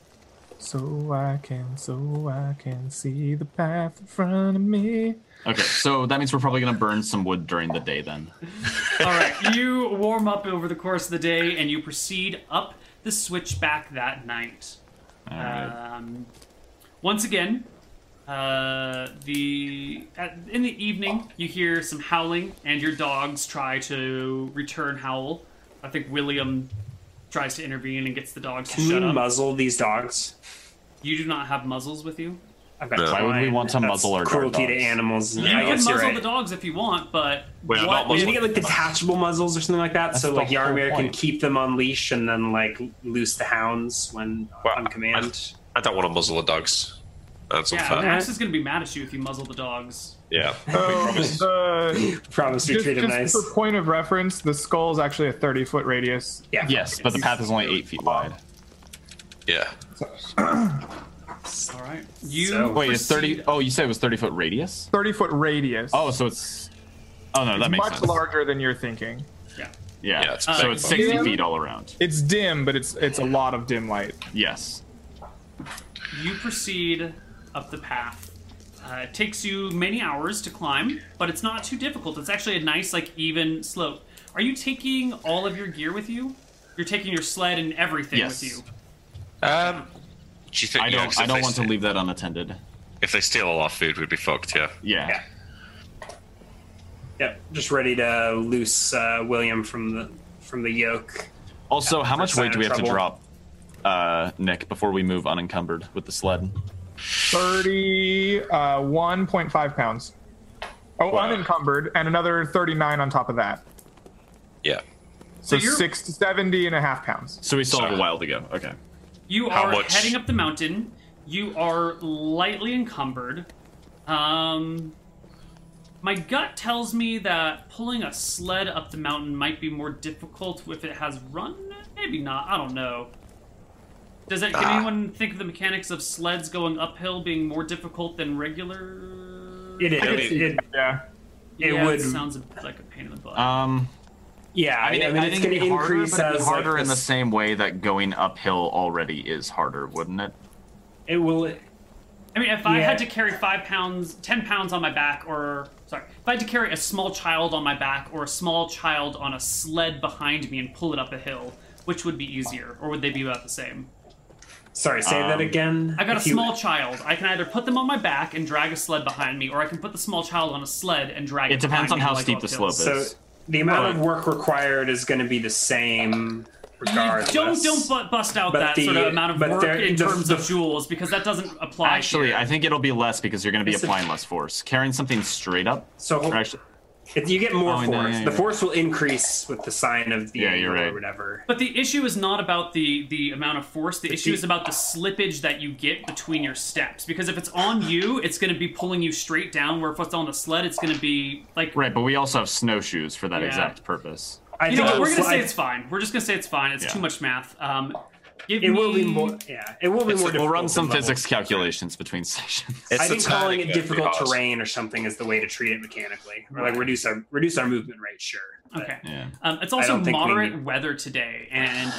D: So I can, so I can see the path in front of me.
E: Okay, so that means we're probably gonna burn some wood during the day then.
B: All right, you warm up over the course of the day and you proceed up the switchback that night.
E: All right.
B: Um, once again, uh, the at, in the evening you hear some howling and your dogs try to return howl. I think William tries to intervene and gets the dogs to
C: Can
B: shut
C: we
B: up.
C: muzzle these dogs?
B: you do not have muzzles with you.
C: I've got
F: No. Why
E: would we
C: twine.
E: want to
C: That's
E: muzzle our dark
C: cruelty to
E: dogs?
C: animals?
B: You
C: I
B: can
C: guess
B: muzzle
C: you're right.
B: the dogs if you want, but
F: We are
B: what
F: not
C: Did
B: is-
C: we get like detachable muzzles or something like that? so
E: the
C: like Yarmir
E: whole
C: can
E: point.
C: keep them on leash and then like loose the hounds when
F: Well,
C: on command.
F: I don't want to muzzle the dogs. uh, That's
B: yeah,
F: unfair.
B: Max is gonna be mad at you if you muzzle the dogs.
F: Yeah.
D: Oh, the,
C: Promise we
D: just,
C: treat him
D: just
C: nice.
D: for point of reference, the skull is actually a 30 foot radius.
C: Yeah.
E: Yes, but the path is only eight feet wide.
F: Yeah.
B: All right, you
C: So-
E: Wait, it's thirty.
B: proceed-
E: Oh, you said it was thirty foot radius.
D: 30 foot radius.
E: Oh, so it's. Oh no, that makes
D: much
E: sense.
D: larger than you're thinking.
B: Yeah.
E: Yeah,
F: Yeah, it's
E: so
F: big.
E: it's sixty
D: Yeah.
E: feet all around.
D: It's dim, but it's it's a lot of dim light.
E: Yes.
B: You proceed up the path. Uh, it takes you many hours to climb, but it's not too difficult. It's actually a nice, like, even slope. Are you taking all of your gear with you? You're taking your sled and everything
E: Yes.
B: with you.
F: Um, do you think?
E: I
F: yeah,
E: don't.
F: 'cause
E: I
F: if
E: don't
F: they
E: want to
F: st-
E: leave that unattended.
F: If they steal all our food, we'd be fucked. Yeah.
E: Yeah.
C: Yeah. Yep. Just ready to loose uh, William from the from the yoke.
E: Also, how much
C: sign
E: weight do
C: of
E: we have to
C: trouble.
E: drop, uh, Nick, before we move unencumbered with the sled?
D: uh, 31.5 pounds. Oh,
F: Wow.
D: unencumbered, and another 39 on top of that.
F: Yeah.
D: So,
B: you're-
D: six to 70 and a half pounds.
E: So we still have a
F: Sorry.
E: while to go. Okay.
B: You
F: How
B: are
F: much?
B: heading up the mountain. You are lightly encumbered. Um, my gut tells me that pulling a sled up the mountain might be more difficult if it has run. Maybe not. I don't know. Does that? Can
F: Ah.
B: anyone think of the mechanics of sleds going uphill being more difficult than regular?
C: It is.
F: I
C: It,
F: mean-
C: it-
D: Yeah.
C: it
B: yeah,
C: would-
B: sounds like a pain in the butt.
E: Um,
C: yeah. I mean,
E: I
C: it's
E: think
C: going
E: it'd be
C: to
E: harder,
C: increase
E: but it'd be
C: as
E: harder
C: like,
E: in the same way that going uphill already is harder, wouldn't it?
C: It will.
B: I mean, if I
C: Yeah.
B: had to carry five pounds, ten pounds on my back, or sorry, if I had to carry a small child on my back or a small child on a sled behind me and pull it up a hill, which would be easier, or would they be about the same?
C: Sorry, say that
E: Um,
C: again.
B: I got a
C: If you-
B: small child. I can either put them on my back and drag a sled behind me, or I can put the small child on a sled and drag. It,
E: It depends
B: behind
E: on
B: me
E: how
B: while I go
E: steep
B: up
E: the
B: hills.
E: slope
C: So
E: is.
C: the amount of work required is going to be the same. Regardless.
B: Don't don't bu- bust out
C: But
B: that
C: the-
B: sort of amount of
C: but
B: work
C: there-
B: in
C: the-
B: terms
C: the-
B: of joules because that doesn't apply.
E: Actually,
B: here.
E: I think it'll be less because you're going to be
C: It's a- Oh.
E: applying less force. Carrying something straight up.
C: So-
E: or actually,
C: If you get more
E: Oh,
C: force.
E: no, yeah, yeah,
C: the
E: yeah.
C: force will increase with the sign of the
E: Yeah,
C: angle
E: you're
C: or
E: right.
C: whatever.
B: But the issue is not about the the amount of force. The issue
C: the-
B: is about the slippage that you get between your steps. Because if it's on you, it's going to be pulling you straight down. Where if it's on the sled, it's going to be like.
E: right, but we also have snowshoes for that
B: Yeah.
E: exact purpose.
C: I
B: You know
C: think
B: what? We're going
C: it'll
B: to say
C: slide-
B: it's fine. We're just going to say it's fine. It's
E: Yeah.
B: too much math. Um, give
C: It will
B: me-
C: be more. Yeah, it will be more.
E: We'll run
C: difficult
E: some
C: than level-
E: physics calculations between sessions.
F: It's
C: I
F: the
C: think calling
F: turning
C: it
F: that'd be
C: difficult
F: hard.
C: terrain or something is the way to treat it mechanically, or like
B: Right.
C: reduce our reduce our movement rate. Sure. but-
B: Okay.
E: Yeah.
B: Um, it's also
C: don't think we
B: moderate
C: need-
B: weather today, and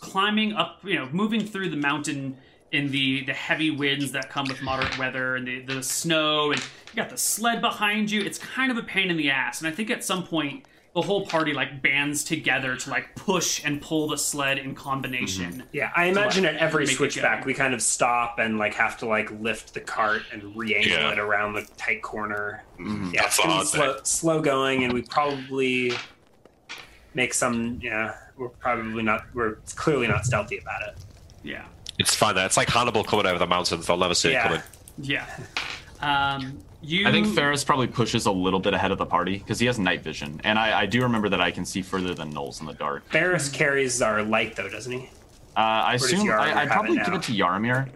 B: climbing up, you know, moving through the mountain in the the heavy winds that come with moderate weather and the, the snow, and you got the sled behind you. It's kind of a pain in the ass, and I think at some point the whole party like bands together to like push and pull the sled in combination.
C: Yeah, I imagine at every
B: make it
C: switchback
B: go.
C: we kind of stop and like have to like lift the cart and re-angle
F: Yeah. Mm-hmm.
C: it around the tight corner. Yeah,
F: That's
C: it's gonna be
F: odd,
C: slow, slow going, and we probably make some. Yeah, we're probably not. We're clearly not stealthy about it.
B: Yeah,
F: It's fine. Though. It's like Hannibal coming over the mountain. They'll never see
C: Yeah.
F: it coming.
B: yeah. Um, You,
E: I think Ferris probably pushes a little bit ahead of the party because he has night vision, and I, I do remember that I can see further than Knowles in the dark.
C: Ferris
B: Mm-hmm.
C: carries our light, though, doesn't he?
E: Uh, I
C: does
E: assume
C: Yaramir
E: I,
C: have
E: I'd
C: it
E: probably give
C: now?
E: it to Yaramir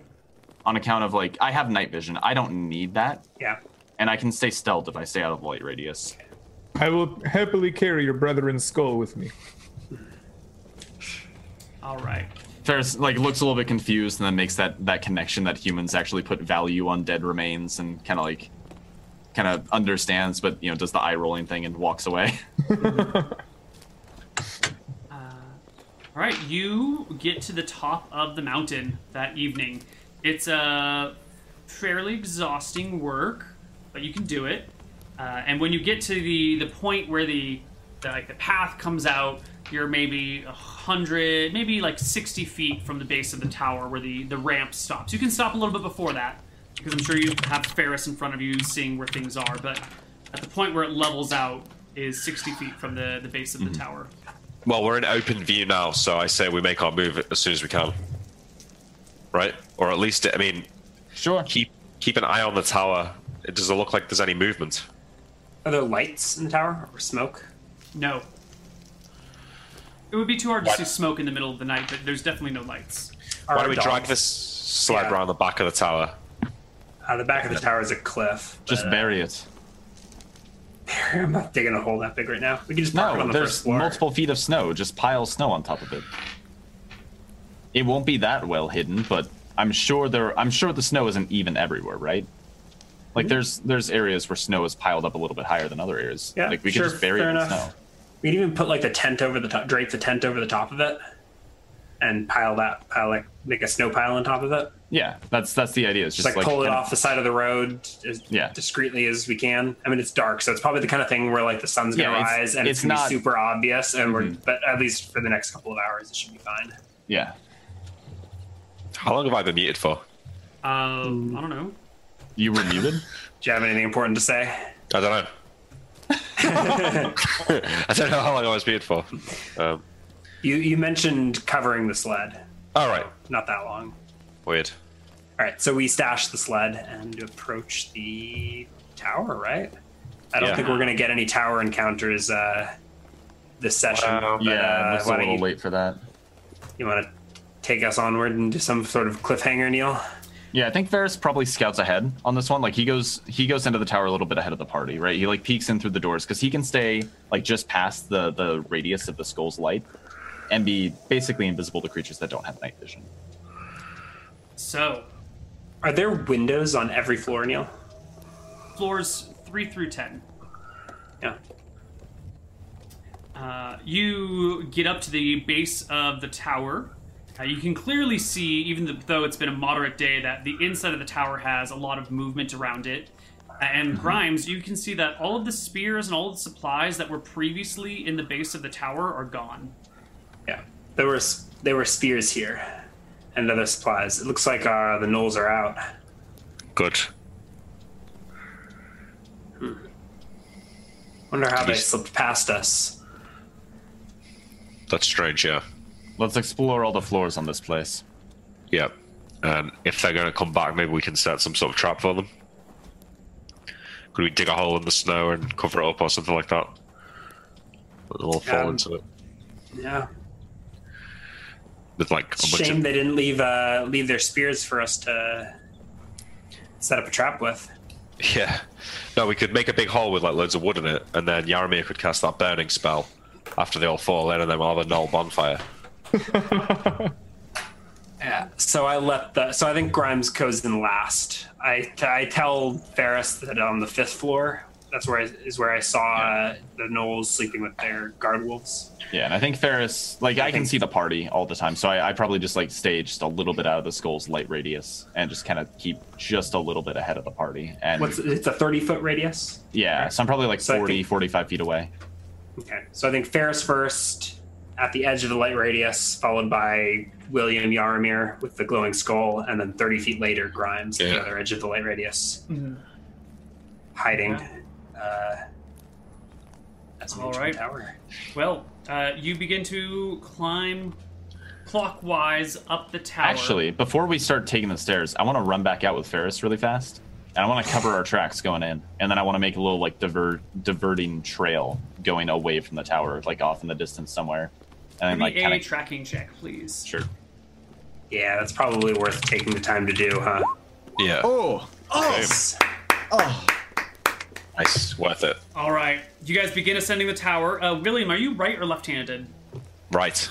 E: on account of like I have night vision. I don't need that,
C: Yeah.
E: and I can stay stealth if I stay out of light radius.
D: I will happily carry your brethren's skull with me.
B: All right.
E: Ferris like looks a little bit confused and then makes that that connection that humans actually put value on dead remains and kind of like kind of understands, but you know does the eye rolling thing and walks away.
B: All right, you get to the top of the mountain that evening. It's a fairly exhausting work, but you can do it. Uh, and when you get to the the point where the, the like the path comes out, you're maybe a hundred, maybe like sixty feet from the base of the tower where the the ramp stops. You can stop a little bit before that because I'm sure you have Ferris in front of you, seeing where things are. But at the point where it levels out is sixty feet from the the base of the tower.
F: Well, we're in open view now, so I say we make our move as soon as we can. Right? Or at least, I mean,
E: Sure.
F: keep keep an eye on the tower. It doesn't look like there's any movement.
C: Are there lights in the tower or smoke?
B: No. It would be too hard to see smoke in the middle of the night, but there's definitely no lights.
C: Are
F: Why
C: our
F: don't we
C: dogs-
F: drag this sled
C: Yeah.
F: around the back of the tower?
C: Uh, the back of the tower is a cliff.
E: Just
C: but, uh,
E: bury it.
C: I'm not digging a hole that big right now. We can just park it on
E: No,
C: the
E: there's
C: first floor.
E: multiple feet of snow. Just pile snow on top of it. It won't be that well hidden, but I'm sure there. I'm sure the snow isn't even everywhere, right? Like
C: Mm-hmm.
E: there's there's areas where snow is piled up a little bit higher than other areas.
C: Yeah,
E: like we
C: sure,
E: could just bury it
C: fair
E: in
C: enough.
E: snow.
C: We can even put like the tent over the top, drape the tent over the top of it, and pile that pile like make a snow pile on top of it.
E: Yeah, that's that's the idea. It's just
C: Just like, pull it
E: kind of-
C: off the side of the road as
E: Yeah.
C: discreetly as we can. I mean, it's dark, so it's probably the kind of thing where like the sun's gonna
E: Yeah, it's-
C: rise and it's,
E: it's
C: gonna
E: not- Mm-hmm.
C: be super obvious. And we're but at least for the next couple of hours, it should be fine.
E: Yeah,
F: How long have I been muted for?
B: Um, I don't know.
E: you were muted.
C: Do you have anything important to say?
F: I don't know. I don't know how long I was muted for. Um,
C: You you mentioned covering the sled.
F: all right.
C: Not that long.
F: Weird.
C: All right, so we stash the sled and approach the tower, right? I don't
F: Yeah.
C: think we're gonna get any tower encounters uh, this session.
F: Wow.
C: but,
E: yeah,
C: uh,
E: it looks a
C: why don't
E: little
C: you,
E: late for that.
C: You want to take us onward and do some sort of cliffhanger, Neil?
E: Yeah, I think Ferris probably scouts ahead on this one. Like he goes he goes into the tower a little bit ahead of the party, right? He like peeks in through the doors because he can stay like just past the the radius of the skull's light and be basically invisible to creatures that don't have night vision.
B: So,
C: Are there windows on every floor, Neil?
B: floors three through ten.
C: Yeah.
B: Uh, you get up to the base of the tower. Uh, you can clearly see, even th- though it's been a moderate day, that the inside of the tower has a lot of movement around it. And Grimes, you can see that all of the spears and all of the supplies that were previously in the base of the tower are gone.
C: Yeah, there were s- there were spears here and other supplies. It looks like uh, the gnolls are out.
F: Good.
C: Wonder how they
F: Yes.
C: slipped past us.
F: That's strange, yeah.
E: Let's explore all the floors on this place.
F: Yeah. And if they're going to come back, maybe we can set some sort of trap for them. Could we dig a hole in the snow and cover it up or something like that? They'll all fall
C: Um,
F: into it.
C: Yeah,
F: With like a bunch
C: Shame
F: of-
C: they didn't leave uh, leave their spears for us to set up a trap with.
F: Yeah. No, we could make a big hole with like loads of wood in it, and then Yaramir could cast that burning spell after they all fall in, and then we'll have a null bonfire.
C: Yeah. So I let the. So I think Grimes goes in last. I, I tell Ferris that on the fifth floor, that's where I, is where I saw uh, the gnolls sleeping with their guard wolves.
E: Yeah, and I think Ferris like I, can
C: think-
E: see the party all the time, so I, I probably just like stay just a little bit out of the skull's light radius and just kind of keep just a little bit ahead of the party. And
C: What's it's a thirty foot radius.
E: yeah, so I'm probably like
C: So I
E: 40,
C: think-
E: 45 feet away.
C: Okay. So I think Ferris first at the edge of the light radius, followed by William Yaramir with the glowing skull, and then thirty feet later, Grimes at
F: Yeah.
C: the other edge of the light radius,
B: Mm-hmm.
C: hiding. Uh, that's
B: All right.
C: Tower.
B: Well, uh, you begin to climb clockwise up the tower.
E: Actually, before we start taking the stairs, I want to run back out with Ferris really fast and I want to cover our tracks going in, and then I want to make a little like diver- diverting trail going away from the tower, like off in the distance somewhere, and then
B: Give me
E: like
B: a
E: kind of
B: tracking check, please.
E: sure.
C: Yeah, that's probably worth taking the time to do, huh?
F: Yeah.
G: Oh,
F: Okay.
G: oh,
F: Nice. Worth it.
B: All right, you guys begin ascending the tower. Uh, William, are you right or left-handed?
F: Right.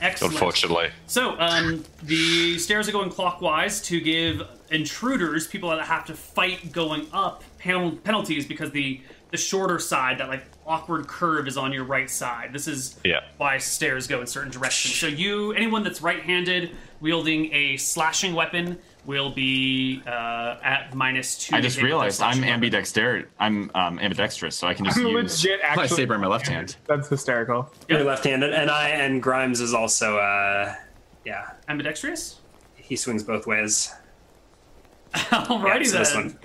B: Excellent.
F: Unfortunately.
B: So, um, the stairs are going clockwise to give intruders, people that have to fight going up, panel- penalties because the the shorter side, that like awkward curve, is on your right side. This is
F: Yeah.
B: why stairs go in certain directions. So you, anyone that's right-handed wielding a slashing weapon, will be uh, at minus two.
E: I
B: to
E: just
B: hit with their
E: realized I'm
B: slashing weapon.
E: ambidexter. I'm um, ambidextrous, so I can just
D: I'm
E: use
D: legit
E: my
D: actually
E: saber in my left hand.
D: That's hysterical.
C: You're left-handed, and I and Grimes is also. uh Yeah,
B: ambidextrous.
C: he swings both ways.
B: Alrighty then.
C: Yeah, so this one.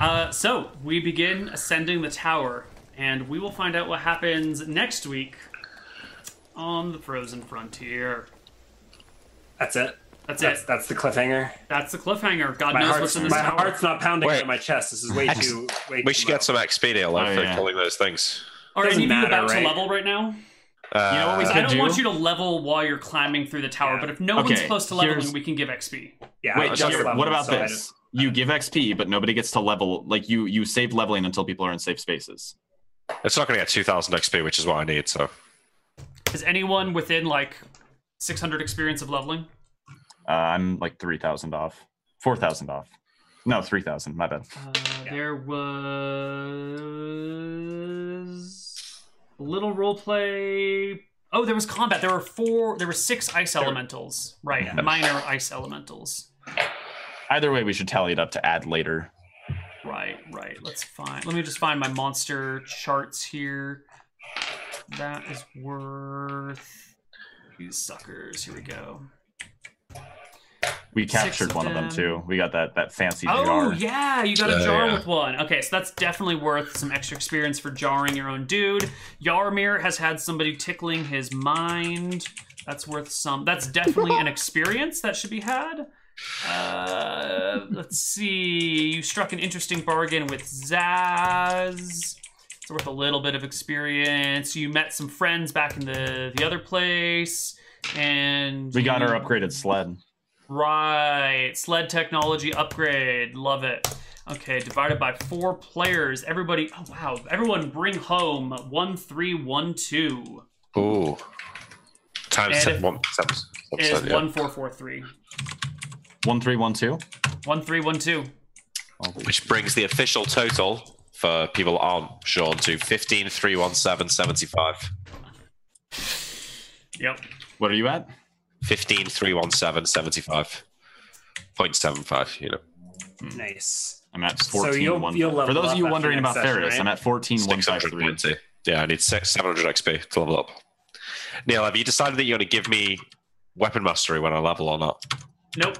B: Uh, so we begin ascending the tower, and we will find out what happens next week on the frozen frontier.
C: That's it.
B: That's
C: That's
B: it.
C: that's the cliffhanger.
B: That's the cliffhanger. God
C: My
B: knows what's
C: heart's
B: in this
C: my
B: tower.
C: heart's not pounding
F: Wait.
C: out of my chest. This is way too. Way
F: We
C: too
F: should
C: low.
F: get some XP deal though,
E: Oh,
F: for
E: yeah.
F: killing those things.
B: Are any of
C: Doesn't
B: you
C: matter,
B: about
C: right?
B: to level right now?
F: Uh,
E: You know what we
B: I
E: could
B: don't
E: do?
B: want you to level while you're climbing through the tower,
C: Yeah.
B: but if no one's
E: Okay,
B: close to leveling,
E: here's-
B: we can give XP.
C: Yeah,
E: Wait,
C: just
E: Jasper,
C: level,
E: what about
C: so I
E: this? You give XP, but nobody gets to level. Like you, you save leveling until people are in safe spaces.
F: It's not going to get 2,000 XP, which is what I need. So
B: Is anyone within like 600 experience of leveling?
E: Uh, I'm like three thousand off, four thousand off. No, three thousand. My bad.
B: Uh, There was a little roleplay. Oh, there was combat. There were four. There were six ice elementals. Right, minor ice elementals.
E: Either way, we should tally it up to add later.
B: Right, right. Let's find. Let me just find my monster charts here. That is worth these suckers. Here we go.
E: We
B: Six
E: captured
B: of
E: one of them
B: them.
E: too. We got that that fancy
B: Oh
E: jar.
B: yeah, you got a
F: Yeah,
B: jar
F: yeah.
B: with one. Okay, so that's definitely worth some extra experience for jarring your own dude. Yarmir has had somebody tickling his mind. That's worth some. That's definitely an experience that should be had. Uh, let's see. You struck an interesting bargain with Zaz. It's worth a little bit of experience. You met some friends back in the the other place, and
E: We got
B: you-
E: our upgraded sled.
B: Right. Sled technology upgrade. Love it. Okay, divided by four players. Everybody, oh wow, everyone bring home 1312
F: Ooh. Times
B: And
F: ten,
B: if-
F: one, seven,
B: is
F: seven, yeah.
B: 1443.
E: One three one two.
B: 1312.
F: which brings the official total for people on Sean to 15,317.75.
B: Yep.
E: What are you at?
F: 15,317.75. 0.75, you know.
C: Nice.
E: I'm at
C: So you'll-
E: fourteen one.
C: you'll level
E: For those
C: up
E: of you
C: after
E: wondering
C: next
E: about
C: session,
E: Ferris,
C: right?
E: I'm at fourteen one five three.
F: 690. Yeah, I need six, 700 XP to level up. Neil, have you decided that you're going to give me weapon mastery when I level or not?
B: Nope.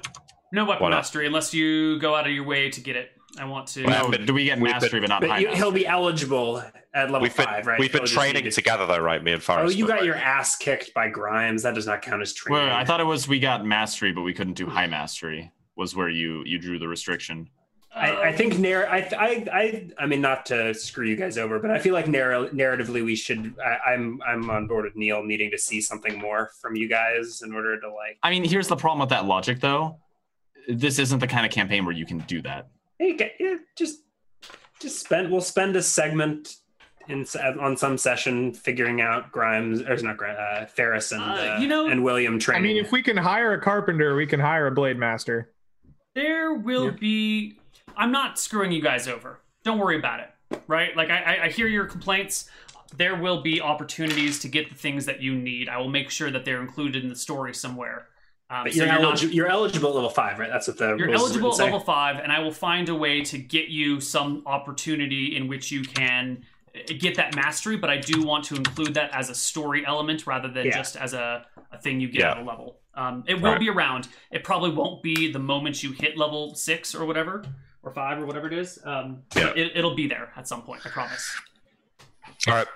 B: No weapon
F: Why not?
B: mastery unless you go out of your way to get it. I want to.
F: Well,
E: No,
F: We've been-
E: do we get
F: we've
E: mastery but not
C: But
E: high
C: you, he'll
E: mastery?
C: be eligible at level
F: We've been,
C: five, right?
F: we've been
C: He'll just
F: training
C: need to-
F: together, though, right? Me and
C: Oh,
F: Forrest.
C: you got your ass kicked by Grimes. That does not count as
E: Wait,
C: training.
E: wait, I thought it was we got mastery, but we couldn't do high mastery. Was where you you drew the restriction.
C: I, I
B: Um,
C: think narr- I, I I I mean not to screw you guys over, but I feel like narr- narratively we should. I, I'm I'm on board with Neil needing to see something more from you guys in order to like.
E: I mean, here's the problem with that logic, though. This isn't the kind of campaign where you can do that.
C: Hey, g- yeah, just just spend. We'll spend a segment in s- uh, on some session figuring out Grimes or it's not Grimes, uh, Ferris and
B: Uh,
C: uh,
B: you know-
C: and William
D: I
C: training.
D: mean, if we can hire a carpenter, we can hire a blade master.
B: There will be. I'm not screwing you guys over. Don't worry about it. Right? Like I, I- I hear your complaints. There will be opportunities to get the things that you need. I will make sure that they're included in the story somewhere. Um,
C: but
B: so
C: you're,
B: you're not-
C: eligi- you're eligible at level five, right? That's what the
B: you're
C: rules is
B: eligible at
C: written
B: level
C: say.
B: five, and I will find a way to get you some opportunity in which you can uh, get that mastery. But I do want to include that as a story element rather than
C: Yeah.
B: just as a, a thing you get
F: Yeah.
B: at a level. Um, it will
F: Right.
B: be around. It probably won't be the moment you hit level six or whatever, or five or whatever it is. Um, but it, it'll be there at some point. I promise.
F: All right.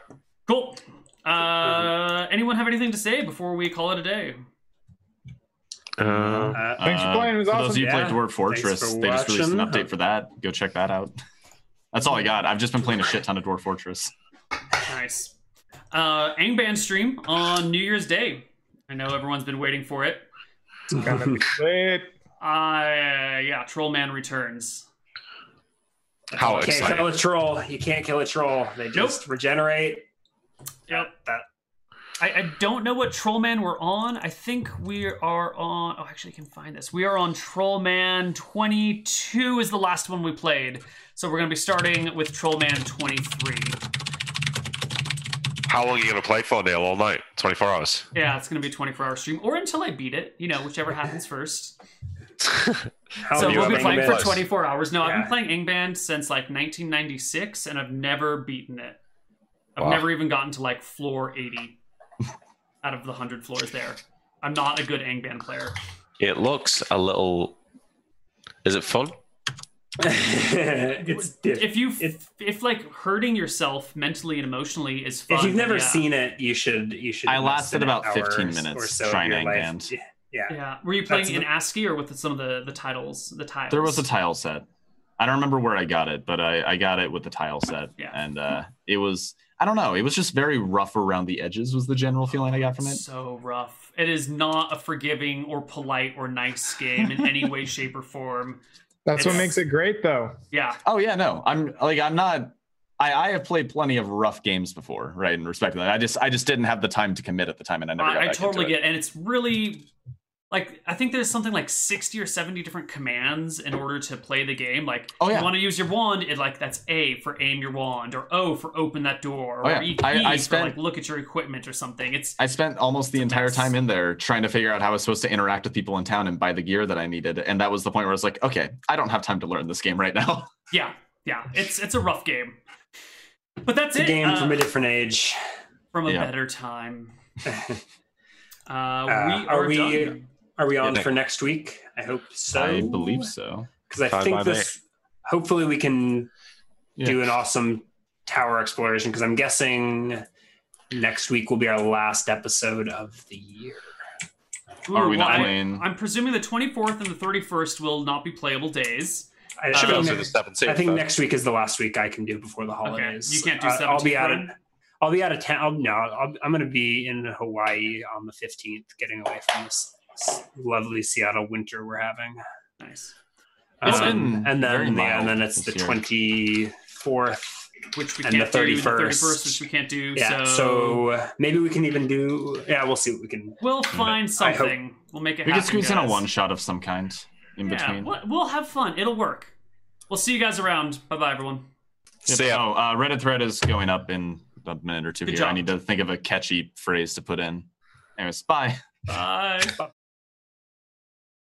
B: Cool. Uh, Anyone have anything to say before we call it a day?
F: Uh,
C: Uh,
D: Thanks for playing. It was
E: for
D: awesome.
E: those of you who
C: Yeah.
E: played Dwarf Fortress,
C: Thanks for
E: they just released an
C: watching.
E: update for that. Go check that out. That's all I got. I've just been playing a shit ton of Dwarf Fortress.
B: Nice. Uh, Angband stream on New Year's Day. I know everyone's been waiting for it.
D: Gonna be great.
B: Uh, yeah, Trollman returns.
F: how
C: you can't
F: exciting!
C: kill a troll. You can't kill a troll. They just regenerate.
B: Yep.
C: That
B: I, I don't know what Trollman we're on. I think we are on. Oh, actually, I can find this. We are on Trollman 22 is the last one we played. So we're going to be starting with Trollman 23.
F: How long are you going to play for, Neil? All night, twenty-four hours.
B: Yeah, it's going to be a 24 hour stream or until I beat it, you know, whichever happens first.
E: Oh,
C: how
B: so
F: you
B: we'll
F: have
B: be
F: Angband?
B: playing for
F: Close.
B: 24 hours. No, I've
C: Yeah.
B: been playing Angband since like 1996 and I've never beaten it. I've
F: Wow.
B: never even gotten to like floor 80 out of the 100 floors there. I'm not a good Angband player.
F: It looks a little. Is it fun?
C: it's different.
B: if you
C: It-
B: if like hurting yourself mentally and emotionally is fun.
C: If you've never
B: yeah.
C: seen it, you should. You should.
E: I
C: invest in
E: lasted
C: it
E: about 15
C: hours
E: minutes
C: or so of
E: trying
C: your
E: Ang
C: life.
E: Band.
C: Yeah, yeah.
B: yeah, were you playing
C: That's
B: in
C: the-
B: ASCII or with some of the the titles? The tiles.
E: There was a tile set. I don't remember where I got it, but I, I got it with the tile set.
B: Yeah.
E: And uh, it was, I don't know, it was just very rough around the edges, was the general feeling I got from it.
B: so rough. It is not a forgiving or polite or nice game in any way, shape, or form.
D: That's what
B: It's-
D: makes it great, though.
B: Yeah,
E: Oh yeah, no. I'm like I'm not I, I have played plenty of rough games before, right? And respect to that. I just I just didn't have the time to commit at the time and I never got
B: I, I
E: back
B: totally
E: into it.
B: get, and it's really like I think there's something like 60 or 70 different commands in order to play the game. Like,
E: Oh, yeah.
B: you want to use your wand, it like that's A for aim your wand, or O for open that door, or
E: Oh, yeah.
B: E,
E: I-
B: E
E: I
B: for
E: spent-
B: like look at your equipment or something. It's
E: I spent almost the
B: It's a
E: entire
B: mess.
E: time in there trying to figure out how I was supposed to interact with people in town and buy the gear that I needed. And that was the point where I was like, okay, I don't have time to learn this game right now.
B: yeah, yeah. It's it's a rough game, but that's
C: It's a
B: it.
C: game
B: uh,
C: from a different age.
B: from a
E: Yeah.
B: better time. Uh, we
C: Uh, are
B: are,
C: we-
B: done.
C: Are we on
F: Yeah.
C: for next week? I hope so.
E: I believe so.
C: Because I
F: Fine by
C: think this. Hopefully, we can
E: Yeah.
C: do an awesome tower exploration. Because I'm guessing next week will be our last episode of the year.
E: Are we
B: Ooh,
E: not
B: well, I-
E: playing?
B: I'm presuming the 24th and the 31st will not be playable days.
C: I,
F: Should be
B: Uh,
F: able
C: think,
F: to do
C: ne-
F: the seventeenth.
C: I think next week is the last week I can do before the holidays.
B: you can't do
C: I- I'll be
B: 17th,
C: out of.
B: right?
C: I'll be out of town. no, I'll, I'm going to be in Hawaii on the 15th, getting away from this s- lovely Seattle winter we're having.
B: Nice.
E: It's
C: Um,
E: been
C: and
E: very
C: then yeah,
E: mild
C: and then it's the
E: this year.
C: 24th.
B: which we
C: And
B: can't
C: the
B: do, and the
C: 31st.
B: 31st, which we can't do. so,
C: Yeah, so, maybe we can even do. Yeah, we'll see what we can.
B: we'll find
C: I hope-
B: something. We'll make it
E: We
B: happen.
E: could squeeze in a
B: guys.
E: one shot of some kind in
B: Yeah,
E: between.
B: we'll, we'll have fun. It'll work. We'll see you guys around. Bye bye, everyone.
E: Yep.
F: See ya.
E: Oh, uh, Reddit thread is going up in a minute or two
B: Good
E: here. I
B: job.
E: need to think of a catchy phrase to put in. Anyways, bye.
B: Bye.
C: Bye